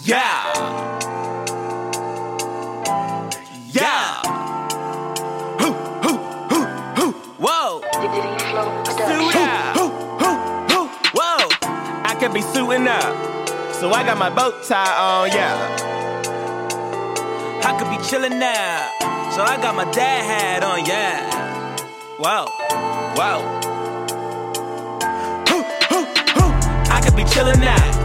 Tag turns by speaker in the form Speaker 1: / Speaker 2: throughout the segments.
Speaker 1: Yeah. Yeah. Hoo, hoo, hoo, hoo. Whoa. Suit up. Hoo, hoo, hoo, hoo. Whoa. I could be suiting up. So I got my bow tie on, yeah. I could be chilling now. So I got my dad hat on, yeah. Whoa. Whoa. Hoo, hoo, hoo. I could be chillin' out.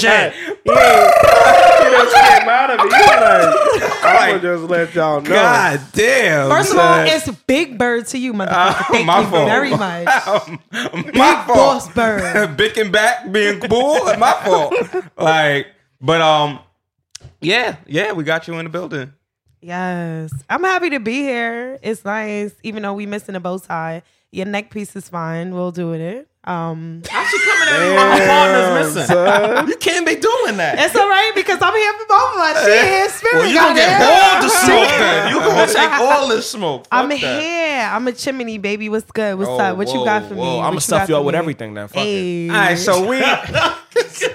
Speaker 2: Shit.
Speaker 1: Shit.
Speaker 3: came out of me. Like, I'm
Speaker 2: Like,
Speaker 3: gonna just let y'all know.
Speaker 2: God damn.
Speaker 4: First of
Speaker 2: son.
Speaker 4: all, it's Big Bird to you, motherfucker.
Speaker 2: Uh,
Speaker 1: Ah,
Speaker 4: Thank
Speaker 2: my
Speaker 4: you
Speaker 2: fault.
Speaker 4: very much.
Speaker 2: my fault.
Speaker 4: boss bird.
Speaker 2: Bick and back being cool. my fault. Like, but um, yeah, yeah, we got you in the building.
Speaker 4: Yes, I'm happy to be here. It's nice, even though we missing a bow tie. Your neck piece is fine. We'll do it. Um,
Speaker 1: Partners missing.
Speaker 3: son.
Speaker 1: You can't be doing that.
Speaker 4: it's all right because I'm here for both of us. She here, spirit.
Speaker 1: Eh. Well, you gonna get
Speaker 4: goddamn.
Speaker 1: all the smoke. man. You gonna take all this smoke. Fuck
Speaker 4: I'm
Speaker 1: that.
Speaker 4: here. I'm a chimney, baby. What's good? What's
Speaker 1: Oh,
Speaker 4: up? What
Speaker 1: whoa,
Speaker 4: you got for me?
Speaker 1: whoa. I'ma
Speaker 4: What you
Speaker 1: stuff
Speaker 4: got
Speaker 1: you up
Speaker 4: for
Speaker 1: with
Speaker 4: me?
Speaker 1: everything then. Fuck it.
Speaker 4: Ayy.
Speaker 2: All right, so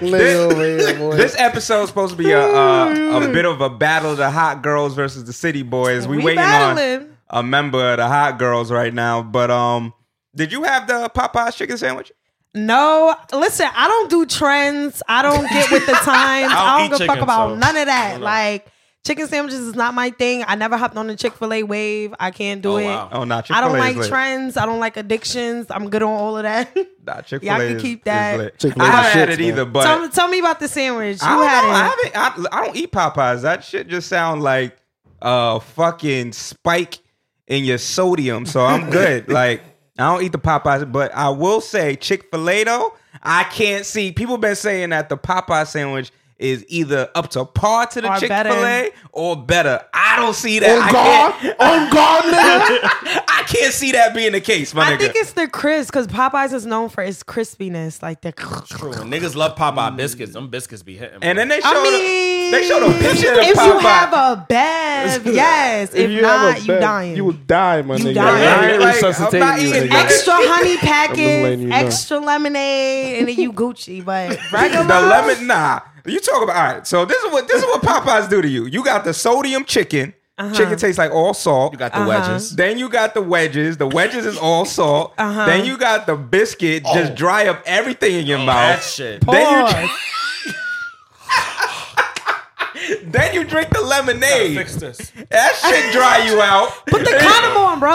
Speaker 2: we
Speaker 3: Little red boy.
Speaker 2: this episode is supposed to be a, a a bit of a battle of the hot girls versus the city boys. We,
Speaker 4: We
Speaker 2: waiting
Speaker 4: battling.
Speaker 2: on a member of the hot girls right now. But um, did you have the Popeyes chicken sandwich?
Speaker 4: No, listen, I don't do trends. I don't get with the times.
Speaker 1: I don't
Speaker 4: I
Speaker 1: eat
Speaker 4: don't, give a fuck
Speaker 1: chicken,
Speaker 4: about
Speaker 1: so
Speaker 4: none of that. Like chicken sandwiches is not my thing. I never hopped on the Chick Fil A wave. I can't do
Speaker 1: Oh,
Speaker 4: it.
Speaker 1: wow.
Speaker 2: Oh, not
Speaker 4: I don't like
Speaker 2: lit.
Speaker 4: trends. I don't like addictions. I'm good on all of that.
Speaker 2: Nah, Chick-fil-A
Speaker 4: Y'all can
Speaker 2: is-
Speaker 4: keep
Speaker 2: is
Speaker 4: that.
Speaker 2: lit.
Speaker 3: Chick-fil-A
Speaker 2: I haven't
Speaker 3: the
Speaker 2: had
Speaker 3: shits,
Speaker 2: it
Speaker 3: man.
Speaker 2: either, but
Speaker 4: tell, tell me about the sandwich. You
Speaker 2: I don't know.
Speaker 4: had it.
Speaker 2: I haven't. I, I don't eat Popeyes. That shit just sound like a fucking spike in your sodium. So I'm good. like I don't eat the Popeyes, but I will say Chick Fil A though. I can't see. People been saying that the Popeye sandwich is either up to par to the
Speaker 4: Or
Speaker 2: Chick Fil A
Speaker 4: better.
Speaker 2: or better. I don't see that.
Speaker 3: on
Speaker 2: I
Speaker 3: God,
Speaker 2: can't.
Speaker 4: Oh,
Speaker 3: on God, nigga.
Speaker 2: I can't see that being the case, my
Speaker 4: I
Speaker 2: nigga.
Speaker 4: think it's the crisp because Popeyes is known for its crispiness, like the.
Speaker 1: True. Niggas love Popeye biscuits. Them biscuits be hitting.
Speaker 2: and then they showed.
Speaker 4: I
Speaker 2: a-
Speaker 4: mean,
Speaker 2: they showed a picture of the
Speaker 4: If you
Speaker 2: Popeye.
Speaker 4: have a bev, yes. If,
Speaker 3: have
Speaker 4: not,
Speaker 3: a
Speaker 4: you
Speaker 3: bet,
Speaker 4: dying.
Speaker 3: You would die, my
Speaker 4: You
Speaker 3: nigga.
Speaker 4: dying.
Speaker 3: I
Speaker 2: Right,
Speaker 3: ain't
Speaker 2: like,
Speaker 3: resuscitating
Speaker 2: I'm not
Speaker 3: you,
Speaker 2: eating
Speaker 3: nigga.
Speaker 2: that.
Speaker 4: extra honey
Speaker 3: letting
Speaker 4: packets,
Speaker 3: you know.
Speaker 4: extra lemonade, and then you Gucci. But regular,
Speaker 2: The lemon, nah. You talk about all right. So this is what this is what Popeyes do to you. You got the sodium chicken.
Speaker 4: Uh-huh.
Speaker 2: Chicken tastes like all salt.
Speaker 1: you got the wedges.
Speaker 2: Then you got the wedges. The wedges is all salt.
Speaker 4: Uh-huh.
Speaker 2: Then you got the biscuit. Just dry up everything in your mouth.
Speaker 1: That Oh. shit.
Speaker 2: Then you,
Speaker 4: Pause.
Speaker 2: then you drink the lemonade.
Speaker 1: Fix this.
Speaker 2: That shit dry you out.
Speaker 4: Put the condom on, bro.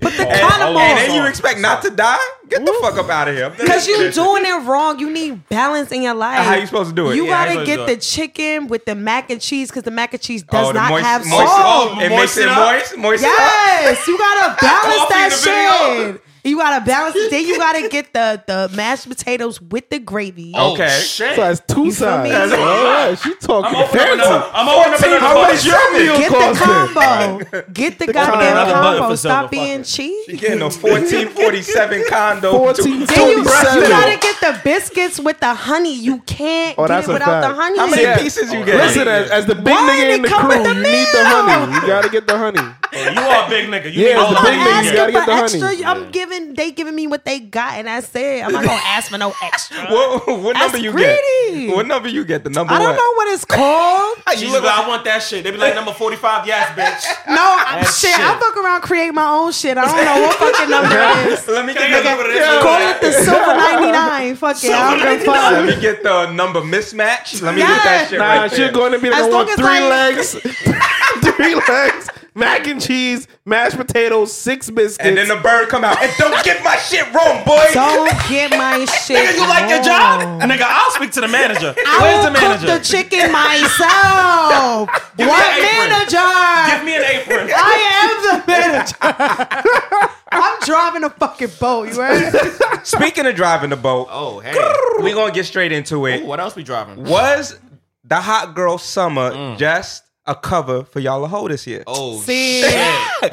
Speaker 4: Put the condom
Speaker 1: oh,
Speaker 2: and then
Speaker 4: on.
Speaker 2: you expect not to die? Get the fuck up out of here.
Speaker 4: Cause you doing it wrong. You need balance in your life.
Speaker 2: How you supposed to do it?
Speaker 4: You
Speaker 2: Yeah,
Speaker 1: how you
Speaker 4: gotta
Speaker 1: supposed to do
Speaker 4: get the
Speaker 1: it?
Speaker 4: chicken with the mac and cheese because the mac and cheese
Speaker 2: Oh,
Speaker 4: does
Speaker 2: the
Speaker 4: not
Speaker 2: moist-
Speaker 4: have
Speaker 2: moist-
Speaker 4: salt.
Speaker 1: Oh,
Speaker 2: It
Speaker 1: moist
Speaker 2: makes
Speaker 1: it
Speaker 2: it
Speaker 1: up.
Speaker 2: moist. Moist it up.
Speaker 4: Yes, you gotta balance
Speaker 2: Coffee in
Speaker 4: that
Speaker 2: the video.
Speaker 4: shit. You gotta balance. Then you gotta get the the mashed potatoes with the gravy.
Speaker 2: Okay.
Speaker 1: Oh, shit.
Speaker 3: So it's two
Speaker 4: feel me?
Speaker 3: sides. All right, she talking
Speaker 1: I'm opening
Speaker 3: fancy.
Speaker 1: up. I'm opening up another
Speaker 3: How
Speaker 1: bucket.
Speaker 3: much your meal
Speaker 4: Get
Speaker 3: cost?
Speaker 4: the combo. Get the goddamn
Speaker 1: combo.
Speaker 4: combo.
Speaker 1: Butter for
Speaker 4: Stop
Speaker 1: Silver, fuck
Speaker 4: being
Speaker 1: it.
Speaker 4: cheap.
Speaker 2: Getting a 1447 condo.
Speaker 3: 14
Speaker 4: Then you,
Speaker 3: 47.
Speaker 4: you gotta get the biscuits with the honey. You can't
Speaker 3: Oh,
Speaker 4: get
Speaker 3: that's
Speaker 4: it
Speaker 3: a
Speaker 4: without the
Speaker 3: fact.
Speaker 4: honey.
Speaker 2: How many
Speaker 3: Yeah.
Speaker 2: pieces you get?
Speaker 3: Listen, as, as the big
Speaker 4: Why did
Speaker 3: nigga in
Speaker 4: it
Speaker 3: the
Speaker 4: come
Speaker 3: crew,
Speaker 4: with
Speaker 3: you
Speaker 4: the
Speaker 3: need the
Speaker 4: meal?
Speaker 3: honey. You gotta get the honey.
Speaker 1: You are a big nigga. You
Speaker 3: Yeah,
Speaker 1: need all the
Speaker 3: it's a
Speaker 1: honey
Speaker 3: big nigga.
Speaker 1: you
Speaker 4: Ask
Speaker 1: can get.
Speaker 3: gotta
Speaker 4: for
Speaker 3: get the honey.
Speaker 4: extra. I'm giving. They giving me what they got, and I said I'm not gonna ask for no extra.
Speaker 2: What, what
Speaker 4: That's
Speaker 2: number you
Speaker 4: greedy.
Speaker 2: get? What number you get? The number
Speaker 4: I don't
Speaker 2: what?
Speaker 4: know what it's called.
Speaker 1: She's like, I want that shit. They be like, number 45, yes, bitch.
Speaker 4: No, I,
Speaker 1: That
Speaker 4: shit,
Speaker 1: shit.
Speaker 4: I fuck around, create my own shit. I don't know what fucking number it is.
Speaker 2: Let me
Speaker 1: Can I
Speaker 2: get
Speaker 1: get you what
Speaker 2: the
Speaker 1: it is?
Speaker 4: Call it the silver ninety nine. fuck it.
Speaker 1: So
Speaker 4: I
Speaker 1: what
Speaker 4: don't give a
Speaker 1: do I
Speaker 2: Let
Speaker 4: fuck.
Speaker 2: me get the number mismatch. Let me get that
Speaker 4: Yes.
Speaker 2: shit
Speaker 3: Nah,
Speaker 2: right
Speaker 3: she's
Speaker 2: there.
Speaker 3: going to be
Speaker 4: As
Speaker 3: the one.
Speaker 4: long as
Speaker 3: Three
Speaker 4: I-
Speaker 3: legs, three legs, mac and cheese, mashed potatoes, six biscuits.
Speaker 2: and then the bird come out and don't get my shit wrong, boy.
Speaker 4: Don't get my shit.
Speaker 1: Nigga, you like your job?
Speaker 4: wrong.
Speaker 1: Nigga, I'll speak to the manager.
Speaker 4: I
Speaker 1: Where's
Speaker 4: will
Speaker 1: the manager?
Speaker 4: cook the chicken myself.
Speaker 1: me
Speaker 4: what
Speaker 1: an apron. Give
Speaker 4: manager?
Speaker 1: me an apron.
Speaker 4: I am the manager. I'm driving a fucking boat. You ready?
Speaker 2: Speaking of driving the boat,
Speaker 1: Oh, hey.
Speaker 2: we're gonna get straight into it.
Speaker 1: Ooh, what else we driving? Mm.
Speaker 2: Was the hot girl summer just a cover for y'all a hoe this year?
Speaker 1: Oh,
Speaker 4: See,
Speaker 2: That's what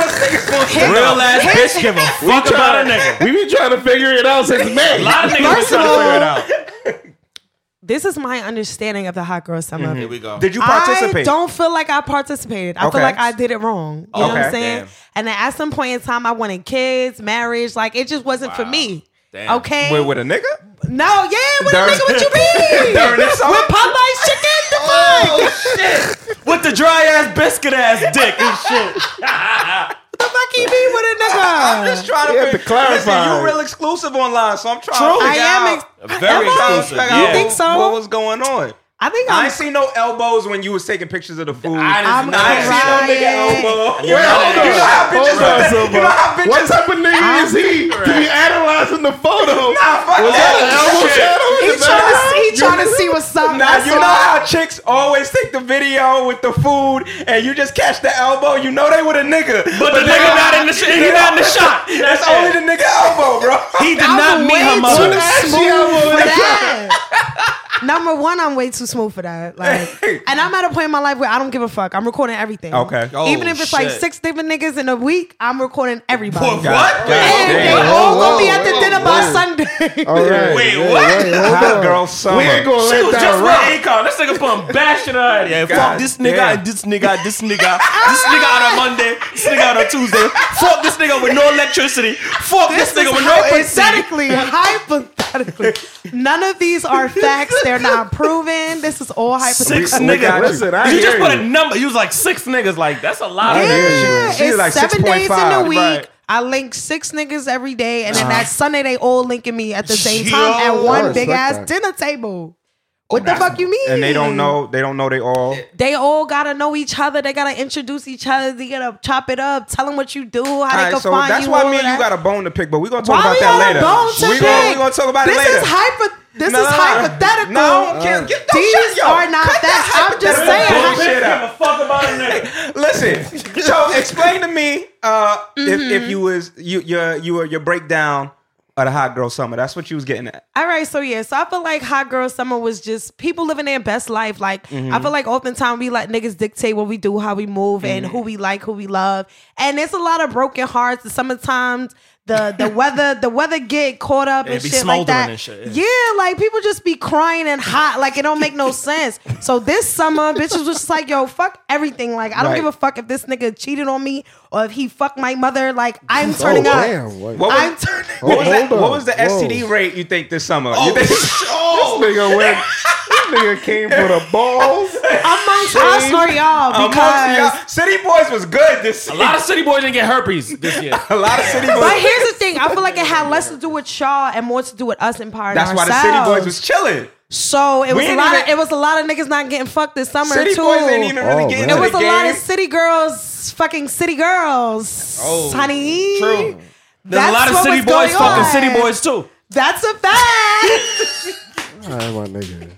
Speaker 2: a nigga's gonna say.
Speaker 1: Real ass bitch give a fuck about a nigga.
Speaker 3: We be trying to figure it out since
Speaker 1: A
Speaker 3: May.
Speaker 1: lot of niggas was
Speaker 4: First
Speaker 1: trying
Speaker 4: of
Speaker 1: to figure it
Speaker 4: all-
Speaker 1: out.
Speaker 4: this is my understanding of the hot girl summer.
Speaker 1: Here we go.
Speaker 2: Did you Mm-hmm. participate?
Speaker 4: I don't feel like I participated. I
Speaker 2: Okay.
Speaker 4: feel like I did it wrong. You know what
Speaker 2: Okay.
Speaker 4: I'm saying?
Speaker 1: Damn.
Speaker 4: And then at some point in time, I wanted kids, marriage. Like it just wasn't for
Speaker 1: Wow.
Speaker 4: me.
Speaker 1: Damn.
Speaker 4: Okay.
Speaker 2: Wait with a nigga?
Speaker 4: no, yeah, what
Speaker 2: Darn-
Speaker 4: a nigga, what you mean?
Speaker 2: Darn this summer?
Speaker 4: With Popeye's chicken, the fuck?
Speaker 1: Oh shit! With the dry ass biscuit ass dick and shit.
Speaker 4: the fuck he mean with a
Speaker 2: I'm just
Speaker 4: nigga?
Speaker 2: trying to,
Speaker 3: You have
Speaker 2: figure-
Speaker 3: to clarify.
Speaker 2: Listen, you're real exclusive online, so I'm trying
Speaker 1: True.
Speaker 2: to
Speaker 4: I
Speaker 2: figure
Speaker 4: am.
Speaker 2: out.
Speaker 4: Ex-
Speaker 1: Very
Speaker 4: am I?
Speaker 1: exclusive.
Speaker 2: figure
Speaker 1: Yeah.
Speaker 2: out
Speaker 4: You think so?
Speaker 2: What was going on?
Speaker 4: I think
Speaker 2: I
Speaker 4: I'm.
Speaker 2: ain't see no elbows when you was taking pictures of the food.
Speaker 1: I
Speaker 4: I'm
Speaker 1: didn't I
Speaker 2: I ain't see no nigga
Speaker 4: crying.
Speaker 2: elbow.
Speaker 1: You're
Speaker 3: Wait,
Speaker 1: not-
Speaker 3: hold
Speaker 2: You
Speaker 3: on.
Speaker 2: know how
Speaker 3: Hold
Speaker 2: bitches
Speaker 3: on,
Speaker 2: are-
Speaker 3: Silva.
Speaker 2: you know how bitches-
Speaker 3: What type of nigga is he to be analyzing the photo?
Speaker 2: Nah, fuck
Speaker 3: Was that an
Speaker 2: that
Speaker 3: elbow
Speaker 2: shit.
Speaker 3: shadow?
Speaker 4: He
Speaker 3: Is
Speaker 4: trying
Speaker 3: that-
Speaker 4: to, he trying to see what's up.
Speaker 2: Now
Speaker 4: that's
Speaker 2: you know
Speaker 4: all.
Speaker 2: how chicks always take the video with the food, and you just catch the elbow. You know they with a nigga,
Speaker 1: But the
Speaker 2: they-
Speaker 1: nigga not in the sh- he not in the shot.
Speaker 2: That's only the nigga elbow, bro.
Speaker 1: He did
Speaker 4: I'm
Speaker 1: not meet
Speaker 4: way
Speaker 1: her
Speaker 4: too
Speaker 1: mother.
Speaker 3: Ask
Speaker 4: smooth
Speaker 3: y'all
Speaker 4: for
Speaker 3: what it
Speaker 4: that. Number one, I'm way too smooth for that. Like, and I'm at a point in my life where I don't give a fuck. I'm recording everything.
Speaker 2: Okay.
Speaker 1: Oh,
Speaker 4: Even if it's like
Speaker 1: shit.
Speaker 4: six different niggas in a week, I'm recording everybody.
Speaker 1: What?
Speaker 2: God
Speaker 4: And
Speaker 2: damn.
Speaker 4: they
Speaker 3: Whoa,
Speaker 4: all gonna be
Speaker 3: whoa,
Speaker 4: at the
Speaker 3: whoa,
Speaker 4: dinner
Speaker 3: whoa.
Speaker 4: by Sunday.
Speaker 1: Oh.
Speaker 3: All right.
Speaker 1: Wait,
Speaker 3: Yeah,
Speaker 1: what?
Speaker 3: wait, hold
Speaker 2: Hot
Speaker 3: on.
Speaker 2: girl summer.
Speaker 3: We ain't gonna
Speaker 1: She
Speaker 3: let
Speaker 1: was just
Speaker 3: that rock.
Speaker 1: with Akon. This nigga putting bash in her head. Yeah, fuck
Speaker 2: God
Speaker 1: this nigga
Speaker 2: damn.
Speaker 1: and this nigga, this nigga, this nigga out on Monday, this nigga out on Tuesday. Fuck this nigga with no electricity. Fuck this,
Speaker 4: This is
Speaker 1: nigga with no AC.
Speaker 4: hypothetically, hypothetically. None of these are facts. They're not proven. This is all hypothetical.
Speaker 1: Six
Speaker 2: We- we got
Speaker 1: niggas.
Speaker 2: you.
Speaker 3: Listen, I
Speaker 1: you just
Speaker 3: hear
Speaker 1: put
Speaker 3: you.
Speaker 1: a number. You was like six niggas. Like that's a lot.
Speaker 2: I hear you.
Speaker 4: Yeah,
Speaker 2: She was
Speaker 4: it's
Speaker 2: like
Speaker 4: seven days in
Speaker 2: 6.5,
Speaker 4: a week.
Speaker 2: right.
Speaker 4: I link six niggas every day, and then that Sunday they all linking me at the same
Speaker 1: Yo.
Speaker 4: time at
Speaker 3: Oh,
Speaker 4: one
Speaker 3: it's
Speaker 4: big
Speaker 3: like
Speaker 4: ass
Speaker 3: that.
Speaker 4: dinner table. What the fuck you mean?
Speaker 2: And they don't know. They don't know. They all.
Speaker 4: They all gotta know each other. They gotta introduce each other. They gotta chop it up. Tell them what you do. How they
Speaker 2: Alright,
Speaker 4: can
Speaker 2: so
Speaker 4: find
Speaker 2: that's
Speaker 4: you.
Speaker 2: why
Speaker 4: all
Speaker 2: me and you
Speaker 4: that.
Speaker 2: got a bone to pick, but we're gonna talk
Speaker 4: Why
Speaker 2: about
Speaker 4: we
Speaker 2: that
Speaker 4: on
Speaker 2: later.
Speaker 4: a bone to
Speaker 2: we gonna, we
Speaker 4: pick?
Speaker 2: gonna talk about
Speaker 4: this
Speaker 2: it later.
Speaker 4: Is hypo- this
Speaker 2: No, no,
Speaker 4: is
Speaker 2: no.
Speaker 4: hypothetical.
Speaker 2: No, get, get that
Speaker 4: These
Speaker 2: shit, yo.
Speaker 4: are not
Speaker 2: Cut
Speaker 4: facts.
Speaker 2: that
Speaker 4: I'm just
Speaker 2: hypothetical
Speaker 4: saying.
Speaker 2: bullshit out.
Speaker 1: a fuck about a nigga.
Speaker 2: Listen, so explain to me uh, if if you was you your you were your breakdown of the hot girl summer. That's what you was getting at.
Speaker 4: All right, so yeah, so I feel like Hot Girl Summer was just people living their best life. Like I feel like oftentimes we let niggas dictate what we do, how we move, and who we like, who we love. And there's a lot of broken hearts. And Sometimes the the weather the weather get caught up and
Speaker 1: be
Speaker 4: shit
Speaker 1: smoldering
Speaker 4: like that.
Speaker 1: and shit,
Speaker 4: yeah. like people just be crying and hot. Like it don't make no sense. So this summer, bitches was just like, yo, fuck everything. Like I don't
Speaker 2: Right.
Speaker 4: give a fuck if this nigga cheated on me or if he fucked my mother. Like I'm turning up.
Speaker 3: damn, what-
Speaker 2: What was,
Speaker 4: I'm turning.
Speaker 2: what was,
Speaker 3: Hold
Speaker 2: that,
Speaker 3: on.
Speaker 2: what was the
Speaker 3: Whoa.
Speaker 2: STD rate you think this summer?
Speaker 1: Oh,
Speaker 2: you think
Speaker 1: oh.
Speaker 3: Nigga went. This nigga came for the balls.
Speaker 4: amongst us or y'all
Speaker 2: amongst
Speaker 4: because.
Speaker 2: y'all- City Boys was good this
Speaker 1: A
Speaker 2: year.
Speaker 1: lot of city boys didn't get herpes this year.
Speaker 2: A lot of City
Speaker 4: But
Speaker 2: Boys.
Speaker 4: here's the thing. I feel like it had less to do with y'all and more to do with us empowering
Speaker 2: That's why
Speaker 4: ourselves.
Speaker 2: the City Boys was chilling.
Speaker 4: so it was a
Speaker 2: ain't
Speaker 4: lot. Of,
Speaker 2: even-
Speaker 4: it was a lot of niggas not getting fucked this summer
Speaker 2: City
Speaker 4: too.
Speaker 2: Boys ain't even really
Speaker 3: Oh,
Speaker 2: getting
Speaker 3: man.
Speaker 2: to
Speaker 4: it was
Speaker 2: the
Speaker 4: a lot of
Speaker 2: game.
Speaker 4: city girls, fucking city girls,
Speaker 1: Oh,
Speaker 4: honey.
Speaker 1: True. There's
Speaker 4: That's
Speaker 1: a lot of
Speaker 4: what
Speaker 1: city
Speaker 4: was
Speaker 1: boys
Speaker 4: going
Speaker 1: fucking
Speaker 4: on.
Speaker 1: city boys too.
Speaker 4: That's a fact.
Speaker 3: All right, my nigga.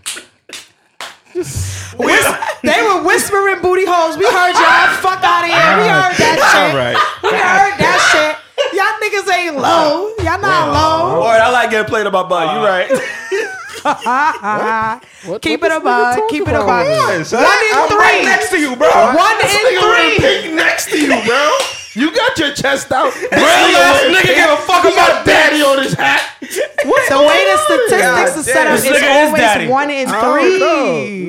Speaker 4: they were whispering booty holes. We heard y'all. Fuck out of here. We heard that shit.
Speaker 2: All right.
Speaker 4: We heard that shit. Y'all niggas ain't low. Y'all not low.
Speaker 1: Boy, I like getting played about by. You right?
Speaker 3: What-
Speaker 4: Keep
Speaker 3: what
Speaker 4: it
Speaker 3: this nigga
Speaker 4: above.
Speaker 3: talking
Speaker 4: Keep it
Speaker 3: about?
Speaker 4: above.
Speaker 2: Yes, huh?
Speaker 4: One in
Speaker 2: I'm right
Speaker 4: three.
Speaker 2: next to you, bro.
Speaker 4: One
Speaker 3: This
Speaker 4: in
Speaker 3: nigga went
Speaker 4: three.
Speaker 3: pink next to you, bro. You got your chest out. Real
Speaker 1: ass nigga give a
Speaker 3: fuck about daddy on his hat.
Speaker 4: The way the
Speaker 2: God
Speaker 4: statistics are set
Speaker 2: damn.
Speaker 4: up
Speaker 1: This nigga is
Speaker 4: is
Speaker 1: daddy.
Speaker 4: always one in
Speaker 3: I don't
Speaker 4: three.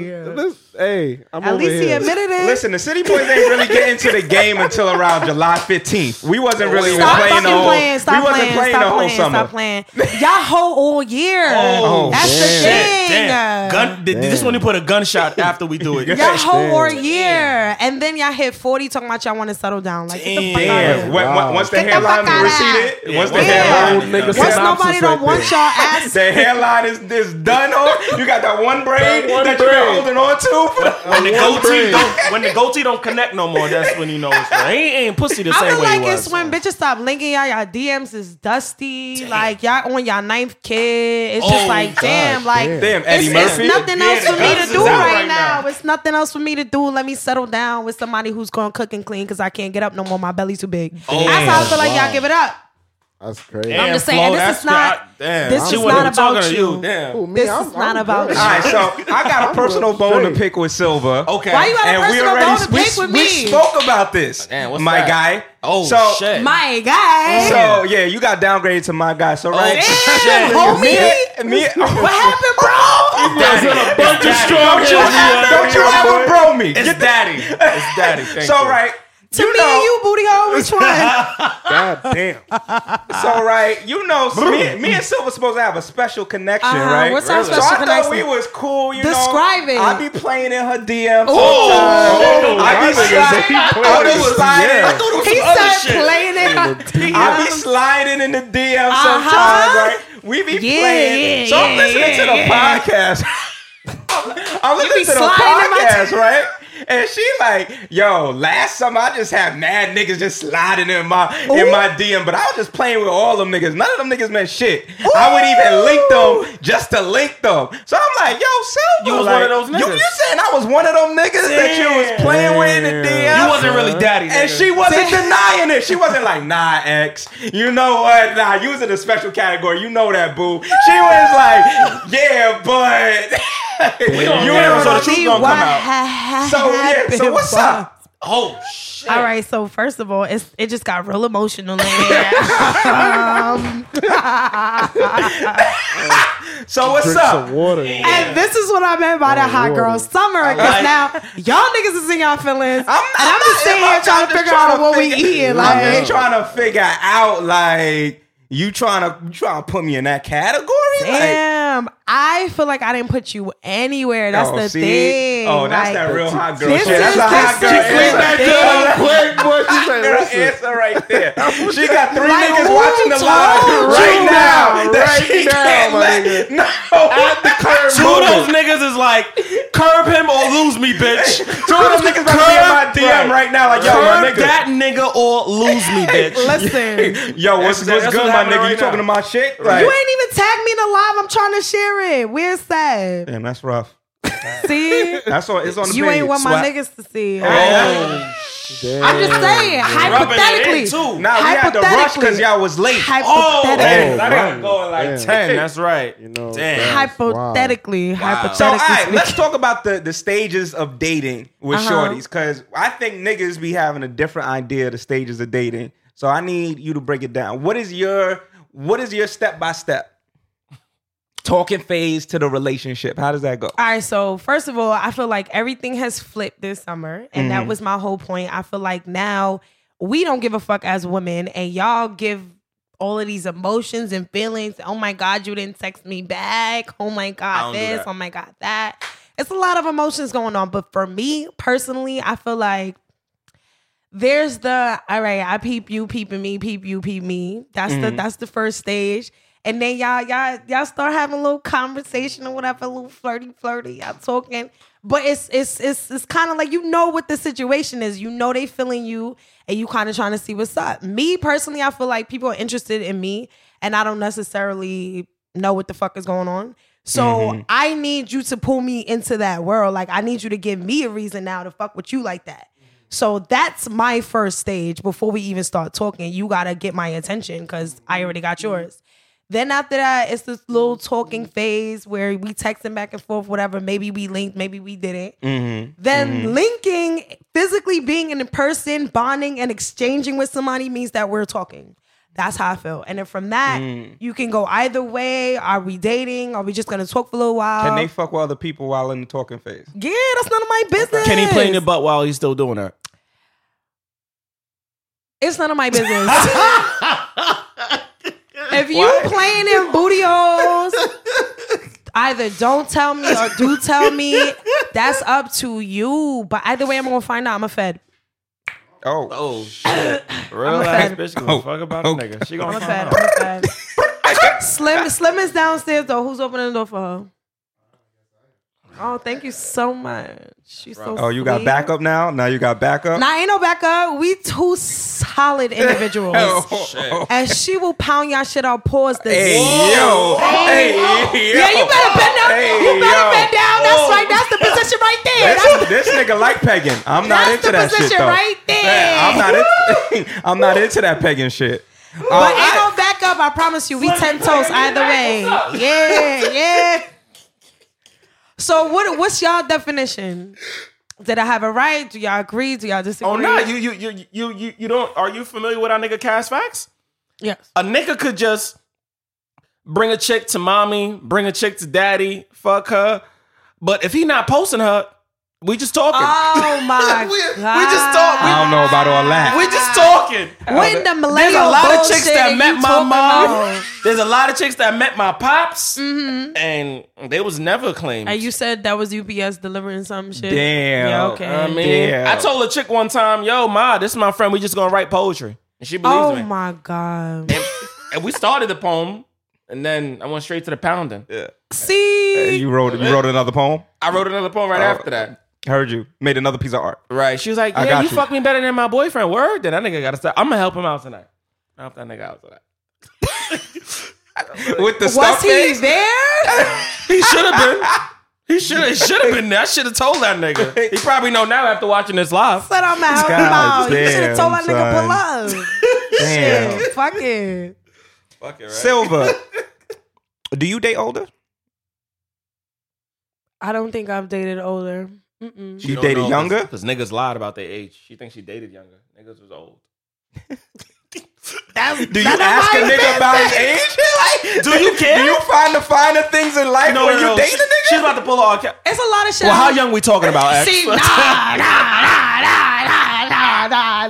Speaker 3: know. This- Hey, I'm
Speaker 4: At
Speaker 3: over
Speaker 4: least he
Speaker 3: here.
Speaker 4: admitted it.
Speaker 2: Listen, the City Boys ain't really get into the game until around July 15th. We wasn't really even
Speaker 4: Stop
Speaker 2: playing
Speaker 4: fucking
Speaker 2: the whole.
Speaker 4: playing. Stop
Speaker 2: we wasn't
Speaker 4: playing.
Speaker 2: playing
Speaker 4: stop
Speaker 2: the whole
Speaker 4: playing.
Speaker 2: summer.
Speaker 4: Stop playing. Y'all hoe all year.
Speaker 2: Oh,
Speaker 4: That's
Speaker 3: damn.
Speaker 4: the thing.
Speaker 1: Damn. Gun, th- This
Speaker 3: Damn.
Speaker 1: one you put a gunshot after we do it.
Speaker 4: Y'all hoe
Speaker 3: Damn.
Speaker 4: all year, and then y'all hit forty talking about y'all want to settle down. Like get the fuck
Speaker 1: Damn.
Speaker 4: out of
Speaker 2: Yeah,
Speaker 4: here.
Speaker 2: when- when-
Speaker 3: Wow.
Speaker 2: once the
Speaker 4: Get the fuck
Speaker 2: hairline
Speaker 4: outta
Speaker 2: receded,
Speaker 1: here.
Speaker 2: once the
Speaker 1: Yeah.
Speaker 2: hairline,
Speaker 1: Old nigga
Speaker 4: Once
Speaker 3: Synopsis
Speaker 4: nobody don't
Speaker 3: right
Speaker 4: want
Speaker 3: there.
Speaker 4: y'all ass,
Speaker 2: the hairline is this done on. You got that one braid that,
Speaker 3: That one
Speaker 2: you've been
Speaker 3: braid.
Speaker 2: holding on to. For the-
Speaker 1: When the
Speaker 3: One
Speaker 1: goatee
Speaker 3: braid.
Speaker 1: don't, when the goatee don't connect no more, that's when you know it's right. Ain't, ain't pussy the
Speaker 4: I
Speaker 1: same
Speaker 4: feel
Speaker 1: way
Speaker 4: like
Speaker 1: it
Speaker 4: it's
Speaker 1: was.
Speaker 4: when bitches stop linking y'all. Y'all DMs is dusty. Like y'all on y'all ninth kid. It's
Speaker 1: Oh,
Speaker 4: just like damn. Like
Speaker 3: damn.
Speaker 2: Damn, Eddie
Speaker 4: it's,
Speaker 2: Murphy.
Speaker 4: it's nothing
Speaker 1: Yeah,
Speaker 4: else
Speaker 1: the
Speaker 4: for me
Speaker 1: guns
Speaker 4: to
Speaker 1: is
Speaker 4: do
Speaker 1: out
Speaker 4: right,
Speaker 1: right now.
Speaker 4: now. It's nothing else for me to do. Let me settle down with somebody who's gonna cook and clean because I can't get up no more. My belly's too big. That's how I feel like y'all give it up.
Speaker 3: That's crazy.
Speaker 1: Oh, Damn,
Speaker 4: I'm just saying,
Speaker 1: Flo,
Speaker 4: this is
Speaker 1: that's
Speaker 4: not-
Speaker 1: the- damn,
Speaker 4: this
Speaker 1: I'm
Speaker 4: is
Speaker 1: sure
Speaker 4: not
Speaker 1: I'm talking
Speaker 4: about
Speaker 1: to
Speaker 4: you.
Speaker 1: Damn.
Speaker 3: Ooh, me,
Speaker 4: This
Speaker 3: I'm-
Speaker 4: is not
Speaker 3: I'm
Speaker 4: about
Speaker 3: good.
Speaker 4: you.
Speaker 2: All right, so I got a personal bone to
Speaker 3: straight.
Speaker 2: pick with Silva.
Speaker 1: Okay.
Speaker 4: Why you got a
Speaker 2: And we
Speaker 4: personal
Speaker 2: already
Speaker 4: bone to
Speaker 2: we,
Speaker 4: pick with
Speaker 2: we
Speaker 4: me?
Speaker 2: spoke about this,
Speaker 1: Damn, what's
Speaker 2: my
Speaker 1: that?
Speaker 2: guy.
Speaker 1: Oh
Speaker 2: so,
Speaker 1: shit.
Speaker 4: My guy.
Speaker 2: So yeah, you got downgraded to my guy.
Speaker 1: Oh,
Speaker 2: So right,
Speaker 1: Damn,
Speaker 2: me, me,
Speaker 4: what happened, bro?
Speaker 1: bunch
Speaker 3: of
Speaker 2: Don't you, ever, don't you ever bro me?
Speaker 1: It's
Speaker 2: Get
Speaker 1: daddy. It's daddy. Thank
Speaker 2: so
Speaker 1: you.
Speaker 2: right,
Speaker 4: to
Speaker 2: you
Speaker 4: me
Speaker 2: know,
Speaker 4: and you, booty hole, which one?
Speaker 3: God damn.
Speaker 2: so right, you know, me, me and Silva supposed to have a special connection,
Speaker 4: Uh-huh,
Speaker 2: right?
Speaker 4: what's our
Speaker 2: so
Speaker 4: special
Speaker 2: I
Speaker 4: connection?
Speaker 2: thought we was cool. You
Speaker 4: Describe
Speaker 2: know,
Speaker 4: it.
Speaker 2: I be playing in her DM.
Speaker 1: Oh,
Speaker 2: I be
Speaker 3: niggas, they
Speaker 2: sliding. I be
Speaker 3: be playing in the
Speaker 2: sliding.
Speaker 3: DM.
Speaker 2: I thought it was
Speaker 4: He
Speaker 1: other
Speaker 4: said
Speaker 1: shit.
Speaker 4: playing it.
Speaker 2: I be sliding in the DM
Speaker 4: Uh-huh.
Speaker 2: sometimes, right? We be
Speaker 4: Yeah,
Speaker 2: playing.
Speaker 4: yeah,
Speaker 2: so I'm
Speaker 4: yeah,
Speaker 2: listening to
Speaker 4: yeah,
Speaker 2: the
Speaker 4: yeah.
Speaker 2: podcast. I'm
Speaker 4: You be
Speaker 2: listening to the
Speaker 4: sliding in my
Speaker 2: podcast, right? And she like, yo, last summer I just had mad niggas just sliding in my in
Speaker 4: Ooh.
Speaker 2: my DM, but I was just playing with all them niggas. None of them niggas meant shit. I would even link them just to link them. So I'm like, yo, Silver,
Speaker 1: You was
Speaker 2: like,
Speaker 1: one of those
Speaker 2: You,
Speaker 1: niggas.
Speaker 2: you saying I was one of them niggas that you was playing with in the DM?
Speaker 3: Damn.
Speaker 1: You wasn't really daddy.
Speaker 2: And
Speaker 1: nigga.
Speaker 2: she wasn't denying it. She wasn't like, nah, ex. You know what? Nah, you was in a special category. You know that, boo. She was like, yeah, but you
Speaker 1: gonna
Speaker 2: know
Speaker 1: get it.
Speaker 2: so the truth
Speaker 4: See
Speaker 2: gonna come
Speaker 4: what
Speaker 2: out.
Speaker 4: ha-
Speaker 2: So yeah, so
Speaker 4: happened,
Speaker 2: what's
Speaker 4: bro.
Speaker 2: up?
Speaker 1: Oh shit.
Speaker 4: All right, so first of all, it's it just got real emotional in here.
Speaker 2: So what's
Speaker 3: Drink some
Speaker 2: up?
Speaker 3: water.
Speaker 4: and this is what I meant by the
Speaker 3: Oh,
Speaker 4: hot
Speaker 3: Lord.
Speaker 4: girl summer. Because
Speaker 1: Like-
Speaker 4: now y'all niggas is in y'all feelings,
Speaker 2: I'm,
Speaker 4: and I'm, just sitting
Speaker 2: I'm
Speaker 4: here
Speaker 2: not
Speaker 4: trying to
Speaker 2: just
Speaker 4: figure
Speaker 2: trying
Speaker 4: out what we
Speaker 2: figure-
Speaker 4: eating.
Speaker 2: I'm
Speaker 4: Like,
Speaker 2: just trying to figure out like you trying to you trying to put me in that category. Like,
Speaker 4: damn, I feel like I didn't put you anywhere. That's
Speaker 2: oh,
Speaker 4: the
Speaker 2: see?
Speaker 4: thing.
Speaker 2: Oh, that's
Speaker 4: Like,
Speaker 2: that real hot girl
Speaker 4: this
Speaker 2: shit. That's
Speaker 4: is-
Speaker 2: a hot
Speaker 4: this
Speaker 2: girl
Speaker 4: is
Speaker 2: answer.
Speaker 4: the thing.
Speaker 3: quick, boy. She
Speaker 2: Hot girl
Speaker 3: said,
Speaker 2: answer right there. She got three
Speaker 4: Like,
Speaker 2: niggas
Speaker 4: who
Speaker 2: watching the
Speaker 4: told
Speaker 2: live
Speaker 4: you?
Speaker 2: right now.
Speaker 3: Right
Speaker 2: That she
Speaker 3: now,
Speaker 2: can't
Speaker 3: my
Speaker 2: let
Speaker 3: nigga.
Speaker 2: no.
Speaker 3: At the current
Speaker 1: Two of those niggas is like, curb him or lose me, bitch.
Speaker 2: Two of them niggas about to be in my DM right now, like yo,
Speaker 1: curb
Speaker 2: my nigga.
Speaker 1: that nigga or lose me, bitch.
Speaker 4: Listen.
Speaker 2: Yo, what's,
Speaker 1: That's-
Speaker 2: what's
Speaker 1: that's
Speaker 2: good,
Speaker 1: what's
Speaker 2: my
Speaker 1: happening
Speaker 2: nigga? you
Speaker 1: right
Speaker 2: talking
Speaker 1: now.
Speaker 2: to my shit? Like,
Speaker 4: You ain't even tagged me in the live. I'm trying to share it. Where's that?
Speaker 2: Damn, that's rough.
Speaker 4: See?
Speaker 2: That's all. It's on the
Speaker 4: You
Speaker 2: page.
Speaker 4: ain't want my
Speaker 2: Swat.
Speaker 4: niggas to see.
Speaker 1: Oh,
Speaker 4: I'm just saying,
Speaker 1: rubbing it
Speaker 4: hypothetically.
Speaker 1: in too.
Speaker 2: Nah, we had to rush because
Speaker 4: Hypothetically.
Speaker 2: y'all was late.
Speaker 1: oh,
Speaker 4: Hypothetically.
Speaker 2: Damn,
Speaker 3: Oh,
Speaker 2: I
Speaker 3: wow.
Speaker 2: got going like
Speaker 3: Damn.
Speaker 1: ten. That's right.
Speaker 3: You know,
Speaker 1: Damn.
Speaker 3: that's-
Speaker 4: Hypothetically,
Speaker 2: So, all
Speaker 4: hypothetically.
Speaker 2: right, let's
Speaker 4: speaking.
Speaker 2: talk about the, the stages of dating with
Speaker 4: Uh-huh.
Speaker 2: shorties because I think niggas be having a different idea of the stages of dating. So I need you to break it down. What is your what is your step by step talking phase to the relationship? How does that go?
Speaker 4: All right, so first of all, I feel like everything has flipped this summer,
Speaker 1: Mm-hmm.
Speaker 4: and that was my whole point. I feel like now we don't give a fuck as women, and y'all give all of these emotions and feelings. Oh my God, you didn't text me back. Oh my
Speaker 1: don't
Speaker 4: God,
Speaker 1: do
Speaker 4: this.
Speaker 1: that.
Speaker 4: Oh my God, that. It's a lot of emotions going on. But for me personally, I feel like there's the all right, I peep you, peeping me, peep you, peep me. That's the that's the first stage. And then y'all, y'all, y'all start having a little conversation or whatever, a little flirty, flirty, y'all talking. But it's it's it's it's kind of like you know what the situation is. You know they feeling you and you kind of trying to see what's up. Me personally, I feel like people are interested in me and I don't necessarily know what the fuck is going on. So I need you to pull me into that world. Like I need you to give me a reason now to fuck with you like that. So that's my first stage. Before we even start talking, you gotta get my attention because
Speaker 3: Mm-hmm.
Speaker 4: I already got yours. Then after that, it's this little talking phase where we texting back and forth, whatever. Maybe we linked, maybe we didn't.
Speaker 3: Mm-hmm.
Speaker 4: Then linking, physically being in person, bonding, and exchanging with somebody means that we're talking. That's how I feel. And then from that,
Speaker 3: Mm.
Speaker 4: you can go either way. Are we dating? Are we just gonna talk for a little while?
Speaker 2: Can they fuck with other people while in the talking phase?
Speaker 4: yeah, that's none of my business.
Speaker 3: Can he play in your butt while he's still doing that?
Speaker 4: It's none of my business. if you
Speaker 2: What?
Speaker 4: playing in booty holes, either don't tell me or do tell me. That's up to you. But either way, I'm gonna find out. I'm a fed.
Speaker 2: Oh,
Speaker 3: Oh shit! Real ass bitch gonna
Speaker 2: Oh,
Speaker 3: fuck about a
Speaker 2: okay.
Speaker 3: nigga. She
Speaker 4: I'm
Speaker 3: gonna
Speaker 4: a
Speaker 3: fuck
Speaker 4: fed.
Speaker 3: out.
Speaker 4: I'm a fed. Slim, Slim is downstairs though. Who's opening the door for her? Oh, thank you so much. She's so.
Speaker 2: oh, you got
Speaker 4: sweet.
Speaker 2: backup now. Now you got backup.
Speaker 4: Nah, ain't no backup. We two solid individuals.
Speaker 2: Oh,
Speaker 4: And she will pound y'all shit out, pause this.
Speaker 2: Hey yo, hey yo.
Speaker 4: Yeah, you better bend up. you
Speaker 2: Hey,
Speaker 4: better
Speaker 2: yo.
Speaker 4: bend down. That's right. That's the position right there. That's,
Speaker 2: This, this nigga like pegging. I'm not
Speaker 4: That's
Speaker 2: into
Speaker 4: the
Speaker 2: that
Speaker 4: position
Speaker 2: shit though.
Speaker 4: right there.
Speaker 2: Yeah, I'm not. In, I'm not into that pegging shit. Uh,
Speaker 4: but ain't
Speaker 2: I-
Speaker 4: no back up. I promise you. We ten toes either way. Yeah, yeah. So what? What's y'all definition? Did I have it right? Do y'all agree? Do y'all disagree?
Speaker 3: Oh no, you you you you you you don't. Are you familiar with our nigga Cash Facts?
Speaker 4: yes.
Speaker 3: A nigga could just bring a chick to mommy, bring a chick to daddy, fuck her. But if he not posting her, we just talking.
Speaker 4: Oh my
Speaker 3: We- we
Speaker 4: god.
Speaker 3: just talked.
Speaker 5: Uh,
Speaker 3: We-
Speaker 2: I don't know about all that.
Speaker 3: We just talking.
Speaker 4: When the
Speaker 3: There's
Speaker 4: millennial
Speaker 3: a lot of
Speaker 4: bullshit
Speaker 3: chicks that
Speaker 4: you
Speaker 3: met my
Speaker 4: talking
Speaker 3: mom.
Speaker 4: about. Mm-hmm.
Speaker 3: There's a lot of chicks that met my pops, and they was never claimed.
Speaker 4: And you said that was UPS delivering some shit.
Speaker 2: Damn.
Speaker 4: Yeah. Okay.
Speaker 3: I mean,
Speaker 2: Yeah.
Speaker 3: I told a chick one time, "Yo, ma, this is my friend. We just gonna write poetry," and she believes
Speaker 4: oh
Speaker 3: me.
Speaker 4: my god.
Speaker 3: And, and we started the poem, and then I went straight to the pounding.
Speaker 4: See.
Speaker 2: you wrote. You wrote another poem.
Speaker 3: I wrote another poem right
Speaker 2: Oh.
Speaker 3: after that. Heard
Speaker 2: You made another piece of art.
Speaker 3: Right. She was like,
Speaker 2: I
Speaker 3: Yeah,
Speaker 2: got
Speaker 3: you,
Speaker 2: you.
Speaker 3: fuck me better than my boyfriend. Word, then that nigga gotta stop. I'm gonna help him out tonight. I'll help that nigga out tonight.
Speaker 2: With the
Speaker 4: Was
Speaker 2: stuff
Speaker 4: he
Speaker 2: face?
Speaker 4: there?
Speaker 3: He should have been. He should have should have been there. I should have told that nigga. He probably know now after watching this live.
Speaker 4: Said I'm out.
Speaker 2: God
Speaker 4: out. You
Speaker 2: damn,
Speaker 4: should have told that nigga pull up.
Speaker 2: Damn.
Speaker 4: Shit, Fuck it.
Speaker 2: Silver. Do you date older?
Speaker 4: I don't think I've dated older. Mm-mm.
Speaker 2: You dated younger?
Speaker 3: Because niggas lied about their age. She thinks she dated younger. Niggas was old.
Speaker 2: Do you ask a nigga about his age? Like,
Speaker 3: Do you care?
Speaker 2: Do you find the finer things in life when you date a nigga?
Speaker 3: She's about to pull all. Ca-
Speaker 4: It's a lot of shit.
Speaker 3: well, how
Speaker 4: I'm-
Speaker 3: young we talking about? X?
Speaker 4: See, nah, nah,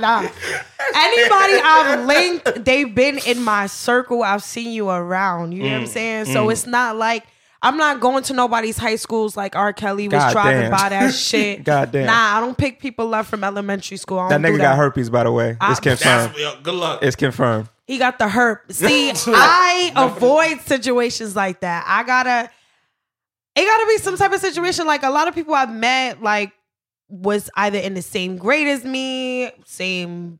Speaker 4: nah, nah, nah, nah, nah. Anybody I've linked, they've been in my circle. I've seen you around. You know
Speaker 2: Mm,
Speaker 4: what I'm saying? So it's not like I'm not going to nobody's high schools like R. Kelly was
Speaker 2: God
Speaker 4: driving
Speaker 2: damn.
Speaker 4: by that shit.
Speaker 2: God damn.
Speaker 4: Nah, I don't pick people up from elementary school. I
Speaker 2: That
Speaker 4: don't do
Speaker 2: nigga got herpes, by the way.
Speaker 4: I-
Speaker 2: It's confirmed.
Speaker 3: good luck.
Speaker 2: It's confirmed.
Speaker 4: He got the herp. See, I avoid situations like that. I gotta. It gotta be some type of situation. Like a lot of people I've met, like was either in the same grade as me, same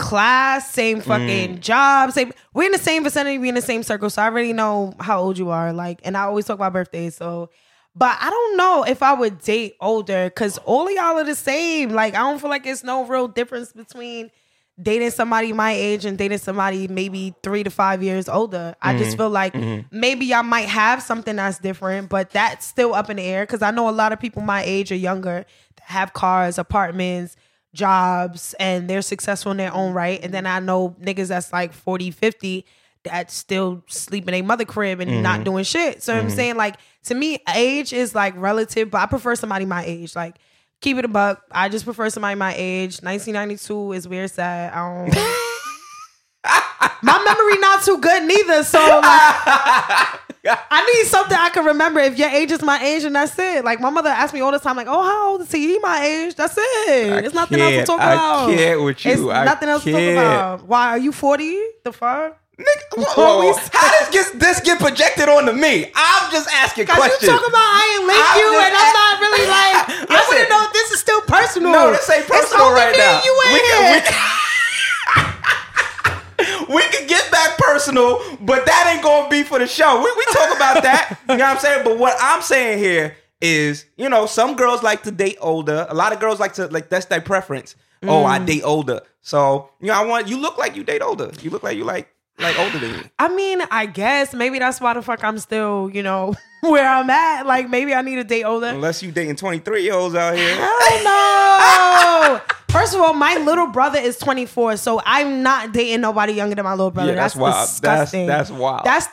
Speaker 4: class, same fucking job, same. We're in the same vicinity. We're in the same circle, so I already know how old you are. Like, and I always talk about birthdays, so. But I don't know if I would date older because all of y'all are the same. Like, I don't feel like it's no real difference between dating somebody my age and dating somebody maybe three to five years older. I just feel like maybe y'all might have something that's different, but that's still up in the air because I know a lot of people my age or younger that have cars, apartments, jobs, and they're successful in their own right. And then I know niggas that's like 40, 50 that's still sleeping a mother crib and not doing shit. So I'm saying like to me, age is like relative, but I prefer somebody my age. Like keep it a buck. I just prefer somebody my age. 1992 is where it's at. I don't. my memory not too good neither. So like, I need something I can remember. If your age is my age, and that's it. Like my mother asked me all the time, like, "Oh, how old is he? He my age. That's it. It's nothing else to
Speaker 2: can't.
Speaker 4: talk
Speaker 2: I
Speaker 4: about.
Speaker 2: can't with you.
Speaker 4: It's
Speaker 2: I
Speaker 4: nothing else to
Speaker 2: can't.
Speaker 4: talk about. Why are you 40? The fuck?
Speaker 2: Nigga, whoa,
Speaker 4: What we
Speaker 2: whoa, whoa. how does this, this get projected onto me? I'm just asking
Speaker 4: Cause
Speaker 2: questions.
Speaker 4: you talk about I ain't link
Speaker 2: I'm
Speaker 4: you,
Speaker 2: just
Speaker 4: and I'm
Speaker 2: a-
Speaker 4: not really like. I want to
Speaker 2: Listen.
Speaker 4: know if this is still personal.
Speaker 2: no, this ain't
Speaker 4: it's
Speaker 2: personal
Speaker 4: only
Speaker 2: right
Speaker 4: me
Speaker 2: now.
Speaker 4: and You
Speaker 2: we,
Speaker 4: ain't
Speaker 2: can, we, can, we can get back personal, but that ain't gonna be for the show. We, we talk about that. you know what I'm saying? But what I'm saying here is, you know, some girls like to date older. A lot of girls like to like that's their preference. Oh,
Speaker 4: Mm.
Speaker 2: I date older. So you know, I want you look like you date older. You look like you like like older than me.
Speaker 4: I mean, I guess maybe that's why the fuck I'm still, you know, where I'm at. Like maybe I need a date older.
Speaker 2: Unless you dating 23 year olds out here.
Speaker 4: Hell Oh, no. First of all, my little brother is 24, so I'm not dating nobody younger than my little brother.
Speaker 2: Yeah, that's
Speaker 4: that's,
Speaker 2: wild. That's-
Speaker 4: disgusting.
Speaker 2: that's wild.
Speaker 4: That's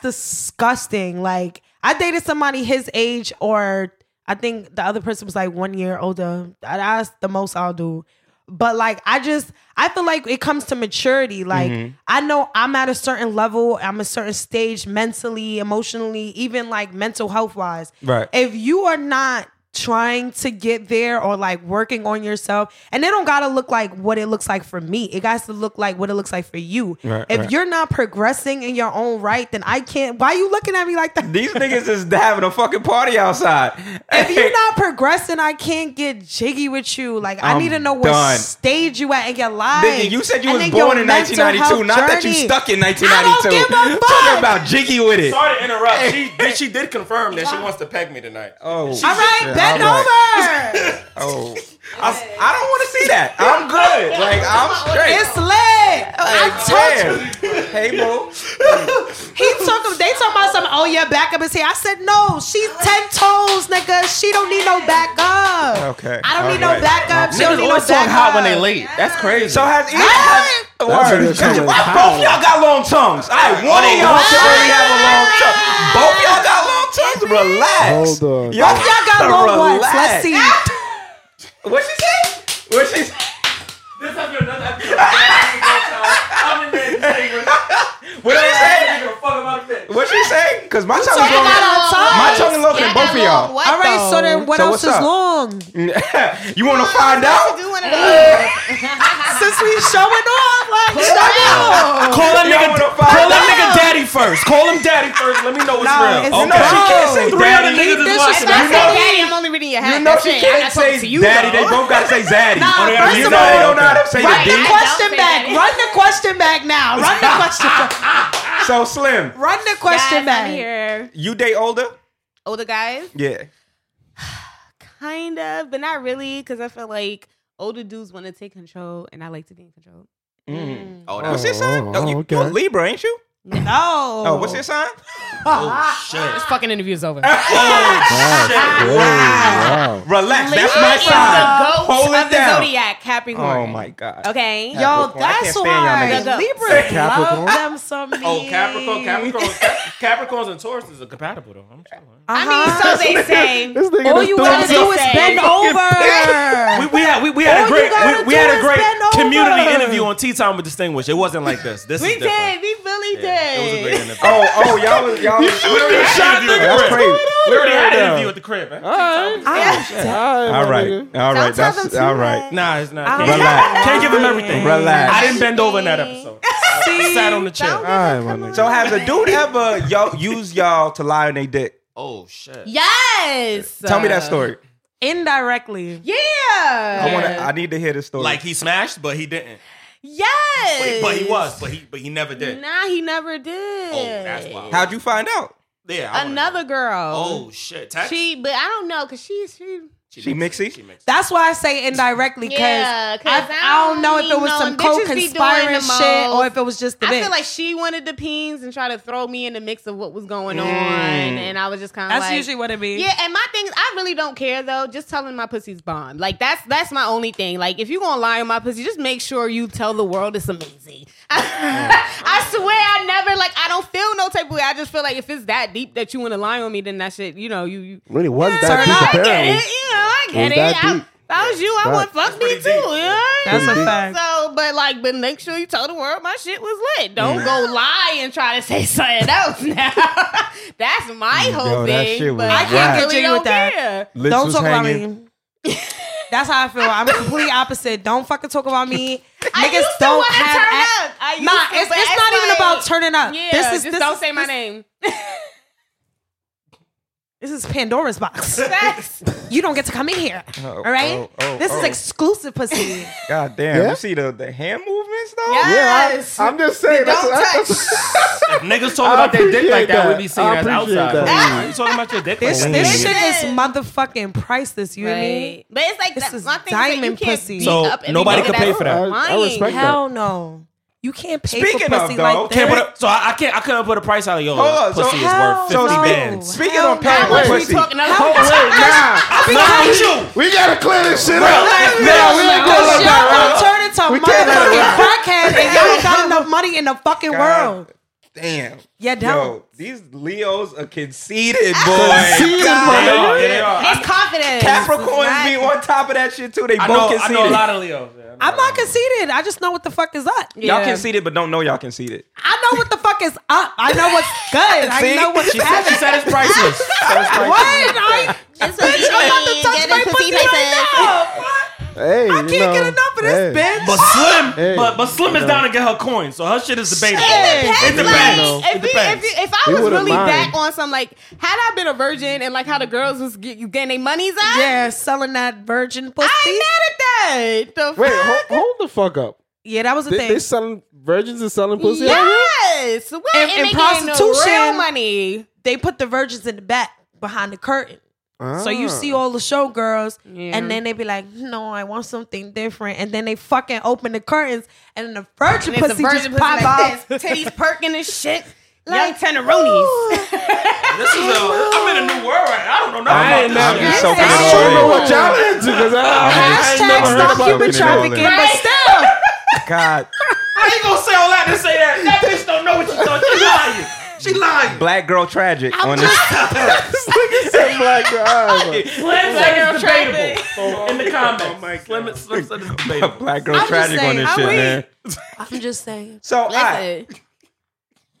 Speaker 4: disgusting. Like I dated somebody his age, or I think the other person was like one year older. That- That's the most I'll do. But like I just I feel like it comes to maturity. Like
Speaker 2: Mm-hmm.
Speaker 4: I know I'm at a certain level, I'm a certain stage mentally, emotionally, even like mental health wise
Speaker 2: Right.
Speaker 4: if you are not trying to get there or like working on yourself and it don't gotta look like what it looks like for me it got to look like what it looks like for you
Speaker 2: Right,
Speaker 4: if
Speaker 2: right.
Speaker 4: you're not progressing in your own right then i can't why you looking at me like that
Speaker 2: These niggas is having a fucking party outside.
Speaker 4: if you're not progressing i can't get jiggy with you like i
Speaker 2: I'm
Speaker 4: need to know what
Speaker 2: done.
Speaker 4: stage you at in your life
Speaker 2: Nigga, you said you
Speaker 4: and
Speaker 2: was
Speaker 4: your
Speaker 2: born in
Speaker 4: mental
Speaker 2: 1992,
Speaker 4: health
Speaker 2: not that you
Speaker 4: journey.
Speaker 2: stuck in
Speaker 4: I
Speaker 2: 1992.
Speaker 4: don't give a
Speaker 2: Talking
Speaker 4: fuck.
Speaker 2: about jiggy with
Speaker 3: Oh,
Speaker 2: it.
Speaker 6: Sorry to interrupt. She did, she did confirm that she wants to peg me tonight.
Speaker 2: Oh,
Speaker 4: all right
Speaker 2: shit,
Speaker 4: bend
Speaker 2: all right.
Speaker 4: over
Speaker 2: Oh, I, I don't want to see that. I'm good. Like I'm straight.
Speaker 4: it's lit i told you
Speaker 2: Damn. Hey, boo.
Speaker 4: He took him. They talking about some. Oh yeah, back up is here. I said no. She's ten toes, nigga. She don't need no back up.
Speaker 2: Okay,
Speaker 4: I don't need
Speaker 2: alright.
Speaker 4: no back up. She
Speaker 6: Niggas
Speaker 4: don't need no
Speaker 6: always
Speaker 4: back
Speaker 6: talk
Speaker 4: up.
Speaker 6: hot when they late. That's crazy.
Speaker 2: So has either
Speaker 4: Hey!
Speaker 2: has- word.
Speaker 3: nigga coming
Speaker 2: Why
Speaker 3: hot.
Speaker 2: both y'all got long tongues? I one of y'all should already have a long tongue. Both y'all got long tongues. Relax.
Speaker 5: Hold on.
Speaker 2: Y'all,
Speaker 4: Both y'all got long ones. Let's see.
Speaker 2: What she say? What she say?
Speaker 6: This has been another episode. of I'm in there.
Speaker 2: What she say?
Speaker 6: Fuck about this.
Speaker 2: What she say? Cause my tongue is
Speaker 4: Talking
Speaker 2: longer.
Speaker 4: about our tongues.
Speaker 2: My tongue is longer than both
Speaker 7: Y'all
Speaker 2: of
Speaker 7: got a little
Speaker 2: y'all.
Speaker 7: What
Speaker 4: All right,
Speaker 7: though?
Speaker 4: so then what
Speaker 2: So
Speaker 4: else
Speaker 2: what's
Speaker 4: is
Speaker 2: up?
Speaker 4: long?
Speaker 2: you want to find
Speaker 7: What
Speaker 2: out?
Speaker 7: you doing it
Speaker 4: Since we showing off, like shut up.
Speaker 3: Call that
Speaker 2: Y'all
Speaker 3: nigga,
Speaker 2: wanna find
Speaker 3: call that
Speaker 4: out?
Speaker 3: nigga daddy first. Call him daddy first. Let me know what's
Speaker 4: No,
Speaker 3: real.
Speaker 4: it's
Speaker 2: You know
Speaker 4: not.
Speaker 2: she can't say
Speaker 3: Three other
Speaker 2: daddy.
Speaker 3: niggas is
Speaker 7: If I say
Speaker 3: watching. You know,
Speaker 7: daddy, I'm only reading your head.
Speaker 2: You know
Speaker 7: That's
Speaker 2: she
Speaker 7: it. I'm
Speaker 2: can't
Speaker 7: not talking
Speaker 2: say
Speaker 7: to you,
Speaker 2: daddy.
Speaker 7: though.
Speaker 2: They both gotta say zaddy.
Speaker 4: Nah,
Speaker 2: you
Speaker 4: first
Speaker 2: know
Speaker 4: of
Speaker 2: they
Speaker 4: all-
Speaker 2: don't know how to say
Speaker 4: Run
Speaker 2: the
Speaker 4: the
Speaker 2: D.
Speaker 7: don't
Speaker 4: question
Speaker 7: say
Speaker 4: back.
Speaker 7: that.
Speaker 4: Run the question back now. Run the question.
Speaker 2: So slim,
Speaker 4: Run the
Speaker 7: Guys,
Speaker 4: question
Speaker 7: I'm
Speaker 4: back.
Speaker 7: here.
Speaker 2: you date older?
Speaker 7: Older guys,
Speaker 2: Yeah.
Speaker 7: kind of, but not really, because I feel like older dudes want to take control, and I like to be in control.
Speaker 2: Oh, what's your sign?
Speaker 5: oh,
Speaker 2: Oh, you,
Speaker 5: okay.
Speaker 2: you a Libra, ain't you?
Speaker 4: No.
Speaker 2: Oh, what's your sign?
Speaker 3: Oh,
Speaker 7: This fucking interview is over.
Speaker 5: Oh, Wow. wow.
Speaker 2: Relax. That's
Speaker 7: I
Speaker 2: my
Speaker 7: am
Speaker 2: sign.
Speaker 7: the goat
Speaker 2: Hold
Speaker 7: of
Speaker 2: it
Speaker 7: the
Speaker 2: down.
Speaker 7: zodiac, Capricorn.
Speaker 2: Oh my god.
Speaker 7: Okay.
Speaker 2: Yeah.
Speaker 4: Yo,
Speaker 2: Capricorn. I can't
Speaker 4: that's
Speaker 2: stand y'all
Speaker 4: why
Speaker 7: niggas. Go, go.
Speaker 4: Libras
Speaker 5: Capricorn?
Speaker 4: love them some.
Speaker 6: Oh, Capricorn, Capricorn, Cap- Capricorns and Tauruses are compatible though. I'm sure.
Speaker 7: I mean, so they say.
Speaker 5: This nigga
Speaker 4: all
Speaker 5: just
Speaker 4: you
Speaker 5: threw
Speaker 4: gotta
Speaker 5: his-
Speaker 4: do is bend over.
Speaker 3: we, we had we, we had a
Speaker 4: All you
Speaker 3: great
Speaker 4: gotta
Speaker 3: we, we
Speaker 4: do
Speaker 3: had a
Speaker 4: is
Speaker 3: great
Speaker 4: bend over.
Speaker 3: community interview on Tea Time with Distinguished. It wasn't like this. This
Speaker 7: We
Speaker 3: is different.
Speaker 7: did. We really
Speaker 3: It was a great
Speaker 7: did.
Speaker 3: interview.
Speaker 2: Oh, oh, y'all was y'all was
Speaker 3: shot the
Speaker 2: That's
Speaker 3: crib.
Speaker 2: crazy.
Speaker 3: We already had an
Speaker 2: Yeah.
Speaker 3: interview at the crib. man.
Speaker 2: All right. All right.
Speaker 4: Don't tell them
Speaker 2: That's
Speaker 4: too
Speaker 2: all right.
Speaker 3: Nah, it's not.
Speaker 4: don't
Speaker 3: Can't,
Speaker 2: Relax.
Speaker 3: can't give him everything.
Speaker 2: Relax.
Speaker 3: I didn't bend over in that episode. I sat on the chair.
Speaker 5: All right, my nigga.
Speaker 2: So has a dude ever y'all used y'all to lie on their dick?
Speaker 6: Oh shit.
Speaker 7: Yes.
Speaker 2: Tell me that story.
Speaker 4: Indirectly.
Speaker 7: Yeah.
Speaker 2: I want to I need to hear this story.
Speaker 6: Like he smashed, but he didn't. But
Speaker 7: Yes.
Speaker 6: he, but he was, but he but he never did.
Speaker 7: Nah, he never did.
Speaker 6: Oh, that's wild.
Speaker 2: how'd you find out?
Speaker 6: Yeah. I wanna
Speaker 7: Another girl.
Speaker 6: know. Oh shit. Text?
Speaker 7: She, but I don't know, cause she, she.
Speaker 2: She mixy?
Speaker 6: She mixed.
Speaker 4: That's why I say indirectly because
Speaker 7: Yeah, 'cause
Speaker 4: I, I don't know if it was
Speaker 7: I
Speaker 4: some
Speaker 7: don't know. Bitches be doing the
Speaker 4: co-conspiring shit
Speaker 7: most.
Speaker 4: or if it was just the
Speaker 7: I
Speaker 4: bitch.
Speaker 7: feel like she wanted the pins and tried to throw me in the mix of what was going on, and I was just kind of
Speaker 4: Mm. that's
Speaker 7: like,
Speaker 4: usually what it means.
Speaker 7: Yeah, and my thing is, I really don't care though. Just tell them my pussy's bomb. Like that's that's my only thing. Like if you gonna lie on my pussy, just make sure you tell the world it's amazing. I swear, I never like I don't feel no type of way. I just feel like if it's that deep that you want to lie on me, then that shit, you know, you. you
Speaker 5: Really was
Speaker 7: Turn
Speaker 5: that
Speaker 7: up.
Speaker 5: deep,
Speaker 7: I get it. You know,
Speaker 5: apparently.
Speaker 7: I get
Speaker 5: It
Speaker 7: it.
Speaker 5: was that
Speaker 7: I,
Speaker 5: deep.
Speaker 7: if I was you, I would
Speaker 5: That's
Speaker 7: fuck me
Speaker 6: pretty
Speaker 7: too.
Speaker 6: deep.
Speaker 7: Yeah.
Speaker 4: That's a fact.
Speaker 7: So, but like, but make sure you tell the world my shit was lit. Don't go lie and try to say something else now. That's my
Speaker 2: that
Speaker 7: whole thing.
Speaker 2: shit was
Speaker 7: but I
Speaker 2: whack.
Speaker 7: can't really
Speaker 4: Jiggy
Speaker 7: don't
Speaker 4: with that.
Speaker 7: care.
Speaker 2: Lips
Speaker 4: don't
Speaker 2: was
Speaker 4: talk
Speaker 2: hanging.
Speaker 4: about me. That's how I feel. I'm complete opposite. Don't fucking talk about me.
Speaker 7: I
Speaker 4: Niggas
Speaker 7: used to
Speaker 4: don't
Speaker 7: wanna
Speaker 4: have.
Speaker 7: turn
Speaker 4: act-
Speaker 7: up. I used
Speaker 4: Nah,
Speaker 7: to,
Speaker 4: it's,
Speaker 7: but
Speaker 4: it's not even
Speaker 7: like-
Speaker 4: about turning up.
Speaker 7: Yeah,
Speaker 4: this is
Speaker 7: just
Speaker 4: this
Speaker 7: don't
Speaker 4: is,
Speaker 7: say my
Speaker 4: this-
Speaker 7: name.
Speaker 4: This is Pandora's box.
Speaker 7: That's
Speaker 4: you don't get to come in here.
Speaker 2: Oh,
Speaker 4: all right.
Speaker 2: oh, oh,
Speaker 4: this
Speaker 2: oh.
Speaker 4: is exclusive pussy.
Speaker 2: God damn.
Speaker 5: Yeah?
Speaker 2: You see the the hand movements though?
Speaker 7: Yeah.
Speaker 5: Yeah,
Speaker 7: Yes.
Speaker 5: I, am just saying. That's,
Speaker 7: Don't
Speaker 5: that's,
Speaker 3: If niggas talk
Speaker 5: I
Speaker 3: about their dick like
Speaker 5: appreciate
Speaker 3: that,
Speaker 5: that.
Speaker 3: we be seeing
Speaker 5: I
Speaker 3: that
Speaker 5: appreciate
Speaker 3: outside.
Speaker 5: that.
Speaker 3: Why you talking about your dick like
Speaker 4: This,
Speaker 3: that?
Speaker 4: this shit
Speaker 7: Yes.
Speaker 4: is motherfucking priceless. You know what I mean?
Speaker 7: right. But it's like
Speaker 4: This
Speaker 7: that,
Speaker 4: is
Speaker 7: my thing is that you
Speaker 4: diamond
Speaker 7: can't
Speaker 4: pussy.
Speaker 7: beat
Speaker 3: So,
Speaker 7: up every
Speaker 3: nobody
Speaker 7: nigga
Speaker 3: could pay
Speaker 7: that's
Speaker 3: for that.
Speaker 5: I- I
Speaker 7: lying.
Speaker 5: respect that.
Speaker 4: Hell no. You can't pay
Speaker 2: Speaking
Speaker 4: for
Speaker 2: of,
Speaker 4: pussy
Speaker 2: though,
Speaker 4: like that.
Speaker 3: Can't put a, so I, I can't. I couldn't put a price out of yo.
Speaker 2: Hold on, so
Speaker 3: pussy is
Speaker 4: how-
Speaker 3: worth fifty
Speaker 4: so-
Speaker 3: bands.
Speaker 2: Speaking
Speaker 4: Hell
Speaker 2: of
Speaker 4: no.
Speaker 2: paying
Speaker 7: How much
Speaker 2: for
Speaker 7: we
Speaker 2: pussy,
Speaker 7: talking?
Speaker 2: hold
Speaker 7: How
Speaker 2: on,
Speaker 7: much?
Speaker 2: uh, nah,
Speaker 3: Not with you.
Speaker 5: We gotta clear this shit
Speaker 4: Black
Speaker 5: up.
Speaker 4: man,
Speaker 2: nah, we ain't going like
Speaker 4: Y'all gonna
Speaker 2: that.
Speaker 4: turn into
Speaker 2: We can't let it
Speaker 4: motherfucking
Speaker 2: ride.
Speaker 4: crackheads and y'all ain't got enough money in the fucking
Speaker 2: God.
Speaker 4: world.
Speaker 2: Damn.
Speaker 4: Yeah,
Speaker 2: Yo,
Speaker 4: don't.
Speaker 2: these Leos are conceited, boy.
Speaker 5: Conceited,
Speaker 2: God,
Speaker 5: brother.
Speaker 2: they are, they are.
Speaker 7: It's confidence.
Speaker 2: Capricorns
Speaker 4: not-
Speaker 2: be on top of that shit too. They
Speaker 3: I know.
Speaker 2: both
Speaker 3: I know a
Speaker 2: conceited.
Speaker 3: lot of Leos. man.
Speaker 4: I'm not conceited. I just know what the fuck is up.
Speaker 2: Y'all
Speaker 7: Yeah.
Speaker 2: conceited, but don't know y'all conceited.
Speaker 4: I know what the fuck is up. I know what's good. I
Speaker 2: See?
Speaker 4: know what's
Speaker 3: She said she
Speaker 4: happening.
Speaker 3: said it's priceless.
Speaker 4: What? I,
Speaker 7: It's what
Speaker 4: bitch, I'm about to
Speaker 7: you
Speaker 4: touch
Speaker 7: get
Speaker 4: my
Speaker 7: in
Speaker 4: pussy
Speaker 7: pussy
Speaker 4: right
Speaker 7: places.
Speaker 4: now. What?
Speaker 5: Hey,
Speaker 4: I can't get enough of this bitch.
Speaker 3: But Slim,
Speaker 5: Hey,
Speaker 3: but but Slim is down to get her coin, so her shit is debatable.
Speaker 7: It
Speaker 3: It depends.
Speaker 7: depends. Like,
Speaker 3: It
Speaker 7: if, we, if,
Speaker 3: depends.
Speaker 7: you, if I
Speaker 5: He
Speaker 7: was
Speaker 5: would've
Speaker 7: really
Speaker 5: lied.
Speaker 7: back on some, like, had I been a virgin and like how the girls was get, you getting their monies out,
Speaker 4: yeah, selling that virgin pussy.
Speaker 7: I ain't mad at that. The
Speaker 5: Wait,
Speaker 7: fuck?
Speaker 5: hold, hold the fuck up.
Speaker 4: yeah, that was the
Speaker 5: They, they
Speaker 4: thing.
Speaker 5: selling virgins and selling pussy. out here?
Speaker 7: Yes, what?
Speaker 4: And-
Speaker 7: And,
Speaker 4: and
Speaker 7: they getting the real
Speaker 4: prostitution.
Speaker 7: money.
Speaker 4: They put the virgins in the back behind the curtain.
Speaker 5: Ah.
Speaker 4: So you see all the showgirls,
Speaker 7: Yeah.
Speaker 4: and then they be like, "No, I want something different," and then they fucking open the curtains, and then the virgin
Speaker 7: And it's a
Speaker 4: pussy
Speaker 7: virgin
Speaker 4: just
Speaker 7: pussy
Speaker 4: pop
Speaker 7: like
Speaker 4: out.
Speaker 7: this. Titties perking and shit.
Speaker 4: Like,
Speaker 7: Young tenderonis.
Speaker 3: This is a, I'm in a new world. Right? now. I don't
Speaker 2: I'm,
Speaker 3: know. I ain't
Speaker 2: I'm,
Speaker 3: mad.
Speaker 2: just
Speaker 4: Yes,
Speaker 2: soaking
Speaker 4: that's
Speaker 2: it
Speaker 5: I don't know
Speaker 2: all in.
Speaker 5: what y'all into because I, I, ain't
Speaker 4: Hashtag
Speaker 5: never heard
Speaker 4: stop
Speaker 5: about
Speaker 4: human
Speaker 2: it.
Speaker 4: trafficking,
Speaker 7: Right?
Speaker 4: but still.
Speaker 2: God,
Speaker 3: How you gonna say all that and say that? That bitch don't know what she thought. She lying. She lying.
Speaker 2: black girl tragic on this.
Speaker 5: some black girl.
Speaker 3: Slim said it's debatable. in the Oh, comments. Slim, Slim said it's debatable.
Speaker 2: Black girl
Speaker 4: I'm just
Speaker 2: tragic on
Speaker 4: saying,
Speaker 2: this
Speaker 4: I
Speaker 2: shit,
Speaker 4: wait.
Speaker 2: man.
Speaker 4: I'm just saying.
Speaker 2: So, all right,
Speaker 7: Listen,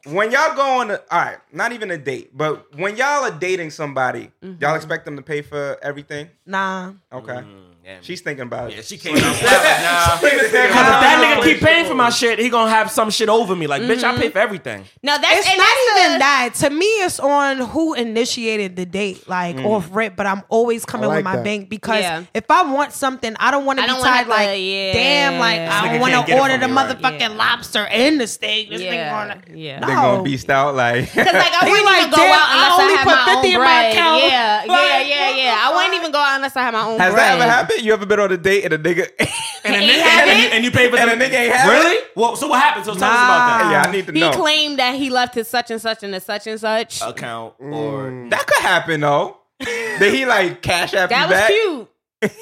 Speaker 2: when y'all go on, a, all right, not even a date, but when y'all are dating somebody, y'all expect them to pay for everything.
Speaker 4: Nah.
Speaker 2: Okay,
Speaker 3: Mm-hmm. yeah.
Speaker 2: she's thinking about it.
Speaker 3: Yeah, she came out. Nah. Cause if that nigga keep paying for my shit, he gonna have some shit over me. Like, bitch, I pay for everything.
Speaker 7: No, that's
Speaker 4: It's
Speaker 7: and
Speaker 4: not
Speaker 7: that's
Speaker 4: even
Speaker 7: the-
Speaker 4: that. To me, it's on who initiated the date, like
Speaker 3: Mm.
Speaker 4: off rip. But I'm always coming
Speaker 5: like
Speaker 4: with my
Speaker 5: that.
Speaker 4: bank because
Speaker 7: Yeah.
Speaker 4: if I want something, I don't want to
Speaker 7: I
Speaker 4: be
Speaker 7: don't wanna
Speaker 4: tied
Speaker 7: have
Speaker 4: like,
Speaker 7: to- yeah.
Speaker 4: damn, like I
Speaker 3: nigga
Speaker 4: don't want
Speaker 3: can't
Speaker 4: to
Speaker 3: get it
Speaker 4: order the
Speaker 3: from me, right.
Speaker 4: motherfucking lobster and the steak. This
Speaker 7: Yeah,
Speaker 4: thing on
Speaker 7: yeah.
Speaker 4: No.
Speaker 2: They gonna beast out like.
Speaker 7: Cause like I
Speaker 4: He
Speaker 7: wouldn't
Speaker 4: like,
Speaker 7: even go
Speaker 4: "Damn,
Speaker 7: out
Speaker 4: I
Speaker 7: unless I,
Speaker 4: only
Speaker 7: had
Speaker 4: put
Speaker 7: my
Speaker 4: 50
Speaker 7: own
Speaker 4: in my
Speaker 7: bread.
Speaker 4: account.
Speaker 7: Yeah,
Speaker 4: Like,
Speaker 7: yeah,
Speaker 4: what
Speaker 7: yeah, yeah.
Speaker 4: the
Speaker 7: I wouldn't
Speaker 4: fuck?
Speaker 7: even go out unless I had my own
Speaker 2: Has
Speaker 7: bread.
Speaker 2: that ever happened? You ever been on a date and a nigga?
Speaker 3: And, a
Speaker 7: He
Speaker 3: nigga-
Speaker 7: have
Speaker 3: and,
Speaker 7: it?
Speaker 3: you- and you pay for
Speaker 2: And a
Speaker 3: something.
Speaker 2: nigga ain't have
Speaker 3: Really?
Speaker 2: it?
Speaker 3: Well, so what happened? So tell us
Speaker 4: Nah.
Speaker 3: about that.
Speaker 2: yeah, I need to
Speaker 7: He
Speaker 2: know.
Speaker 7: claimed that he left his such and such and his such and such.
Speaker 3: Account or
Speaker 2: that could happen though. Did he like cash after
Speaker 7: that
Speaker 2: you
Speaker 7: was
Speaker 2: back?
Speaker 7: cute.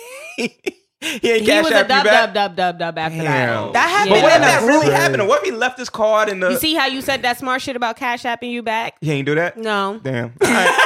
Speaker 2: he ain't
Speaker 7: He
Speaker 2: cash
Speaker 7: was a
Speaker 2: after you back.
Speaker 7: dub dub dub dub dub after
Speaker 2: Damn.
Speaker 7: that.
Speaker 4: That happened
Speaker 2: But what if
Speaker 4: in a
Speaker 2: that
Speaker 4: group.
Speaker 2: really happened? And what if he left his card in the?
Speaker 7: You see how you said that smart shit about Cash App and you back?
Speaker 2: he ain't do that.
Speaker 7: No.
Speaker 2: Damn. All right.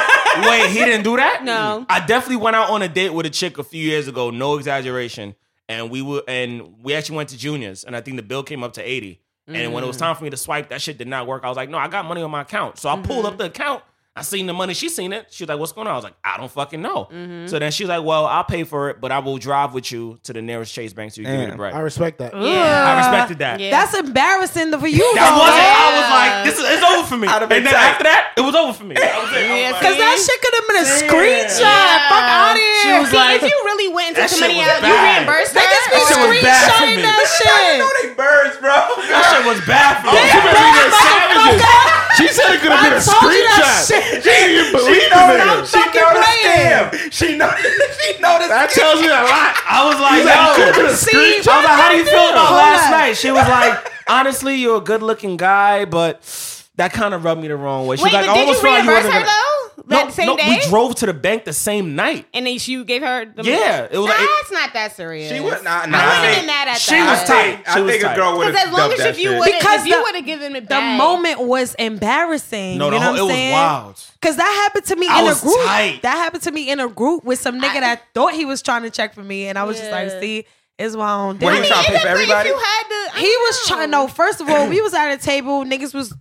Speaker 3: Wait, he didn't do that?
Speaker 7: No.
Speaker 3: I definitely went out on a date with a chick a few years ago, no exaggeration. And we were and we actually went to juniors and I think the bill came up to 80. And when it
Speaker 7: Mm.
Speaker 3: was time for me to swipe, that shit did not work. I was like, no, I got money on my account. So I pulled
Speaker 7: Mm-hmm.
Speaker 3: up the account. I seen the money. She seen it. She was like, what's going on? I was like, I don't fucking know.
Speaker 7: Mm-hmm.
Speaker 3: So then she's like, well, I'll pay for it, but I will drive with you to the nearest Chase Bank so you can get
Speaker 2: Damn.
Speaker 3: it right.
Speaker 5: I respect that.
Speaker 7: Yeah.
Speaker 3: I respected that.
Speaker 7: Uh, Yeah.
Speaker 4: That's embarrassing for you.
Speaker 3: That
Speaker 4: though,
Speaker 3: wasn't.
Speaker 4: right?
Speaker 3: I was like, this is it's over for me.
Speaker 2: I'd have
Speaker 3: And
Speaker 2: been
Speaker 3: then
Speaker 2: tight.
Speaker 3: after that, it was over for me. I was like,
Speaker 7: Yeah,
Speaker 4: Cause that
Speaker 7: see?
Speaker 4: shit could have been a screenshot.
Speaker 7: Yeah.
Speaker 4: Fuck out of here.
Speaker 3: She was
Speaker 7: See,
Speaker 3: like-
Speaker 7: if you really went
Speaker 3: That
Speaker 7: into
Speaker 3: shit
Speaker 7: some money
Speaker 3: was
Speaker 7: out, you
Speaker 3: bad.
Speaker 7: reimbursed
Speaker 4: They just be
Speaker 7: her.
Speaker 3: shit was bad for
Speaker 4: screenshotting
Speaker 3: me.
Speaker 4: that shit.
Speaker 2: know they birds, bro.
Speaker 3: that shit was bad for me.
Speaker 5: You better be there, savages. She said it could have been a
Speaker 4: told you that
Speaker 5: screenshot. She didn't even believe
Speaker 2: know
Speaker 5: the
Speaker 2: that
Speaker 5: nigga.
Speaker 2: she know the scam. She know she know the
Speaker 5: That
Speaker 2: scam.
Speaker 5: tells you a lot.
Speaker 3: I was like,
Speaker 5: He's like, you
Speaker 3: yo.
Speaker 5: could've been a
Speaker 4: See,
Speaker 5: screenshot.
Speaker 3: I was like, how do you feel about
Speaker 4: Hold
Speaker 3: last
Speaker 4: on.
Speaker 3: night? She was like, honestly, you're a good looking guy, but that kind of rubbed me the wrong way. She
Speaker 7: Wait,
Speaker 3: was like,
Speaker 7: but did you
Speaker 3: feel like
Speaker 7: reimburse
Speaker 3: wasn't
Speaker 7: her
Speaker 3: gonna-
Speaker 7: though? That
Speaker 3: No,
Speaker 7: same
Speaker 3: no,
Speaker 7: day?
Speaker 3: we drove to the bank the same night.
Speaker 7: and then you gave her the
Speaker 3: Yeah, it was
Speaker 7: Nah,
Speaker 3: like-
Speaker 7: it's not that serious.
Speaker 2: She was nah, nah.
Speaker 7: I wouldn't
Speaker 2: think-
Speaker 7: have been mad at
Speaker 3: She
Speaker 7: that.
Speaker 3: was tight.
Speaker 2: I
Speaker 3: She was
Speaker 2: think a
Speaker 3: tight.
Speaker 2: girl would
Speaker 7: Because
Speaker 2: have
Speaker 7: as long as if you would
Speaker 2: shit.
Speaker 4: Because
Speaker 7: if you
Speaker 4: the-
Speaker 7: would have given it
Speaker 4: The
Speaker 7: back,
Speaker 4: moment was embarrassing.
Speaker 3: No,
Speaker 4: you
Speaker 3: the
Speaker 4: know
Speaker 3: whole,
Speaker 4: what
Speaker 3: it
Speaker 4: I'm
Speaker 3: was
Speaker 4: saying?
Speaker 3: wild.
Speaker 4: Cause that happened to me
Speaker 3: I
Speaker 4: in a
Speaker 3: was
Speaker 4: group.
Speaker 3: tight.
Speaker 4: That happened to me in a group with some nigga
Speaker 7: I-
Speaker 4: that thought he was trying to check for me, and I was just
Speaker 7: Yeah.
Speaker 4: like, "See, it's my
Speaker 2: Were
Speaker 4: own thing."
Speaker 2: you
Speaker 7: I mean,
Speaker 2: trying to
Speaker 7: it's
Speaker 2: pay
Speaker 7: a
Speaker 2: for
Speaker 7: thing if
Speaker 2: everybody?
Speaker 7: You had to, I
Speaker 4: he was
Speaker 7: know.
Speaker 4: trying. No, first of all, we was at a table. Niggas was.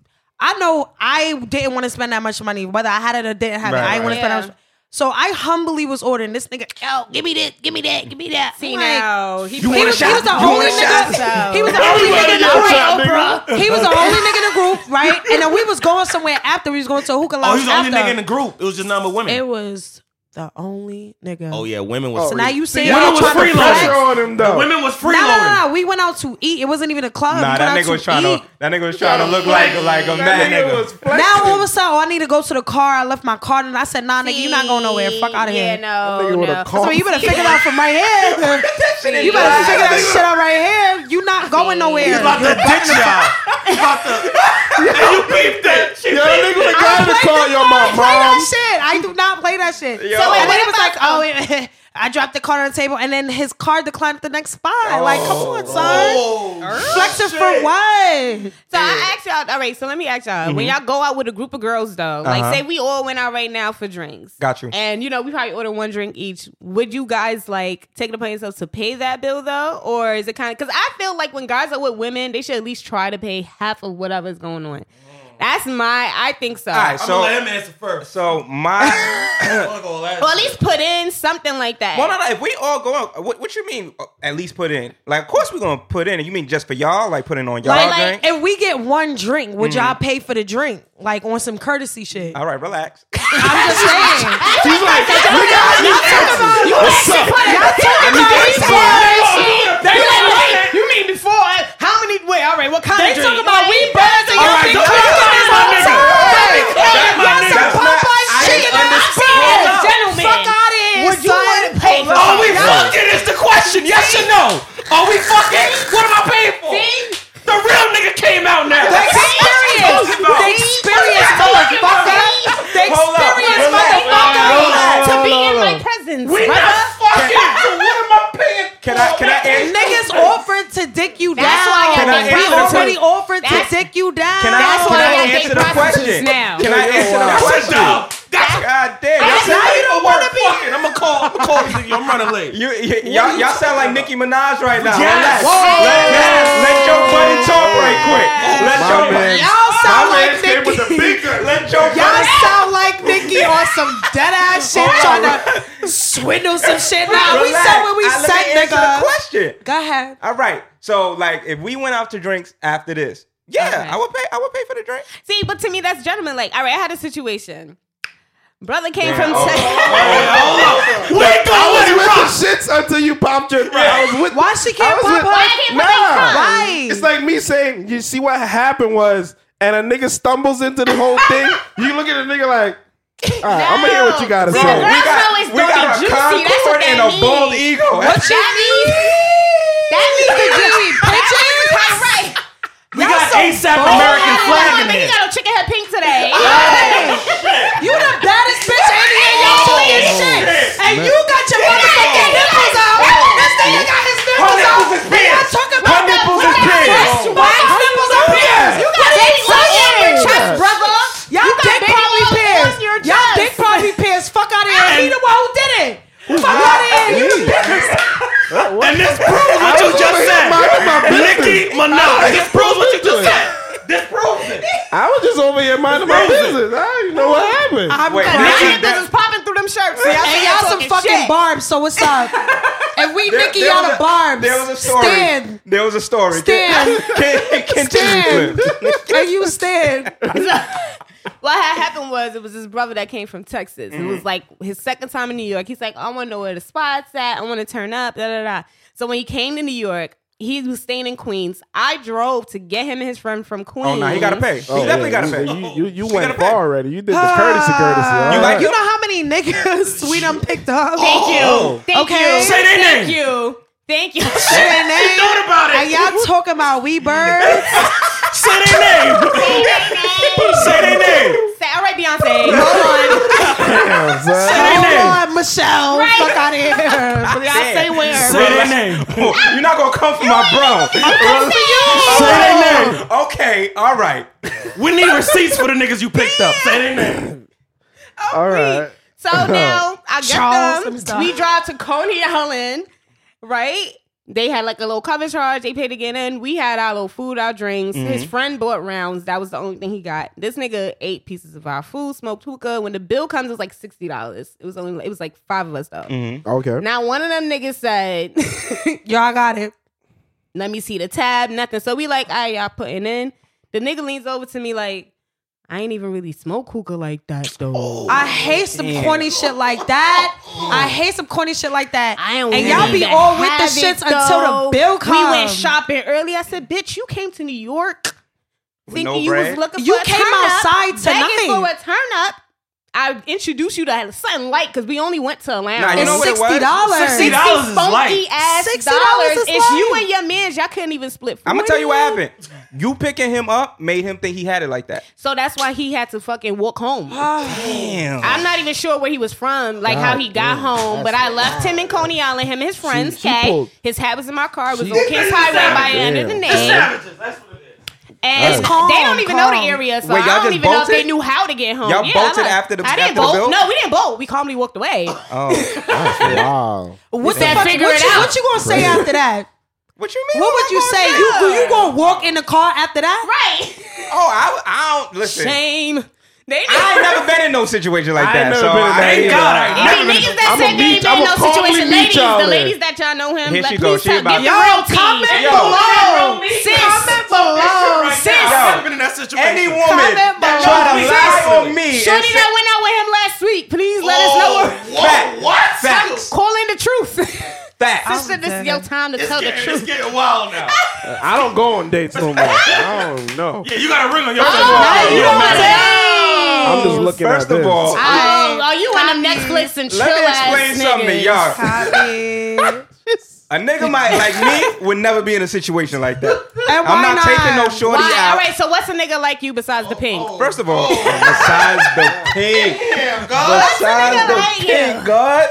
Speaker 4: I know I didn't want to spend that much money, whether I had it or didn't have it.
Speaker 2: Right,
Speaker 4: I didn't want
Speaker 7: right.
Speaker 4: to spend
Speaker 7: Yeah.
Speaker 4: that much. So I humbly was ordering this nigga. Yo, give me this, give me that, give me that.
Speaker 7: See
Speaker 4: I'm like,
Speaker 7: now, he,
Speaker 4: He was, he was the only nigga. He was the only nigga in the
Speaker 5: Everybody
Speaker 4: group.
Speaker 5: outside, nigga.
Speaker 4: He was the only nigga in the group, right? And then we was going somewhere after. We was going to a hookah
Speaker 3: Oh,
Speaker 4: lounge
Speaker 3: he's the only
Speaker 4: after.
Speaker 3: nigga in the group. It was just number women.
Speaker 4: It was the only nigga.
Speaker 3: Oh yeah, women was
Speaker 4: So now you saying
Speaker 5: Y'all
Speaker 4: I'm
Speaker 5: was
Speaker 4: trying to flex?
Speaker 5: freeloading on him though.
Speaker 6: Women was
Speaker 4: No,
Speaker 6: freeloading.
Speaker 4: no, no, no. We went out to eat. It wasn't even a club.
Speaker 2: Nah, that
Speaker 4: we went out
Speaker 2: nigga was trying
Speaker 4: eat.
Speaker 2: to. That nigga was trying to look like like a mad nigga.
Speaker 5: was flexing.
Speaker 4: Now all of a sudden, oh, I need to go to the car. I left my card, and I said, "Nah, nigga, you not going nowhere. Fuck out of
Speaker 7: yeah,
Speaker 4: here."
Speaker 5: That nigga
Speaker 7: no,
Speaker 5: with a
Speaker 7: no.
Speaker 5: car-
Speaker 4: So you better figure it out from right here. you better figure that shit out right here. You not going nowhere.
Speaker 6: The ditch y'all. He's about to- and you peeped that. She
Speaker 5: Yo,
Speaker 6: peeped
Speaker 5: nigga was
Speaker 6: it.
Speaker 4: I
Speaker 5: like,
Speaker 4: don't
Speaker 5: I
Speaker 4: play
Speaker 5: call
Speaker 4: that
Speaker 5: your
Speaker 4: card.
Speaker 5: mom,
Speaker 4: Play
Speaker 5: mom.
Speaker 4: that shit. I do not play that shit.
Speaker 5: So, like,
Speaker 4: and
Speaker 7: what
Speaker 4: then it was
Speaker 7: if
Speaker 4: like, oh, I dropped the card on the table, and then his card declined at the next spot. like, come on, son. Flexing for what?
Speaker 7: So I asked y'all. All right, so let me ask y'all. When y'all go out with a group of girls, though,
Speaker 2: Mm-hmm. Uh-huh.
Speaker 7: like say we all went out right now for drinks.
Speaker 2: Got you.
Speaker 7: And you know, we probably order one drink each. Would you guys like take it upon yourselves to pay that bill though, or is it kind of? Because I feel like when guys are with women, they should at least try to pay half of whatever's going on. That's my. I think so.
Speaker 2: Mm. All right,
Speaker 6: I'm gonna
Speaker 2: so
Speaker 6: let him answer first.
Speaker 2: so my.
Speaker 6: I'm gonna let-
Speaker 7: Or at least put in something like that.
Speaker 2: Well, no, no, if we all go out, what, what you mean? uh, At least put in. Like, of course we're gonna put in. You mean just for y'all? Like, put in on y'all
Speaker 4: Like,
Speaker 2: drink?
Speaker 4: if we get one drink, would y'all pay for the drink? Like on some courtesy shit.
Speaker 2: all right, relax.
Speaker 4: I'm just saying.
Speaker 5: She's like, we got these answers. What's up?
Speaker 7: They like, wait, you mean before? I- How many? Wait, all right, what kind of drink? They talk about we buzz and
Speaker 5: All right, don't talk about this, my nigga.
Speaker 2: That's my nigga. That's not- I ain't understand.
Speaker 7: Gentlemen, fuck out of here. Would you want to pay for
Speaker 2: Oh,
Speaker 6: Are we fucking? Is the question? Yes or no? Are we fucking? What am I paying for? The real nigga came out now.
Speaker 4: The experience. The experience, motherfucker. The
Speaker 2: Hold up.
Speaker 4: experience,
Speaker 2: Relax.
Speaker 4: motherfucker.
Speaker 7: to be
Speaker 5: Hold on,
Speaker 7: in
Speaker 5: hold
Speaker 7: my
Speaker 5: on.
Speaker 7: presence?
Speaker 6: We
Speaker 7: brother?
Speaker 6: not fucking. So what am I paying?
Speaker 2: Can I? Can I answer?
Speaker 4: Niggas offered to dick you down.
Speaker 7: That's why
Speaker 2: Can I
Speaker 4: we
Speaker 2: answer the
Speaker 4: already
Speaker 2: question?
Speaker 4: offered to
Speaker 7: That's-
Speaker 4: dick you down.
Speaker 2: Can I, can
Speaker 7: That's
Speaker 2: I
Speaker 7: why I date
Speaker 2: answer the
Speaker 7: prostitutes
Speaker 2: question?
Speaker 7: now.
Speaker 2: Can I
Speaker 5: Yo,
Speaker 2: answer the
Speaker 5: wow. That's a
Speaker 2: question?
Speaker 6: dog. That's-
Speaker 2: God damn.
Speaker 6: That's
Speaker 2: Y'all,
Speaker 6: now you don't want to be. Fucking. I'm gonna call. I'm gonna call this nigga. I'm running late.
Speaker 2: you, y- y'all, y'all sound like Nicki Minaj right now.
Speaker 6: Yes.
Speaker 2: Relax. Let, let, let your buddy talk right quick. Let
Speaker 5: My
Speaker 2: your
Speaker 5: man.
Speaker 4: Y'all sound like
Speaker 5: came with the
Speaker 4: Nicki.
Speaker 5: big gun.
Speaker 2: Let your
Speaker 4: Y'all
Speaker 2: buddy.
Speaker 4: sound like Nicki on some dead ass shit trying to swindle some shit. Nah, we
Speaker 2: Relax.
Speaker 4: said what we
Speaker 2: I- let me
Speaker 4: said,
Speaker 2: answer
Speaker 4: nigga.
Speaker 2: The question.
Speaker 4: Go ahead.
Speaker 2: All right. So like, if we went out to drinks after this, yeah,
Speaker 7: Okay.
Speaker 2: I would pay. I would pay for the drink.
Speaker 7: See, but to me, that's gentlemen. Like, all right, I had a situation. Brother came from.
Speaker 5: oh. We I was with the shits until you popped your. I was with.
Speaker 4: Why she
Speaker 5: I
Speaker 4: can't
Speaker 5: was
Speaker 4: pop
Speaker 5: with.
Speaker 4: her?
Speaker 5: nah.
Speaker 4: Why?
Speaker 5: It's like me saying, you see what happened was, and a nigga stumbles into the whole thing. You look at the nigga like, all right, I'm gonna hear what you gotta
Speaker 7: Bro,
Speaker 5: say.
Speaker 7: bro.
Speaker 2: we
Speaker 7: That's
Speaker 2: got,
Speaker 7: how it's
Speaker 2: we got a
Speaker 7: dirty juicy. That's what
Speaker 2: Concord
Speaker 7: that
Speaker 2: and a
Speaker 7: means.
Speaker 2: bald E- eagle.
Speaker 4: What you mean?
Speaker 7: That means the Jewy bitches. right.
Speaker 6: We got ASAP American flag in
Speaker 7: I think
Speaker 6: here.
Speaker 7: you got a chicken head pink today.
Speaker 4: You the baddest bitch in here. Y'all doing your shit. And you got your motherfucking nipples out. This nigga got his
Speaker 6: Her
Speaker 4: nipples out.
Speaker 6: nipples is pierced.
Speaker 4: Talk
Speaker 6: Her
Speaker 4: about that.
Speaker 6: nipples is pierced.
Speaker 4: That's why his nipples are pierced. You got dick
Speaker 7: all
Speaker 4: on your
Speaker 7: over
Speaker 4: chest, brother. Y'all dick
Speaker 7: baby
Speaker 4: probably
Speaker 7: oil
Speaker 4: pierced.
Speaker 7: on your
Speaker 4: Y'all
Speaker 7: chest.
Speaker 4: dick probably pierced. Fuck out of here. He the one who did it. Fuck out of here. You the biggest.
Speaker 6: And this proves what you just said.
Speaker 5: Mind my business.
Speaker 6: Nicki Minaj. This proves what you just said. This proves it.
Speaker 5: I was just over here minding my business. I didn't know what happened.
Speaker 4: I'm
Speaker 2: Wait,
Speaker 4: glad-
Speaker 2: Nicki-
Speaker 7: Y'all niggas is popping through them shirts. So y'all
Speaker 4: And
Speaker 7: think
Speaker 4: y'all some
Speaker 7: talking
Speaker 4: fucking
Speaker 7: shit.
Speaker 4: barbs, so what's up? And we Nikki
Speaker 2: there
Speaker 4: y'all
Speaker 2: was
Speaker 4: the
Speaker 2: a-
Speaker 4: barbs.
Speaker 2: There was a story.
Speaker 4: Stand.
Speaker 2: There was a story.
Speaker 4: Stan.
Speaker 2: Can, can,
Speaker 4: Stan.
Speaker 2: can
Speaker 4: And you stand.
Speaker 7: What had happened was it was his brother that came from Texas. It was like his second time in New York. He's like, I want to know where the spot's at. I want to turn up. Da da da. So when he came to New York, he was staying in Queens. I drove to get him and his friend from Queens.
Speaker 2: Oh, no, he got to pay. He
Speaker 5: Oh,
Speaker 2: definitely
Speaker 5: yeah,
Speaker 2: got to
Speaker 5: you-
Speaker 2: pay.
Speaker 5: You, you, you
Speaker 2: gotta
Speaker 5: went
Speaker 2: pay.
Speaker 5: far already. You did the courtesy courtesy. all
Speaker 2: You like
Speaker 5: right.
Speaker 4: You know how many niggas we done picked up?
Speaker 2: Oh,
Speaker 7: Thank you. Thank
Speaker 4: Okay.
Speaker 7: you.
Speaker 6: Say their
Speaker 7: Thank
Speaker 6: name.
Speaker 7: you. Thank you.
Speaker 4: Say their name.
Speaker 6: Thought about
Speaker 4: And
Speaker 6: it.
Speaker 4: y'all talking about we birds?
Speaker 6: Say their name. Say their name.
Speaker 7: Say, all right, Beyonce. Hold on.
Speaker 5: Damn, son.
Speaker 6: Say their name.
Speaker 4: Hold on, Michelle.
Speaker 7: Right.
Speaker 4: Fuck out of here.
Speaker 7: Y'all say where.
Speaker 6: Say their name.
Speaker 2: You're not gonna come for my bro.
Speaker 6: Say their name.
Speaker 2: Okay, all right.
Speaker 6: We need receipts for the niggas you picked up. Say their name.
Speaker 5: All right.
Speaker 7: So now I
Speaker 4: Charles, let me
Speaker 7: get
Speaker 4: stop.
Speaker 7: them. We drive to Coney Island, right? They had like a little cover charge. They paid to get in. We had our little food, our drinks.
Speaker 4: Mm-hmm.
Speaker 7: His friend bought rounds. That was the only thing he got. This nigga ate pieces of our food, smoked hookah. When the bill comes, it was like sixty dollars. It was only it was like five of us though.
Speaker 4: Mm-hmm.
Speaker 5: Okay.
Speaker 7: Now one of them niggas said,
Speaker 4: Y'all got it.
Speaker 7: let me see the tab, nothing. So we like, all right, y'all putting in. The nigga leans over to me like, I ain't even really smoke hookah like that though.
Speaker 2: Oh,
Speaker 4: I hate some corny shit like that. I hate some corny shit like that.
Speaker 7: I don't
Speaker 4: and
Speaker 7: really
Speaker 4: y'all be
Speaker 7: even
Speaker 4: all with the
Speaker 7: have it,
Speaker 4: shits until the
Speaker 7: though.
Speaker 4: bill comes.
Speaker 7: We went shopping early. I said, "Bitch, you came to New York thinking
Speaker 2: no
Speaker 7: you
Speaker 2: bread?
Speaker 7: was looking.
Speaker 4: You
Speaker 7: for a
Speaker 4: came
Speaker 7: turn
Speaker 4: outside
Speaker 7: up, begging
Speaker 4: tonight.
Speaker 7: for a turn up. I introduced you to something light because we only went to a lounge.
Speaker 2: Nah, you
Speaker 4: It's
Speaker 2: know what it was?
Speaker 4: sixty dollars.
Speaker 3: $60. $60 is light.
Speaker 7: funky ass
Speaker 4: $60 is
Speaker 7: dollars. It's
Speaker 4: light.
Speaker 7: you and your man's. Y'all couldn't even split.
Speaker 2: I'm gonna tell you what
Speaker 7: 40.
Speaker 2: happened. You picking him up made him think he had it like that.
Speaker 7: So that's why he had to fucking walk home.
Speaker 2: Damn.
Speaker 7: I'm not even sure where he was from, like how he got home, but I left him in Coney Island, him and his friends,
Speaker 5: she
Speaker 7: Kay.
Speaker 5: pulled-
Speaker 7: his hat was in my car, It was on King's Highway by
Speaker 5: Damn.
Speaker 7: under the name. And
Speaker 2: It's
Speaker 4: calm,
Speaker 7: they don't even know
Speaker 4: calm.
Speaker 7: the area, so
Speaker 2: Wait,
Speaker 7: I
Speaker 2: y'all
Speaker 7: don't
Speaker 2: just
Speaker 7: even know if they
Speaker 2: bolted?
Speaker 7: knew how to get home.
Speaker 2: Y'all
Speaker 7: Yeah,
Speaker 2: bolted
Speaker 7: I left.
Speaker 2: after the-
Speaker 7: I didn't
Speaker 2: after the
Speaker 7: bolt.
Speaker 2: bill?
Speaker 7: No, we didn't bolt. We calmly walked away.
Speaker 2: Oh,
Speaker 5: Wow.
Speaker 4: What
Speaker 7: Said
Speaker 4: fuck-
Speaker 7: figure
Speaker 4: what
Speaker 7: it
Speaker 4: you,
Speaker 7: out.
Speaker 4: What you gonna say after that?
Speaker 2: what you mean?
Speaker 4: What would you say? You you gonna walk in the car after that?
Speaker 7: Right.
Speaker 2: Oh, I, I don't listen.
Speaker 7: Shame. They knew.
Speaker 2: I ain't never been in no situation like
Speaker 5: I
Speaker 2: that.
Speaker 5: ain't never
Speaker 2: so
Speaker 5: been in
Speaker 2: I
Speaker 5: that
Speaker 2: ain't
Speaker 5: either.
Speaker 2: God, I
Speaker 5: I'ma
Speaker 7: Any niggas that
Speaker 5: I'ma
Speaker 7: said they ain't
Speaker 5: beat-
Speaker 7: been in
Speaker 5: I'ma
Speaker 7: no
Speaker 5: calmly
Speaker 7: situation,
Speaker 5: beat
Speaker 7: ladies,
Speaker 5: y'all
Speaker 7: the
Speaker 5: in.
Speaker 7: ladies that y'all know him,
Speaker 2: Here
Speaker 7: like,
Speaker 2: she go.
Speaker 7: please
Speaker 2: She
Speaker 7: tell,
Speaker 2: about
Speaker 7: get
Speaker 2: to-
Speaker 7: the real tea.
Speaker 2: Yo.
Speaker 7: Sis. Sis.
Speaker 2: Yo,
Speaker 6: in that situation.
Speaker 2: any woman
Speaker 4: Comment
Speaker 2: that
Speaker 4: below.
Speaker 2: try to lie on me, and
Speaker 7: Shorty
Speaker 2: say-
Speaker 7: that went out with him last week. Please let us know. Where,
Speaker 2: Fact.
Speaker 6: What?
Speaker 2: Facts.
Speaker 7: call in the truth.
Speaker 2: Facts.
Speaker 7: Sister, this is your time to tell the
Speaker 6: It's
Speaker 7: truth.
Speaker 6: getting wild now.
Speaker 5: I don't go on dates no more. I don't know.
Speaker 6: Yeah, you got a ring on your
Speaker 7: Oh,
Speaker 6: finger.
Speaker 7: you
Speaker 6: You're a man.
Speaker 2: Oh,
Speaker 5: I'm just looking
Speaker 2: First
Speaker 5: at this.
Speaker 2: of all,
Speaker 7: Oh, are you on them Netflix and chill
Speaker 2: let me
Speaker 7: ass
Speaker 2: explain something to
Speaker 7: niggas?
Speaker 2: y'all.
Speaker 4: Copy.
Speaker 2: A nigga might like me would never be in a situation like that.
Speaker 4: And
Speaker 2: I'm
Speaker 4: why
Speaker 2: not, taking no shorty
Speaker 7: Why?
Speaker 2: out. Oh,
Speaker 7: All right, so what's a nigga like you besides the pink?
Speaker 2: First of all, besides the pink, besides
Speaker 7: Oh,
Speaker 6: uh,
Speaker 7: That's a nigga like
Speaker 2: the
Speaker 7: you.
Speaker 2: pink, God,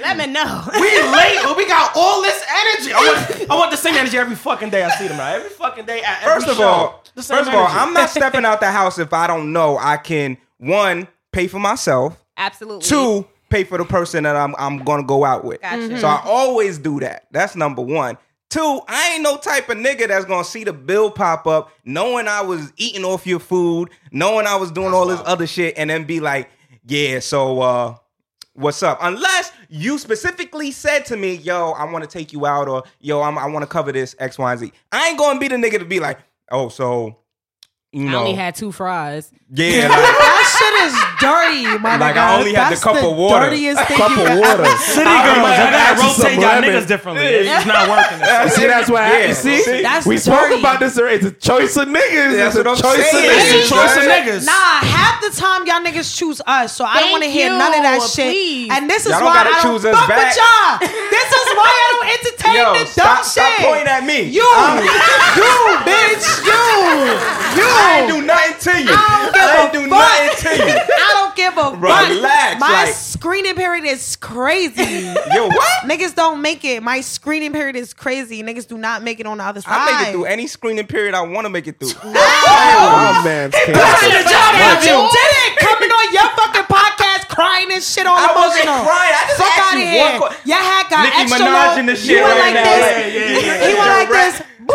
Speaker 7: Let me know.
Speaker 6: We late, but we got all this energy. I want, I want the same energy every fucking day I see them now. Every fucking day. At every
Speaker 2: First of
Speaker 6: show.
Speaker 2: all,
Speaker 6: The
Speaker 2: first
Speaker 6: same
Speaker 2: of all,
Speaker 6: energy.
Speaker 2: I'm not stepping out the house if I don't know I can one pay for myself,
Speaker 7: Absolutely.
Speaker 2: two pay for the person that I'm I'm gonna go out with.
Speaker 7: Gotcha.
Speaker 2: So I always do that. That's number one. Two, I ain't no type of nigga that's gonna see the bill pop up, knowing I was eating off your food, knowing I was doing all this other shit, and then be like, yeah, so uh, what's up? Unless you specifically said to me, yo, I wanna take you out, or yo, I'm, I wanna cover this X, Y, and Z. I ain't gonna be the nigga to be like, oh, so, you
Speaker 7: I
Speaker 2: know,
Speaker 7: only had two fries.
Speaker 2: yeah, like,
Speaker 4: That shit is dirty, my
Speaker 2: Like,
Speaker 4: nigga.
Speaker 2: I only had the
Speaker 4: That's
Speaker 2: cup
Speaker 4: the
Speaker 2: of water.
Speaker 4: Dirtiest thing
Speaker 5: Cup
Speaker 4: you
Speaker 5: of
Speaker 4: got-
Speaker 5: water.
Speaker 6: City
Speaker 5: I
Speaker 6: girls, I
Speaker 5: remember
Speaker 6: gotta
Speaker 5: asking
Speaker 6: rotate
Speaker 5: some
Speaker 6: y'all
Speaker 5: lemon.
Speaker 6: niggas differently. It's just not working.
Speaker 5: See, that's what
Speaker 2: Yeah.
Speaker 5: happened. See,
Speaker 4: That's
Speaker 5: we
Speaker 4: dirty.
Speaker 5: spoke about this. earlier. It's a choice of
Speaker 2: That's
Speaker 5: niggas.
Speaker 2: what
Speaker 5: That's
Speaker 2: I'm
Speaker 5: a choice
Speaker 2: saying.
Speaker 5: of niggas.
Speaker 2: It's a choice of
Speaker 6: niggas.
Speaker 4: Nah, half the time y'all niggas choose us, so I don't
Speaker 7: Thank
Speaker 4: want to hear
Speaker 7: you,
Speaker 4: none of that shit.
Speaker 7: please.
Speaker 4: And this is
Speaker 2: Y'all don't
Speaker 4: why
Speaker 2: gotta
Speaker 4: I don't
Speaker 2: choose us
Speaker 4: fuck
Speaker 2: back.
Speaker 4: with y'all. This is why I don't entertain
Speaker 2: yo,
Speaker 4: the dumb
Speaker 2: stop,
Speaker 4: shit.
Speaker 2: stop pointing at me.
Speaker 4: you, you, bitch, you, you.
Speaker 2: I ain't do nothing to you.
Speaker 4: I don't
Speaker 2: I ain't
Speaker 4: give a
Speaker 2: do
Speaker 4: fuck.
Speaker 2: nothing to you.
Speaker 4: I don't give a fuck.
Speaker 2: Relax,
Speaker 4: My
Speaker 2: like-
Speaker 4: screening period is crazy.
Speaker 2: Yo, what?
Speaker 4: Niggas don't make it. My screening period is crazy. Niggas do not make it on the other side.
Speaker 2: I make it through any screening period I want to make it through.
Speaker 5: My Oh, man's cancer.
Speaker 4: the job that you did it. Coming on your fucking podcast, crying and shit all
Speaker 2: I wasn't
Speaker 4: emotional.
Speaker 2: crying. I just
Speaker 4: Fuck
Speaker 2: asked
Speaker 4: out of
Speaker 2: you
Speaker 4: here.
Speaker 2: one que-
Speaker 4: Your hat got
Speaker 2: Nicki
Speaker 4: extra
Speaker 2: Minaj
Speaker 4: long.
Speaker 2: in this
Speaker 4: you
Speaker 2: shit
Speaker 4: went
Speaker 2: right
Speaker 4: like
Speaker 2: now.
Speaker 4: this.
Speaker 2: Yeah, yeah, yeah.
Speaker 4: He
Speaker 2: Yo,
Speaker 4: went like
Speaker 2: rap-
Speaker 4: this.
Speaker 2: Yo,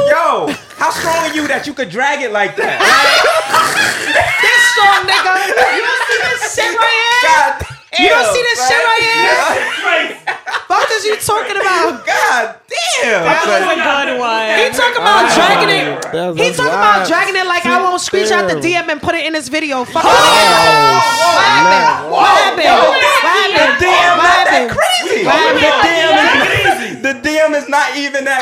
Speaker 2: how strong are you that you could drag it like that?
Speaker 4: This strong nigga. You don't see this shit right here.
Speaker 2: God
Speaker 4: You don't
Speaker 2: damn,
Speaker 4: see this
Speaker 2: man.
Speaker 4: shit right here.
Speaker 6: Crazy.
Speaker 4: Fuck is you talking about?
Speaker 2: God damn. oh,
Speaker 7: Good
Speaker 4: He
Speaker 7: one.
Speaker 4: talking about dragging it.
Speaker 5: That's
Speaker 4: He
Speaker 5: a
Speaker 4: talking about
Speaker 5: lot.
Speaker 4: dragging it like I won't screenshot the
Speaker 5: Damn.
Speaker 4: DM and put it in his video.
Speaker 2: oh,
Speaker 4: Fuck. What happened? What happened? What happened?
Speaker 2: The DM
Speaker 4: What
Speaker 2: not that
Speaker 4: happened?
Speaker 2: crazy.
Speaker 4: What happened?
Speaker 2: The DM is not even that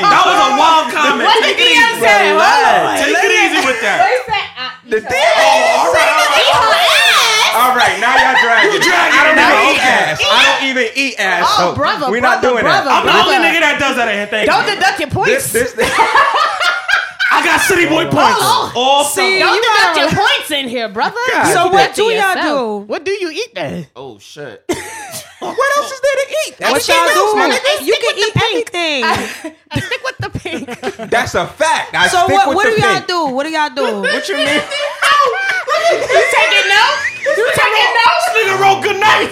Speaker 6: That was a that was a wild comment.
Speaker 7: What did DM say?
Speaker 2: Relax.
Speaker 6: Take it easy with that.
Speaker 2: The DM. all right. All right, now y'all dragging. You
Speaker 6: dragging
Speaker 2: I
Speaker 6: it now.
Speaker 2: don't even eat ass. I don't even eat ass.
Speaker 7: Oh,
Speaker 2: so
Speaker 7: brother,
Speaker 2: we're not
Speaker 7: brother,
Speaker 2: doing
Speaker 7: brother.
Speaker 2: that.
Speaker 6: I'm the only nigga that does that in here. Thank
Speaker 7: Don't
Speaker 6: you.
Speaker 7: deduct your
Speaker 2: This,
Speaker 7: points.
Speaker 2: this, this.
Speaker 6: I got city boy points. All
Speaker 4: See,
Speaker 6: summer.
Speaker 7: Don't
Speaker 4: you
Speaker 7: deduct
Speaker 4: gotta
Speaker 7: your points in here, brother.
Speaker 2: God.
Speaker 4: So what do y'all
Speaker 7: Keep that to yourself.
Speaker 4: do?
Speaker 7: What do you eat then?
Speaker 6: Oh shit.
Speaker 2: What else is there to eat?
Speaker 4: What y'all do?
Speaker 7: my nigga.
Speaker 4: You can eat anything.
Speaker 7: I stick with the pink.
Speaker 2: That's a fact. I
Speaker 4: So
Speaker 2: stick
Speaker 4: what?
Speaker 2: with
Speaker 4: What
Speaker 2: the
Speaker 4: do y'all
Speaker 2: pink.
Speaker 4: do? What do y'all do?
Speaker 2: What you mean?
Speaker 7: you taking notes? You taking notes?
Speaker 6: Nigga wrote good night.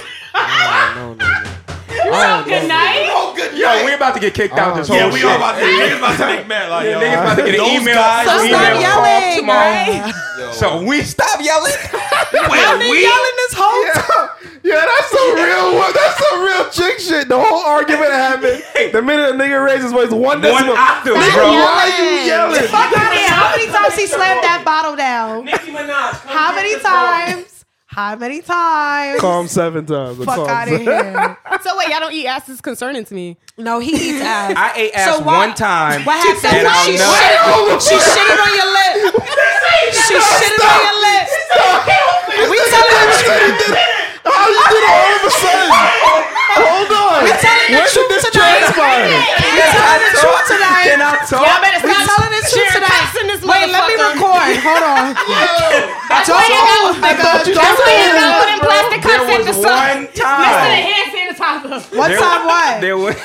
Speaker 7: Good night.
Speaker 6: Oh good
Speaker 2: Yo, we about to get kicked out this whole
Speaker 6: Oh, Yeah, we
Speaker 2: shit.
Speaker 6: all about to niggas about to make mad. Like,
Speaker 2: Yeah,
Speaker 6: yo,
Speaker 2: niggas about to get an
Speaker 6: those
Speaker 2: email.
Speaker 6: guys,
Speaker 2: So
Speaker 6: we
Speaker 2: stop
Speaker 6: email.
Speaker 2: y'all.
Speaker 4: yelling,
Speaker 2: tomorrow.
Speaker 4: right?
Speaker 2: So we stop yelling.
Speaker 6: Wait, we
Speaker 4: Yelling this whole time.
Speaker 5: Yeah, that's a real one. That's a real chick shit. The whole argument happened. The minute a nigga raises voice, one decimal.
Speaker 2: octave,
Speaker 5: Nigga,
Speaker 2: bro.
Speaker 5: Why are you yelling?
Speaker 7: Fuck out of here.
Speaker 4: How many times he slammed that bottle down?
Speaker 6: Nicki Minaj. come
Speaker 4: How
Speaker 6: get
Speaker 4: many
Speaker 6: this girl.
Speaker 4: times? How many times?
Speaker 5: Calm seven times.
Speaker 4: Fuck
Speaker 5: Calm
Speaker 4: out of
Speaker 5: seven-
Speaker 4: here.
Speaker 7: So wait, y'all don't eat ass is concerning to me.
Speaker 4: No, he eats ass.
Speaker 2: I ate ass
Speaker 4: why-
Speaker 2: one time.
Speaker 4: What happened?
Speaker 2: and I
Speaker 4: she,
Speaker 2: know-
Speaker 4: shitted, she shitted on your lip. She shitted on your lip. We telling the truth.
Speaker 5: How you did it all of a sudden? Hold on.
Speaker 4: We telling the
Speaker 5: Where did
Speaker 4: truth
Speaker 5: this
Speaker 4: tonight.
Speaker 5: transpire?
Speaker 4: We telling the truth tonight.
Speaker 2: Can I talk?
Speaker 7: Y'all better
Speaker 4: We
Speaker 7: stop
Speaker 4: telling the truth
Speaker 7: sharing
Speaker 4: tonight.
Speaker 7: cups in this
Speaker 4: Wait, let me
Speaker 7: motherfucker.
Speaker 4: record. Hold on.
Speaker 7: That's
Speaker 4: Don't-
Speaker 7: why you got-
Speaker 5: thought you
Speaker 7: that's why you
Speaker 5: did
Speaker 7: got
Speaker 5: that,
Speaker 7: putting plastic
Speaker 2: There
Speaker 7: cups in
Speaker 2: was
Speaker 7: the sun.
Speaker 2: one time.
Speaker 7: Listen to hand sanitizer.
Speaker 4: What
Speaker 2: There-
Speaker 4: time what?
Speaker 2: There was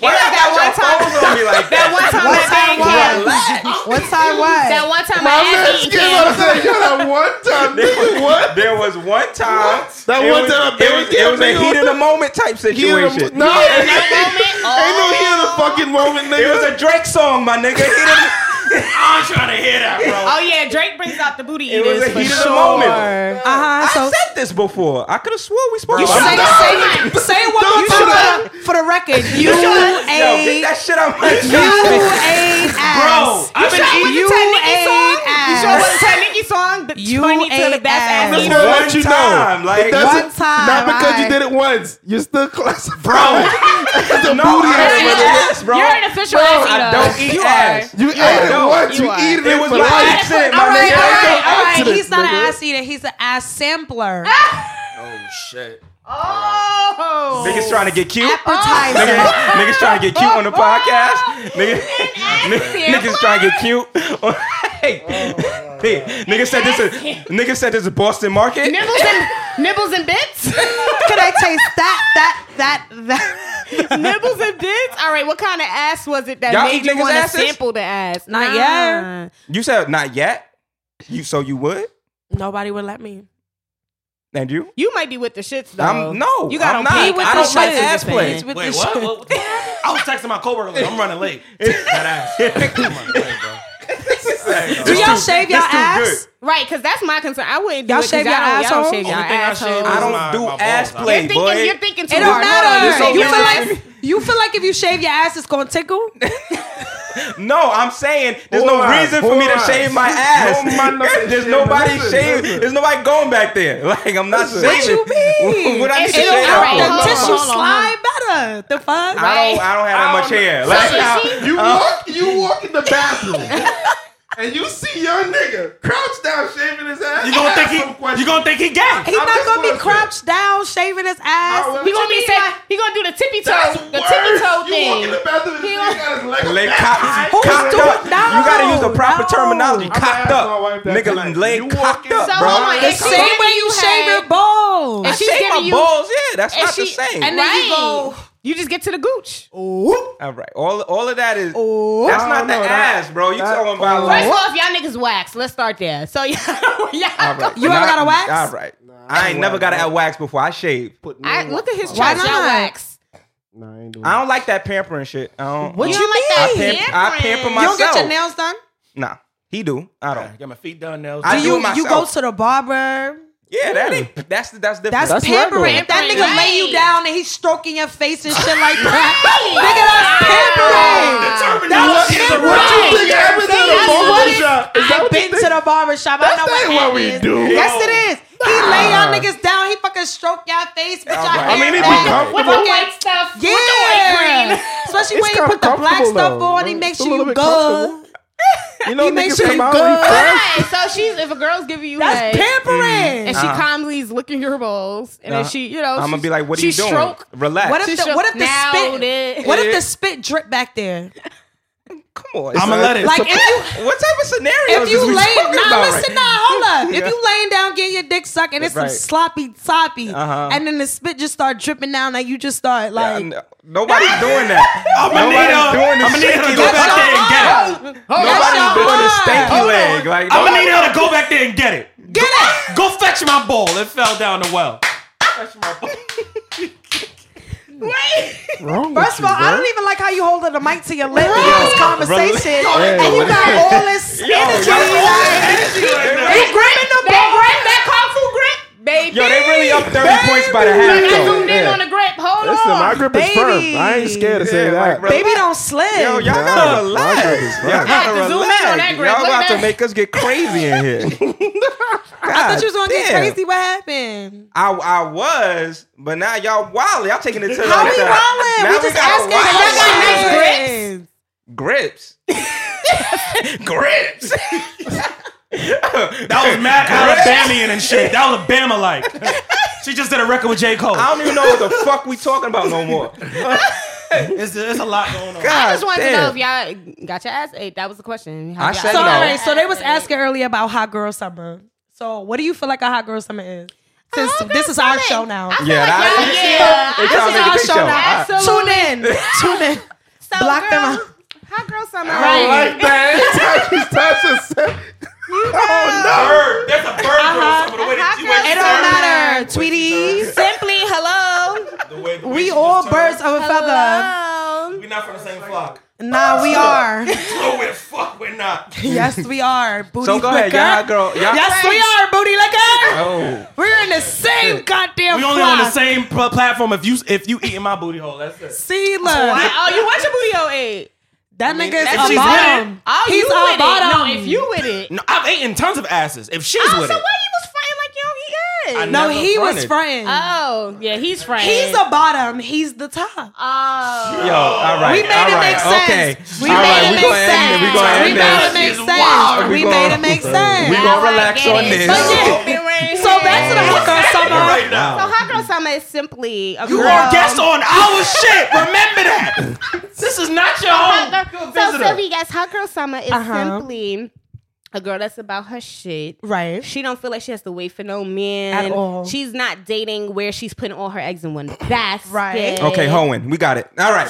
Speaker 7: Why that one time?
Speaker 2: phones on me like
Speaker 7: That one
Speaker 2: that.
Speaker 7: time
Speaker 4: What time
Speaker 7: I banged him.
Speaker 4: what? What time what?
Speaker 7: That one time
Speaker 5: My
Speaker 7: I
Speaker 5: lips
Speaker 7: asked
Speaker 5: came out of there. You had one time. Nigga, what?
Speaker 2: There was one time.
Speaker 5: That
Speaker 2: it
Speaker 5: one
Speaker 2: was-
Speaker 5: time,
Speaker 2: It was,
Speaker 5: baby,
Speaker 2: it was a
Speaker 5: nigga,
Speaker 2: heat of the moment type
Speaker 5: Heat of the-
Speaker 2: situation.
Speaker 5: No, ain't no
Speaker 7: that oh,
Speaker 5: ain't no heat of the fucking moment,
Speaker 2: It was
Speaker 5: nigga.
Speaker 2: a Drake song, my nigga. Heat of the-
Speaker 6: I'm trying to hear that, bro.
Speaker 7: Oh yeah, Drake brings out the booty
Speaker 2: It was
Speaker 7: eaters
Speaker 2: a
Speaker 7: for
Speaker 2: heat of
Speaker 7: sure.
Speaker 2: the moment.
Speaker 4: Uh-huh.
Speaker 2: I
Speaker 4: So
Speaker 2: said this before. I could have swore we spoke.
Speaker 5: You
Speaker 2: about
Speaker 5: should've-
Speaker 2: it.
Speaker 4: say, say, say it one more
Speaker 5: Don't do
Speaker 4: time for the- for the record. You
Speaker 2: Yo, get
Speaker 4: ate.
Speaker 2: that shit out my
Speaker 4: You ate
Speaker 6: Bro,
Speaker 4: ass.
Speaker 6: I've been eating.
Speaker 4: You ate ass.
Speaker 7: Nikki song, but
Speaker 4: You
Speaker 7: Tony to
Speaker 4: ain't
Speaker 7: the best ass
Speaker 4: ass.
Speaker 5: Just
Speaker 7: eater.
Speaker 5: wanna
Speaker 2: One
Speaker 5: let you
Speaker 2: time,
Speaker 5: know.
Speaker 2: like,
Speaker 5: It
Speaker 4: one
Speaker 5: doesn't-
Speaker 4: time,
Speaker 5: Not because
Speaker 4: alright.
Speaker 5: you did it once. You're still classified. It's a
Speaker 2: No,
Speaker 5: booty
Speaker 2: I
Speaker 5: ass,
Speaker 2: ain't
Speaker 5: my
Speaker 2: eating
Speaker 5: nigga.
Speaker 2: ass, bro.
Speaker 7: You're an official ass eater.
Speaker 2: I don't eat
Speaker 7: You
Speaker 2: ass.
Speaker 5: You ate it
Speaker 2: don't.
Speaker 5: once. You,
Speaker 7: You are.
Speaker 5: eat it,
Speaker 2: It was
Speaker 5: for
Speaker 2: my
Speaker 5: life.
Speaker 2: accent, my
Speaker 4: All right,
Speaker 2: nigga.
Speaker 4: all
Speaker 2: Ain't no
Speaker 4: right, all right.
Speaker 5: accident,
Speaker 4: He's not an
Speaker 5: nigga.
Speaker 4: ass eater. He's an ass sampler.
Speaker 3: Oh shit.
Speaker 7: Oh.
Speaker 2: Niggas trying to get cute.
Speaker 4: Appetizer.
Speaker 2: Niggas, niggas trying to get cute on the podcast. Niggas, niggas trying to get cute.
Speaker 5: Oh,
Speaker 2: hey, hey, niggas said this is niggas said this is Boston Market.
Speaker 7: Nibbles and nibbles and bits.
Speaker 4: Can I taste that? That? That? That?
Speaker 7: nibbles and bits. All right, what kind of ass was it that
Speaker 2: Y'all eat
Speaker 7: made you
Speaker 2: niggas'
Speaker 7: want to
Speaker 2: asses?
Speaker 7: sample the ass?
Speaker 4: Not
Speaker 7: Nah.
Speaker 4: yet.
Speaker 2: You said not yet. You so you would
Speaker 4: Nobody would let me.
Speaker 2: and you.
Speaker 7: You might be with the shits though.
Speaker 2: I'm no.
Speaker 7: You gotta
Speaker 2: I'm not.
Speaker 7: pee with
Speaker 2: I
Speaker 7: the
Speaker 2: don't like
Speaker 7: shit.
Speaker 2: ass play.
Speaker 4: It's with
Speaker 3: Wait,
Speaker 4: the
Speaker 3: what?
Speaker 4: shit.
Speaker 3: what? what the- I was texting my coworker. Like, I'm running late. That ass. I'm running late, bro.
Speaker 4: Do y'all shave y'all
Speaker 2: too
Speaker 4: ass?
Speaker 7: Right, because that's my concern. I wouldn't do
Speaker 4: Y'all
Speaker 7: it 'cause
Speaker 4: shave your
Speaker 7: don't- y'all
Speaker 4: asshole?
Speaker 7: don't shave your
Speaker 3: Only thing I shave
Speaker 7: asshole.
Speaker 3: is
Speaker 2: I don't
Speaker 3: my-
Speaker 2: do
Speaker 3: my
Speaker 2: ass
Speaker 3: balls.
Speaker 2: play,
Speaker 7: You're
Speaker 2: boy.
Speaker 7: thinking, you're thinking too
Speaker 4: It don't
Speaker 7: hard.
Speaker 4: matter.
Speaker 7: Hold on,
Speaker 4: you
Speaker 7: you're so
Speaker 4: feel
Speaker 7: young.
Speaker 4: like you feel like if you shave your ass, it's gonna tickle.
Speaker 2: No, I'm saying there's
Speaker 5: Hold
Speaker 2: no
Speaker 5: on,
Speaker 2: reason for me to
Speaker 5: hold on.
Speaker 2: shave my ass.
Speaker 5: Don't mind nothing.
Speaker 2: there's
Speaker 5: Shave.
Speaker 2: nobody
Speaker 5: Listen,
Speaker 2: shaving.
Speaker 5: listen.
Speaker 2: There's nobody going back there. Like I'm not
Speaker 5: Listen.
Speaker 2: shaving.
Speaker 4: What you mean?
Speaker 2: what I need
Speaker 7: It's
Speaker 2: to
Speaker 7: still
Speaker 2: shave
Speaker 7: all right.
Speaker 2: off?
Speaker 7: Hold
Speaker 4: the
Speaker 7: on,
Speaker 4: tissue
Speaker 7: hold on, hold on.
Speaker 4: slide better. The fuck?
Speaker 2: I
Speaker 7: Right.
Speaker 2: don't. I don't have that much hair.
Speaker 5: So
Speaker 2: Like,
Speaker 7: you
Speaker 2: I-
Speaker 7: see-
Speaker 5: You walk, you walk in the bathroom, and you see your nigga crouched down shaving his ass.
Speaker 6: You gonna
Speaker 5: Ask
Speaker 6: think
Speaker 5: some
Speaker 6: he?
Speaker 5: questions.
Speaker 6: You gonna think he gay?
Speaker 4: He's
Speaker 5: I'm
Speaker 4: not
Speaker 5: just
Speaker 4: gonna be
Speaker 5: wanna say-
Speaker 4: crouched down, shaving his ass.
Speaker 5: I
Speaker 7: He
Speaker 5: will-
Speaker 7: gonna be saying he gonna do the tippy toe,
Speaker 5: That's
Speaker 7: the tippy
Speaker 5: worse.
Speaker 7: toe
Speaker 5: You walk in the
Speaker 7: thing.
Speaker 5: bathroom, and this
Speaker 7: He
Speaker 5: nigga
Speaker 7: was-
Speaker 5: got his leg,
Speaker 2: Leg
Speaker 5: back.
Speaker 2: cocked.
Speaker 4: Who's
Speaker 2: cocked
Speaker 4: doing-
Speaker 2: up. You gotta use the proper
Speaker 4: No.
Speaker 2: terminology.
Speaker 4: I'm
Speaker 5: gonna
Speaker 2: Cocked
Speaker 5: ask my
Speaker 2: up.
Speaker 5: wife that
Speaker 2: Nigga,
Speaker 5: tonight. You
Speaker 2: leg
Speaker 5: walk
Speaker 2: cocked
Speaker 5: in-
Speaker 2: up,
Speaker 7: So,
Speaker 2: bro.
Speaker 7: hold on,
Speaker 2: I
Speaker 4: The
Speaker 7: if
Speaker 2: shave
Speaker 7: she-
Speaker 4: same way you
Speaker 7: had-
Speaker 4: shave your balls.
Speaker 7: And she's
Speaker 2: my
Speaker 7: giving you-
Speaker 2: balls. Yeah, that's
Speaker 7: and
Speaker 2: not the
Speaker 7: she- and
Speaker 2: same.
Speaker 7: then
Speaker 4: Right.
Speaker 7: you go, you just get to the gooch.
Speaker 2: All right, all all of that is. That's
Speaker 5: Oh,
Speaker 2: not the
Speaker 5: no, that-
Speaker 2: ass, bro. You
Speaker 5: that-
Speaker 2: talking about
Speaker 5: oh.
Speaker 2: like.
Speaker 7: First of all, if y'all niggas wax, let's start there. So y'all, y'all
Speaker 2: All right.
Speaker 4: You ever
Speaker 2: Not-
Speaker 4: got a wax?
Speaker 2: All right. I ain't never got to have wax before. I shave.
Speaker 7: I, look at his
Speaker 4: Why
Speaker 7: chest. Y'all
Speaker 4: not?
Speaker 7: wax.
Speaker 5: Nah, I ain't doing
Speaker 2: I don't like that pampering shit. I don't.
Speaker 4: What
Speaker 2: I
Speaker 4: you,
Speaker 2: don't-
Speaker 7: like
Speaker 4: mean?
Speaker 7: that
Speaker 2: I, pamp- I pamper
Speaker 7: You
Speaker 4: you
Speaker 2: myself.
Speaker 4: don't get your nails done?
Speaker 2: Nah, he do. I don't.
Speaker 3: I got my feet done now.
Speaker 2: I
Speaker 4: Do
Speaker 2: do
Speaker 4: you
Speaker 2: it myself.
Speaker 4: you go to the barber?
Speaker 2: Yeah, that ain't. That's that's different.
Speaker 4: That's,
Speaker 5: That's
Speaker 4: pampering.
Speaker 5: regular.
Speaker 4: If that nigga
Speaker 7: Pampering,
Speaker 4: lay you
Speaker 7: right.
Speaker 4: down and he's stroking your face and shit like that, nigga, that's
Speaker 6: Terminology is
Speaker 4: pampering.
Speaker 5: that.
Speaker 6: a
Speaker 5: What you
Speaker 7: Right.
Speaker 5: think happened to the
Speaker 4: That's what it-
Speaker 5: barbershop? Is that
Speaker 4: I've
Speaker 5: what you
Speaker 4: been
Speaker 5: think?
Speaker 4: to the barbershop. I know
Speaker 5: That's
Speaker 4: what,
Speaker 5: not
Speaker 4: that
Speaker 5: what we
Speaker 4: is.
Speaker 5: do.
Speaker 4: Yes, it is. He lay y'all niggas down. He fucking stroke y'all face, put y'all
Speaker 2: Alright.
Speaker 4: hair
Speaker 2: I
Speaker 5: mean, it be
Speaker 4: back.
Speaker 5: comfortable.
Speaker 7: With the white stuff. With the white
Speaker 4: Yeah.
Speaker 7: green.
Speaker 4: Especially
Speaker 5: It's
Speaker 4: when you put the
Speaker 5: kinda
Speaker 4: black
Speaker 5: comfortable,
Speaker 4: stuff
Speaker 5: though.
Speaker 4: on, he
Speaker 5: It's
Speaker 4: makes
Speaker 5: a little
Speaker 4: you
Speaker 5: bit
Speaker 4: good.
Speaker 5: comfortable.
Speaker 2: you
Speaker 4: he
Speaker 2: know,
Speaker 4: makes
Speaker 5: Niggas oh,
Speaker 4: you
Speaker 5: come out
Speaker 4: good.
Speaker 5: refreshed.
Speaker 7: Right. So she's if a girl's giving you
Speaker 4: That's
Speaker 7: head,
Speaker 4: pampering.
Speaker 7: and she
Speaker 2: Uh-huh.
Speaker 7: calmly is licking your balls, and
Speaker 2: Uh-huh.
Speaker 7: then she, you know,
Speaker 2: I'm gonna
Speaker 7: she-
Speaker 2: be like, what are
Speaker 7: she
Speaker 2: you doing?
Speaker 7: Stroke,
Speaker 2: Relax.
Speaker 4: What if
Speaker 7: She
Speaker 4: the
Speaker 7: shook
Speaker 4: what if the
Speaker 7: now
Speaker 4: spit
Speaker 7: that-
Speaker 4: what if the spit drip back there?
Speaker 2: Come on.
Speaker 6: I'ma
Speaker 2: son.
Speaker 6: let it.
Speaker 4: Like if you
Speaker 2: What type of scenario
Speaker 4: if
Speaker 2: is
Speaker 4: you
Speaker 2: this we
Speaker 4: lay
Speaker 2: talking
Speaker 4: now,
Speaker 2: about?
Speaker 4: listen
Speaker 2: right?
Speaker 4: now, hold up.
Speaker 2: Yeah.
Speaker 4: If you laying down getting your dick sucked and it's
Speaker 2: Right.
Speaker 4: some sloppy toppy,
Speaker 2: Uh-huh.
Speaker 4: and then the spit just start dripping down, and you just start
Speaker 2: Yeah,
Speaker 4: like,
Speaker 2: no- nobody's doing that.
Speaker 6: I'm gonna need
Speaker 2: Nobody's
Speaker 6: her.
Speaker 2: doing the
Speaker 6: I'm gonna need her to
Speaker 2: shaky
Speaker 6: go
Speaker 2: leg.
Speaker 6: back there and get it.
Speaker 2: Nobody's
Speaker 4: That's
Speaker 2: doing the
Speaker 4: hard.
Speaker 2: stanky
Speaker 4: Hold
Speaker 2: leg. Like
Speaker 6: I'm gonna need her to go back there and get it.
Speaker 4: get it.
Speaker 6: Go fetch my ball. It fell down the well.
Speaker 5: wrong
Speaker 4: First of all, I don't even like how you holding the mic to your lip in this conversation, and you got all this energy. like,
Speaker 2: Yo,
Speaker 4: you gripping the
Speaker 7: That grip, that kung fu grip, baby.
Speaker 2: they really up 30 points by the
Speaker 7: Like,
Speaker 2: half
Speaker 7: I
Speaker 2: though.
Speaker 7: zoomed in on the grip. Hold
Speaker 4: hold
Speaker 5: Listen,
Speaker 4: on.
Speaker 5: my grip is
Speaker 4: baby.
Speaker 5: firm. I ain't scared to say
Speaker 2: Yeah,
Speaker 5: that.
Speaker 2: like, bro,
Speaker 4: Baby don't slip.
Speaker 2: Yo, y'all gotta
Speaker 5: Nah, my
Speaker 2: relax.
Speaker 5: grip is firm.
Speaker 2: Y'all gotta
Speaker 7: I had to zoom in
Speaker 2: relax.
Speaker 7: on that grip.
Speaker 2: Y'all
Speaker 7: Look
Speaker 2: about
Speaker 7: at
Speaker 2: to
Speaker 7: that.
Speaker 2: make us get crazy in here.
Speaker 4: I thought you was gonna get
Speaker 2: damn.
Speaker 4: crazy. What happened?
Speaker 2: I, I was, but now y'all wild. Y'all taking it to the
Speaker 4: How we
Speaker 2: next level.
Speaker 4: rolling?
Speaker 2: Now
Speaker 4: We just
Speaker 2: gotta
Speaker 4: asking.
Speaker 2: wild
Speaker 7: Y'all got nice
Speaker 2: out.
Speaker 7: grips?
Speaker 4: questions.
Speaker 2: grips. grips.
Speaker 6: That was mad Alabamian and shit. That was Bama like. She just did a record with J. Cole.
Speaker 2: I don't even know what the fuck we talking about no more.
Speaker 6: It's, it's a lot going on.
Speaker 7: I just wanted
Speaker 2: Ah, damn.
Speaker 7: to know if y'all got your ass ate. That was the question.
Speaker 2: I said
Speaker 4: So
Speaker 2: No.
Speaker 4: all right, so they was asking earlier about hot girl summer. So what do you feel like a hot girl summer is? Since
Speaker 7: Hot girl
Speaker 4: this is our
Speaker 7: summer.
Speaker 4: show now.
Speaker 7: I-
Speaker 2: Yeah,
Speaker 7: like
Speaker 2: that,
Speaker 7: y'all-
Speaker 2: you see
Speaker 7: yeah.
Speaker 2: them? They trying to make
Speaker 4: This
Speaker 2: a Ah. big
Speaker 4: is our
Speaker 2: show.
Speaker 4: show.
Speaker 2: I-
Speaker 4: Tune in. Tune in.
Speaker 7: So,
Speaker 4: Block them
Speaker 7: Oh, girl,
Speaker 4: out.
Speaker 7: Hot girl summer.
Speaker 5: I
Speaker 7: Right.
Speaker 5: like that. It's like he's touching.
Speaker 2: Oh,
Speaker 6: Bird. There's a bird
Speaker 4: Uh-huh.
Speaker 6: girl. Some of the way that you
Speaker 7: Uh-huh.
Speaker 4: It
Speaker 6: went.
Speaker 4: don't matter, Tweeties.
Speaker 7: Simply hello.
Speaker 6: The way the way
Speaker 4: We
Speaker 6: you
Speaker 4: all
Speaker 6: just
Speaker 4: birds of a feather.
Speaker 7: Hello.
Speaker 6: We're not from the same flock.
Speaker 4: Nah, we are.
Speaker 6: No, we're fuck. We're not.
Speaker 4: Yes, we are. Booty
Speaker 2: So go ahead,
Speaker 4: liquor.
Speaker 2: y'all girl. Y'all,
Speaker 4: Yes, we are. Booty liquor.
Speaker 2: Oh,
Speaker 4: We're in the same goddamn.
Speaker 6: Uh, We only on the
Speaker 4: flock.
Speaker 6: same pl- platform. If you if you eating my booty hole, that's it.
Speaker 4: See, look,
Speaker 7: Oh, you want your booty hole ate?
Speaker 4: that nigga
Speaker 7: If
Speaker 4: is a
Speaker 7: she's with
Speaker 4: bottom.
Speaker 7: it. Oh,
Speaker 4: He's
Speaker 7: you
Speaker 4: a
Speaker 7: with
Speaker 4: bottom.
Speaker 7: It. No, if you with it.
Speaker 6: No, I've eaten tons of asses. If she's
Speaker 7: Oh, so why you was
Speaker 6: with it,
Speaker 7: fronting like you
Speaker 6: I
Speaker 7: don't eat ass?
Speaker 4: No,
Speaker 6: never
Speaker 4: he was
Speaker 6: fronted.
Speaker 4: fronting.
Speaker 7: Oh, yeah, he's friend.
Speaker 4: He's a bottom. He's the top.
Speaker 7: Oh.
Speaker 2: yo, all right.
Speaker 4: We made
Speaker 2: all
Speaker 4: it
Speaker 2: right,
Speaker 4: make sense.
Speaker 2: Okay.
Speaker 4: We
Speaker 2: All
Speaker 4: made
Speaker 2: right,
Speaker 4: it
Speaker 2: we
Speaker 4: make
Speaker 2: gonna end
Speaker 4: sense.
Speaker 2: it. We gonna end
Speaker 4: we made it
Speaker 2: this.
Speaker 4: make
Speaker 6: She's wild.
Speaker 4: sense. We
Speaker 2: We
Speaker 4: made
Speaker 2: gonna-
Speaker 4: it make
Speaker 2: We
Speaker 4: sense.
Speaker 2: gonna relax on this.
Speaker 4: But yeah.
Speaker 7: So
Speaker 4: So back to the hot girl summer.
Speaker 6: right now.
Speaker 7: So hot girl summer is simply a
Speaker 6: You
Speaker 7: girl.
Speaker 6: are guest on our shit. Remember that. This is not your home.
Speaker 7: Hot girl-
Speaker 6: You're a
Speaker 7: So
Speaker 6: visitor.
Speaker 7: Sylvie, yes, hot girl summer is
Speaker 4: Uh-huh.
Speaker 7: simply a girl that's about her shit.
Speaker 4: Right.
Speaker 7: She don't feel like she has to wait for no man
Speaker 4: At all.
Speaker 7: She's not dating where she's putting all her eggs in one basket.
Speaker 4: Right.
Speaker 2: Okay, Hohen, we got it. All right.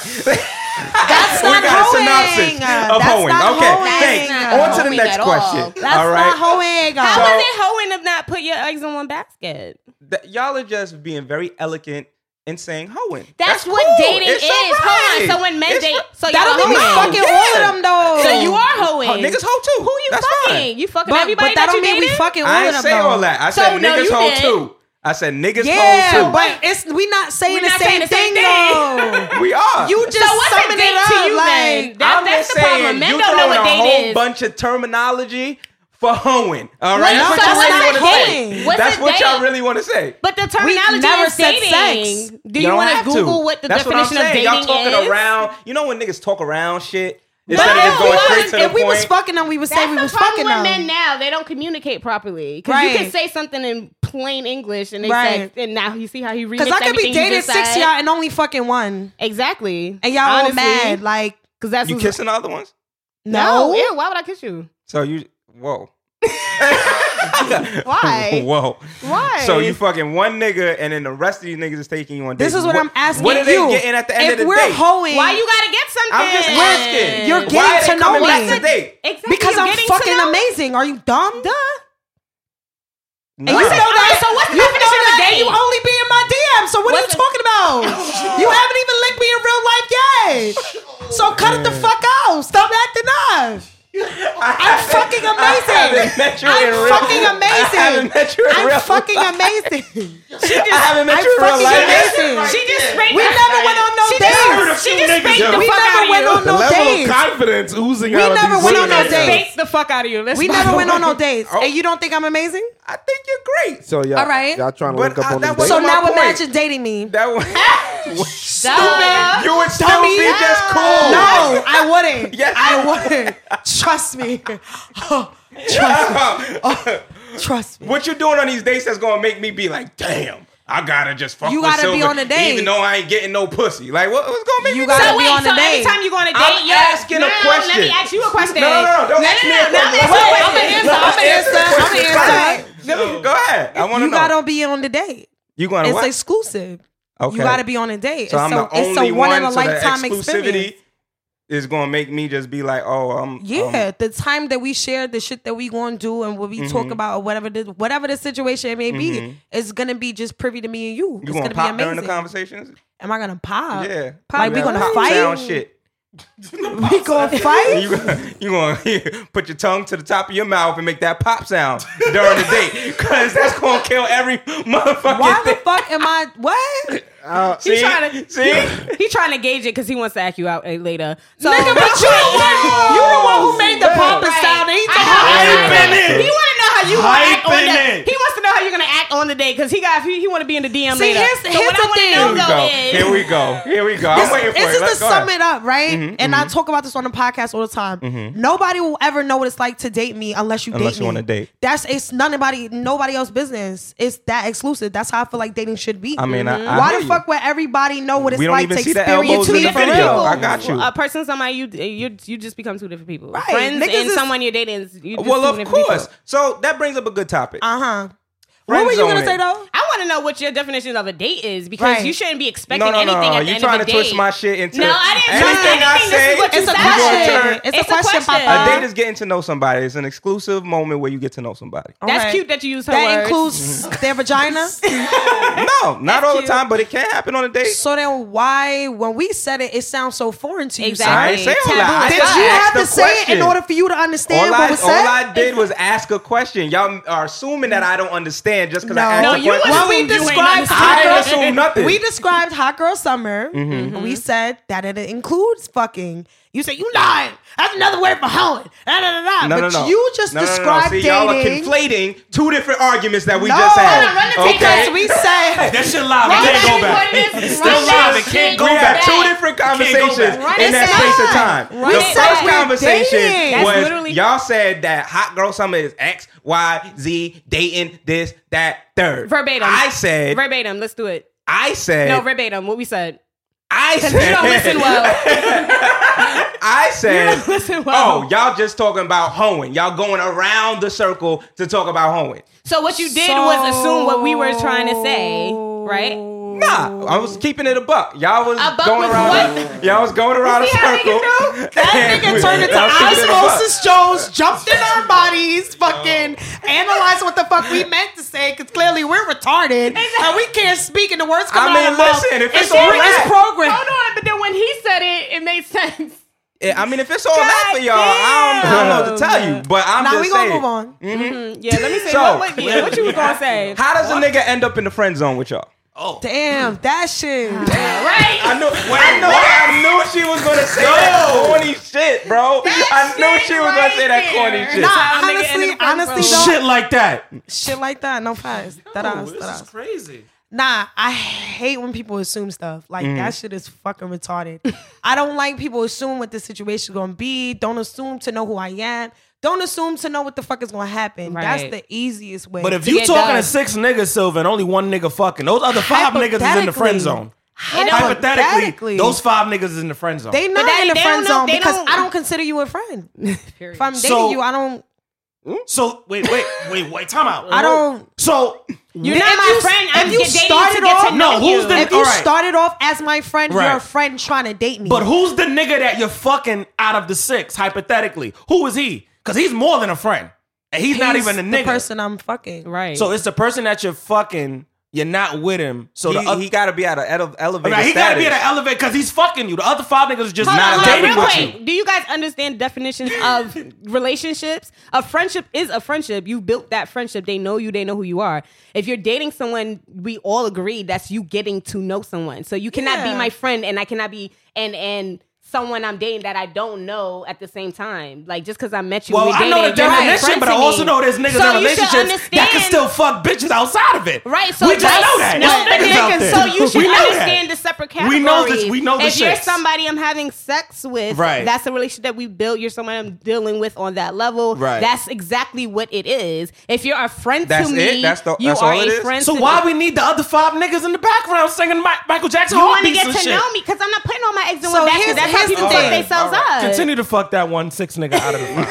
Speaker 4: That's
Speaker 2: we
Speaker 4: not
Speaker 2: got a
Speaker 4: hoeing.
Speaker 2: synopsis of
Speaker 4: That's
Speaker 2: Hohen.
Speaker 4: not
Speaker 2: Okay,
Speaker 4: hoeing.
Speaker 2: thanks.
Speaker 7: That's not
Speaker 2: On to the
Speaker 7: hoeing
Speaker 2: next
Speaker 7: at all.
Speaker 2: question.
Speaker 7: That's
Speaker 2: all
Speaker 4: That's
Speaker 2: right.
Speaker 4: not hoeing.
Speaker 7: How
Speaker 2: So-
Speaker 7: so, is it hoeing if not put your eggs in one basket?
Speaker 2: Th- y'all are just being very elegant and saying hoeing.
Speaker 7: That's, what
Speaker 2: cool.
Speaker 7: dating
Speaker 2: It's
Speaker 7: is.
Speaker 2: alright.
Speaker 7: Hold on. So when men
Speaker 2: It's
Speaker 7: date,
Speaker 2: ri-
Speaker 7: so y'all
Speaker 4: That'll be
Speaker 7: hoeing.
Speaker 4: fucking all of them though.
Speaker 7: So you are hoeing.
Speaker 2: Ho- Oh, niggas hoe too. Who you
Speaker 7: You fucking. You fucking
Speaker 4: But, but
Speaker 7: everybody
Speaker 4: that don't
Speaker 7: you
Speaker 4: mean we
Speaker 7: dated?
Speaker 4: fucking all
Speaker 2: I
Speaker 4: of
Speaker 2: ain't
Speaker 4: them.
Speaker 2: say
Speaker 4: though.
Speaker 2: all that. I said
Speaker 7: So, no,
Speaker 2: niggas
Speaker 7: you
Speaker 2: hoe
Speaker 7: did.
Speaker 2: too. I said niggas
Speaker 4: Yeah,
Speaker 2: hoe too.
Speaker 4: but it's we not saying
Speaker 7: We're
Speaker 4: the
Speaker 7: not
Speaker 4: same
Speaker 7: saying the
Speaker 4: thing
Speaker 7: same thing.
Speaker 4: though.
Speaker 2: we are.
Speaker 4: You just
Speaker 7: So what's a
Speaker 4: summing
Speaker 7: date
Speaker 4: it up
Speaker 7: to you
Speaker 4: like
Speaker 7: then? That-
Speaker 2: I'm
Speaker 7: that's
Speaker 2: just
Speaker 7: the problem.
Speaker 2: saying,
Speaker 7: Men
Speaker 2: you
Speaker 7: don't know
Speaker 2: throwing
Speaker 7: what
Speaker 2: a
Speaker 7: date
Speaker 2: whole
Speaker 7: is.
Speaker 2: bunch of terminology for hoeing. All right,
Speaker 7: Well,
Speaker 2: that's
Speaker 7: so
Speaker 2: what y'all really
Speaker 7: what's
Speaker 2: want
Speaker 7: a
Speaker 2: to say.
Speaker 7: date? What's
Speaker 2: That's
Speaker 7: a
Speaker 2: what y'all
Speaker 7: date?
Speaker 2: really want to say.
Speaker 7: But the
Speaker 4: We
Speaker 7: terminology
Speaker 4: never
Speaker 7: is
Speaker 4: said
Speaker 7: dating.
Speaker 4: sex.
Speaker 7: Do
Speaker 2: Y'all
Speaker 7: you
Speaker 2: don't
Speaker 7: want
Speaker 2: have
Speaker 7: to Google what the
Speaker 2: That's
Speaker 7: definition
Speaker 2: what I'm
Speaker 7: of
Speaker 2: saying.
Speaker 7: dating
Speaker 2: Y'all talking
Speaker 7: is?
Speaker 2: around. You know when niggas talk around shit
Speaker 4: But
Speaker 2: instead of just
Speaker 4: if
Speaker 2: going
Speaker 4: we
Speaker 2: straight
Speaker 4: was-
Speaker 2: to the
Speaker 4: if we was
Speaker 2: point?
Speaker 4: fucking them, we would say
Speaker 7: That's
Speaker 4: we
Speaker 7: the
Speaker 4: was
Speaker 7: problem
Speaker 4: fucking
Speaker 7: with
Speaker 4: them.
Speaker 7: men now. They don't communicate properly because you
Speaker 4: Right.
Speaker 7: can say something in plain English and they
Speaker 4: Right.
Speaker 7: say, and now you see how he reads.
Speaker 4: Because I could be dating six of y'all and only fucking one,
Speaker 7: Exactly.
Speaker 4: and y'all
Speaker 7: Oh,
Speaker 4: all mad. Like
Speaker 7: because that's
Speaker 2: You
Speaker 7: who's-
Speaker 2: kissing the other ones?
Speaker 4: no,
Speaker 7: No, ew, why would I kiss you?
Speaker 2: So you whoa.
Speaker 7: Why?
Speaker 2: Whoa.
Speaker 7: Why?
Speaker 2: So you fucking one nigga and then the rest of these niggas is taking you on dates.
Speaker 4: this is what, I'm asking
Speaker 2: What are they
Speaker 4: you.
Speaker 2: getting at the end
Speaker 4: if
Speaker 2: of the
Speaker 4: we're
Speaker 2: day?
Speaker 4: hoeing,
Speaker 7: Why you gotta get something?
Speaker 2: I'm just asking. Why
Speaker 4: You're
Speaker 2: are
Speaker 4: getting
Speaker 2: they
Speaker 4: to know
Speaker 2: coming
Speaker 4: me.
Speaker 2: back to date?
Speaker 7: Exactly.
Speaker 4: because
Speaker 7: you're
Speaker 4: I'm
Speaker 7: getting to
Speaker 4: fucking
Speaker 7: know-
Speaker 4: amazing. Are you dumb?
Speaker 7: Duh.
Speaker 2: Nah.
Speaker 7: You said, all right, so what's the
Speaker 4: You know
Speaker 7: definition of a
Speaker 4: that,
Speaker 7: date?
Speaker 4: and you only be in my DM. So what are you
Speaker 7: What's the-
Speaker 4: talking about? you haven't even linked me in real life yet. So cut it the fuck out. Stop acting up. I'm fucking
Speaker 2: I haven't
Speaker 4: amazing.
Speaker 2: met you
Speaker 4: I'm
Speaker 2: in real
Speaker 4: fucking
Speaker 2: I haven't
Speaker 4: amazing.
Speaker 2: met you in
Speaker 4: I'm
Speaker 2: real
Speaker 4: fucking amazing.
Speaker 2: I haven't met
Speaker 4: I'm
Speaker 2: you in real
Speaker 4: fucking
Speaker 2: life.
Speaker 4: amazing.
Speaker 7: She just sprayed
Speaker 4: We
Speaker 7: the-
Speaker 4: never went on no
Speaker 7: She just
Speaker 4: dates.
Speaker 7: She just
Speaker 6: Niggas,
Speaker 7: spanked
Speaker 6: yo.
Speaker 7: the
Speaker 4: We
Speaker 7: fuck
Speaker 4: never
Speaker 7: out of
Speaker 4: went
Speaker 7: you.
Speaker 4: on
Speaker 5: The
Speaker 4: no
Speaker 5: level
Speaker 4: dates.
Speaker 5: of confidence oozing out
Speaker 4: We
Speaker 5: of
Speaker 4: never
Speaker 5: these
Speaker 4: went on
Speaker 5: women.
Speaker 4: no dates.
Speaker 7: Spanked the fuck out of you. Let's
Speaker 4: We
Speaker 7: move
Speaker 4: never
Speaker 7: on.
Speaker 4: went on no dates.
Speaker 2: Oh.
Speaker 4: And you don't think I'm amazing?
Speaker 2: I think you're great.
Speaker 5: So y'all,
Speaker 4: All right.
Speaker 5: y'all trying to
Speaker 2: But
Speaker 5: link
Speaker 2: I-
Speaker 5: up on
Speaker 2: that was-
Speaker 5: this
Speaker 4: So
Speaker 5: date?
Speaker 2: my
Speaker 4: now
Speaker 2: point.
Speaker 4: imagine dating me.
Speaker 2: That one.
Speaker 7: Duh.
Speaker 2: you would still be just cool.
Speaker 4: No, I wouldn't.
Speaker 2: Yes.
Speaker 4: I wouldn't. Trust me. Oh, trust me. Trust me.
Speaker 2: what you doing on these dates that's gonna make me be like, damn, I gotta just fuck
Speaker 4: You
Speaker 2: with
Speaker 4: gotta be
Speaker 2: Silver,
Speaker 4: on a date.
Speaker 2: even though I ain't getting no pussy. Like, what, what's gonna make
Speaker 4: You
Speaker 2: me
Speaker 4: gotta
Speaker 7: So
Speaker 2: do
Speaker 4: be
Speaker 7: wait,
Speaker 4: on a
Speaker 7: so
Speaker 4: date.
Speaker 7: every time you go on a date,
Speaker 2: I'm
Speaker 7: you're
Speaker 2: asking a
Speaker 7: no, Let
Speaker 2: question.
Speaker 7: me ask you a question.
Speaker 2: No, no, no, don't
Speaker 7: no,
Speaker 2: ask
Speaker 7: no,
Speaker 2: me
Speaker 7: no,
Speaker 2: a question.
Speaker 7: No,
Speaker 2: Wait,
Speaker 7: I'm gonna answer. I'm gonna answer.
Speaker 4: I'm an answer.
Speaker 2: that? Go ahead. I want to
Speaker 4: You
Speaker 2: know.
Speaker 4: gotta be on the date.
Speaker 2: you gonna
Speaker 4: It's
Speaker 2: what?
Speaker 4: exclusive.
Speaker 2: okay.
Speaker 4: You gotta be on a date.
Speaker 2: So
Speaker 4: it's
Speaker 2: I'm
Speaker 4: so,
Speaker 2: the only
Speaker 4: it's a
Speaker 2: one.
Speaker 4: one in a
Speaker 2: so
Speaker 4: lifetime
Speaker 2: the exclusivity
Speaker 4: experience.
Speaker 2: is gonna make me just be like, oh, um,
Speaker 4: Yeah,
Speaker 2: um,
Speaker 4: the time that we share, the shit that we gonna do, and what we talk
Speaker 2: Mm-hmm.
Speaker 4: about, or whatever the whatever the situation it may be, is gonna be just privy to me and you.
Speaker 2: you
Speaker 4: it's
Speaker 2: gonna,
Speaker 4: gonna
Speaker 2: pop
Speaker 4: be
Speaker 2: during the
Speaker 4: amazing.
Speaker 2: conversations?
Speaker 4: Am I gonna pop?
Speaker 2: yeah,
Speaker 4: Like we
Speaker 2: Yeah,
Speaker 4: gonna
Speaker 2: pop
Speaker 4: fight?
Speaker 2: Sound shit.
Speaker 4: We gonna fight?
Speaker 2: You gonna, you gonna put your tongue to the top of your mouth and make that pop sound during the date, cause that's gonna kill every motherfucking
Speaker 4: Why the
Speaker 2: thing.
Speaker 4: fuck am I? What?
Speaker 5: Uh,
Speaker 7: He trying to
Speaker 2: See?
Speaker 7: he trying to gauge it because he wants to act you out eh, later. So, nigga, but you the one you the one who made the pop and style. He
Speaker 6: Hyping it.
Speaker 7: He want to know how you gonna act on the.
Speaker 6: Hyping it.
Speaker 7: He wants to know how you're gonna act on the day because he got he, he want to be in the DM
Speaker 4: See,
Speaker 7: later.
Speaker 4: here's-
Speaker 7: so
Speaker 4: here's
Speaker 7: what
Speaker 4: the
Speaker 7: I want
Speaker 4: thing.
Speaker 7: to
Speaker 2: Here we
Speaker 7: know though
Speaker 2: go.
Speaker 7: is
Speaker 2: Here we go. Here we go. I'm waiting for
Speaker 4: This
Speaker 2: it.
Speaker 4: is
Speaker 2: Let's
Speaker 4: to
Speaker 2: go ahead.
Speaker 4: sum it up, right?
Speaker 2: Mm-hmm,
Speaker 4: and I talk about this on the podcast all the time. Nobody will ever know what it's like to date me unless you
Speaker 2: Unless
Speaker 4: date
Speaker 2: you
Speaker 4: me.
Speaker 2: wanna date.
Speaker 4: That's it's none nobody nobody else business. It's that exclusive. That's how I feel like dating should be.
Speaker 2: I mean, I- I
Speaker 4: why
Speaker 2: hear
Speaker 4: the
Speaker 2: you.
Speaker 4: fuck would everybody know what it's
Speaker 2: We don't
Speaker 4: like
Speaker 2: even
Speaker 4: to
Speaker 2: see the
Speaker 4: experience
Speaker 2: elbows in
Speaker 4: me
Speaker 2: the
Speaker 4: for
Speaker 2: video.
Speaker 4: real?
Speaker 2: I got you.
Speaker 7: A person, somebody you you you just become two different people.
Speaker 4: Right.
Speaker 7: Friends
Speaker 4: Niggas
Speaker 7: and
Speaker 4: is-
Speaker 7: someone you're dating. Is, you just
Speaker 2: Well,
Speaker 7: two
Speaker 2: of
Speaker 7: different
Speaker 2: course.
Speaker 7: people.
Speaker 2: So that brings up a good topic.
Speaker 4: Uh huh. What were you
Speaker 2: Friend zoning.
Speaker 4: gonna say though?
Speaker 7: I want to know what your definition of a date is because
Speaker 4: Right.
Speaker 7: you shouldn't be expecting
Speaker 2: No, no, no,
Speaker 7: anything
Speaker 2: no.
Speaker 7: at the
Speaker 2: You
Speaker 7: end
Speaker 2: trying to
Speaker 7: of the
Speaker 2: twist
Speaker 7: date.
Speaker 2: my shit into
Speaker 7: No, I didn't twist
Speaker 2: anything I
Speaker 7: anything. This is
Speaker 2: say.
Speaker 7: what you
Speaker 2: you
Speaker 4: It's a
Speaker 7: said.
Speaker 2: gonna
Speaker 4: question.
Speaker 2: turn-
Speaker 4: It's,
Speaker 7: It's
Speaker 4: a
Speaker 7: a
Speaker 4: question,
Speaker 7: question.
Speaker 2: A
Speaker 4: Papa.
Speaker 2: date is getting to know somebody. It's an exclusive moment where you get to know somebody.
Speaker 7: That's
Speaker 4: Okay.
Speaker 7: cute that you use her
Speaker 4: That
Speaker 7: words.
Speaker 4: includes
Speaker 2: Mm-hmm.
Speaker 4: their vagina.
Speaker 2: No, not all the
Speaker 7: cute.
Speaker 2: time, but it can happen on a date.
Speaker 4: So then, why when we said it, it sounds so foreign to you?
Speaker 7: Exactly.
Speaker 2: I ain't say all
Speaker 7: Taboo.
Speaker 2: that. I
Speaker 4: Did you
Speaker 2: just
Speaker 4: have
Speaker 2: asked
Speaker 4: to
Speaker 2: a
Speaker 4: say it in
Speaker 2: question.
Speaker 4: order for you to understand
Speaker 2: All
Speaker 4: what
Speaker 2: I,
Speaker 4: was
Speaker 2: all
Speaker 4: said?
Speaker 2: I did was ask a question. Y'all are assuming that I don't understand just because
Speaker 4: No.
Speaker 2: I asked
Speaker 4: No,
Speaker 2: a
Speaker 7: you
Speaker 2: question.
Speaker 4: well,
Speaker 7: assumed
Speaker 4: we
Speaker 7: you ain't
Speaker 4: described
Speaker 2: I
Speaker 4: hot
Speaker 2: didn't
Speaker 4: girl.
Speaker 2: assume nothing. Mm-hmm.
Speaker 4: We described hot girl summer. We said that it includes fucking. You said you lying. That's another word for hoeing. Da, da, da, da.
Speaker 2: no, no,
Speaker 4: but
Speaker 2: no.
Speaker 4: you just
Speaker 2: no, no, no, no.
Speaker 4: described
Speaker 2: See, Y'all are
Speaker 4: dating.
Speaker 2: conflating two different arguments that we
Speaker 4: No,
Speaker 2: just had.
Speaker 4: no,
Speaker 7: run the
Speaker 2: okay?
Speaker 7: tape
Speaker 4: Because we said
Speaker 6: That shit live.
Speaker 7: Run
Speaker 6: It can't
Speaker 7: that
Speaker 6: go back.
Speaker 7: shit, run this-
Speaker 6: It's
Speaker 7: run
Speaker 6: still
Speaker 7: that
Speaker 6: live. It
Speaker 7: shit
Speaker 6: can't go
Speaker 2: we
Speaker 6: back.
Speaker 2: had two different conversations
Speaker 6: back.
Speaker 7: Run
Speaker 2: in
Speaker 7: it
Speaker 2: that
Speaker 7: back.
Speaker 2: space of time.
Speaker 7: Run
Speaker 2: the
Speaker 7: it
Speaker 2: first
Speaker 7: back.
Speaker 2: conversation
Speaker 4: Dating.
Speaker 7: That's
Speaker 2: was
Speaker 7: literally-
Speaker 2: y'all said that hot girl summer is X, Y, Z, dating this, that, third.
Speaker 7: Verbatim.
Speaker 2: I said.
Speaker 7: Verbatim. Let's do it.
Speaker 2: I said.
Speaker 7: No, verbatim. What we said.
Speaker 2: I said.
Speaker 7: You don't listen well.
Speaker 2: I said.
Speaker 7: don't listen well.
Speaker 2: Oh, y'all just talking about hoeing. Y'all going around the circle to talk about hoeing.
Speaker 7: So what you did was assume what we were trying to say, right?
Speaker 2: Nah, I was keeping it a buck. Y'all was
Speaker 7: A buck
Speaker 2: going
Speaker 7: was
Speaker 2: around. Y'all was going around a
Speaker 7: see how niggas
Speaker 2: circle.
Speaker 7: do?
Speaker 4: that
Speaker 2: and we-
Speaker 4: nigga turned into
Speaker 2: I was keeping it a buck.
Speaker 4: Osmosis Jones, jumped in our bodies, fucking analyzed what the fuck we meant to say because clearly we're retarded and uh, we can't speak in the words
Speaker 2: I mean,
Speaker 4: coming out of our mouth.
Speaker 2: listen, if it's
Speaker 4: it's,
Speaker 2: all
Speaker 4: it's
Speaker 2: that-
Speaker 4: programmed.
Speaker 7: Hold on, but then when he said it, it made sense.
Speaker 2: Yeah, I mean, if it's all that for y'all, I don't, I don't know what to tell you. But I'm
Speaker 4: Now
Speaker 2: just
Speaker 4: we
Speaker 2: saying.
Speaker 4: gonna move on.
Speaker 7: Yeah, let me say
Speaker 2: So-
Speaker 7: what, what, yeah, what you was gonna say.
Speaker 2: How does a nigga end up in the friend zone with y'all?
Speaker 4: Damn, that shit.
Speaker 2: I
Speaker 7: Right?
Speaker 2: knew, I knew, I knew she was gonna say that corny shit, bro. I knew
Speaker 7: shit
Speaker 2: she was
Speaker 7: right
Speaker 2: gonna say that corny
Speaker 7: there.
Speaker 2: shit.
Speaker 4: Nah,
Speaker 7: how a nigga end
Speaker 4: honestly,
Speaker 7: in the front
Speaker 4: honestly,
Speaker 7: row.
Speaker 4: though,
Speaker 6: Shit like that.
Speaker 4: shit like that, no pass. That ass, that ass.
Speaker 6: crazy.
Speaker 4: Nah, I hate when people assume stuff. Like
Speaker 6: Mm.
Speaker 4: that shit is fucking retarded. I don't like people assume what the situation gonna be. Don't assume to know who I am. Don't assume to know what the fuck is gonna happen. That's
Speaker 7: Right.
Speaker 4: the easiest way.
Speaker 6: But if you
Speaker 7: get
Speaker 6: talking
Speaker 7: done.
Speaker 6: to six niggas, Silver, and only one nigga fucking, those other five niggas is in the
Speaker 4: Hypothetically.
Speaker 6: friend zone.
Speaker 4: hypothetically,
Speaker 6: Hypothetically, those five niggas is in the friend zone.
Speaker 4: they not
Speaker 7: that-
Speaker 4: in the
Speaker 7: they
Speaker 4: friend
Speaker 7: don't know-
Speaker 4: zone
Speaker 7: they
Speaker 4: because
Speaker 7: don't-
Speaker 4: I don't consider you a friend.
Speaker 7: Period.
Speaker 4: If I'm dating
Speaker 6: So-
Speaker 4: you, I don't.
Speaker 6: so wait, wait, wait, wait. Time out.
Speaker 4: I don't.
Speaker 6: So
Speaker 7: You're not
Speaker 4: If
Speaker 7: my
Speaker 4: you-
Speaker 7: friend.
Speaker 4: if
Speaker 7: I'm
Speaker 4: you
Speaker 7: get- dating
Speaker 4: started
Speaker 7: to get
Speaker 4: off-
Speaker 7: to
Speaker 6: No,
Speaker 7: know
Speaker 6: who's
Speaker 7: you.
Speaker 6: the-
Speaker 4: If you
Speaker 6: all right.
Speaker 4: started off as my friend, you're a
Speaker 6: Right.
Speaker 4: friend trying to date me.
Speaker 6: But who's the nigga that you're fucking out of the six, hypothetically? Who is he? Because he's more than a friend. And he's, not
Speaker 4: He's
Speaker 6: even a
Speaker 4: the
Speaker 6: nigga.
Speaker 4: person I'm fucking.
Speaker 7: right?
Speaker 6: So it's the person that you're fucking, you're not with him. So the
Speaker 2: He,
Speaker 6: other,
Speaker 2: he gotta be at an ele- elevated
Speaker 6: Right, he gotta be at
Speaker 2: status.
Speaker 6: an elevator because he's fucking you. The other five niggas is just
Speaker 7: Hold
Speaker 6: not
Speaker 7: on,
Speaker 6: dating
Speaker 7: hold on,
Speaker 6: with
Speaker 7: real
Speaker 6: you.
Speaker 7: quick. Do you guys understand definitions of relationships? A friendship is a friendship. You built that friendship. They know you. They know who you are. If you're dating someone, we all agree that's you getting to know someone. So you cannot
Speaker 4: Yeah.
Speaker 7: be my friend, and I cannot be and and someone I'm dating that I don't know at the same time. Like just because I met you,
Speaker 6: Well,
Speaker 7: we
Speaker 6: I
Speaker 7: dated,
Speaker 6: know the
Speaker 7: you're not a
Speaker 6: definition,
Speaker 7: friend
Speaker 6: but
Speaker 7: to
Speaker 6: I
Speaker 7: me.
Speaker 6: also know there's niggas in
Speaker 7: So you should
Speaker 6: relationships that can
Speaker 7: understand-
Speaker 6: still fuck bitches outside of it.
Speaker 7: Right, so
Speaker 6: we just
Speaker 7: that's-
Speaker 6: know that.
Speaker 7: No, but
Speaker 6: There's niggas out
Speaker 7: niggas-
Speaker 6: there.
Speaker 7: so you should
Speaker 6: We know that.
Speaker 7: understand the separate categories.
Speaker 6: We know this- we know the
Speaker 7: If you're
Speaker 6: shits.
Speaker 7: somebody I'm having sex with,
Speaker 6: Right.
Speaker 7: that's a relationship that we built. You're someone I'm dealing with on that level.
Speaker 6: Right.
Speaker 7: That's exactly what it is. If you're a friend
Speaker 2: That's
Speaker 7: to
Speaker 2: it?
Speaker 7: me,
Speaker 2: That's the-
Speaker 7: you
Speaker 2: that's
Speaker 7: are
Speaker 2: all it
Speaker 7: a
Speaker 2: is?
Speaker 7: friend.
Speaker 6: So
Speaker 7: to
Speaker 6: why we
Speaker 7: me.
Speaker 6: need the other five niggas in the background singing Mi- Michael Jackson
Speaker 7: You want to
Speaker 6: heartbeats
Speaker 7: get
Speaker 6: and
Speaker 7: to
Speaker 6: shit?
Speaker 7: know me because I'm not putting all my eggs in
Speaker 4: So
Speaker 7: one
Speaker 4: here's-
Speaker 7: basket. That's
Speaker 4: here's
Speaker 7: how people
Speaker 4: the
Speaker 7: fuck
Speaker 4: thing.
Speaker 7: themselves up.
Speaker 6: Continue to fuck that one six nigga out of the five.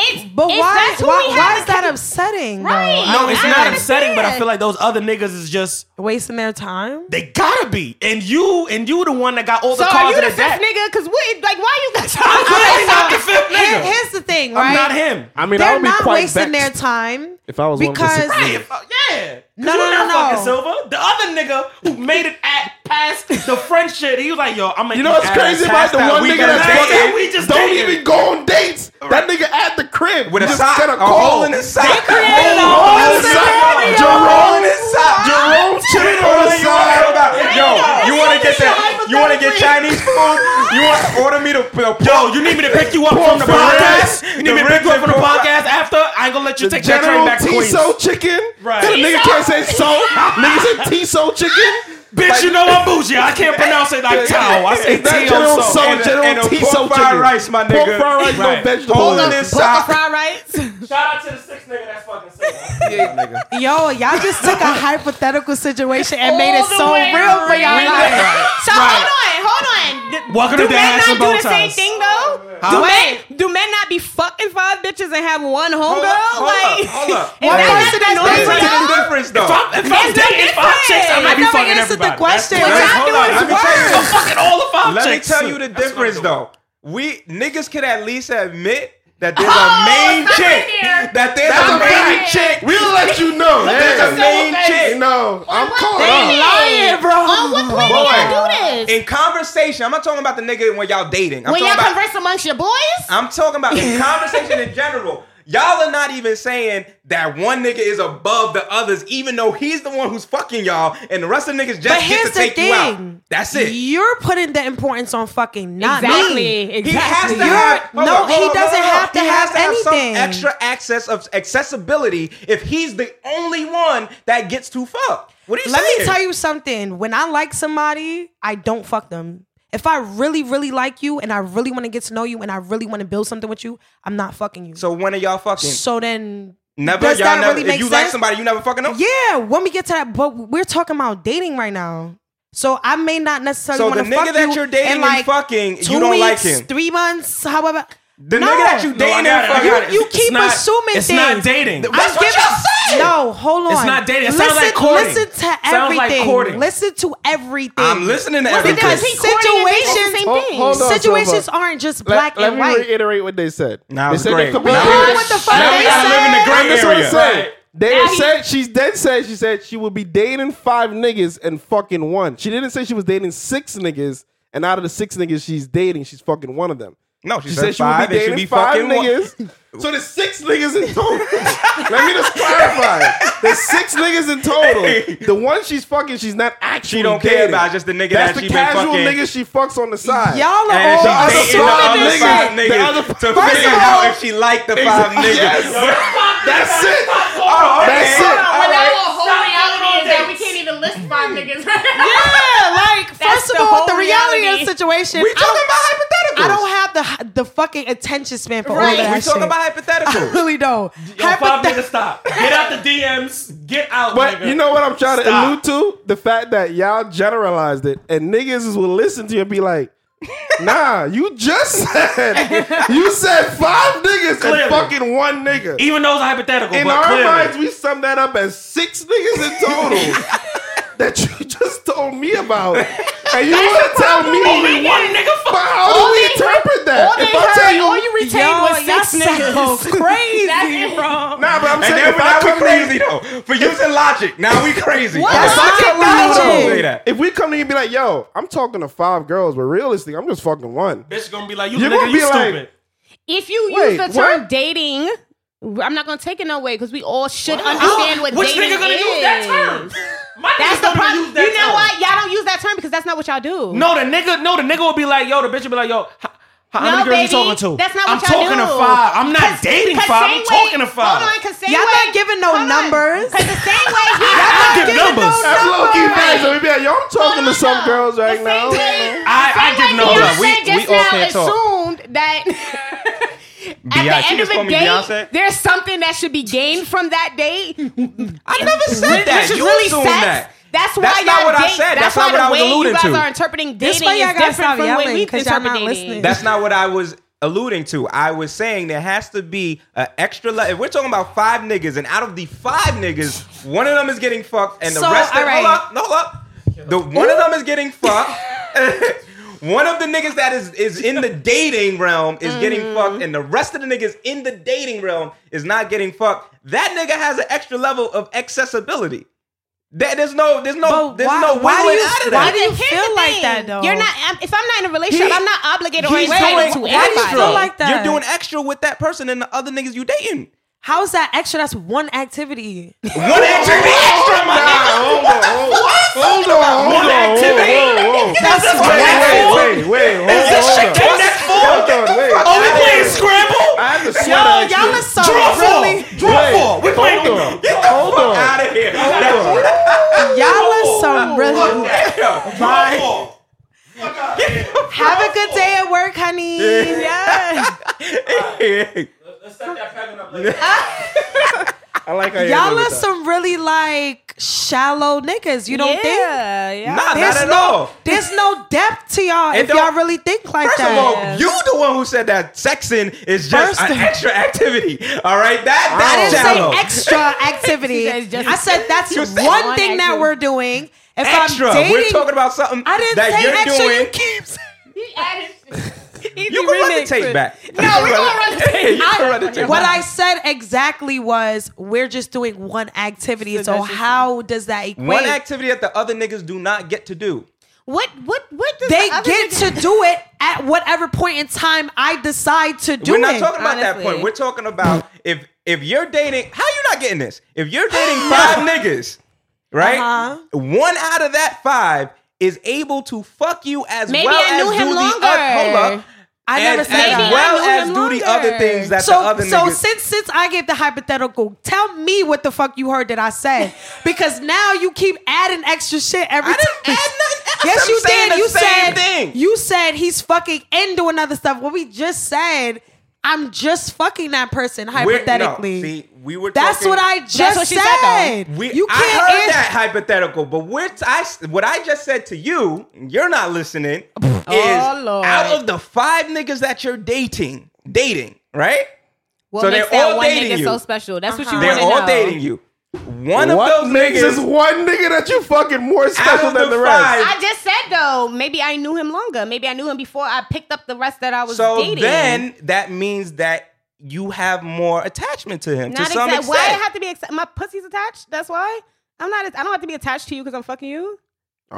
Speaker 7: It's,
Speaker 4: But
Speaker 7: it's,
Speaker 4: why?
Speaker 7: That's who
Speaker 4: Why,
Speaker 7: we
Speaker 4: why
Speaker 7: have
Speaker 4: is
Speaker 7: to
Speaker 4: that
Speaker 7: con-
Speaker 4: upsetting? though?
Speaker 7: Right.
Speaker 4: I
Speaker 6: No,
Speaker 4: don't
Speaker 6: it's
Speaker 7: I
Speaker 6: not
Speaker 4: understand.
Speaker 6: upsetting, but I
Speaker 7: understand.
Speaker 6: feel like those other niggas is just
Speaker 4: wasting their time.
Speaker 6: they gotta be, and you and you the one that got all the
Speaker 7: So are
Speaker 6: cards
Speaker 7: you
Speaker 6: in
Speaker 7: the
Speaker 6: the
Speaker 7: fifth
Speaker 6: deck.
Speaker 7: nigga? Because what? Like why you guys?
Speaker 6: I'm clearly not the fifth
Speaker 4: Here-
Speaker 6: nigga.
Speaker 4: here's the thing, right?
Speaker 6: I'm not him.
Speaker 5: I mean, I
Speaker 4: They're
Speaker 5: would be
Speaker 4: not
Speaker 5: quite
Speaker 4: wasting their
Speaker 5: vexed
Speaker 4: time
Speaker 5: if I was one of the
Speaker 4: because
Speaker 5: six
Speaker 6: Right, if- yeah.
Speaker 4: No,
Speaker 6: No, you're
Speaker 4: no,
Speaker 6: not
Speaker 4: no, no.
Speaker 6: fucking silver. The other nigga who made it at past the friend shit, he was like, "Yo, I'm."
Speaker 5: You know what's crazy about the
Speaker 2: passed out. We
Speaker 5: one nigga
Speaker 2: got
Speaker 5: that's
Speaker 2: dated.
Speaker 5: fucking?
Speaker 6: We just
Speaker 5: don't
Speaker 6: dated.
Speaker 5: even go on dates. That nigga at the crib
Speaker 2: with a
Speaker 5: You just
Speaker 2: sock,
Speaker 5: get
Speaker 2: a hole in his sock, a
Speaker 5: Hole in his sock.
Speaker 2: Jerome
Speaker 5: Jerome chilling on the
Speaker 2: Jerome,
Speaker 5: side.
Speaker 2: You want to get Chinese food? You want to order me the, the
Speaker 3: Yo, you need me to pick you up from the
Speaker 2: for
Speaker 3: podcast?
Speaker 2: ribs,
Speaker 3: You need
Speaker 2: the
Speaker 3: me to pick you up
Speaker 2: ribs
Speaker 3: from the
Speaker 2: and pork.
Speaker 3: podcast after? I ain't gonna let you
Speaker 5: The
Speaker 3: take that train
Speaker 5: General
Speaker 3: back to Queens.
Speaker 5: Tiso chicken.
Speaker 3: Right.
Speaker 5: Then a nigga can't say so. Nigga said Tiso chicken.
Speaker 3: Bitch, you know I'm bougie. I can't pronounce it like Tao. I say
Speaker 5: That
Speaker 3: T
Speaker 5: General
Speaker 3: on
Speaker 5: So,
Speaker 3: so.
Speaker 2: and a-
Speaker 5: General
Speaker 2: and a
Speaker 5: Tiso
Speaker 2: pork fried
Speaker 5: chicken.
Speaker 2: rice, my
Speaker 5: Pork
Speaker 2: nigga.
Speaker 5: fried rice, no
Speaker 2: Right.
Speaker 5: vegetable.
Speaker 2: Hold
Speaker 5: in
Speaker 2: on
Speaker 5: it.
Speaker 2: this
Speaker 7: Pork
Speaker 2: side.
Speaker 7: fried rice.
Speaker 3: Shout out to the six nigga that's fucking sick.
Speaker 4: Yo, y'all just took a hypothetical situation and made it
Speaker 7: All the
Speaker 4: so
Speaker 7: way
Speaker 4: real for y'all.
Speaker 7: around.
Speaker 4: Like,
Speaker 7: So hold on, hold on.
Speaker 3: Welcome
Speaker 7: do
Speaker 3: to
Speaker 7: men
Speaker 3: Dads
Speaker 7: not
Speaker 3: and
Speaker 7: do the
Speaker 3: Bow
Speaker 7: same
Speaker 3: Ties.
Speaker 7: thing though? Do men, do men not be fucking five bitches and have one homegirl? Like,
Speaker 2: hold up.
Speaker 7: is
Speaker 4: Hold
Speaker 7: that not
Speaker 4: up.
Speaker 7: the
Speaker 2: There's a
Speaker 7: norm, though?
Speaker 2: difference, though.
Speaker 3: If I'm, if I'm
Speaker 7: It's
Speaker 3: dating five
Speaker 7: different.
Speaker 3: chicks, I'm
Speaker 4: I
Speaker 3: gonna be
Speaker 4: never
Speaker 3: fucking
Speaker 4: answered the
Speaker 3: everybody. That's
Speaker 4: question.
Speaker 3: the-
Speaker 7: What y'all
Speaker 2: Hold
Speaker 7: doing
Speaker 2: on,
Speaker 7: is
Speaker 2: let me tell you.
Speaker 3: I'm
Speaker 7: work.
Speaker 3: fucking all the five
Speaker 2: Let me
Speaker 3: chicks.
Speaker 2: tell you the
Speaker 3: That's what I'm
Speaker 2: difference
Speaker 3: doing.
Speaker 2: though. We niggas can at least admit that there's a
Speaker 7: Oh,
Speaker 2: main
Speaker 7: it's not
Speaker 2: chick.
Speaker 7: in there.
Speaker 2: That there's
Speaker 5: That's
Speaker 2: a
Speaker 5: a
Speaker 2: main
Speaker 5: fact.
Speaker 2: chick.
Speaker 5: We'll let you know.
Speaker 2: There's a
Speaker 5: Yeah.
Speaker 2: main
Speaker 5: You
Speaker 2: chick.
Speaker 5: know, I'm caught
Speaker 7: They
Speaker 5: up.
Speaker 7: lying, bro. On what planet y'all do this?
Speaker 2: In conversation, I'm not talking about the nigga when y'all dating. I'm
Speaker 7: When
Speaker 2: talking
Speaker 7: y'all
Speaker 2: about
Speaker 7: converse amongst your boys?
Speaker 2: I'm talking about in conversation in general. Y'all are not even saying that one nigga is above the others, even though he's the one who's fucking y'all, and the rest of the niggas
Speaker 4: But
Speaker 2: just get
Speaker 4: here's
Speaker 2: to take
Speaker 4: the
Speaker 2: you out.
Speaker 4: thing.
Speaker 2: That's it.
Speaker 4: You're putting the importance on fucking not me.
Speaker 7: Exactly.
Speaker 2: He has
Speaker 7: Exactly.
Speaker 2: to have
Speaker 4: You're- no, he doesn't have to
Speaker 2: He
Speaker 4: have
Speaker 2: has to have
Speaker 4: anything.
Speaker 2: some extra access of accessibility if he's the only one that gets to fuck. What are you
Speaker 4: Let
Speaker 2: saying?
Speaker 4: me tell you something. When I like somebody, I don't fuck them. If I really, really like you and I really want to get to know you and I really want to build something with you, I'm not fucking you.
Speaker 2: So when are y'all fucking?
Speaker 4: So then,
Speaker 2: never.
Speaker 4: does
Speaker 2: y'all
Speaker 4: that
Speaker 2: never.
Speaker 4: really
Speaker 2: if
Speaker 4: make
Speaker 2: you like
Speaker 4: sense?
Speaker 2: somebody, you never fucking them.
Speaker 4: yeah, when we get to that, but we're talking about dating right now. So I may not necessarily
Speaker 2: So
Speaker 4: want
Speaker 2: the
Speaker 4: to
Speaker 2: nigga
Speaker 4: fuck you.
Speaker 2: that you're dating
Speaker 4: in
Speaker 2: and
Speaker 4: like
Speaker 2: fucking, you
Speaker 4: two
Speaker 2: don't like
Speaker 4: weeks,
Speaker 2: him.
Speaker 4: Three months, however.
Speaker 2: The
Speaker 4: no.
Speaker 2: nigga that you dating
Speaker 3: got it, I
Speaker 2: and
Speaker 3: got it.
Speaker 2: fucking.
Speaker 4: You
Speaker 3: It's
Speaker 4: keep
Speaker 3: not-
Speaker 4: assuming
Speaker 3: It's
Speaker 4: things.
Speaker 3: not dating.
Speaker 2: That's what
Speaker 4: giving-
Speaker 2: y'all saying.
Speaker 4: No, hold on.
Speaker 3: It's not dating. It
Speaker 4: listen,
Speaker 3: sounds like courting.
Speaker 4: Listen to
Speaker 3: Sounds like
Speaker 4: everything.
Speaker 3: courting.
Speaker 4: Listen to everything.
Speaker 2: I'm listening to
Speaker 7: What's the
Speaker 2: everything.
Speaker 7: difference between courting and dating? It's the
Speaker 5: Hold-
Speaker 7: same thing.
Speaker 5: hold on,
Speaker 4: Situations
Speaker 5: Silva.
Speaker 4: aren't just black
Speaker 5: Let, let
Speaker 4: and
Speaker 5: me
Speaker 4: white.
Speaker 5: reiterate what they said.
Speaker 2: Nah, it
Speaker 5: they
Speaker 2: was
Speaker 5: said
Speaker 2: great.
Speaker 5: they completely.
Speaker 2: Nah,
Speaker 4: Girl, what the fuck
Speaker 2: Now we
Speaker 4: they
Speaker 2: gotta live in the
Speaker 4: said?
Speaker 2: gray
Speaker 5: That's what I'm
Speaker 2: area.
Speaker 5: saying.
Speaker 3: Right.
Speaker 5: They
Speaker 7: Now he-
Speaker 5: said she then said she said she would be dating five niggas and fucking one. She didn't say she was dating six niggas, and out of the six niggas she's dating, she's fucking one of them.
Speaker 2: No, she,
Speaker 5: She
Speaker 2: said,
Speaker 5: said she
Speaker 2: five
Speaker 5: would be
Speaker 2: and
Speaker 5: dating
Speaker 2: she be
Speaker 5: five
Speaker 2: fucking one.
Speaker 5: niggas. So there's six niggas in total. Let me just clarify. There's six niggas in total. The one she's fucking, she's not actually.
Speaker 2: She don't care
Speaker 5: dating.
Speaker 2: about just the nigga that
Speaker 5: That's
Speaker 2: she
Speaker 5: the
Speaker 2: been
Speaker 5: casual
Speaker 2: fucking.
Speaker 5: nigga she fucks on the side.
Speaker 4: Y'all are
Speaker 2: And
Speaker 4: all
Speaker 2: she dating
Speaker 5: other
Speaker 2: the
Speaker 5: five
Speaker 2: other
Speaker 5: niggas.
Speaker 2: five
Speaker 5: The
Speaker 2: niggas
Speaker 5: other-
Speaker 2: to
Speaker 5: First
Speaker 2: figure
Speaker 5: of
Speaker 2: out
Speaker 5: all-
Speaker 2: if she liked the five niggas.
Speaker 5: That's it.
Speaker 2: Oh, okay.
Speaker 5: That's it.
Speaker 7: But
Speaker 2: All
Speaker 7: now
Speaker 2: right.
Speaker 7: our whole reality is that we can't even list five niggas.
Speaker 4: Yeah, like
Speaker 7: That's
Speaker 4: first
Speaker 7: the
Speaker 4: of all, the
Speaker 7: whole
Speaker 4: reality, of
Speaker 7: reality.
Speaker 4: the situation.
Speaker 2: We
Speaker 4: I don't-
Speaker 2: talking about hypotheticals.
Speaker 4: I don't have the the fucking attention span for all
Speaker 7: Right.
Speaker 4: of that
Speaker 2: We talking
Speaker 4: shit.
Speaker 2: about
Speaker 4: I
Speaker 2: hypotheticals.
Speaker 4: really don't.
Speaker 3: Yo, five
Speaker 4: Hypothet-
Speaker 3: niggas, stop. Get out the DMs. Get out.
Speaker 5: But
Speaker 3: nigga.
Speaker 5: you know what I'm trying
Speaker 3: Stop.
Speaker 5: to allude to? The fact that y'all generalized it and niggas will listen to you and be like, nah, you just said you said five niggas
Speaker 3: Clearly.
Speaker 5: and fucking one nigga.
Speaker 3: even those are hypothetical.
Speaker 5: In
Speaker 3: but
Speaker 5: our
Speaker 3: clearly.
Speaker 5: minds, we sum that up as six niggas in total that you just told me about. And you want to tell me
Speaker 3: only one nigga
Speaker 5: But
Speaker 3: fuck.
Speaker 5: how do we interpret that? If I tell you,
Speaker 7: all you retained was
Speaker 4: y'all
Speaker 7: six niggas.
Speaker 4: sound crazy.
Speaker 7: That's it, bro.
Speaker 5: nah, but I'm
Speaker 2: And
Speaker 5: saying
Speaker 2: then
Speaker 5: if I
Speaker 2: now we
Speaker 5: come to
Speaker 2: crazy
Speaker 5: you,
Speaker 2: though. For using logic, now we crazy.
Speaker 7: What?
Speaker 2: If I
Speaker 4: Logic,
Speaker 2: come to you,
Speaker 4: logic.
Speaker 2: though, say that.
Speaker 5: if we come to you and be like, yo, I'm talking to five girls, but realistically, I'm just fucking one.
Speaker 3: Bitch gonna be like, you
Speaker 5: You're
Speaker 3: nigga,
Speaker 5: gonna
Speaker 3: you
Speaker 5: be like-
Speaker 3: stupid.
Speaker 7: If you
Speaker 5: Wait,
Speaker 7: use the term
Speaker 5: what?
Speaker 7: dating, I'm not gonna take it no way because we all should understand what
Speaker 3: Which
Speaker 7: dating
Speaker 3: nigga gonna
Speaker 7: is.
Speaker 3: use that term? My
Speaker 7: That's
Speaker 3: niggas don't
Speaker 7: the
Speaker 3: even
Speaker 7: problem.
Speaker 3: use that
Speaker 7: you know
Speaker 3: term.
Speaker 7: what? Y'all don't use that term because that's not what y'all do.
Speaker 3: No, the nigga, no, the nigga will be like, yo, the bitch will be like, yo, how, how
Speaker 7: No,
Speaker 3: many girls
Speaker 7: baby,
Speaker 3: you talking to?
Speaker 7: That's not
Speaker 3: I'm
Speaker 7: what y'all
Speaker 3: talking
Speaker 7: do.
Speaker 3: to five. I'm not
Speaker 7: 'Cause-
Speaker 3: dating
Speaker 7: 'cause
Speaker 3: five.
Speaker 7: same
Speaker 3: I'm
Speaker 7: way-
Speaker 3: talking to five.
Speaker 7: Hold on, because same
Speaker 4: Y'all
Speaker 7: way,
Speaker 4: not giving no numbers.
Speaker 7: Because the same way he
Speaker 3: I give numbers.
Speaker 5: That's low key facts. So we be like, yo, I'm talking
Speaker 7: no,
Speaker 5: to some
Speaker 7: no.
Speaker 5: girls right
Speaker 7: The
Speaker 5: now.
Speaker 7: same
Speaker 3: I-
Speaker 7: way- the
Speaker 3: I give
Speaker 7: same way
Speaker 3: numbers.
Speaker 2: Hold on,
Speaker 7: Beyonce
Speaker 2: we- we
Speaker 7: just
Speaker 2: all
Speaker 7: now
Speaker 2: can't talk.
Speaker 7: assumed that. At
Speaker 2: Beyonce.
Speaker 7: the
Speaker 2: She
Speaker 7: end of
Speaker 2: just
Speaker 7: a
Speaker 2: called me Beyonce?
Speaker 7: date, there's something that should be gained from that date.
Speaker 2: I never said
Speaker 7: Which
Speaker 2: that.
Speaker 7: is
Speaker 2: You
Speaker 7: really
Speaker 2: assumed
Speaker 7: sex.
Speaker 2: that.
Speaker 7: That's why
Speaker 2: That's
Speaker 7: y'all
Speaker 2: not what I
Speaker 7: date.
Speaker 2: said.
Speaker 7: That's,
Speaker 2: That's not
Speaker 7: why
Speaker 2: what
Speaker 7: the
Speaker 2: I was
Speaker 7: way
Speaker 2: alluding
Speaker 7: you guys
Speaker 2: to.
Speaker 7: are interpreting dating
Speaker 4: This why
Speaker 7: is
Speaker 4: y'all gotta
Speaker 7: different
Speaker 4: stop
Speaker 7: from what
Speaker 4: yelling,
Speaker 7: we
Speaker 4: 'cause y'all
Speaker 7: interpret
Speaker 4: not
Speaker 7: dating.
Speaker 4: listening.
Speaker 2: That's not what I was alluding to. I was saying there has to be an extra level. If we're talking about five niggas, and out of the five niggas, one of them is getting fucked, and the
Speaker 4: So,
Speaker 2: rest. Of,
Speaker 4: all right.
Speaker 2: Hold up, no, hold up. The one of them is getting fucked. one of the niggas that is is in the dating realm is
Speaker 4: Mm-hmm.
Speaker 2: getting fucked, and the rest of the niggas in the dating realm is not getting fucked. That nigga has an extra level of accessibility. That there's no there's no
Speaker 4: But
Speaker 2: there's
Speaker 4: why-
Speaker 2: no
Speaker 4: why do
Speaker 2: wiggling
Speaker 4: you-
Speaker 2: out of
Speaker 4: why
Speaker 2: that.
Speaker 4: do you
Speaker 7: Here's
Speaker 4: feel
Speaker 7: the
Speaker 4: like
Speaker 7: thing.
Speaker 4: that, though?
Speaker 7: You're not. I'm, if I'm not in a relationship,
Speaker 2: He-
Speaker 7: I'm not obligated or
Speaker 2: He's
Speaker 7: entitled to
Speaker 2: doing
Speaker 4: why do you
Speaker 7: anybody.
Speaker 4: feel like that?
Speaker 2: You're doing extra with that person and the other niggas you dating.
Speaker 4: How is that extra? That's one activity.
Speaker 2: One activity extra, my nigga.
Speaker 5: Hold on, hold on, hold on, hold on.
Speaker 6: Is
Speaker 4: That's
Speaker 6: this
Speaker 5: Wait,
Speaker 6: connect four?
Speaker 5: wait, wait, wait. Hold
Speaker 6: Is this
Speaker 5: on,
Speaker 6: shit
Speaker 5: hold on.
Speaker 6: connect four?
Speaker 5: Hold on, wait.
Speaker 6: Are we playing scramble?
Speaker 5: I have to sweat
Speaker 4: Yo,
Speaker 5: at
Speaker 4: y'all
Speaker 5: you.
Speaker 4: are so
Speaker 6: Draw
Speaker 4: really.
Speaker 6: four. Draw four. We playing.
Speaker 5: Hold on. Hold on.
Speaker 3: out of here.
Speaker 5: Hold on.
Speaker 4: Y'all are so really.
Speaker 6: Draw four.
Speaker 4: Have a good day at work, honey. Yes.
Speaker 5: I like how
Speaker 4: Y'all
Speaker 5: handled
Speaker 4: are
Speaker 5: that.
Speaker 4: some really like shallow niggas. You don't think?
Speaker 7: yeah, yeah.
Speaker 2: Nah, not
Speaker 4: There's
Speaker 2: at
Speaker 4: no,
Speaker 2: all.
Speaker 4: There's no depth to y'all
Speaker 2: It
Speaker 4: if y'all
Speaker 2: don't-
Speaker 4: really think like
Speaker 2: First
Speaker 4: that.
Speaker 2: of all, you the one who said that sexing is just
Speaker 4: First
Speaker 2: an
Speaker 4: of-
Speaker 2: extra activity. All right, that
Speaker 4: I
Speaker 2: that's
Speaker 4: didn't
Speaker 2: shallow.
Speaker 4: say extra activity.
Speaker 7: She said just-
Speaker 4: I said that's
Speaker 2: You
Speaker 4: one
Speaker 2: said-
Speaker 4: thing
Speaker 7: One
Speaker 4: that
Speaker 7: activity.
Speaker 4: we're doing. If
Speaker 2: Extra.
Speaker 4: I'm dating,
Speaker 2: We're talking about something
Speaker 4: I didn't
Speaker 2: that
Speaker 4: say
Speaker 2: you're
Speaker 4: extra.
Speaker 2: doing.
Speaker 4: You keep saying-
Speaker 7: He added. He
Speaker 2: You can run the tape
Speaker 7: remixed
Speaker 2: back.
Speaker 7: it. No, we gonna run the tape.
Speaker 2: You can
Speaker 7: I-
Speaker 2: run the tape
Speaker 4: What
Speaker 2: back.
Speaker 4: I said exactly was we're just doing one activity. So,
Speaker 7: that's just-
Speaker 4: how does that equate?
Speaker 2: One activity that the other niggas do not get to do.
Speaker 7: What? What? What? Does
Speaker 4: they
Speaker 7: the other
Speaker 4: get
Speaker 7: nigga-
Speaker 4: to do it at whatever point in time I decide to do
Speaker 2: We're not
Speaker 4: it.
Speaker 2: talking about that
Speaker 7: honestly.
Speaker 2: point. We're talking about if if you're dating, how you not getting this? If you're dating five niggas, right?
Speaker 4: Uh-huh.
Speaker 2: One out of that five is able to fuck you as
Speaker 7: Maybe
Speaker 2: well
Speaker 7: I knew
Speaker 2: as
Speaker 7: him
Speaker 2: do
Speaker 7: longer.
Speaker 2: the other. Hold up.
Speaker 4: I
Speaker 2: and
Speaker 4: never said
Speaker 2: as
Speaker 4: that.
Speaker 2: well
Speaker 7: I knew
Speaker 2: as
Speaker 7: him
Speaker 2: do the
Speaker 7: longer.
Speaker 2: other things that the
Speaker 4: so,
Speaker 2: other
Speaker 4: so
Speaker 2: niggas.
Speaker 4: since since I gave the hypothetical, tell me what the fuck you heard that I said, because now you keep adding extra shit every
Speaker 2: I didn't
Speaker 4: time.
Speaker 2: add nothing else.
Speaker 4: Yes,
Speaker 2: I'm
Speaker 4: you
Speaker 2: saying
Speaker 4: did.
Speaker 2: the
Speaker 4: You
Speaker 2: same
Speaker 4: said
Speaker 2: thing.
Speaker 4: you said he's fucking and doing other stuff. What we just said, I'm just fucking that person
Speaker 2: We're- no,
Speaker 4: hypothetically.
Speaker 2: see, we were.
Speaker 4: That's
Speaker 2: talking-
Speaker 4: what I just
Speaker 7: That's what she
Speaker 4: said.
Speaker 7: said,
Speaker 2: We,
Speaker 4: you can't
Speaker 2: I heard
Speaker 4: answer-
Speaker 2: that hypothetical, but we're t- I, what I just said to you, you're not listening. Is
Speaker 7: Oh, Lord.
Speaker 2: out of the five niggas that you're dating, dating, right?
Speaker 7: What
Speaker 2: So
Speaker 7: makes
Speaker 2: they're
Speaker 7: that
Speaker 2: all
Speaker 7: one
Speaker 2: dating
Speaker 7: nigga
Speaker 2: you.
Speaker 7: so special? That's what you
Speaker 2: They're
Speaker 7: want to know.
Speaker 2: all dating you. One
Speaker 5: What
Speaker 2: of those
Speaker 5: makes
Speaker 2: niggas
Speaker 5: this one nigga that you fucking more
Speaker 2: out
Speaker 5: special
Speaker 2: of the,
Speaker 5: than the
Speaker 2: five.
Speaker 5: rest?
Speaker 7: I just said though, maybe I knew him longer. Maybe I knew him before I picked up the rest that I was
Speaker 2: so
Speaker 7: dating.
Speaker 2: then that means that you have more attachment to him
Speaker 7: not
Speaker 2: to some
Speaker 7: exact-
Speaker 2: extent.
Speaker 7: Why I have to be exa- my pussy's attached? That's why I'm not. I don't have to be attached to you because I'm fucking you.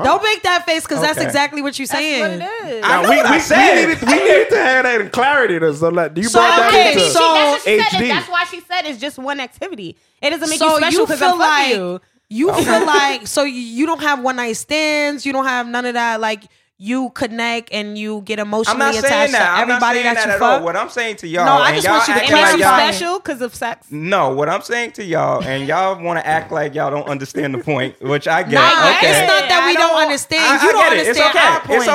Speaker 4: Don't make that face, because that's
Speaker 2: Okay.
Speaker 4: exactly what you're
Speaker 7: That's
Speaker 4: saying.
Speaker 7: what it is.
Speaker 2: I know
Speaker 5: we,
Speaker 2: what I
Speaker 5: we,
Speaker 2: said.
Speaker 5: we needed, we needed to have that in clarity or something. Like, you
Speaker 4: So,
Speaker 5: brought that
Speaker 4: okay,
Speaker 5: into
Speaker 7: she,
Speaker 4: so-
Speaker 7: that's, what she said,
Speaker 5: HD.
Speaker 7: and that's why she said it's just one activity. It doesn't make
Speaker 4: so
Speaker 7: you special
Speaker 4: you
Speaker 7: because
Speaker 4: feel
Speaker 7: I'm
Speaker 4: like
Speaker 7: fucking
Speaker 4: you,
Speaker 7: you.
Speaker 4: feel like so you- you don't have one night stands. You don't have none of that. Like you connect and you get emotionally
Speaker 2: I'm not saying
Speaker 4: attached
Speaker 2: that.
Speaker 4: to
Speaker 2: I'm not
Speaker 4: everybody
Speaker 2: saying that
Speaker 4: you
Speaker 2: at
Speaker 4: fuck.
Speaker 2: all. What I'm saying to y'all,
Speaker 4: No, I
Speaker 2: and
Speaker 4: just
Speaker 2: y'all
Speaker 4: want you to
Speaker 2: acting
Speaker 7: It
Speaker 4: Like
Speaker 7: makes
Speaker 2: like
Speaker 7: you
Speaker 2: y'all,
Speaker 7: special because of sex.
Speaker 2: No, what I'm saying to y'all, and y'all want to act like y'all don't understand the point, which I get.
Speaker 7: Nah,
Speaker 2: okay.
Speaker 4: It's not that
Speaker 7: I
Speaker 4: we don't,
Speaker 7: don't-
Speaker 4: understand.
Speaker 2: I, I
Speaker 4: you don't
Speaker 2: get it.
Speaker 4: understand our
Speaker 2: It's okay.
Speaker 4: point.
Speaker 2: It's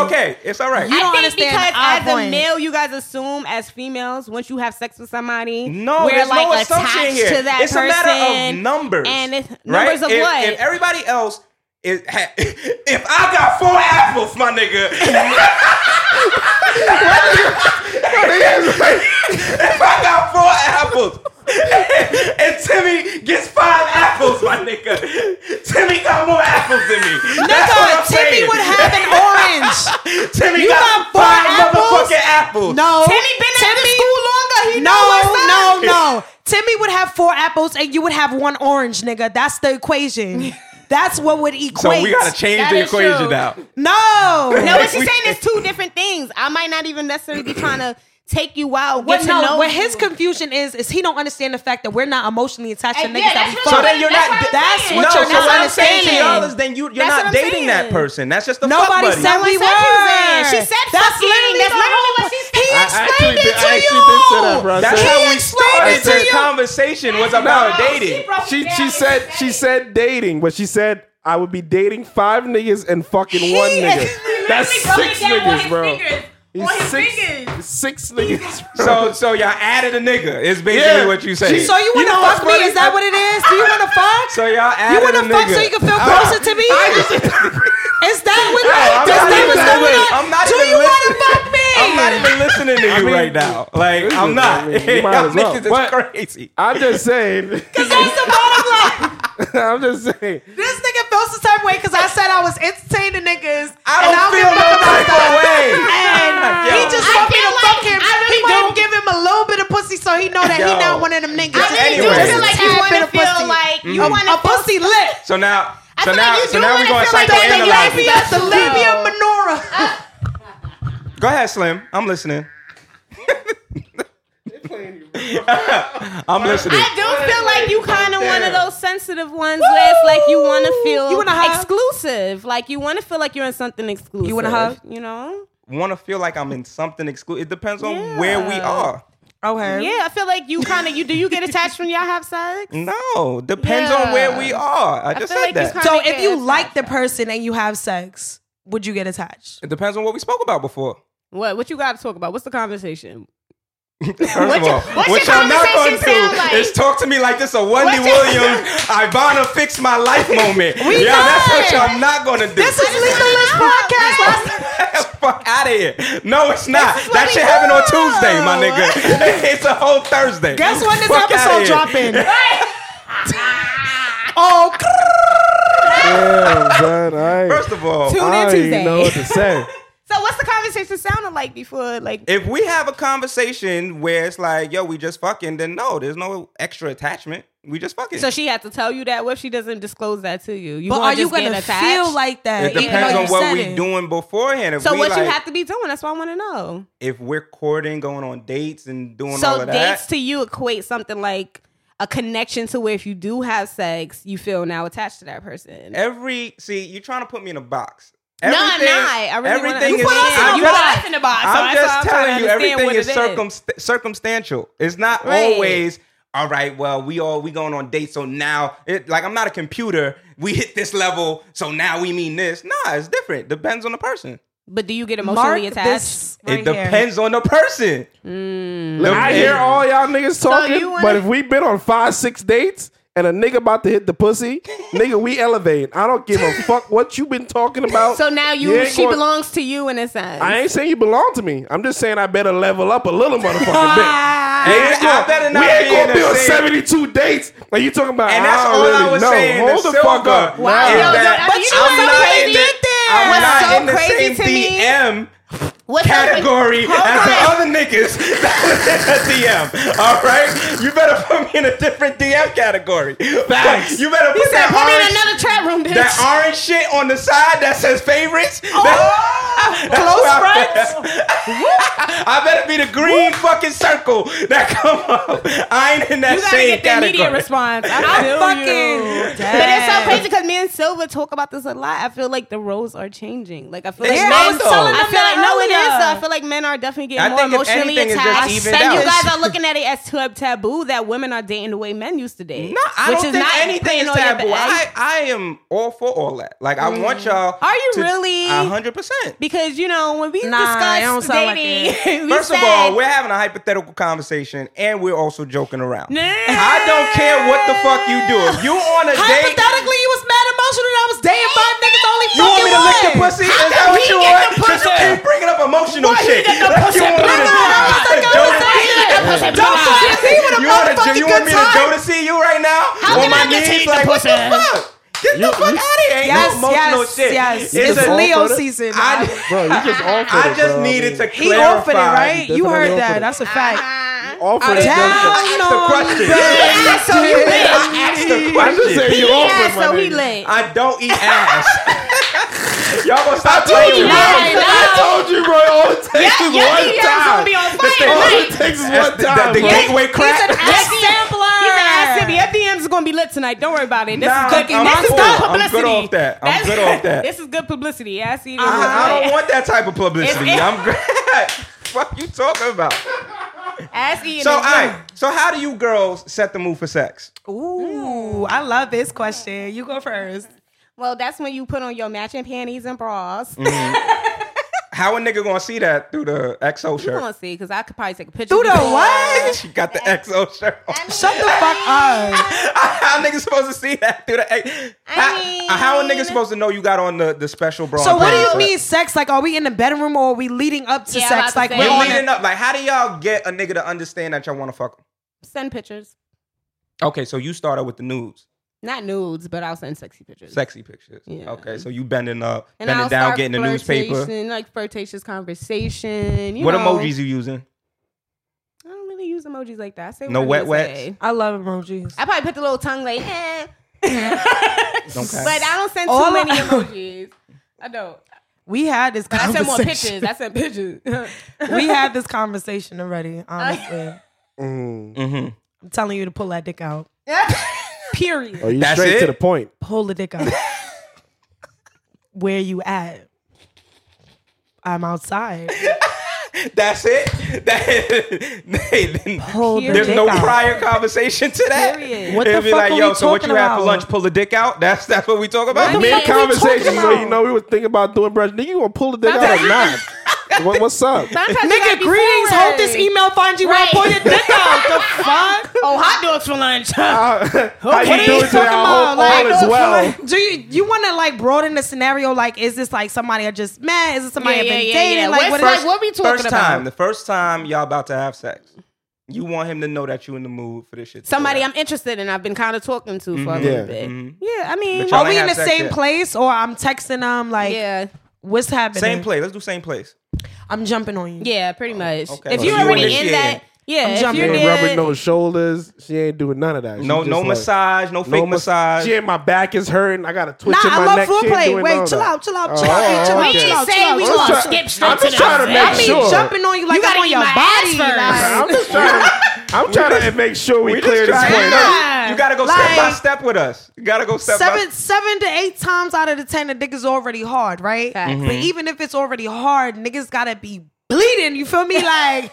Speaker 2: okay. It's all right.
Speaker 4: You don't
Speaker 7: I think
Speaker 4: understand
Speaker 7: because
Speaker 4: our
Speaker 7: as
Speaker 4: point.
Speaker 7: a male, you guys assume as females once you have sex with somebody,
Speaker 2: No,
Speaker 7: we're
Speaker 2: there's
Speaker 7: like
Speaker 2: no
Speaker 7: attached
Speaker 2: assumption here.
Speaker 7: to that
Speaker 2: it's a
Speaker 7: person.
Speaker 2: matter of numbers.
Speaker 7: and it's
Speaker 2: right?
Speaker 7: numbers of
Speaker 2: if,
Speaker 7: what?
Speaker 2: If everybody else is, ha- if I got four apples, my nigga, if I got four apples. and Timmy gets five apples, my nigga. Timmy got more apples than me. That's what I'm
Speaker 4: Nigga, Timmy
Speaker 2: saying.
Speaker 4: would have an orange.
Speaker 2: Timmy
Speaker 4: You
Speaker 2: got,
Speaker 4: got four
Speaker 2: five
Speaker 4: apples?
Speaker 2: motherfucking apples.
Speaker 4: No,
Speaker 7: Timmy been at the school longer. He
Speaker 4: no,
Speaker 7: know what's up.
Speaker 4: no, no. Timmy would have four apples and you would have one orange, nigga. That's the equation. That's what would equate.
Speaker 2: So we gotta change
Speaker 7: That
Speaker 2: the
Speaker 7: is
Speaker 2: equation
Speaker 7: true.
Speaker 2: now.
Speaker 4: No,
Speaker 7: No, but she's saying it's two different things. I might not even necessarily be trying to take you out. Get
Speaker 4: What
Speaker 7: to
Speaker 4: no,
Speaker 7: know
Speaker 4: what
Speaker 7: you.
Speaker 4: his confusion is is he don't understand the fact that we're not emotionally attached to
Speaker 7: And
Speaker 4: niggas
Speaker 7: yeah,
Speaker 4: that we
Speaker 7: that's
Speaker 4: fuck.
Speaker 2: So
Speaker 7: really
Speaker 2: then you're
Speaker 7: That's
Speaker 2: not.
Speaker 7: what I'm
Speaker 2: no. so what
Speaker 4: That's what you're
Speaker 7: saying.
Speaker 4: not
Speaker 2: I'm saying to
Speaker 4: understanding.
Speaker 2: y'all is then you you're
Speaker 7: That's
Speaker 2: not
Speaker 7: what I'm
Speaker 2: dating that
Speaker 7: saying.
Speaker 2: person. That's just a fuck
Speaker 4: Nobody
Speaker 2: buddy.
Speaker 4: said we
Speaker 7: Someone said you
Speaker 4: were.
Speaker 7: were. She said
Speaker 4: that's
Speaker 7: fucking.
Speaker 4: literally
Speaker 7: That's
Speaker 4: the
Speaker 7: literally
Speaker 4: whole
Speaker 7: what she
Speaker 4: point.
Speaker 7: said.
Speaker 4: He
Speaker 7: I
Speaker 4: explained
Speaker 5: actually
Speaker 4: it
Speaker 5: did-
Speaker 4: to
Speaker 5: I actually
Speaker 4: you.
Speaker 5: did say that, bro. I
Speaker 2: That's
Speaker 4: he
Speaker 5: said-
Speaker 2: how we
Speaker 4: explained
Speaker 2: started
Speaker 4: it to
Speaker 2: the
Speaker 4: you.
Speaker 2: conversation was about
Speaker 7: No,
Speaker 2: dating.
Speaker 7: broke it
Speaker 5: She
Speaker 7: down
Speaker 5: she
Speaker 7: and
Speaker 5: said she said dating, but she said I would be dating five niggas and fucking one nigga. That's six
Speaker 7: Literally broke it down on
Speaker 5: niggas,
Speaker 7: his
Speaker 5: bro.
Speaker 7: fingers.
Speaker 5: He's
Speaker 7: On his
Speaker 5: six,
Speaker 7: fingers.
Speaker 5: six niggas. Bro.
Speaker 2: So so y'all added a nigga. Is basically
Speaker 5: Yeah.
Speaker 2: what you say.
Speaker 4: So you want to
Speaker 5: know
Speaker 4: fuck
Speaker 5: what's
Speaker 4: me?
Speaker 5: funny?
Speaker 4: Is that what it is? Do you want to fuck?
Speaker 2: So y'all
Speaker 4: you
Speaker 2: added
Speaker 4: want
Speaker 2: a
Speaker 4: to
Speaker 2: nigga.
Speaker 4: fuck so you can feel closer to me? is that what? is
Speaker 2: not
Speaker 4: that
Speaker 2: even-
Speaker 4: what's going on?
Speaker 2: I'm not
Speaker 4: Do
Speaker 2: even
Speaker 4: you want to
Speaker 2: listening.
Speaker 4: fuck me?
Speaker 2: I'm not even listening to you
Speaker 5: mean-
Speaker 2: right now. Like I'm not.
Speaker 5: I mean, you might
Speaker 2: Y'all
Speaker 5: as well.
Speaker 2: niggas is
Speaker 5: But-
Speaker 2: crazy.
Speaker 5: I'm just saying.
Speaker 4: That's the bottom line.
Speaker 5: I'm just saying.
Speaker 4: This nigga feels the type way because I said I was entertaining niggas.
Speaker 2: I
Speaker 4: and
Speaker 2: don't
Speaker 4: I
Speaker 2: feel
Speaker 4: give a
Speaker 2: no
Speaker 4: fuck about
Speaker 2: type of
Speaker 4: that.
Speaker 2: way.
Speaker 4: And he
Speaker 2: Yo.
Speaker 4: just
Speaker 7: I
Speaker 4: want me to
Speaker 7: feel like-
Speaker 4: fuck him.
Speaker 7: I really
Speaker 4: he gonna
Speaker 7: do.
Speaker 4: give him a little bit of pussy so he know that he
Speaker 2: Yo.
Speaker 4: not one of them niggas.
Speaker 7: I really do
Speaker 2: Anyway.
Speaker 7: feel like you
Speaker 4: He's
Speaker 7: want
Speaker 4: been
Speaker 7: to
Speaker 4: a
Speaker 7: feel
Speaker 4: pussy.
Speaker 7: like you
Speaker 4: Mm.
Speaker 7: want
Speaker 4: a pussy lit.
Speaker 2: Mm-hmm. So now, so
Speaker 7: feel
Speaker 2: now,
Speaker 7: like you
Speaker 2: so
Speaker 7: do
Speaker 2: now we're
Speaker 7: wanna
Speaker 2: going
Speaker 7: feel like
Speaker 4: Don't think
Speaker 7: Analyze
Speaker 2: psychoanalyze.
Speaker 7: it.
Speaker 4: Labia, the labia minora.
Speaker 2: Go ahead, Slim. I'm listening. I'm listening.
Speaker 7: I do feel like you kind of one of those sensitive ones where it's like you want to feel
Speaker 4: You wanna hug?
Speaker 7: exclusive. Like you want to feel like you're in something exclusive.
Speaker 4: You wanna hug?
Speaker 7: You know?
Speaker 2: Want to feel like I'm in something exclusive. It depends on where we are.
Speaker 4: Okay.
Speaker 7: Yeah, I feel like you kind of you. Do you get attached when y'all have sex?
Speaker 2: No, depends on
Speaker 7: Yeah.
Speaker 2: where we are. I just
Speaker 7: feel
Speaker 2: said
Speaker 7: like
Speaker 2: that.
Speaker 7: you kinda-
Speaker 4: So
Speaker 7: Kinda
Speaker 4: if you
Speaker 7: get
Speaker 4: like the person and you have sex, would you get attached?
Speaker 2: it depends on what we spoke about before.
Speaker 7: What What you got to talk about? What's the conversation?
Speaker 2: First of
Speaker 7: your-
Speaker 2: all,
Speaker 7: what's
Speaker 2: what
Speaker 7: your
Speaker 2: y'all not gonna
Speaker 7: conversation sound
Speaker 2: do
Speaker 7: like?
Speaker 2: is talk to me like this a Wendy
Speaker 7: What's your-
Speaker 2: Williams, Ivana fix my life moment. yeah, that's what y'all not gonna do.
Speaker 4: This is Legalist Podcast.
Speaker 2: Fuck out of here. No, it's not. That shit happened on Tuesday, my nigga. it's a whole Thursday.
Speaker 4: Guess when this
Speaker 2: Fuck outta
Speaker 4: episode
Speaker 2: here.
Speaker 4: dropping? oh,
Speaker 5: Damn, son. I,
Speaker 2: First of all,
Speaker 7: Tune
Speaker 5: I
Speaker 7: in
Speaker 5: don't even
Speaker 7: Tuesday.
Speaker 5: know what to say.
Speaker 7: So what's the conversation sounding like before? Like
Speaker 2: if we have a conversation where it's like, yo, we just fucking, then no, there's no extra attachment. We just fucking.
Speaker 7: so, she had to tell you that. What if she doesn't disclose that to you? You
Speaker 4: but
Speaker 7: wanna
Speaker 4: are you
Speaker 7: just get
Speaker 4: gonna
Speaker 7: attached?
Speaker 4: feel like that?
Speaker 2: it
Speaker 4: even
Speaker 2: depends
Speaker 4: though
Speaker 2: on
Speaker 4: you
Speaker 2: what
Speaker 4: said
Speaker 2: we
Speaker 4: it?
Speaker 2: doing beforehand. If
Speaker 7: So
Speaker 2: we
Speaker 7: what
Speaker 2: like,
Speaker 7: you have to be doing? That's what I want to know.
Speaker 2: if we're courting, going on dates, and doing all
Speaker 7: So
Speaker 2: of
Speaker 7: dates
Speaker 2: that,
Speaker 7: to you equate something like a connection to where if you do have sex, you feel now attached to that person.
Speaker 2: every see, you're trying to put me in a box.
Speaker 7: no, I'm
Speaker 2: Everything-
Speaker 7: not. I really
Speaker 2: everything
Speaker 7: wanna,
Speaker 2: is. I'm
Speaker 7: you
Speaker 2: just-
Speaker 7: put us in the box.
Speaker 2: I'm
Speaker 7: so that's
Speaker 2: just
Speaker 7: why
Speaker 2: telling
Speaker 7: I'm trying
Speaker 2: you,
Speaker 7: to understand
Speaker 2: everything
Speaker 7: what
Speaker 2: is
Speaker 7: it
Speaker 2: circumst- circumstantial. It's not
Speaker 7: Right.
Speaker 2: always all right. Well, we all we going on dates, so now it like I'm not a computer. We hit this level, so now we mean this. Nah, it's different. Depends on the person.
Speaker 7: But do you get
Speaker 4: Mark
Speaker 7: emotionally attached?
Speaker 4: this right
Speaker 2: it
Speaker 4: here.
Speaker 2: depends on the person.
Speaker 7: Mm.
Speaker 5: Look, I hear all y'all niggas talking,
Speaker 7: you wanna-
Speaker 5: but if we been on five, six dates and a nigga about to hit the pussy, nigga, we elevating. I don't give a fuck what you been talking about.
Speaker 7: So now you,
Speaker 5: ain't
Speaker 7: she
Speaker 5: gonna-
Speaker 7: belongs to you in a sense.
Speaker 5: I ain't saying you belong to me. I'm just saying I better level up a little motherfucking bit.
Speaker 2: And
Speaker 5: ain't gonna-
Speaker 2: I better not
Speaker 5: we ain't
Speaker 2: be in
Speaker 5: gonna be
Speaker 2: the
Speaker 5: on
Speaker 2: same-
Speaker 5: 72 dates. Like you talking about,
Speaker 2: And that's
Speaker 5: I
Speaker 2: all
Speaker 5: don't really
Speaker 2: I was
Speaker 5: know.
Speaker 2: saying.
Speaker 5: Hold the,
Speaker 2: the
Speaker 5: fuck
Speaker 2: silver
Speaker 5: up.
Speaker 7: Wow.
Speaker 2: is
Speaker 7: Yo, yo,
Speaker 2: that
Speaker 7: I mean, you know
Speaker 2: I'm
Speaker 7: what's so
Speaker 2: not in
Speaker 7: crazy?
Speaker 2: the- I'm
Speaker 7: What's
Speaker 2: not
Speaker 7: so
Speaker 2: in the
Speaker 7: crazy
Speaker 2: same
Speaker 7: to me-
Speaker 2: DM
Speaker 7: What's up with-
Speaker 2: category
Speaker 7: Hold
Speaker 2: as the
Speaker 7: on.
Speaker 2: other niggas that was in the DM. All right, you better put me in a different DM category. Facts. You better put
Speaker 7: Said,
Speaker 2: that
Speaker 7: Put me in
Speaker 2: orange,
Speaker 7: another trap room, bitch. Oh,
Speaker 2: that orange shit on the side that says favorites. That- that's
Speaker 4: Close
Speaker 2: where I-
Speaker 4: friends.
Speaker 2: I better be the green fucking circle that come up. I ain't in that
Speaker 7: you gotta
Speaker 2: same
Speaker 7: get the immediate
Speaker 2: category.
Speaker 7: response. I feel
Speaker 4: I'm
Speaker 7: you.
Speaker 4: fucking.
Speaker 7: But it's so
Speaker 4: dead.
Speaker 7: crazy because me and Silva talk about this a lot. I feel like the roles are changing. Like I feel like
Speaker 2: It's
Speaker 7: men,
Speaker 2: not, though.
Speaker 7: I feel
Speaker 4: that
Speaker 7: like no, it is.
Speaker 4: earlier.
Speaker 7: though. I feel like men are definitely getting
Speaker 2: I
Speaker 7: more
Speaker 2: think if
Speaker 7: emotionally
Speaker 2: anything, it's just
Speaker 7: attached,
Speaker 2: evened
Speaker 7: and you
Speaker 2: out.
Speaker 7: guys are looking at it as tab- taboo that women are dating the way men used to date.
Speaker 2: No, I
Speaker 7: which
Speaker 2: don't
Speaker 7: is
Speaker 2: think
Speaker 7: not
Speaker 2: anything
Speaker 7: putting
Speaker 2: is
Speaker 7: all your
Speaker 2: taboo.
Speaker 7: bags-
Speaker 2: I, I am all for all that. Like, I want y'all.
Speaker 7: Are you
Speaker 2: to-
Speaker 7: really?
Speaker 2: A hundred percent.
Speaker 7: because you know when we
Speaker 4: Nah, it don't
Speaker 7: discuss
Speaker 4: sound like
Speaker 7: dating, we
Speaker 2: First of
Speaker 7: said-
Speaker 2: all, we're having a hypothetical conversation, and we're also joking around.
Speaker 7: Nah.
Speaker 2: I don't care what the fuck you do. If you on a date,
Speaker 4: Hypothetically, you was mad emotional that I was dating five niggas only
Speaker 2: you want
Speaker 4: fucking
Speaker 2: me to lick the
Speaker 4: one.
Speaker 2: pussy? Is that
Speaker 7: can
Speaker 2: what
Speaker 7: he
Speaker 2: you
Speaker 7: get
Speaker 2: want?
Speaker 7: the pussy?
Speaker 2: Just keep bringing up emotional shit.
Speaker 7: get the pussy?
Speaker 2: You want me to- Don't-
Speaker 7: Don't fuck
Speaker 4: He with a
Speaker 2: You want
Speaker 4: motherfucking
Speaker 2: to? You want
Speaker 4: good
Speaker 2: me to go
Speaker 4: time.
Speaker 2: to see you right now? How on
Speaker 7: can
Speaker 2: my
Speaker 7: I get
Speaker 2: knees,
Speaker 7: you
Speaker 2: like
Speaker 7: the
Speaker 2: what the
Speaker 7: pussy?
Speaker 2: fuck? Get the fuck out of here! Ain't
Speaker 4: Yes,
Speaker 2: no emotional
Speaker 4: yes,
Speaker 2: shit.
Speaker 4: yes. It's,
Speaker 2: a-
Speaker 4: Leo
Speaker 5: offered it?
Speaker 4: season.
Speaker 2: I,
Speaker 5: Bro, you just offered
Speaker 2: I
Speaker 5: it,
Speaker 2: just
Speaker 5: bro.
Speaker 2: needed to
Speaker 4: he
Speaker 2: clarify.
Speaker 4: offered it, right? You
Speaker 5: Definitely
Speaker 4: heard
Speaker 5: offered
Speaker 4: that.
Speaker 5: it.
Speaker 4: That's a fact.
Speaker 5: Offered it.
Speaker 4: Down
Speaker 2: asked the
Speaker 4: on
Speaker 2: question.
Speaker 7: Yeah, so you lit.
Speaker 2: I asked the
Speaker 5: I'm just saying
Speaker 2: question.
Speaker 5: you
Speaker 7: Yeah,
Speaker 5: offered, my
Speaker 7: so he
Speaker 5: nigga.
Speaker 7: lit.
Speaker 2: I don't eat ass. Y'all gonna stop playing
Speaker 5: you,
Speaker 2: with
Speaker 5: bro.
Speaker 2: me?
Speaker 5: I told you, bro. All it takes is
Speaker 7: yeah,
Speaker 5: one
Speaker 7: yeah, it's gonna
Speaker 5: time.
Speaker 7: be on fire.
Speaker 2: This thing-
Speaker 5: All it
Speaker 7: Right.
Speaker 5: takes is
Speaker 2: That's
Speaker 5: one
Speaker 2: the, the,
Speaker 5: time,
Speaker 2: the
Speaker 5: bro.
Speaker 2: gateway crap.
Speaker 7: Yes,
Speaker 4: sampler.
Speaker 7: He's an ass city. Your DMs is gonna be lit tonight. Don't worry about it. This
Speaker 2: Nah,
Speaker 7: is good.
Speaker 2: I'm-
Speaker 7: this
Speaker 2: I'm
Speaker 7: is
Speaker 2: cool.
Speaker 7: good
Speaker 2: I'm good
Speaker 7: publicity.
Speaker 2: off that. I'm
Speaker 7: That's-
Speaker 2: good off that. Uh-huh.
Speaker 7: This is good publicity. E Ass city.
Speaker 2: I, I don't want that type of publicity.
Speaker 7: It's-
Speaker 2: I'm good. Fuck you talking about?
Speaker 7: Ass eating.
Speaker 2: Oh. So
Speaker 7: is
Speaker 2: all
Speaker 7: good.
Speaker 2: right. So how do you girls set the mood for sex?
Speaker 4: Ooh, I love this question. You go first.
Speaker 7: Well, that's when you put on your matching panties and bras.
Speaker 2: Mm, How a nigga gonna see that through the XO
Speaker 7: You gonna
Speaker 2: shirt?
Speaker 7: see? Because I could probably take a picture.
Speaker 4: Through the
Speaker 7: before.
Speaker 4: what?
Speaker 2: She got the XO shirt on.
Speaker 4: Shut the fuck up.
Speaker 2: How niggas supposed to see that through the X? How,
Speaker 7: mean-
Speaker 2: how a nigga supposed to know you got on the, the special bra?
Speaker 4: So
Speaker 2: and
Speaker 4: what do
Speaker 2: panties?
Speaker 4: you mean sex? Like, are we in the bedroom or are we leading up to
Speaker 7: Yeah, I'm about
Speaker 4: sex?
Speaker 7: to
Speaker 4: Like,
Speaker 7: say.
Speaker 4: we're
Speaker 2: You
Speaker 7: You're
Speaker 4: on
Speaker 2: leading
Speaker 4: it.
Speaker 2: up. Like, how do y'all get a nigga to understand that y'all want to fuck him?
Speaker 7: Send pictures.
Speaker 2: Okay, so you started with the nudes,
Speaker 7: Not nudes, but I'll send sexy pictures.
Speaker 2: sexy pictures.
Speaker 7: Yeah.
Speaker 2: Okay, so you bending up,
Speaker 7: And
Speaker 2: bending
Speaker 7: I'll
Speaker 2: down,
Speaker 7: start
Speaker 2: getting the newspaper.
Speaker 7: flirtation, Like flirtatious conversation. You
Speaker 2: What
Speaker 7: know.
Speaker 2: emojis you using?
Speaker 7: I don't really use emojis like that. I say
Speaker 2: No
Speaker 7: what I
Speaker 2: wet
Speaker 7: say.
Speaker 2: wets?
Speaker 4: I love emojis.
Speaker 7: I probably put the little tongue like, eh.
Speaker 2: Okay.
Speaker 7: But I don't send too
Speaker 4: All I-
Speaker 7: many emojis. I don't.
Speaker 4: We had this
Speaker 7: I
Speaker 4: conversation.
Speaker 7: sent more pictures. I sent pictures.
Speaker 4: we had this conversation already, honestly. I'm telling you to pull that dick out. Period.
Speaker 5: Are you
Speaker 2: That's
Speaker 5: straight
Speaker 2: it?
Speaker 5: to the point?
Speaker 4: Pull the dick out. Where you at? I'm outside.
Speaker 2: That's it. That Hey,
Speaker 4: Pull the
Speaker 2: there's
Speaker 4: dick
Speaker 2: no
Speaker 4: out.
Speaker 2: prior conversation to that.
Speaker 7: Period.
Speaker 4: What the
Speaker 2: It'd be
Speaker 4: fuck
Speaker 2: like,
Speaker 4: are
Speaker 2: yo,
Speaker 4: we
Speaker 2: so what you
Speaker 4: talking
Speaker 2: have for
Speaker 4: about?
Speaker 2: lunch? Pull the dick out. That's that's what we talk about.
Speaker 7: What the
Speaker 5: Mid
Speaker 7: fuck are we
Speaker 5: conversation,
Speaker 7: talking
Speaker 5: so you
Speaker 7: about?
Speaker 5: know we was thinking about doing brunch. Nigga, you gonna pull the dick out or not? What, what's up?
Speaker 7: Sometimes you gotta
Speaker 4: Nigga,
Speaker 7: be
Speaker 4: greetings.
Speaker 7: forward.
Speaker 4: Hold this email. Find you out.
Speaker 7: Right.
Speaker 4: Pull your dick out. The fuck?
Speaker 7: Oh, hot dogs for lunch.
Speaker 5: How
Speaker 4: What
Speaker 5: you
Speaker 4: are
Speaker 5: doing today?
Speaker 4: talking
Speaker 5: I hope
Speaker 4: about? Like,
Speaker 5: all is well.
Speaker 4: Do you you want to like broaden the scenario? Like, is this like somebody I just met? Is it somebody
Speaker 7: Yeah,
Speaker 4: I've
Speaker 7: yeah,
Speaker 4: been
Speaker 7: yeah,
Speaker 4: dating?
Speaker 7: yeah.
Speaker 4: Like,
Speaker 7: What's
Speaker 4: what
Speaker 7: like-
Speaker 4: is
Speaker 7: what we talking
Speaker 2: first time,
Speaker 7: about?
Speaker 2: the first time y'all about to have sex, you want him to know that you in the mood for this shit. to go
Speaker 7: Somebody
Speaker 2: down.
Speaker 7: I'm interested in. I've been kind of talking to for a little
Speaker 5: Yeah.
Speaker 7: bit.
Speaker 4: Mm-hmm.
Speaker 7: Yeah, I mean,
Speaker 2: But y'all
Speaker 4: Are we
Speaker 2: ain't
Speaker 4: in the
Speaker 2: have sex
Speaker 4: same
Speaker 2: yet.
Speaker 4: place, or I'm texting them? Like,
Speaker 7: yeah,
Speaker 4: what's happening?
Speaker 2: Same place. Let's do same place.
Speaker 4: I'm jumping on you.
Speaker 7: yeah, pretty much.
Speaker 2: okay.
Speaker 7: If
Speaker 2: So
Speaker 7: you're
Speaker 2: you
Speaker 7: already in
Speaker 2: initiating.
Speaker 7: that, yeah, if
Speaker 4: jumping
Speaker 7: you're
Speaker 4: in.
Speaker 5: Ain't rubbing
Speaker 7: there,
Speaker 5: no shoulders. She ain't doing none of that. She
Speaker 2: No,
Speaker 5: just
Speaker 2: no
Speaker 5: like-
Speaker 2: massage, no fake
Speaker 5: no mas-
Speaker 2: massage.
Speaker 5: She ain't my back is hurting. I got a twitch
Speaker 4: Nah,
Speaker 5: in my
Speaker 4: I love
Speaker 5: neck. She ain't
Speaker 4: foreplay.
Speaker 5: doing none
Speaker 4: Wait,
Speaker 5: of
Speaker 4: chill
Speaker 5: that.
Speaker 4: out, chill out, chill out,
Speaker 5: Oh,
Speaker 4: chill out, chill
Speaker 5: okay.
Speaker 7: we
Speaker 4: out,
Speaker 7: ain't
Speaker 4: chill out.
Speaker 7: saying we
Speaker 4: chill out.
Speaker 7: gonna
Speaker 5: try-
Speaker 7: skip
Speaker 5: I'm
Speaker 7: straight
Speaker 5: just
Speaker 7: to
Speaker 5: trying to
Speaker 7: the.
Speaker 5: make
Speaker 4: I mean,
Speaker 5: sure.
Speaker 4: jumping on you like I'm
Speaker 7: You gotta
Speaker 4: on
Speaker 7: eat
Speaker 4: your
Speaker 7: my
Speaker 4: body.
Speaker 7: ass
Speaker 4: like-
Speaker 5: I'm just trying to, I'm trying to make sure we,
Speaker 2: We just
Speaker 5: clear this
Speaker 2: trying-
Speaker 5: point up.
Speaker 7: up.
Speaker 2: You gotta go step by
Speaker 4: Like-
Speaker 2: step with us. You gotta go step
Speaker 4: seven
Speaker 2: by
Speaker 4: seven to eight times out of the ten, the dick is already hard, right?
Speaker 7: Facts.
Speaker 2: Mm-hmm.
Speaker 4: But even if it's already hard, niggas gotta be bleeding. You feel me? Like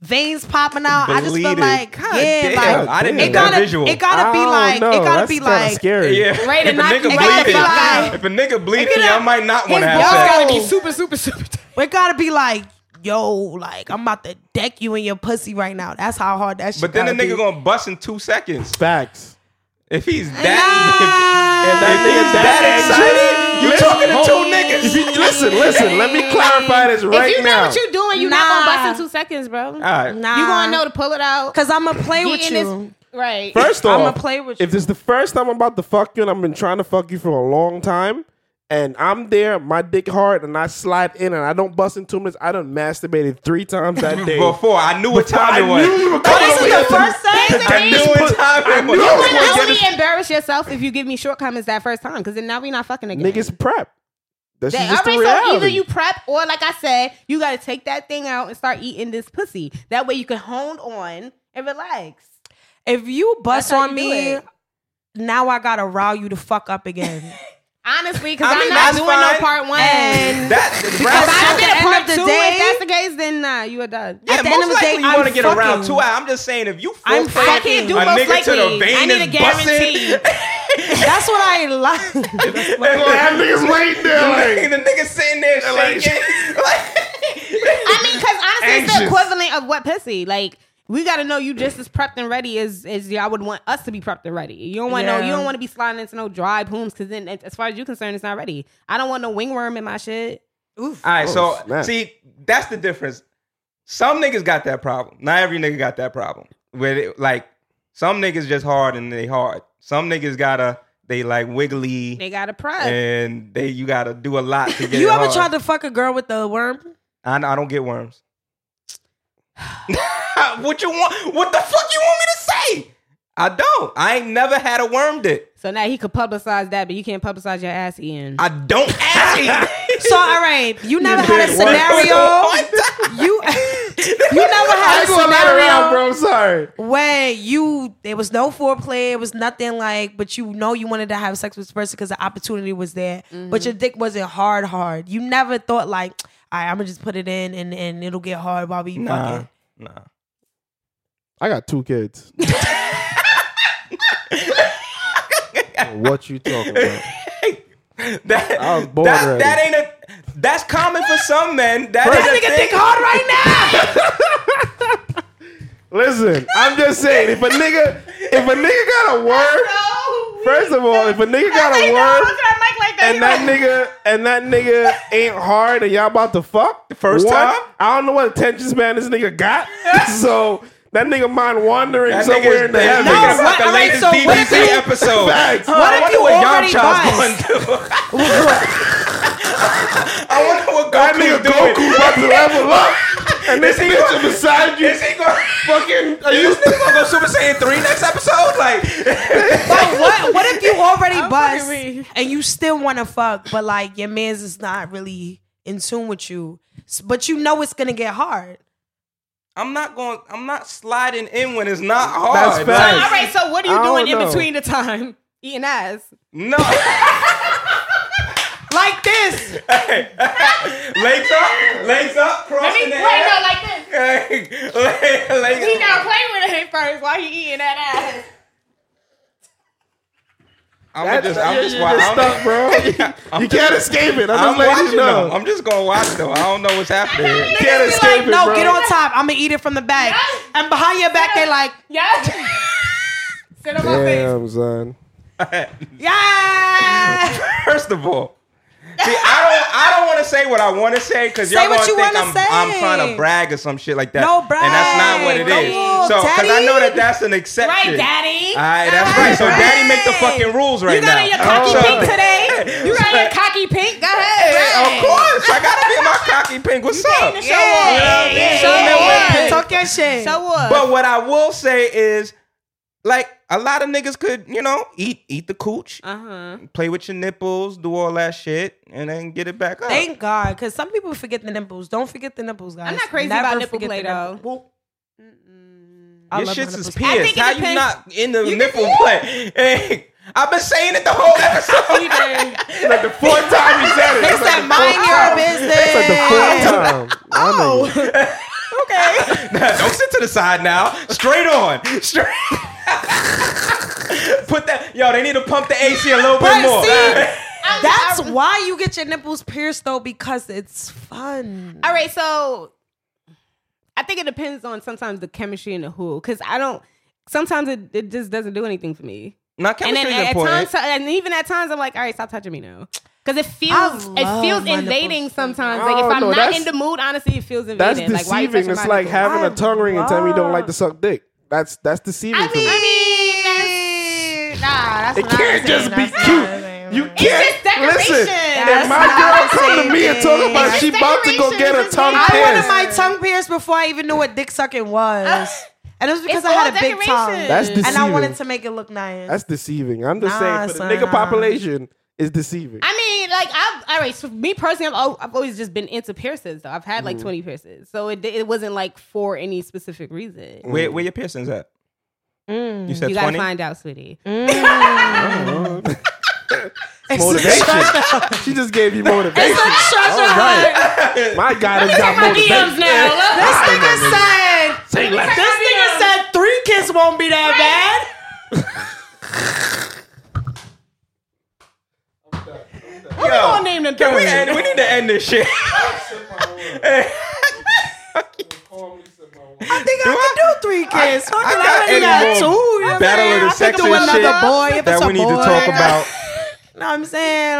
Speaker 4: veins popping out. I just feel
Speaker 2: Bleeding.
Speaker 4: like,
Speaker 2: God
Speaker 4: yeah,
Speaker 2: damn,
Speaker 4: like
Speaker 2: I didn't
Speaker 5: it
Speaker 2: get
Speaker 4: gotta,
Speaker 2: that visual.
Speaker 4: it gotta be
Speaker 5: I
Speaker 4: like,
Speaker 5: don't
Speaker 4: it
Speaker 5: know.
Speaker 4: gotta
Speaker 5: That's
Speaker 4: be
Speaker 5: kinda
Speaker 4: like,
Speaker 5: scary.
Speaker 2: yeah.
Speaker 7: Right,
Speaker 2: if,
Speaker 7: and
Speaker 2: a
Speaker 7: not-
Speaker 2: nigga
Speaker 7: it
Speaker 2: bleeding,
Speaker 7: gotta feel like-
Speaker 2: if a nigga bleeding,
Speaker 4: gotta-
Speaker 2: y'all might not want to have
Speaker 7: Y'all
Speaker 2: sex.
Speaker 7: gotta be super, super, super.
Speaker 4: it gotta be like, yo, like I'm about to deck you in your pussy right now. That's how hard that shit.
Speaker 2: But then the
Speaker 4: gotta
Speaker 2: nigga
Speaker 4: be.
Speaker 2: gonna bust in two seconds.
Speaker 5: Facts.
Speaker 2: If he's that, if, if that nigga's that excited, you
Speaker 5: that
Speaker 2: talking to two niggas.
Speaker 5: If you- listen, listen. Let me clarify this right
Speaker 7: if you know
Speaker 5: now.
Speaker 7: what you're doing, you're not
Speaker 4: Nah.
Speaker 7: gonna bust in two seconds, bro.
Speaker 2: All right.
Speaker 4: nah,
Speaker 7: You gonna know to pull it out.
Speaker 4: Cause I'ma play
Speaker 7: You
Speaker 4: with
Speaker 7: in
Speaker 4: you.
Speaker 7: this- right?
Speaker 5: First off,
Speaker 4: I'ma play with
Speaker 5: if it's the first time I'm about to fuck you and I've been trying to fuck you for a long time, and I'm there, my dick hard, and I slide in and I don't bust in two minutes, I done masturbated three times that day.
Speaker 2: Before I knew what time it
Speaker 5: I knew you
Speaker 2: was.
Speaker 5: were coming
Speaker 4: Oh, This
Speaker 5: over
Speaker 4: is
Speaker 5: here
Speaker 4: the
Speaker 5: to-
Speaker 4: first time.
Speaker 2: I knew what time it
Speaker 5: knew
Speaker 2: was.
Speaker 5: it.
Speaker 7: You
Speaker 5: Come on,
Speaker 7: can
Speaker 5: get
Speaker 7: only
Speaker 5: us-
Speaker 7: embarrass yourself if you give me shortcomings that first time, because then now we not fucking again.
Speaker 5: Niggas prep. That's
Speaker 7: That-
Speaker 5: just the
Speaker 7: all right, so
Speaker 5: reality.
Speaker 7: either you prep or, like I said, you got to take that thing out and start eating this pussy. That way you can hone on and relax.
Speaker 4: If you bust
Speaker 7: That's how
Speaker 4: on
Speaker 7: you do
Speaker 4: me,
Speaker 7: it.
Speaker 4: now I gotta rile you to fuck up again.
Speaker 7: Honestly, because
Speaker 2: I
Speaker 7: I
Speaker 2: mean,
Speaker 7: am not
Speaker 2: that's
Speaker 7: doing
Speaker 2: fine.
Speaker 7: no part one.
Speaker 4: And-
Speaker 2: That
Speaker 7: If
Speaker 2: round-
Speaker 7: I
Speaker 4: at
Speaker 7: did
Speaker 4: the
Speaker 7: a
Speaker 4: end
Speaker 7: part
Speaker 4: of the
Speaker 7: two,
Speaker 4: day-
Speaker 7: if that's the case, then nah, you are done.
Speaker 2: Yeah,
Speaker 4: at the
Speaker 2: most
Speaker 4: end of the day,
Speaker 2: likely you
Speaker 4: I'm
Speaker 2: wanna get around
Speaker 4: fucking-
Speaker 2: two hours. I'm just saying, if you
Speaker 4: I'm
Speaker 2: force
Speaker 7: I
Speaker 4: fucking-
Speaker 7: can't do
Speaker 2: a
Speaker 7: most
Speaker 2: nigga to
Speaker 7: likely.
Speaker 2: the vein
Speaker 7: I need a
Speaker 2: is busting,
Speaker 7: guarantee.
Speaker 4: That's what I like.
Speaker 2: and like,
Speaker 5: that niggas laying there like
Speaker 2: the nigga sitting there shaking.
Speaker 7: I mean, because honestly, it's the
Speaker 5: Anxious.
Speaker 7: equivalent of what pussy. Like we got to know you just as prepped and ready as as y'all would want us to be prepped and ready. You don't want no,
Speaker 4: Yeah.
Speaker 7: you don't want to be sliding into no dry pooms because then, as far as you're concerned, it's not ready. I don't want no wingworm in my shit.
Speaker 4: Oof.
Speaker 2: All right, so
Speaker 5: Oh, snap.
Speaker 2: see, that's the difference. Some niggas got that problem. Not every nigga got that problem. Where they, like some niggas just hard and they hard. Some niggas gotta they like wiggly
Speaker 7: They got to prep.
Speaker 2: and they you gotta do a lot to get.
Speaker 4: you
Speaker 2: it
Speaker 4: ever
Speaker 2: hard.
Speaker 4: tried to fuck a girl with a worm?
Speaker 2: I, I don't get worms. what you want? What the fuck you want me to say? I don't. I ain't never had a worm dick.
Speaker 7: So now he could publicize that, but you can't publicize your ass eating.
Speaker 2: I don't ask it.
Speaker 4: So all right, you never had a
Speaker 5: did what?
Speaker 4: scenario. You you never had
Speaker 5: I
Speaker 4: a
Speaker 5: ain't gonna lie around,
Speaker 4: scenario
Speaker 5: bro. I'm sorry.
Speaker 4: where you there was no foreplay, it was nothing like, but you know you wanted to have sex with this person because the opportunity was there, but your dick wasn't hard hard. You never thought like, all right, I'm gonna just put it in and and it'll get hard while we
Speaker 2: Nah,
Speaker 4: fucking.
Speaker 2: nah.
Speaker 5: I got two kids. what you talking about?
Speaker 2: That,
Speaker 5: I was born
Speaker 2: that,
Speaker 5: ready.
Speaker 2: that ain't a. That's common for some men. That
Speaker 5: First-
Speaker 2: ain't a
Speaker 4: Nigga,
Speaker 2: thing.
Speaker 4: dick hard right now.
Speaker 5: Listen, I'm just saying, if a nigga, if a nigga got a word, first of all, if a nigga got a word, and that nigga, and that nigga ain't hard, and y'all about to fuck the
Speaker 2: first
Speaker 5: one,
Speaker 2: time?
Speaker 5: I don't know what attention span this nigga got, so that nigga mind wandering
Speaker 2: That
Speaker 5: somewhere in the
Speaker 2: that
Speaker 5: heavens.
Speaker 2: nigga
Speaker 4: No,
Speaker 2: fuck
Speaker 4: what-
Speaker 2: the
Speaker 4: all right,
Speaker 2: latest
Speaker 4: so what if
Speaker 2: DBZ
Speaker 4: you-
Speaker 2: episode.
Speaker 5: Facts.
Speaker 2: Huh,
Speaker 4: What
Speaker 2: I
Speaker 4: if
Speaker 2: wonder
Speaker 4: you
Speaker 2: what
Speaker 4: already
Speaker 2: Yamcha's going to do. I wonder what
Speaker 5: That nigga
Speaker 2: Goku's doing.
Speaker 5: Goku about to level up, and this
Speaker 2: Is he
Speaker 5: bitch
Speaker 2: gonna-
Speaker 5: beside you,
Speaker 2: Is he going?
Speaker 5: fucking, are you
Speaker 2: Is this nigga gonna go Super Saiyan three next episode? Like,
Speaker 4: But what what if you already bust
Speaker 7: weak.
Speaker 4: and you still want to fuck, but like your man's is not really in tune with you, S- but you know it's gonna get hard.
Speaker 2: I'm not going. I'm not sliding in when it's not hard.
Speaker 5: That's
Speaker 2: Like,
Speaker 5: facts.
Speaker 7: All right, so what are you
Speaker 5: I
Speaker 7: doing
Speaker 5: don't
Speaker 7: in
Speaker 5: know.
Speaker 7: between the time? Eating ass.
Speaker 2: No,
Speaker 7: Like this.
Speaker 2: legs up, legs up,
Speaker 7: Let me
Speaker 2: crossing
Speaker 7: wait,
Speaker 2: the
Speaker 7: no,
Speaker 2: air.
Speaker 7: like this.
Speaker 2: Legs-
Speaker 7: He gotta play with it first while he eating that ass.
Speaker 2: I'm just, I'm
Speaker 5: You're
Speaker 2: just, wa- I'm,
Speaker 5: stuck, bro. You can't escape it. I'm
Speaker 2: I'm
Speaker 5: just letting
Speaker 2: watching
Speaker 5: you know.
Speaker 2: them. I'm just gonna watch them. I don't know what's happening. here.
Speaker 5: You can't
Speaker 4: Be
Speaker 5: escape
Speaker 4: like,
Speaker 5: it,
Speaker 4: no,
Speaker 5: bro.
Speaker 4: get on top. I'm gonna eat it from the back.
Speaker 7: Yes.
Speaker 4: And behind your back, they like,
Speaker 7: Yeah. Sit on my face.
Speaker 5: Damn, son.
Speaker 4: yeah.
Speaker 2: First of all, see, I don't, I don't want to say what I want to say because
Speaker 4: Say
Speaker 2: y'all
Speaker 4: what
Speaker 2: gonna
Speaker 4: you
Speaker 2: think
Speaker 4: wanna
Speaker 2: I'm,
Speaker 4: say.
Speaker 2: I'm trying to brag or some shit like that.
Speaker 4: No
Speaker 2: and that's not
Speaker 4: brag.
Speaker 2: what it
Speaker 4: Come
Speaker 2: is.
Speaker 4: on,
Speaker 2: so, because I know that
Speaker 4: daddy.
Speaker 2: that's an exception.
Speaker 7: Right, daddy.
Speaker 2: All right, that's right. So, daddy make the fucking rules right
Speaker 7: you got
Speaker 2: now.
Speaker 7: in your cocky
Speaker 2: So-
Speaker 7: pink today. You got in your cocky pink. Go ahead.
Speaker 2: Hey, of course, I gotta be my cocky pink. What's up?
Speaker 7: Show off.
Speaker 4: Show
Speaker 7: yeah.
Speaker 4: it. Talk your shit.
Speaker 7: Show off.
Speaker 2: But what I will say is, like, a lot of niggas could, you know, eat eat the cooch,
Speaker 4: Uh.
Speaker 7: uh-huh.
Speaker 2: play with your nipples, do all that shit, and then get it back up.
Speaker 4: Thank God, because some people forget the nipples. Don't forget the nipples, guys.
Speaker 7: I'm not crazy
Speaker 4: Never
Speaker 7: about nipple
Speaker 4: forget the
Speaker 7: play
Speaker 4: nipples.
Speaker 7: though.
Speaker 4: I
Speaker 2: Your
Speaker 4: love my
Speaker 2: shits is
Speaker 4: nipples.
Speaker 7: I
Speaker 2: pierced.
Speaker 7: think it
Speaker 2: How you
Speaker 7: depends-
Speaker 2: not in the
Speaker 7: You-
Speaker 2: nipple play? Hey, I've been saying it the whole episode.
Speaker 5: Like the fourth time you said it.
Speaker 4: They
Speaker 5: It's like
Speaker 4: said,
Speaker 5: the
Speaker 4: mind
Speaker 5: fourth
Speaker 4: your
Speaker 5: time.
Speaker 4: business.
Speaker 5: It's like the fourth time. Oh.
Speaker 2: Don't sit to the side now. Straight on. Straight. Put that. Yo, they need to pump the AC a little bit
Speaker 4: But
Speaker 2: more.
Speaker 4: see,
Speaker 7: I'm-
Speaker 4: that's
Speaker 7: I'm-
Speaker 4: why you get your nipples pierced though, because it's fun.
Speaker 7: All right, so I think it depends on sometimes the chemistry and the who, because I don't. Sometimes it, it just doesn't do anything for me,
Speaker 2: Now,
Speaker 7: and then
Speaker 2: chemistry's
Speaker 7: at,
Speaker 2: important.
Speaker 7: times, and even at times, I'm like, all right, stop touching me now, because it feels
Speaker 4: love
Speaker 7: it feels
Speaker 4: my
Speaker 7: invading
Speaker 4: nipples.
Speaker 7: sometimes.
Speaker 5: I
Speaker 7: Like if
Speaker 5: don't
Speaker 7: I'm
Speaker 5: know,
Speaker 7: not
Speaker 5: Oh, that's-
Speaker 7: in the mood, honestly, it feels invading.
Speaker 5: That's
Speaker 7: like why you
Speaker 5: deceiving.
Speaker 7: touching my
Speaker 5: It's like
Speaker 7: nipples?
Speaker 5: having a tongue ring and telling me you don't like to suck dick. That's that's deceiving
Speaker 7: I
Speaker 5: to me.
Speaker 7: mean, that's, nah, that's
Speaker 5: It
Speaker 7: what I'm
Speaker 5: can't
Speaker 7: saying.
Speaker 5: just be
Speaker 4: that's
Speaker 5: cute.
Speaker 4: not saying.
Speaker 5: You
Speaker 7: It's
Speaker 5: can't
Speaker 7: just decoration.
Speaker 5: listen.
Speaker 7: That's
Speaker 5: If my girl come to me and talk about
Speaker 7: It's
Speaker 5: she about to go get
Speaker 7: decoration.
Speaker 5: a tongue
Speaker 7: It's
Speaker 4: I wanted
Speaker 5: pierced,
Speaker 4: my tongue pierced before I even knew what dick sucking was, and it was because
Speaker 7: It's
Speaker 4: I had
Speaker 7: all
Speaker 4: a big
Speaker 7: decoration.
Speaker 4: tongue,
Speaker 5: that's deceiving.
Speaker 4: and I wanted to make it look nice.
Speaker 5: that's deceiving. I'm just
Speaker 4: Nah,
Speaker 5: saying for the
Speaker 4: son,
Speaker 5: nigga
Speaker 4: nah.
Speaker 5: population is deceiving.
Speaker 7: I mean, like I've all right. So me personally, I've, al- I've always just been into piercings. Though I've had
Speaker 5: Mm.
Speaker 7: like twenty piercings, so it it wasn't like for any specific
Speaker 5: Mm.
Speaker 7: reason.
Speaker 2: Where where your piercings at?
Speaker 4: Mm,
Speaker 2: You said
Speaker 7: You gotta
Speaker 2: twenty.
Speaker 7: find out, sweetie.
Speaker 5: motivation. she just gave you motivation. All right. My God has got motivation.
Speaker 7: now.
Speaker 4: this nigga said. This nigga
Speaker 7: um,
Speaker 4: said three kids won't be that bad.
Speaker 2: Yo,
Speaker 7: name them
Speaker 2: can we end? We need to end this shit.
Speaker 4: I think I, can do three kids. Fuck
Speaker 2: I
Speaker 4: it,
Speaker 2: got
Speaker 4: I already
Speaker 2: any
Speaker 4: got
Speaker 2: more
Speaker 4: two. You know
Speaker 2: Battle of the
Speaker 4: what I'm saying? I could
Speaker 2: sexes
Speaker 4: do another
Speaker 2: shit
Speaker 4: boy if it's
Speaker 2: that
Speaker 4: a
Speaker 2: we need
Speaker 4: boy.
Speaker 2: to talk about.
Speaker 4: No, I'm saying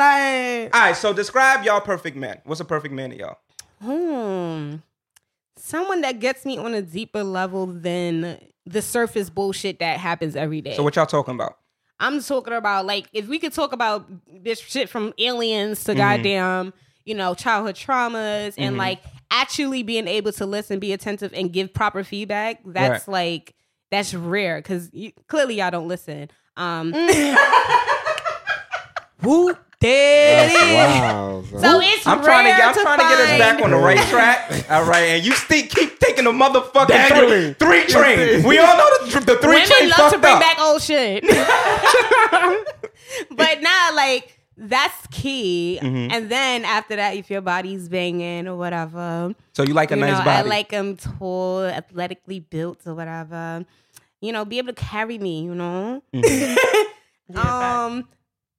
Speaker 4: like
Speaker 2: All right, so describe y'all perfect man. What's a perfect man to y'all?
Speaker 7: Hmm. Someone that gets me on a deeper level than the surface bullshit that happens every day.
Speaker 2: So what y'all talking about?
Speaker 7: I'm talking about like if we could talk about this shit from aliens
Speaker 2: Mm-hmm.
Speaker 7: to goddamn, you know, childhood traumas and like actually being able to listen, be attentive, and give proper feedback. That's like that's rare because clearly y'all don't listen. Um,
Speaker 4: Mm. who did it?
Speaker 5: Wow. son.
Speaker 7: so it's
Speaker 2: I'm
Speaker 7: rare
Speaker 2: trying to get. I'm
Speaker 7: to
Speaker 2: trying to get us
Speaker 7: find-
Speaker 2: back on the right track. All right, and you still keep taking the motherfucking
Speaker 5: Dangling.
Speaker 2: three, three train. We all know the, the three train
Speaker 7: Women love
Speaker 2: fucked
Speaker 7: to bring
Speaker 2: up.
Speaker 7: back old shit. but nah, like that's key.
Speaker 2: Mm-hmm.
Speaker 7: And then after that, if your body's banging or whatever,
Speaker 2: so you like a
Speaker 7: you
Speaker 2: nice
Speaker 7: know,
Speaker 2: body.
Speaker 7: I like them tall, athletically built or whatever. You know, be able to carry me. You know.
Speaker 2: Mm-hmm.
Speaker 7: um.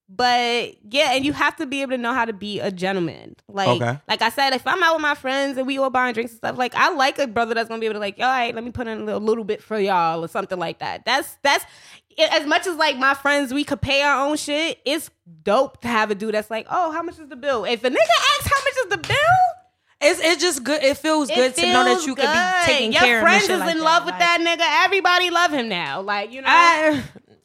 Speaker 7: But yeah, and you have to be able to know how to be a gentleman. Like,
Speaker 2: Okay.
Speaker 7: like I said, if I'm out with my friends and we all buying drinks and stuff, like I like a brother that's gonna be able to like, all right, let me put in a little, little bit for y'all or something like that. That's that's as much as like my friends, we could pay our own shit. It's dope to have a dude that's like, oh, how much is the bill? If a nigga asks how much is the bill,
Speaker 4: It's it's just good. It feels
Speaker 7: it
Speaker 4: good to know that
Speaker 7: feels
Speaker 4: you could be
Speaker 7: good.
Speaker 4: taking
Speaker 7: Your
Speaker 4: care of and
Speaker 7: friends
Speaker 4: shit
Speaker 7: is
Speaker 4: like
Speaker 7: in
Speaker 4: that.
Speaker 7: love with
Speaker 4: Like,
Speaker 7: that nigga. Everybody love him now. Like you know,
Speaker 4: I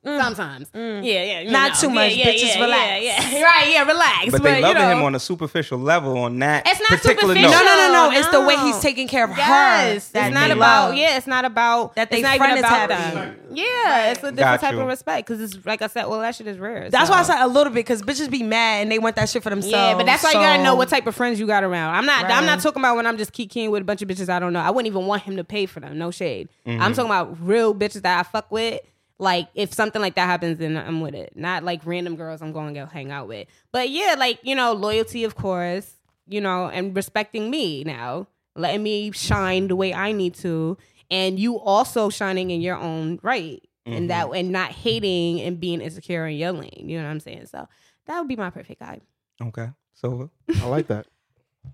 Speaker 4: Mm.
Speaker 7: Sometimes, yeah, yeah, you
Speaker 4: Not too much,
Speaker 7: yeah,
Speaker 4: bitches,
Speaker 7: yeah,
Speaker 4: relax.
Speaker 7: Yeah, yeah. right, yeah, relax.
Speaker 2: But they
Speaker 7: you
Speaker 2: loving
Speaker 7: know.
Speaker 2: him on a superficial level on that
Speaker 7: It's not
Speaker 2: particular
Speaker 7: superficial.
Speaker 4: No,
Speaker 2: note.
Speaker 4: no, no, no. It's the way
Speaker 7: No.
Speaker 4: he's taking care of her.
Speaker 7: Yes,
Speaker 4: that
Speaker 7: it's not
Speaker 4: they
Speaker 7: about
Speaker 4: love.
Speaker 7: yeah, it's not about
Speaker 4: That they
Speaker 7: it's not
Speaker 4: friend
Speaker 7: even
Speaker 4: is
Speaker 7: about
Speaker 4: happy.
Speaker 7: them. Yeah, it's a different
Speaker 2: Got
Speaker 7: type
Speaker 2: you.
Speaker 7: of respect because it's like I said, well, that shit is rare.
Speaker 4: That's
Speaker 7: so.
Speaker 4: why I said a little bit because bitches be mad and they want that shit for themselves.
Speaker 7: Yeah, but that's why you gotta
Speaker 4: so-
Speaker 7: know what type of friends you got around. I'm not.
Speaker 4: Right.
Speaker 7: I'm not talking about when I'm just kikiing with a bunch of bitches I don't know. I wouldn't even want him to pay for them. No shade.
Speaker 4: Mm-hmm.
Speaker 7: I'm talking about real bitches that I fuck with. Like if something like that happens, then I'm with it. Not like random girls I'm going to go hang out with. But yeah, like you know, loyalty of course. You know, and respecting me now, letting me shine the way I need to, and you also shining in your own right. And
Speaker 4: Mm-hmm.
Speaker 7: that, and not hating and being insecure in your lane. You know what I'm saying? So that would be my perfect guy.
Speaker 2: Okay, so
Speaker 5: I like that.